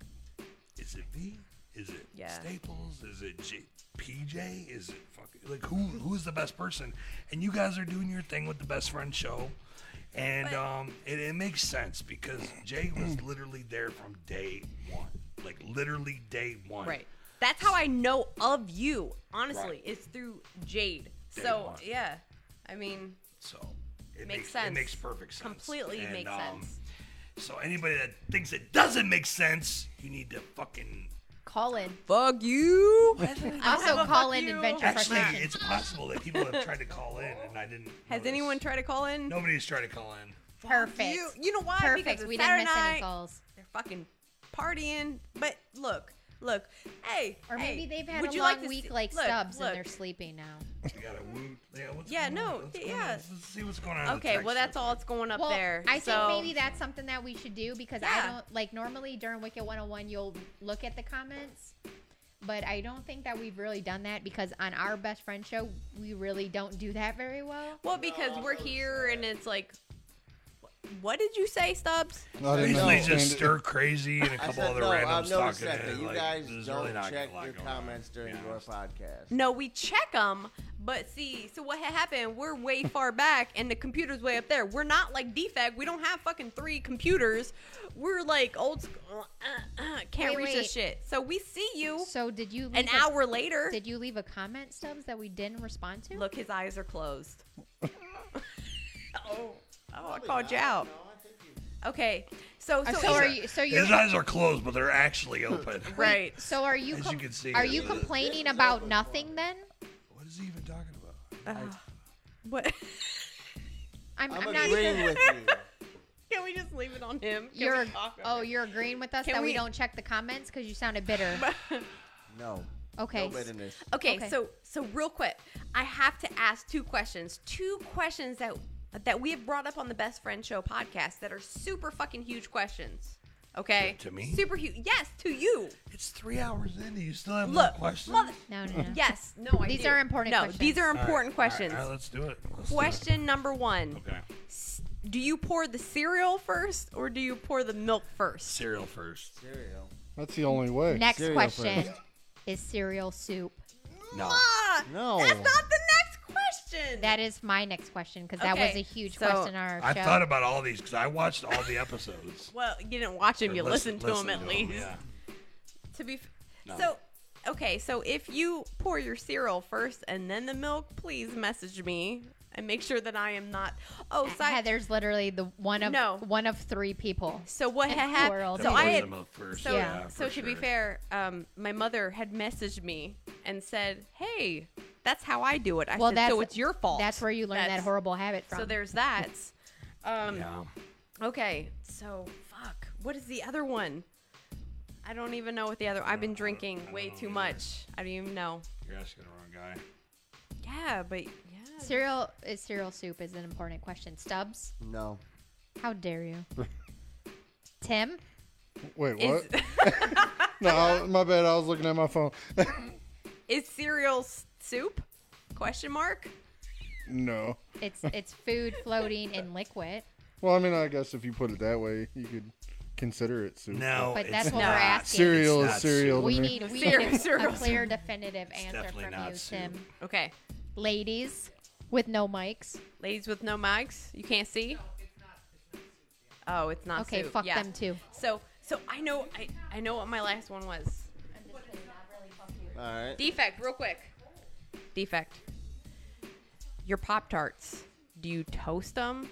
Speaker 3: is it me? Is it
Speaker 13: Yeah.
Speaker 3: Staples? Is it J- PJ? Is it fucking like who? Who's the best person? And you guys are doing your thing with the best friend show, and um, it, it makes sense because Jay was literally there from day one, like literally day one.
Speaker 1: Right. That's how I know of you, honestly,
Speaker 3: Right.
Speaker 1: is through Jade.
Speaker 3: Day
Speaker 1: so,
Speaker 3: one.
Speaker 1: yeah. I mean,
Speaker 3: So it
Speaker 1: Makes
Speaker 3: makes,
Speaker 1: sense.
Speaker 3: It makes perfect sense.
Speaker 1: Completely
Speaker 3: And,
Speaker 1: makes
Speaker 3: um,
Speaker 1: sense.
Speaker 3: So anybody that thinks it doesn't make sense, you need to fucking
Speaker 2: Call in.
Speaker 1: Fuck you.
Speaker 2: also, call in and venture
Speaker 3: Actually,
Speaker 2: frustration.
Speaker 3: it's possible that people have tried to call in and I didn't.
Speaker 1: has anyone tried to call in?
Speaker 3: Nobody's tried to call in.
Speaker 2: Perfect.
Speaker 1: You, you know why?
Speaker 2: Perfect.
Speaker 1: Because it's
Speaker 2: we
Speaker 1: Saturday
Speaker 2: didn't miss
Speaker 1: night.
Speaker 2: any calls.
Speaker 1: They're fucking partying. But look, look. Hey.
Speaker 2: Or
Speaker 1: hey,
Speaker 2: maybe they've had
Speaker 1: would
Speaker 2: a
Speaker 1: you
Speaker 2: long
Speaker 1: like to
Speaker 2: week
Speaker 1: see-
Speaker 2: like
Speaker 1: look,
Speaker 2: Stubbs
Speaker 1: look.
Speaker 2: and they're sleeping now.
Speaker 3: We got a woot. Yeah, what's
Speaker 1: Yeah,
Speaker 3: going on?
Speaker 1: no,
Speaker 3: What's
Speaker 1: yeah.
Speaker 3: going on? Let's see what's going on. in the
Speaker 1: Okay, well,
Speaker 3: text.
Speaker 1: that's all that's going up
Speaker 2: well,
Speaker 1: there.
Speaker 2: I
Speaker 1: so-
Speaker 2: think maybe that's something that we should do because I
Speaker 1: Yeah.
Speaker 2: don't like normally during Wicked 101 you'll look at the comments, but I don't think that we've really done that because on our best friend show we really don't do that very well.
Speaker 1: Well, because we're here and it's like, wh- what did you say, Stubbs?
Speaker 3: Basically, just
Speaker 7: understand it.
Speaker 3: stir crazy and a couple
Speaker 11: said,
Speaker 3: other
Speaker 11: no, I've
Speaker 3: randoms
Speaker 11: noticed
Speaker 3: talking.
Speaker 11: that, that
Speaker 3: in,
Speaker 11: you
Speaker 3: like,
Speaker 11: guys
Speaker 3: there's
Speaker 11: don't
Speaker 3: really not
Speaker 11: check
Speaker 3: a lot
Speaker 11: your
Speaker 3: going on.
Speaker 11: comments during your podcast.
Speaker 1: No, we check them, but see, so what had happened? We're way far back, and the computer's way up there. We're not like defect. We don't have fucking three computers. We're like old school. Uh, uh, can't
Speaker 2: Wait,
Speaker 1: reach this
Speaker 2: wait.
Speaker 1: shit. So we see you.
Speaker 2: So did you
Speaker 1: An
Speaker 2: leave a-
Speaker 1: hour later.
Speaker 2: Did you leave a comment, Stubbs, that we didn't respond to?
Speaker 1: Look, his eyes are closed. oh, oh, I called you out. Okay, so
Speaker 2: Uh,
Speaker 1: so,
Speaker 2: so are
Speaker 1: either-
Speaker 2: you- so you're-
Speaker 3: His eyes are closed, but they're actually open.
Speaker 1: right.
Speaker 2: So are you?
Speaker 3: As
Speaker 2: com-
Speaker 3: you can see,
Speaker 2: are
Speaker 3: it's
Speaker 2: you
Speaker 3: a-
Speaker 2: complaining about nothing then?
Speaker 3: What is he even talking about?
Speaker 1: What?
Speaker 2: I'm,
Speaker 1: I'm
Speaker 2: I'm, not
Speaker 1: agreeing
Speaker 2: even.
Speaker 1: with Can we just leave it on him? Can we
Speaker 2: You're
Speaker 1: talk about
Speaker 2: oh,
Speaker 1: it?
Speaker 2: you're agreeing with us
Speaker 1: Can
Speaker 2: that we,
Speaker 1: we-
Speaker 2: don't check the comments because you sounded bitter.
Speaker 11: No.
Speaker 2: Okay.
Speaker 11: No bitterness.
Speaker 1: Okay,
Speaker 2: Okay.
Speaker 1: so so real quick, I have to ask two questions. Two questions that that we have brought up on the Best Friend Show podcast that are super fucking huge questions. Okay.
Speaker 3: To- to me?
Speaker 1: Super huge. Yes, to you.
Speaker 3: It's three hours in. and You still have
Speaker 1: Look,
Speaker 3: more questions?
Speaker 1: mother-
Speaker 2: No, no, no.
Speaker 1: Yes. No. I
Speaker 2: These
Speaker 1: do.
Speaker 2: are important
Speaker 1: No,
Speaker 2: questions.
Speaker 1: these are
Speaker 3: All right,
Speaker 1: important
Speaker 3: all right,
Speaker 1: questions.
Speaker 3: all right, let's do it. Let's do it.
Speaker 1: Question number one.
Speaker 3: Okay.
Speaker 1: S- Do you pour the cereal first or do you pour the milk first?
Speaker 3: Cereal first.
Speaker 11: Cereal.
Speaker 7: That's the only way.
Speaker 2: Next question: Is cereal soup?
Speaker 3: No.
Speaker 1: Ah,
Speaker 7: No.
Speaker 1: That's not the next question.
Speaker 2: That is my next question because that was
Speaker 1: Okay,
Speaker 2: a huge
Speaker 1: so-
Speaker 2: question on our
Speaker 3: I
Speaker 2: show.
Speaker 3: thought about all these because I watched all the episodes.
Speaker 1: Well, you didn't watch him.
Speaker 3: Or
Speaker 1: You
Speaker 3: listen-
Speaker 1: listened to him
Speaker 3: listen
Speaker 1: at
Speaker 3: to 'em,
Speaker 1: least.
Speaker 3: yeah.
Speaker 1: To be f-
Speaker 3: No.
Speaker 1: so okay. So if you pour your cereal first and then the milk, please message me and make sure that I am not. Oh, so
Speaker 2: Heather's literally the one of one of three people.
Speaker 1: So what
Speaker 2: in
Speaker 1: had
Speaker 2: the world
Speaker 1: happened? So
Speaker 2: who-
Speaker 1: I had.
Speaker 3: first,
Speaker 1: So,
Speaker 2: yeah,
Speaker 1: so
Speaker 2: for
Speaker 1: to be
Speaker 2: sure.
Speaker 1: fair, um, my mother had messaged me and said, "Hey, that's how I do it." I
Speaker 2: well,
Speaker 1: said,
Speaker 2: that's
Speaker 1: "So it's your fault."
Speaker 2: That's where you learn that
Speaker 1: That's-
Speaker 2: horrible habit from.
Speaker 1: So there's that. Um, Okay, so fuck. What is the other one? I don't even know what the other. I've been drinking way too much. I don't even know.
Speaker 3: You're asking the wrong guy.
Speaker 1: Yeah, but yeah.
Speaker 2: cereal is cereal soup is an important question. Stubbs,
Speaker 11: No.
Speaker 2: how dare you? Tim,
Speaker 7: Wait, what?
Speaker 2: Is-
Speaker 7: no, I- my bad. I was looking at my phone.
Speaker 1: Is cereal s- soup? Question mark.
Speaker 7: no.
Speaker 2: it's it's food floating in liquid.
Speaker 7: Well, I mean, I guess if you put it that way, you could consider it soup.
Speaker 3: No,
Speaker 2: But that's what we're asking.
Speaker 7: Cereal is cereal. to
Speaker 2: We
Speaker 7: me.
Speaker 2: need we
Speaker 1: Cereal-
Speaker 2: need a
Speaker 1: cereal
Speaker 2: clear,
Speaker 1: soup.
Speaker 2: definitive answer
Speaker 1: definitely
Speaker 2: from
Speaker 1: not
Speaker 2: you,
Speaker 1: soup.
Speaker 2: Tim.
Speaker 1: Okay.
Speaker 2: Ladies with no mics.
Speaker 1: Ladies with no mics, you can't see. Oh, it's not.
Speaker 2: Okay,
Speaker 1: soup,
Speaker 2: fuck
Speaker 1: yeah.
Speaker 2: them too.
Speaker 1: So, so I know, I, I know what my last one was.
Speaker 11: All right.
Speaker 1: Defect, real quick. Defect. Your Pop Tarts, do you toast them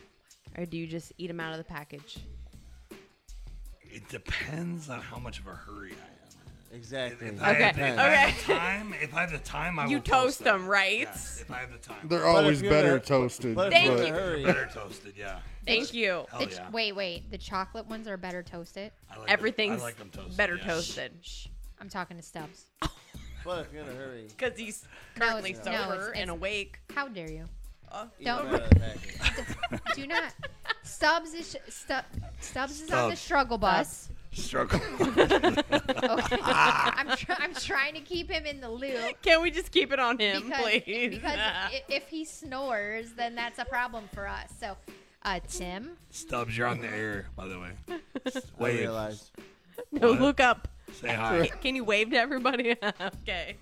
Speaker 1: or do you just eat them out of the package?
Speaker 3: It depends on how much of a hurry I am.
Speaker 11: Exactly.
Speaker 3: If I have,
Speaker 1: Okay,
Speaker 3: if I have
Speaker 1: okay.
Speaker 3: the time, if I have the time, I
Speaker 1: you
Speaker 3: will
Speaker 1: toast them, right?
Speaker 3: Yes, if I have the time.
Speaker 7: They're always better toasted.
Speaker 3: but-
Speaker 1: Thank
Speaker 7: but-
Speaker 1: you.
Speaker 3: They're better toasted, yeah.
Speaker 1: Thank you.
Speaker 3: Hell
Speaker 2: The ch-
Speaker 3: yeah.
Speaker 2: Wait, wait. The chocolate ones are better toasted.
Speaker 3: I like them- I
Speaker 1: Everything's
Speaker 3: like them toasted,
Speaker 1: better
Speaker 3: yeah.
Speaker 1: toasted.
Speaker 2: I'm talking to Stubbs.
Speaker 11: But if you're in a hurry,
Speaker 1: Because he's
Speaker 2: No,
Speaker 1: currently
Speaker 2: it's- no,
Speaker 1: sober
Speaker 2: it's- it's-
Speaker 1: and awake.
Speaker 2: How dare you?
Speaker 1: Uh,
Speaker 11: eat
Speaker 2: Don't-
Speaker 11: them out of the package.
Speaker 2: Do not. Stubbs is stu- Stubbs is on the
Speaker 3: Stubbs.
Speaker 2: struggle bus.
Speaker 3: Struggle.
Speaker 2: Okay. I'm, try I'm trying to keep him in the loop.
Speaker 1: Can we just keep it on him,
Speaker 2: because,
Speaker 1: please?
Speaker 2: because i- if he snores, then that's a problem for us. So, uh, Tim,
Speaker 3: Stubbs, you're on the air, by the way.
Speaker 11: I
Speaker 3: Wave.
Speaker 11: realized.
Speaker 1: no,
Speaker 3: What?
Speaker 1: look up.
Speaker 3: Say hi.
Speaker 1: Can you wave to everybody? okay.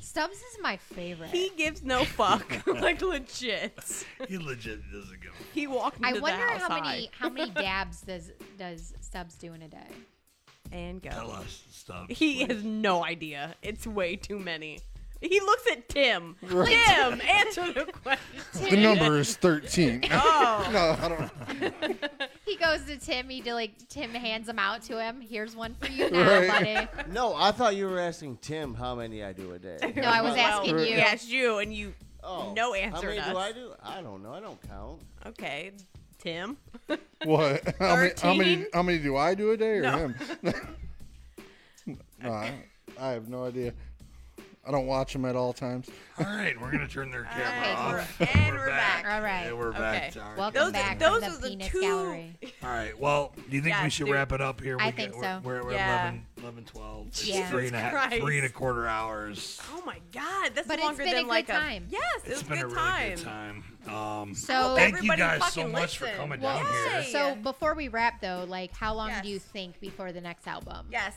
Speaker 2: Stubbs is my favorite.
Speaker 1: He gives no fuck. like, legit.
Speaker 3: He legit doesn't give a
Speaker 1: He walked into
Speaker 2: I
Speaker 1: the
Speaker 2: wonder
Speaker 1: house
Speaker 2: how many
Speaker 1: high.
Speaker 2: how many dabs does does Stubbs do in a day?
Speaker 1: And go.
Speaker 3: Tell us, Stubbs.
Speaker 1: He
Speaker 3: please.
Speaker 1: has no idea. It's way too many. He looks at Tim. Tim, answer the question.
Speaker 7: The number is 13.
Speaker 1: Oh.
Speaker 7: no, I don't.
Speaker 2: He goes to Tim. He do like Tim hands them out to him. Here's one for you now,
Speaker 7: Right.
Speaker 2: buddy.
Speaker 11: No, I thought you were asking Tim how many I do a day.
Speaker 2: No, I was
Speaker 11: Well,
Speaker 2: asking you.
Speaker 1: He asked you, and you
Speaker 11: Oh,
Speaker 1: no
Speaker 11: How
Speaker 1: answered
Speaker 11: many
Speaker 1: us.
Speaker 11: do I do? I don't know. I don't count.
Speaker 1: Okay, Tim.
Speaker 7: What? How many, how many?
Speaker 1: 13?
Speaker 7: How many do I do a day or
Speaker 1: No.
Speaker 7: him? no, I, I have no idea. I don't watch him at all times.
Speaker 3: All right, we're gonna turn their camera
Speaker 2: Okay,
Speaker 3: off.
Speaker 1: we're- and we're back.
Speaker 2: All right.
Speaker 3: Yeah, we're
Speaker 1: Okay.
Speaker 3: back. to our-
Speaker 2: Welcome
Speaker 1: Those-
Speaker 2: back
Speaker 1: those
Speaker 2: to
Speaker 1: are
Speaker 2: the,
Speaker 1: the
Speaker 2: penis
Speaker 1: two-
Speaker 2: gallery.
Speaker 3: All right. Well, do you think
Speaker 1: Yeah,
Speaker 3: we should
Speaker 1: do-
Speaker 3: wrap it up here?
Speaker 2: I
Speaker 3: We
Speaker 2: think
Speaker 3: we're,
Speaker 2: so.
Speaker 3: We're, we're
Speaker 1: Yeah.
Speaker 3: 11, 11, 12. It's
Speaker 2: Yeah.
Speaker 3: three and a half,
Speaker 1: Jesus
Speaker 3: three and a
Speaker 1: Christ.
Speaker 3: quarter hours.
Speaker 1: Oh my God, that's
Speaker 2: But it's
Speaker 1: longer
Speaker 2: been a
Speaker 1: than
Speaker 2: good
Speaker 1: like
Speaker 2: time.
Speaker 1: a yes. It was
Speaker 3: it's been
Speaker 1: good
Speaker 3: a really
Speaker 1: time.
Speaker 3: good time. Um,
Speaker 2: So
Speaker 3: thank you
Speaker 1: everybody
Speaker 3: guys so
Speaker 1: fucking
Speaker 3: much for
Speaker 1: listen.
Speaker 3: coming
Speaker 2: Well,
Speaker 3: down here.
Speaker 1: Hey.
Speaker 2: So before we wrap though, like how long do you
Speaker 1: Yes.
Speaker 2: think before the next album?
Speaker 1: Yes.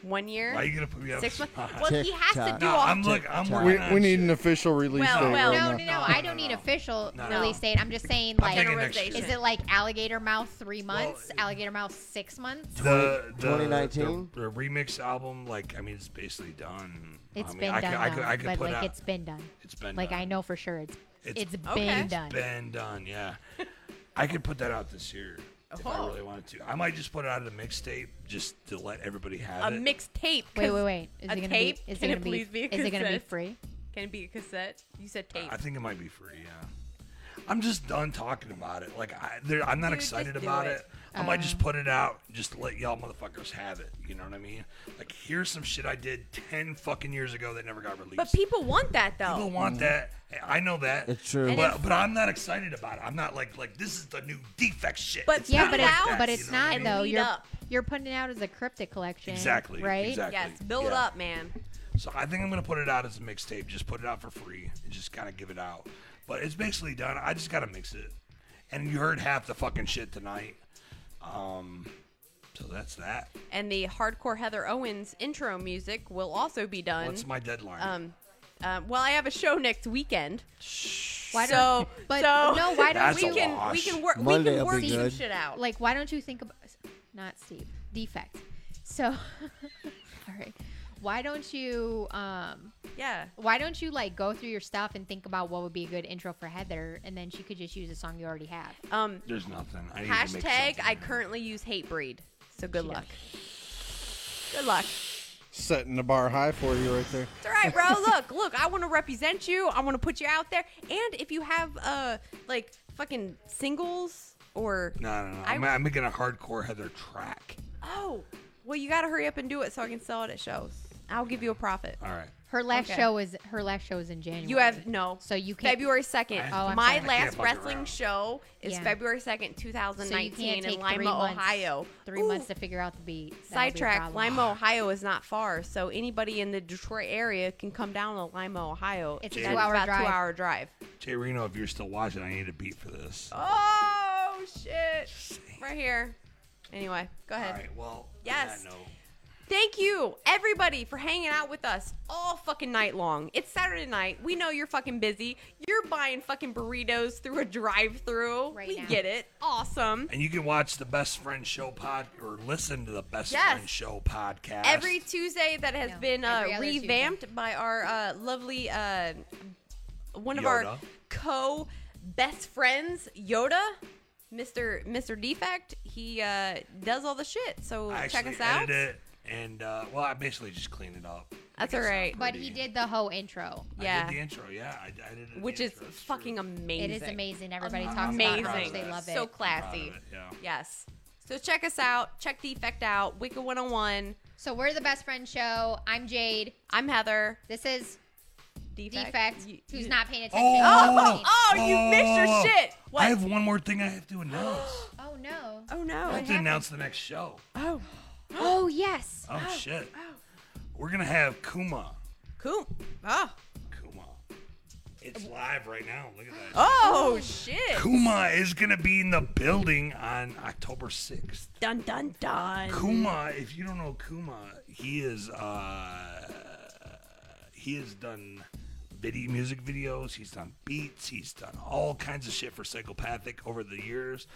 Speaker 1: One year.
Speaker 3: Why are you gonna put me up?
Speaker 1: Six
Speaker 3: spot?
Speaker 1: months. Well, he has to
Speaker 11: TikTok.
Speaker 1: do
Speaker 3: No,
Speaker 1: all.
Speaker 3: I'm look. I'm
Speaker 7: We,
Speaker 3: working on
Speaker 7: we need
Speaker 3: shit.
Speaker 7: an official release
Speaker 1: Well,
Speaker 7: date.
Speaker 1: well,
Speaker 7: right
Speaker 2: No, no,
Speaker 7: now.
Speaker 2: no, I don't need official
Speaker 3: No, no.
Speaker 2: release date. I'm just saying
Speaker 3: I'm
Speaker 2: like
Speaker 3: thinking next year.
Speaker 2: is it like alligator mouth three months, alligator mouth six months?
Speaker 3: the, the
Speaker 11: 2019?
Speaker 3: the, the remix album like i mean it's basically done
Speaker 2: It's
Speaker 3: I mean,
Speaker 2: been
Speaker 3: I
Speaker 2: done,
Speaker 3: could, I
Speaker 2: though,
Speaker 3: could, I could
Speaker 2: but
Speaker 3: put
Speaker 2: like
Speaker 3: out,
Speaker 2: it's been done.
Speaker 3: it's been
Speaker 2: Like
Speaker 3: done.
Speaker 2: I know for sure it's
Speaker 3: It's-
Speaker 2: it's
Speaker 1: Okay.
Speaker 2: been
Speaker 1: It's
Speaker 2: done.
Speaker 3: been done yeah i could put that out this year if i
Speaker 1: Oh.
Speaker 3: really wanted to i might just put it out as a mixtape just to let everybody
Speaker 1: A
Speaker 3: have it
Speaker 1: mixtape.
Speaker 2: Wait, wait, wait. Is
Speaker 1: a
Speaker 2: it gonna
Speaker 1: tape?
Speaker 2: be? Is
Speaker 1: Can
Speaker 2: it
Speaker 1: it
Speaker 2: gonna be?
Speaker 1: please be a
Speaker 2: is it gonna be
Speaker 1: cassette?
Speaker 2: free?
Speaker 1: Can it be a cassette? You said tape.
Speaker 3: i think it might be free yeah i'm just done talking about it like I, there, i'm not
Speaker 1: Dude,
Speaker 3: excited
Speaker 1: just do
Speaker 3: about it,
Speaker 1: it.
Speaker 3: I might just put it out, just to let y'all motherfuckers have it. You know what I mean? Like, here's some shit I did ten fucking years ago that never got released.
Speaker 1: but people want that though.
Speaker 3: People want that. I know that.
Speaker 11: It's true. And
Speaker 3: But, but I'm not excited about it. I'm not like like this is the new defect shit.
Speaker 1: But
Speaker 3: It's
Speaker 2: Yeah,
Speaker 3: not
Speaker 2: but
Speaker 3: like
Speaker 2: it's
Speaker 3: that,
Speaker 2: but
Speaker 3: you
Speaker 2: it's
Speaker 3: know what I
Speaker 2: not
Speaker 3: mean?
Speaker 2: though.
Speaker 1: Lead
Speaker 2: You're
Speaker 1: up.
Speaker 2: you're putting it out as a cryptic collection.
Speaker 3: Exactly.
Speaker 2: Right.
Speaker 3: Exactly.
Speaker 1: yes, build
Speaker 3: yeah.
Speaker 1: up, man.
Speaker 3: So I think I'm gonna put it out as a mixtape. Just put it out for free and just kind of give it out. But it's basically done. I just gotta mix it. And you heard half the fucking shit tonight. Um, so that's that.
Speaker 1: And the hardcore Heather Owens intro music will also be done.
Speaker 3: What's my deadline?
Speaker 1: um, Um, well, I have a show next weekend.
Speaker 2: Why
Speaker 1: so,
Speaker 2: don't- but
Speaker 1: so
Speaker 2: no, why don't That's
Speaker 1: we
Speaker 2: we- a
Speaker 1: can we
Speaker 2: wash.
Speaker 1: can work we
Speaker 11: Monday
Speaker 1: can
Speaker 11: will be
Speaker 1: work some
Speaker 11: good.
Speaker 1: shit out.
Speaker 2: Like, why don't you think about not Steve defect? So, all right, why don't you? um
Speaker 1: Yeah.
Speaker 2: Why don't you like go through your stuff and think about what would be a good intro for Heather, and then she could just use a song you already have.
Speaker 1: Um,
Speaker 3: There's nothing. I need to make
Speaker 1: Hashtag
Speaker 3: something.
Speaker 1: I currently use hate breed. So good luck. Good luck.
Speaker 7: Setting the bar high for you right there.
Speaker 1: It's all right, bro. Look, look. I want to represent you. I want to put you out there. And if you have uh like fucking singles or
Speaker 3: No, no, no.
Speaker 1: I-
Speaker 3: I'm, I'm making a hardcore Heather track.
Speaker 1: oh, well you got to hurry up and do it so I can sell it at shows. I'll give you a profit.
Speaker 3: All right.
Speaker 2: Her last
Speaker 1: Okay.
Speaker 2: show is her last show is in January.
Speaker 1: You have no.
Speaker 2: so you can't
Speaker 1: February second.
Speaker 2: Oh, I'm
Speaker 1: My
Speaker 2: sorry. I
Speaker 1: last
Speaker 2: can't bug
Speaker 1: wrestling
Speaker 2: around.
Speaker 1: show is
Speaker 2: Yeah.
Speaker 1: February second, two
Speaker 2: So
Speaker 1: thousand
Speaker 2: you
Speaker 1: nineteen,
Speaker 2: can't
Speaker 1: in
Speaker 2: take
Speaker 1: Lima,
Speaker 2: three months-
Speaker 1: Ohio.
Speaker 2: Three months to figure out the beat. That'll be a
Speaker 1: Sidetrack,
Speaker 2: problem.
Speaker 1: Lima, Ohio is not far, so anybody in the Detroit area can come down to Lima, Ohio.
Speaker 2: It's
Speaker 3: a
Speaker 1: And
Speaker 3: two-hour
Speaker 1: about
Speaker 3: drive.
Speaker 1: two hour drive.
Speaker 3: Jay Reno, if you're still watching, I need a beat for this.
Speaker 1: Oh shit! Right here. Anyway, go ahead.
Speaker 3: All right. Well, on
Speaker 1: Yes.
Speaker 3: that note,
Speaker 1: Thank you, everybody, for hanging out with us all fucking night long. It's Saturday night. We know you're fucking busy. You're buying fucking burritos through a drive-through. we
Speaker 3: now.
Speaker 1: get it. Awesome.
Speaker 3: And you can watch the Best Friend Show pod or listen to the Best
Speaker 1: Yes.
Speaker 3: Friend Show podcast.
Speaker 1: Every Tuesday that has been uh,
Speaker 2: every other Tuesday.
Speaker 1: revamped by our uh, lovely uh, one of our
Speaker 3: Yoda.
Speaker 1: co best friends, Yoda, Mister Mister Defect. He uh, does all the shit. So
Speaker 3: I
Speaker 1: check
Speaker 3: actually
Speaker 1: us out.
Speaker 3: edited it and uh, well, I basically just cleaned it up.
Speaker 1: That's all right.
Speaker 2: But he did the whole intro.
Speaker 1: Yeah.
Speaker 3: I did the intro. Yeah, I, I did it.
Speaker 1: which is fucking amazing.
Speaker 2: It is amazing. Everybody talks
Speaker 1: amazing.
Speaker 2: about how much they love it.
Speaker 1: So
Speaker 2: I'm
Speaker 1: classy.
Speaker 3: yeah.
Speaker 1: Yes. So check us out. Check Defect out. Wicca 101.
Speaker 2: So we're the best friend show. I'm Jade.
Speaker 1: I'm Heather.
Speaker 2: This is
Speaker 1: Defect.
Speaker 2: Defect, who's not paying attention.
Speaker 3: Oh,
Speaker 1: Oh,
Speaker 3: oh,
Speaker 1: oh, you missed your
Speaker 3: oh, oh.
Speaker 1: shit. What?
Speaker 3: I have one more thing I have to announce.
Speaker 2: Oh no.
Speaker 1: Oh
Speaker 3: I
Speaker 1: no.
Speaker 3: have to announce the next show.
Speaker 1: Oh.
Speaker 2: Oh yes.
Speaker 3: Oh, shit. We're gonna have Kuma.
Speaker 1: Cool. Oh.
Speaker 3: Kuma. It's live right now. Look at that.
Speaker 1: Oh shit.
Speaker 3: Kuma is gonna be in the building on October sixth.
Speaker 1: Dun dun dun.
Speaker 3: Kuma, if you don't know Kuma, he is uh he has done video music videos, he's done beats, he's done all kinds of shit for Psychopathic over the years.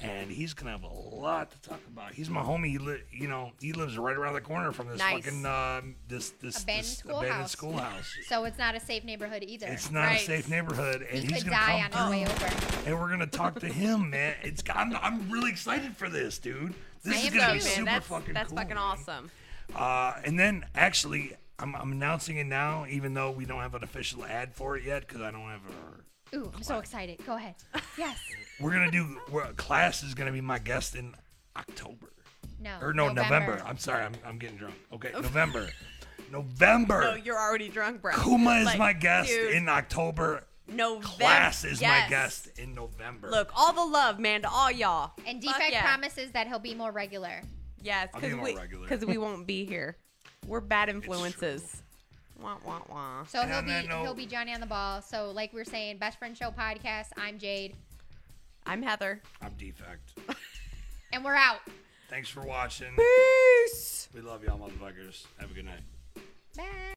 Speaker 3: And he's gonna have a lot to talk about. He's my homie. He li- you know, he lives right around the corner from this
Speaker 2: Nice.
Speaker 3: fucking um, this this
Speaker 2: Abandoned
Speaker 3: this
Speaker 2: schoolhouse.
Speaker 3: abandoned schoolhouse.
Speaker 2: So it's not a safe neighborhood either.
Speaker 3: It's not a safe neighborhood, and
Speaker 2: He
Speaker 3: he's
Speaker 2: could
Speaker 3: gonna
Speaker 2: die
Speaker 3: come
Speaker 2: on his way
Speaker 3: through,
Speaker 2: over.
Speaker 3: and we're gonna talk to him, man. It's I'm, I'm really excited for this, dude. This is gonna be super
Speaker 1: that's,
Speaker 3: fucking
Speaker 1: That's
Speaker 3: cool.
Speaker 1: fucking awesome.
Speaker 3: Uh, and then actually, I'm, I'm announcing it now, even though we don't have an official ad for it yet, because I don't have a.
Speaker 2: Ooh, I'm so excited. Go ahead. Yes.
Speaker 3: We're gonna do. We're, class is gonna be my guest in October,
Speaker 1: Oh,
Speaker 2: No.
Speaker 3: or no, November. I'm sorry, I'm, I'm getting drunk. Okay, November, November.
Speaker 1: No, you're already drunk, bro.
Speaker 3: Kuma is
Speaker 1: Like,
Speaker 3: my guest
Speaker 1: dude,
Speaker 3: in October.
Speaker 1: November.
Speaker 3: Class is
Speaker 1: Yes.
Speaker 3: my guest in November.
Speaker 1: Look, all the love, man, to all y'all.
Speaker 2: And
Speaker 1: Fuck
Speaker 2: Defect
Speaker 1: yeah.
Speaker 2: promises that he'll be more regular.
Speaker 1: Yes,
Speaker 3: I'll be
Speaker 1: because
Speaker 3: more
Speaker 1: we
Speaker 3: regular.
Speaker 1: because we won't be here. We're bad influences. Wah wah wah.
Speaker 2: So
Speaker 3: And
Speaker 2: he'll
Speaker 3: on
Speaker 2: be
Speaker 3: that note-
Speaker 2: he'll be Johnny on the ball. So like we are saying, best friend show podcast. I'm Jade,
Speaker 1: I'm Heather.
Speaker 3: I'm defect.
Speaker 2: and we're out.
Speaker 3: Thanks for watching.
Speaker 1: Peace.
Speaker 3: We love y'all, motherfuckers. Have a good night.
Speaker 2: Bye.